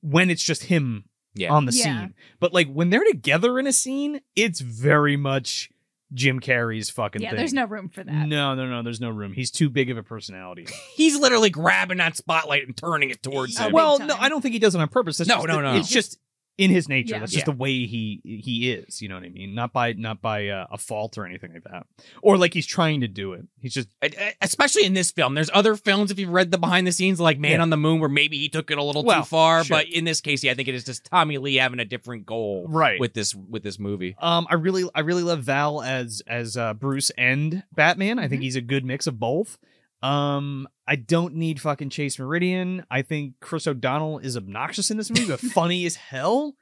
[SPEAKER 1] when it's just him
[SPEAKER 2] Yeah.
[SPEAKER 1] on the
[SPEAKER 3] Yeah.
[SPEAKER 1] scene. But like when they're together in a scene, it's very much Jim Carrey's fucking
[SPEAKER 3] yeah,
[SPEAKER 1] thing.
[SPEAKER 3] there's no room for (laughs) that.
[SPEAKER 1] No, no, no, there's no room. He's too big of a personality.
[SPEAKER 2] He's literally grabbing that spotlight and turning it towards
[SPEAKER 3] Uh,
[SPEAKER 2] him.
[SPEAKER 3] big
[SPEAKER 1] well, no,
[SPEAKER 3] time.
[SPEAKER 1] I don't think he does it on purpose. That's
[SPEAKER 2] No,
[SPEAKER 1] just
[SPEAKER 2] no,
[SPEAKER 1] the-
[SPEAKER 2] no.
[SPEAKER 1] It's just in his nature.
[SPEAKER 3] Yeah.
[SPEAKER 1] That's just
[SPEAKER 2] Yeah.
[SPEAKER 1] the way he he is. You know what I mean? Not by not by uh, a fault or anything like that, or like he's trying to do it. He's just
[SPEAKER 2] E, especially in this film. There's other films if you've read the behind the scenes, like Man
[SPEAKER 1] Yeah.
[SPEAKER 2] on the Moon, where maybe he took it a little
[SPEAKER 1] Well,
[SPEAKER 2] too far.
[SPEAKER 1] sure.
[SPEAKER 2] But in this case, yeah, I think it is just Tommy Lee having a different goal
[SPEAKER 1] right.
[SPEAKER 2] with this with this movie.
[SPEAKER 1] um, I really I really love Val as as uh, Bruce and Batman. I think
[SPEAKER 3] Mhm.
[SPEAKER 1] he's a good mix of both. Um, I don't need fucking Chase Meridian. I think Chris O'Donnell is obnoxious in this movie, but funny as hell.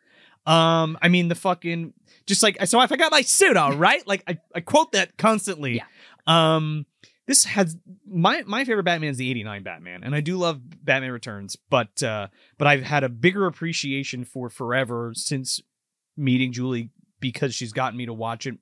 [SPEAKER 1] Um, I mean the fucking just like so I forgot my suit, all right? Like I, I quote that constantly. Um this has my my favorite Batman is the 89 Batman, and I do love Batman Returns, but uh but I've had a bigger appreciation for Forever since meeting Julie because she's gotten me to watch it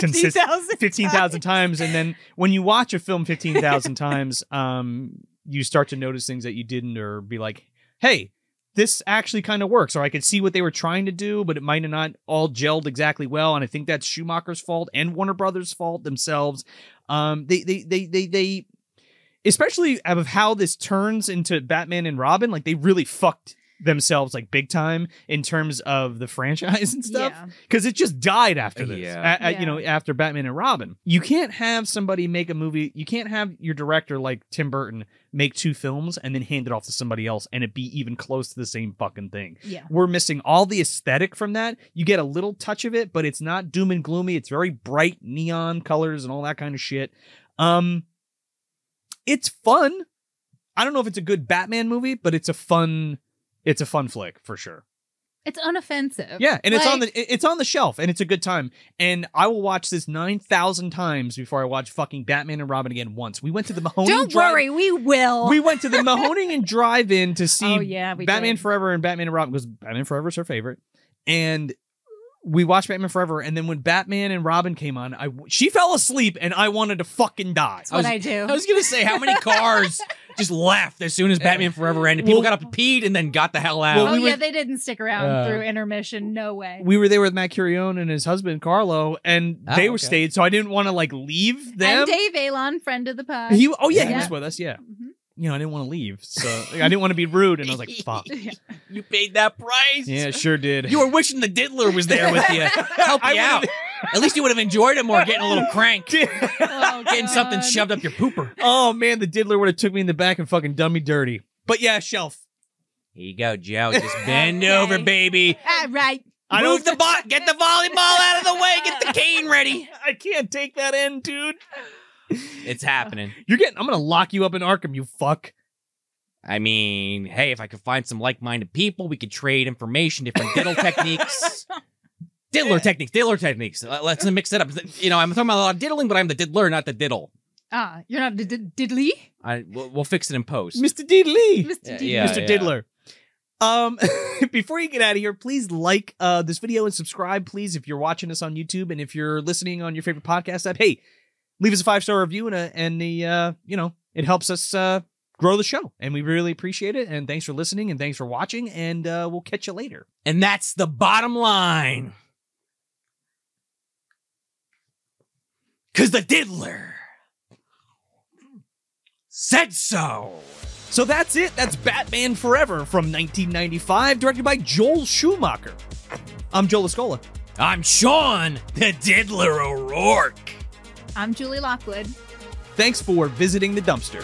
[SPEAKER 1] consist-
[SPEAKER 3] 15,000
[SPEAKER 1] 15,000 times and then when you watch a film 15,000 times um you start to notice things that you didn't or be like hey this actually kind of works or I could see what they were trying to do but it might have not all gelled exactly well and I think that's Schumacher's fault and Warner Brothers fault themselves um they they they they they especially out of how this turns into Batman and Robin like they really fucked themselves like big time in terms of the franchise and stuff
[SPEAKER 3] Yeah.
[SPEAKER 1] because it just died after this.
[SPEAKER 5] Yeah.
[SPEAKER 1] A- a- You
[SPEAKER 3] Yeah.
[SPEAKER 1] know, after Batman and Robin, you can't have somebody make a movie. You can't have your director like Tim Burton make two films and then hand it off to somebody else and it be even close to the same fucking thing.
[SPEAKER 3] Yeah.
[SPEAKER 1] We're missing all the aesthetic from that. You get a little touch of it, but it's not doom and gloomy. It's very bright neon colors and all that kind of shit. Um, it's fun. I don't know if it's a good Batman movie, but it's a fun. It's a fun flick for sure.
[SPEAKER 3] It's unoffensive.
[SPEAKER 1] Yeah, and it's on
[SPEAKER 3] Like-
[SPEAKER 1] the it- it's on the shelf, and it's a good time. And I will watch this nine thousand times before I watch fucking Batman and Robin again once. We went to the Mahoney.
[SPEAKER 3] Don't
[SPEAKER 1] Drive-
[SPEAKER 3] worry, we will.
[SPEAKER 1] We went to the Mahoney
[SPEAKER 3] (laughs)
[SPEAKER 1] and Drive-In to see
[SPEAKER 3] oh yeah, we
[SPEAKER 1] Batman
[SPEAKER 3] did.
[SPEAKER 1] Forever and Batman and Robin because Batman Forever is her favorite, and we watched Batman Forever. And then when Batman and Robin came on, I w- she fell asleep, and I wanted to fucking die.
[SPEAKER 3] That's
[SPEAKER 2] I
[SPEAKER 3] what
[SPEAKER 2] was-
[SPEAKER 3] I do.
[SPEAKER 2] I was gonna say how many
[SPEAKER 1] (laughs)
[SPEAKER 2] cars just left as soon as Batman Forever ended. People
[SPEAKER 1] Well-
[SPEAKER 2] got up and peed and then got the hell out.
[SPEAKER 1] Well,
[SPEAKER 3] oh
[SPEAKER 1] we
[SPEAKER 3] yeah,
[SPEAKER 1] were-
[SPEAKER 3] they didn't stick around
[SPEAKER 2] Uh,
[SPEAKER 3] through intermission. No way.
[SPEAKER 1] We were there with Matt Curione and his husband Carlo, and
[SPEAKER 2] Oh,
[SPEAKER 1] they were
[SPEAKER 2] okay.
[SPEAKER 1] stayed, so I didn't want to like leave them.
[SPEAKER 3] And Dave Alon, friend of the pod.
[SPEAKER 1] he, oh yeah, he
[SPEAKER 3] Yeah.
[SPEAKER 1] was with us. Yeah.
[SPEAKER 3] Mhm.
[SPEAKER 1] you know, I didn't want to leave. So like, I didn't want to be rude. And I was like,
[SPEAKER 2] (laughs)
[SPEAKER 1] fuck.
[SPEAKER 3] Yeah.
[SPEAKER 2] you paid that price.
[SPEAKER 1] Yeah, it sure did.
[SPEAKER 2] You were wishing the diddler was there
[SPEAKER 1] (laughs)
[SPEAKER 2] with you. (laughs) Help
[SPEAKER 1] I
[SPEAKER 2] you out. At least you would have enjoyed it more getting a little
[SPEAKER 1] (laughs)
[SPEAKER 2] crank.
[SPEAKER 3] Oh,
[SPEAKER 2] Getting something
[SPEAKER 3] God.
[SPEAKER 2] shoved up your pooper.
[SPEAKER 1] oh, man, the diddler would have took me in the back and fucking done me dirty. But yeah, shelf.
[SPEAKER 2] Here you go, Joe. Just
[SPEAKER 1] (laughs)
[SPEAKER 2] bend
[SPEAKER 3] Okay.
[SPEAKER 2] over, baby.
[SPEAKER 3] Ah, right.
[SPEAKER 1] I
[SPEAKER 2] Move
[SPEAKER 1] don't.
[SPEAKER 2] the bot. Get the volleyball out of the way. Get the cane ready.
[SPEAKER 1] I can't take that end,
[SPEAKER 2] (laughs)
[SPEAKER 1] dude.
[SPEAKER 2] It's happening.
[SPEAKER 1] You're getting. I'm gonna lock you up in Arkham, you fuck.
[SPEAKER 2] I mean, hey, if I could find some like-minded people, we could trade information, different diddle (laughs) techniques. Diddler techniques, diddler techniques. Uh, Let's mix it up. You know, I'm talking about a lot of diddling, but I'm the diddler, not the diddle.
[SPEAKER 3] Ah, you're not d- d- diddly,
[SPEAKER 2] I we'll, we'll fix it in post.
[SPEAKER 1] Mr. Diddley.
[SPEAKER 3] Mr.
[SPEAKER 2] Yeah,
[SPEAKER 3] Yeah,
[SPEAKER 2] yeah.
[SPEAKER 1] Mr. Diddler. Um, (laughs) before you get out of here, please like uh, this video and subscribe, please, if you're watching us on YouTube and if you're listening on your favorite podcast app. Hey, leave us a five star review and a, and the uh, you know it helps us uh, grow the show, and we really appreciate it. And thanks for listening, and thanks for watching, and uh, we'll catch you later.
[SPEAKER 2] And that's the bottom line. Cause the diddler said so.
[SPEAKER 1] So that's it. That's Batman Forever from 1995, directed by Joel Schumacher. I'm Joel Escola.
[SPEAKER 2] I'm Sean, the diddler O'Rourke.
[SPEAKER 3] I'm Julie Lockwood.
[SPEAKER 1] Thanks for visiting the dumpster.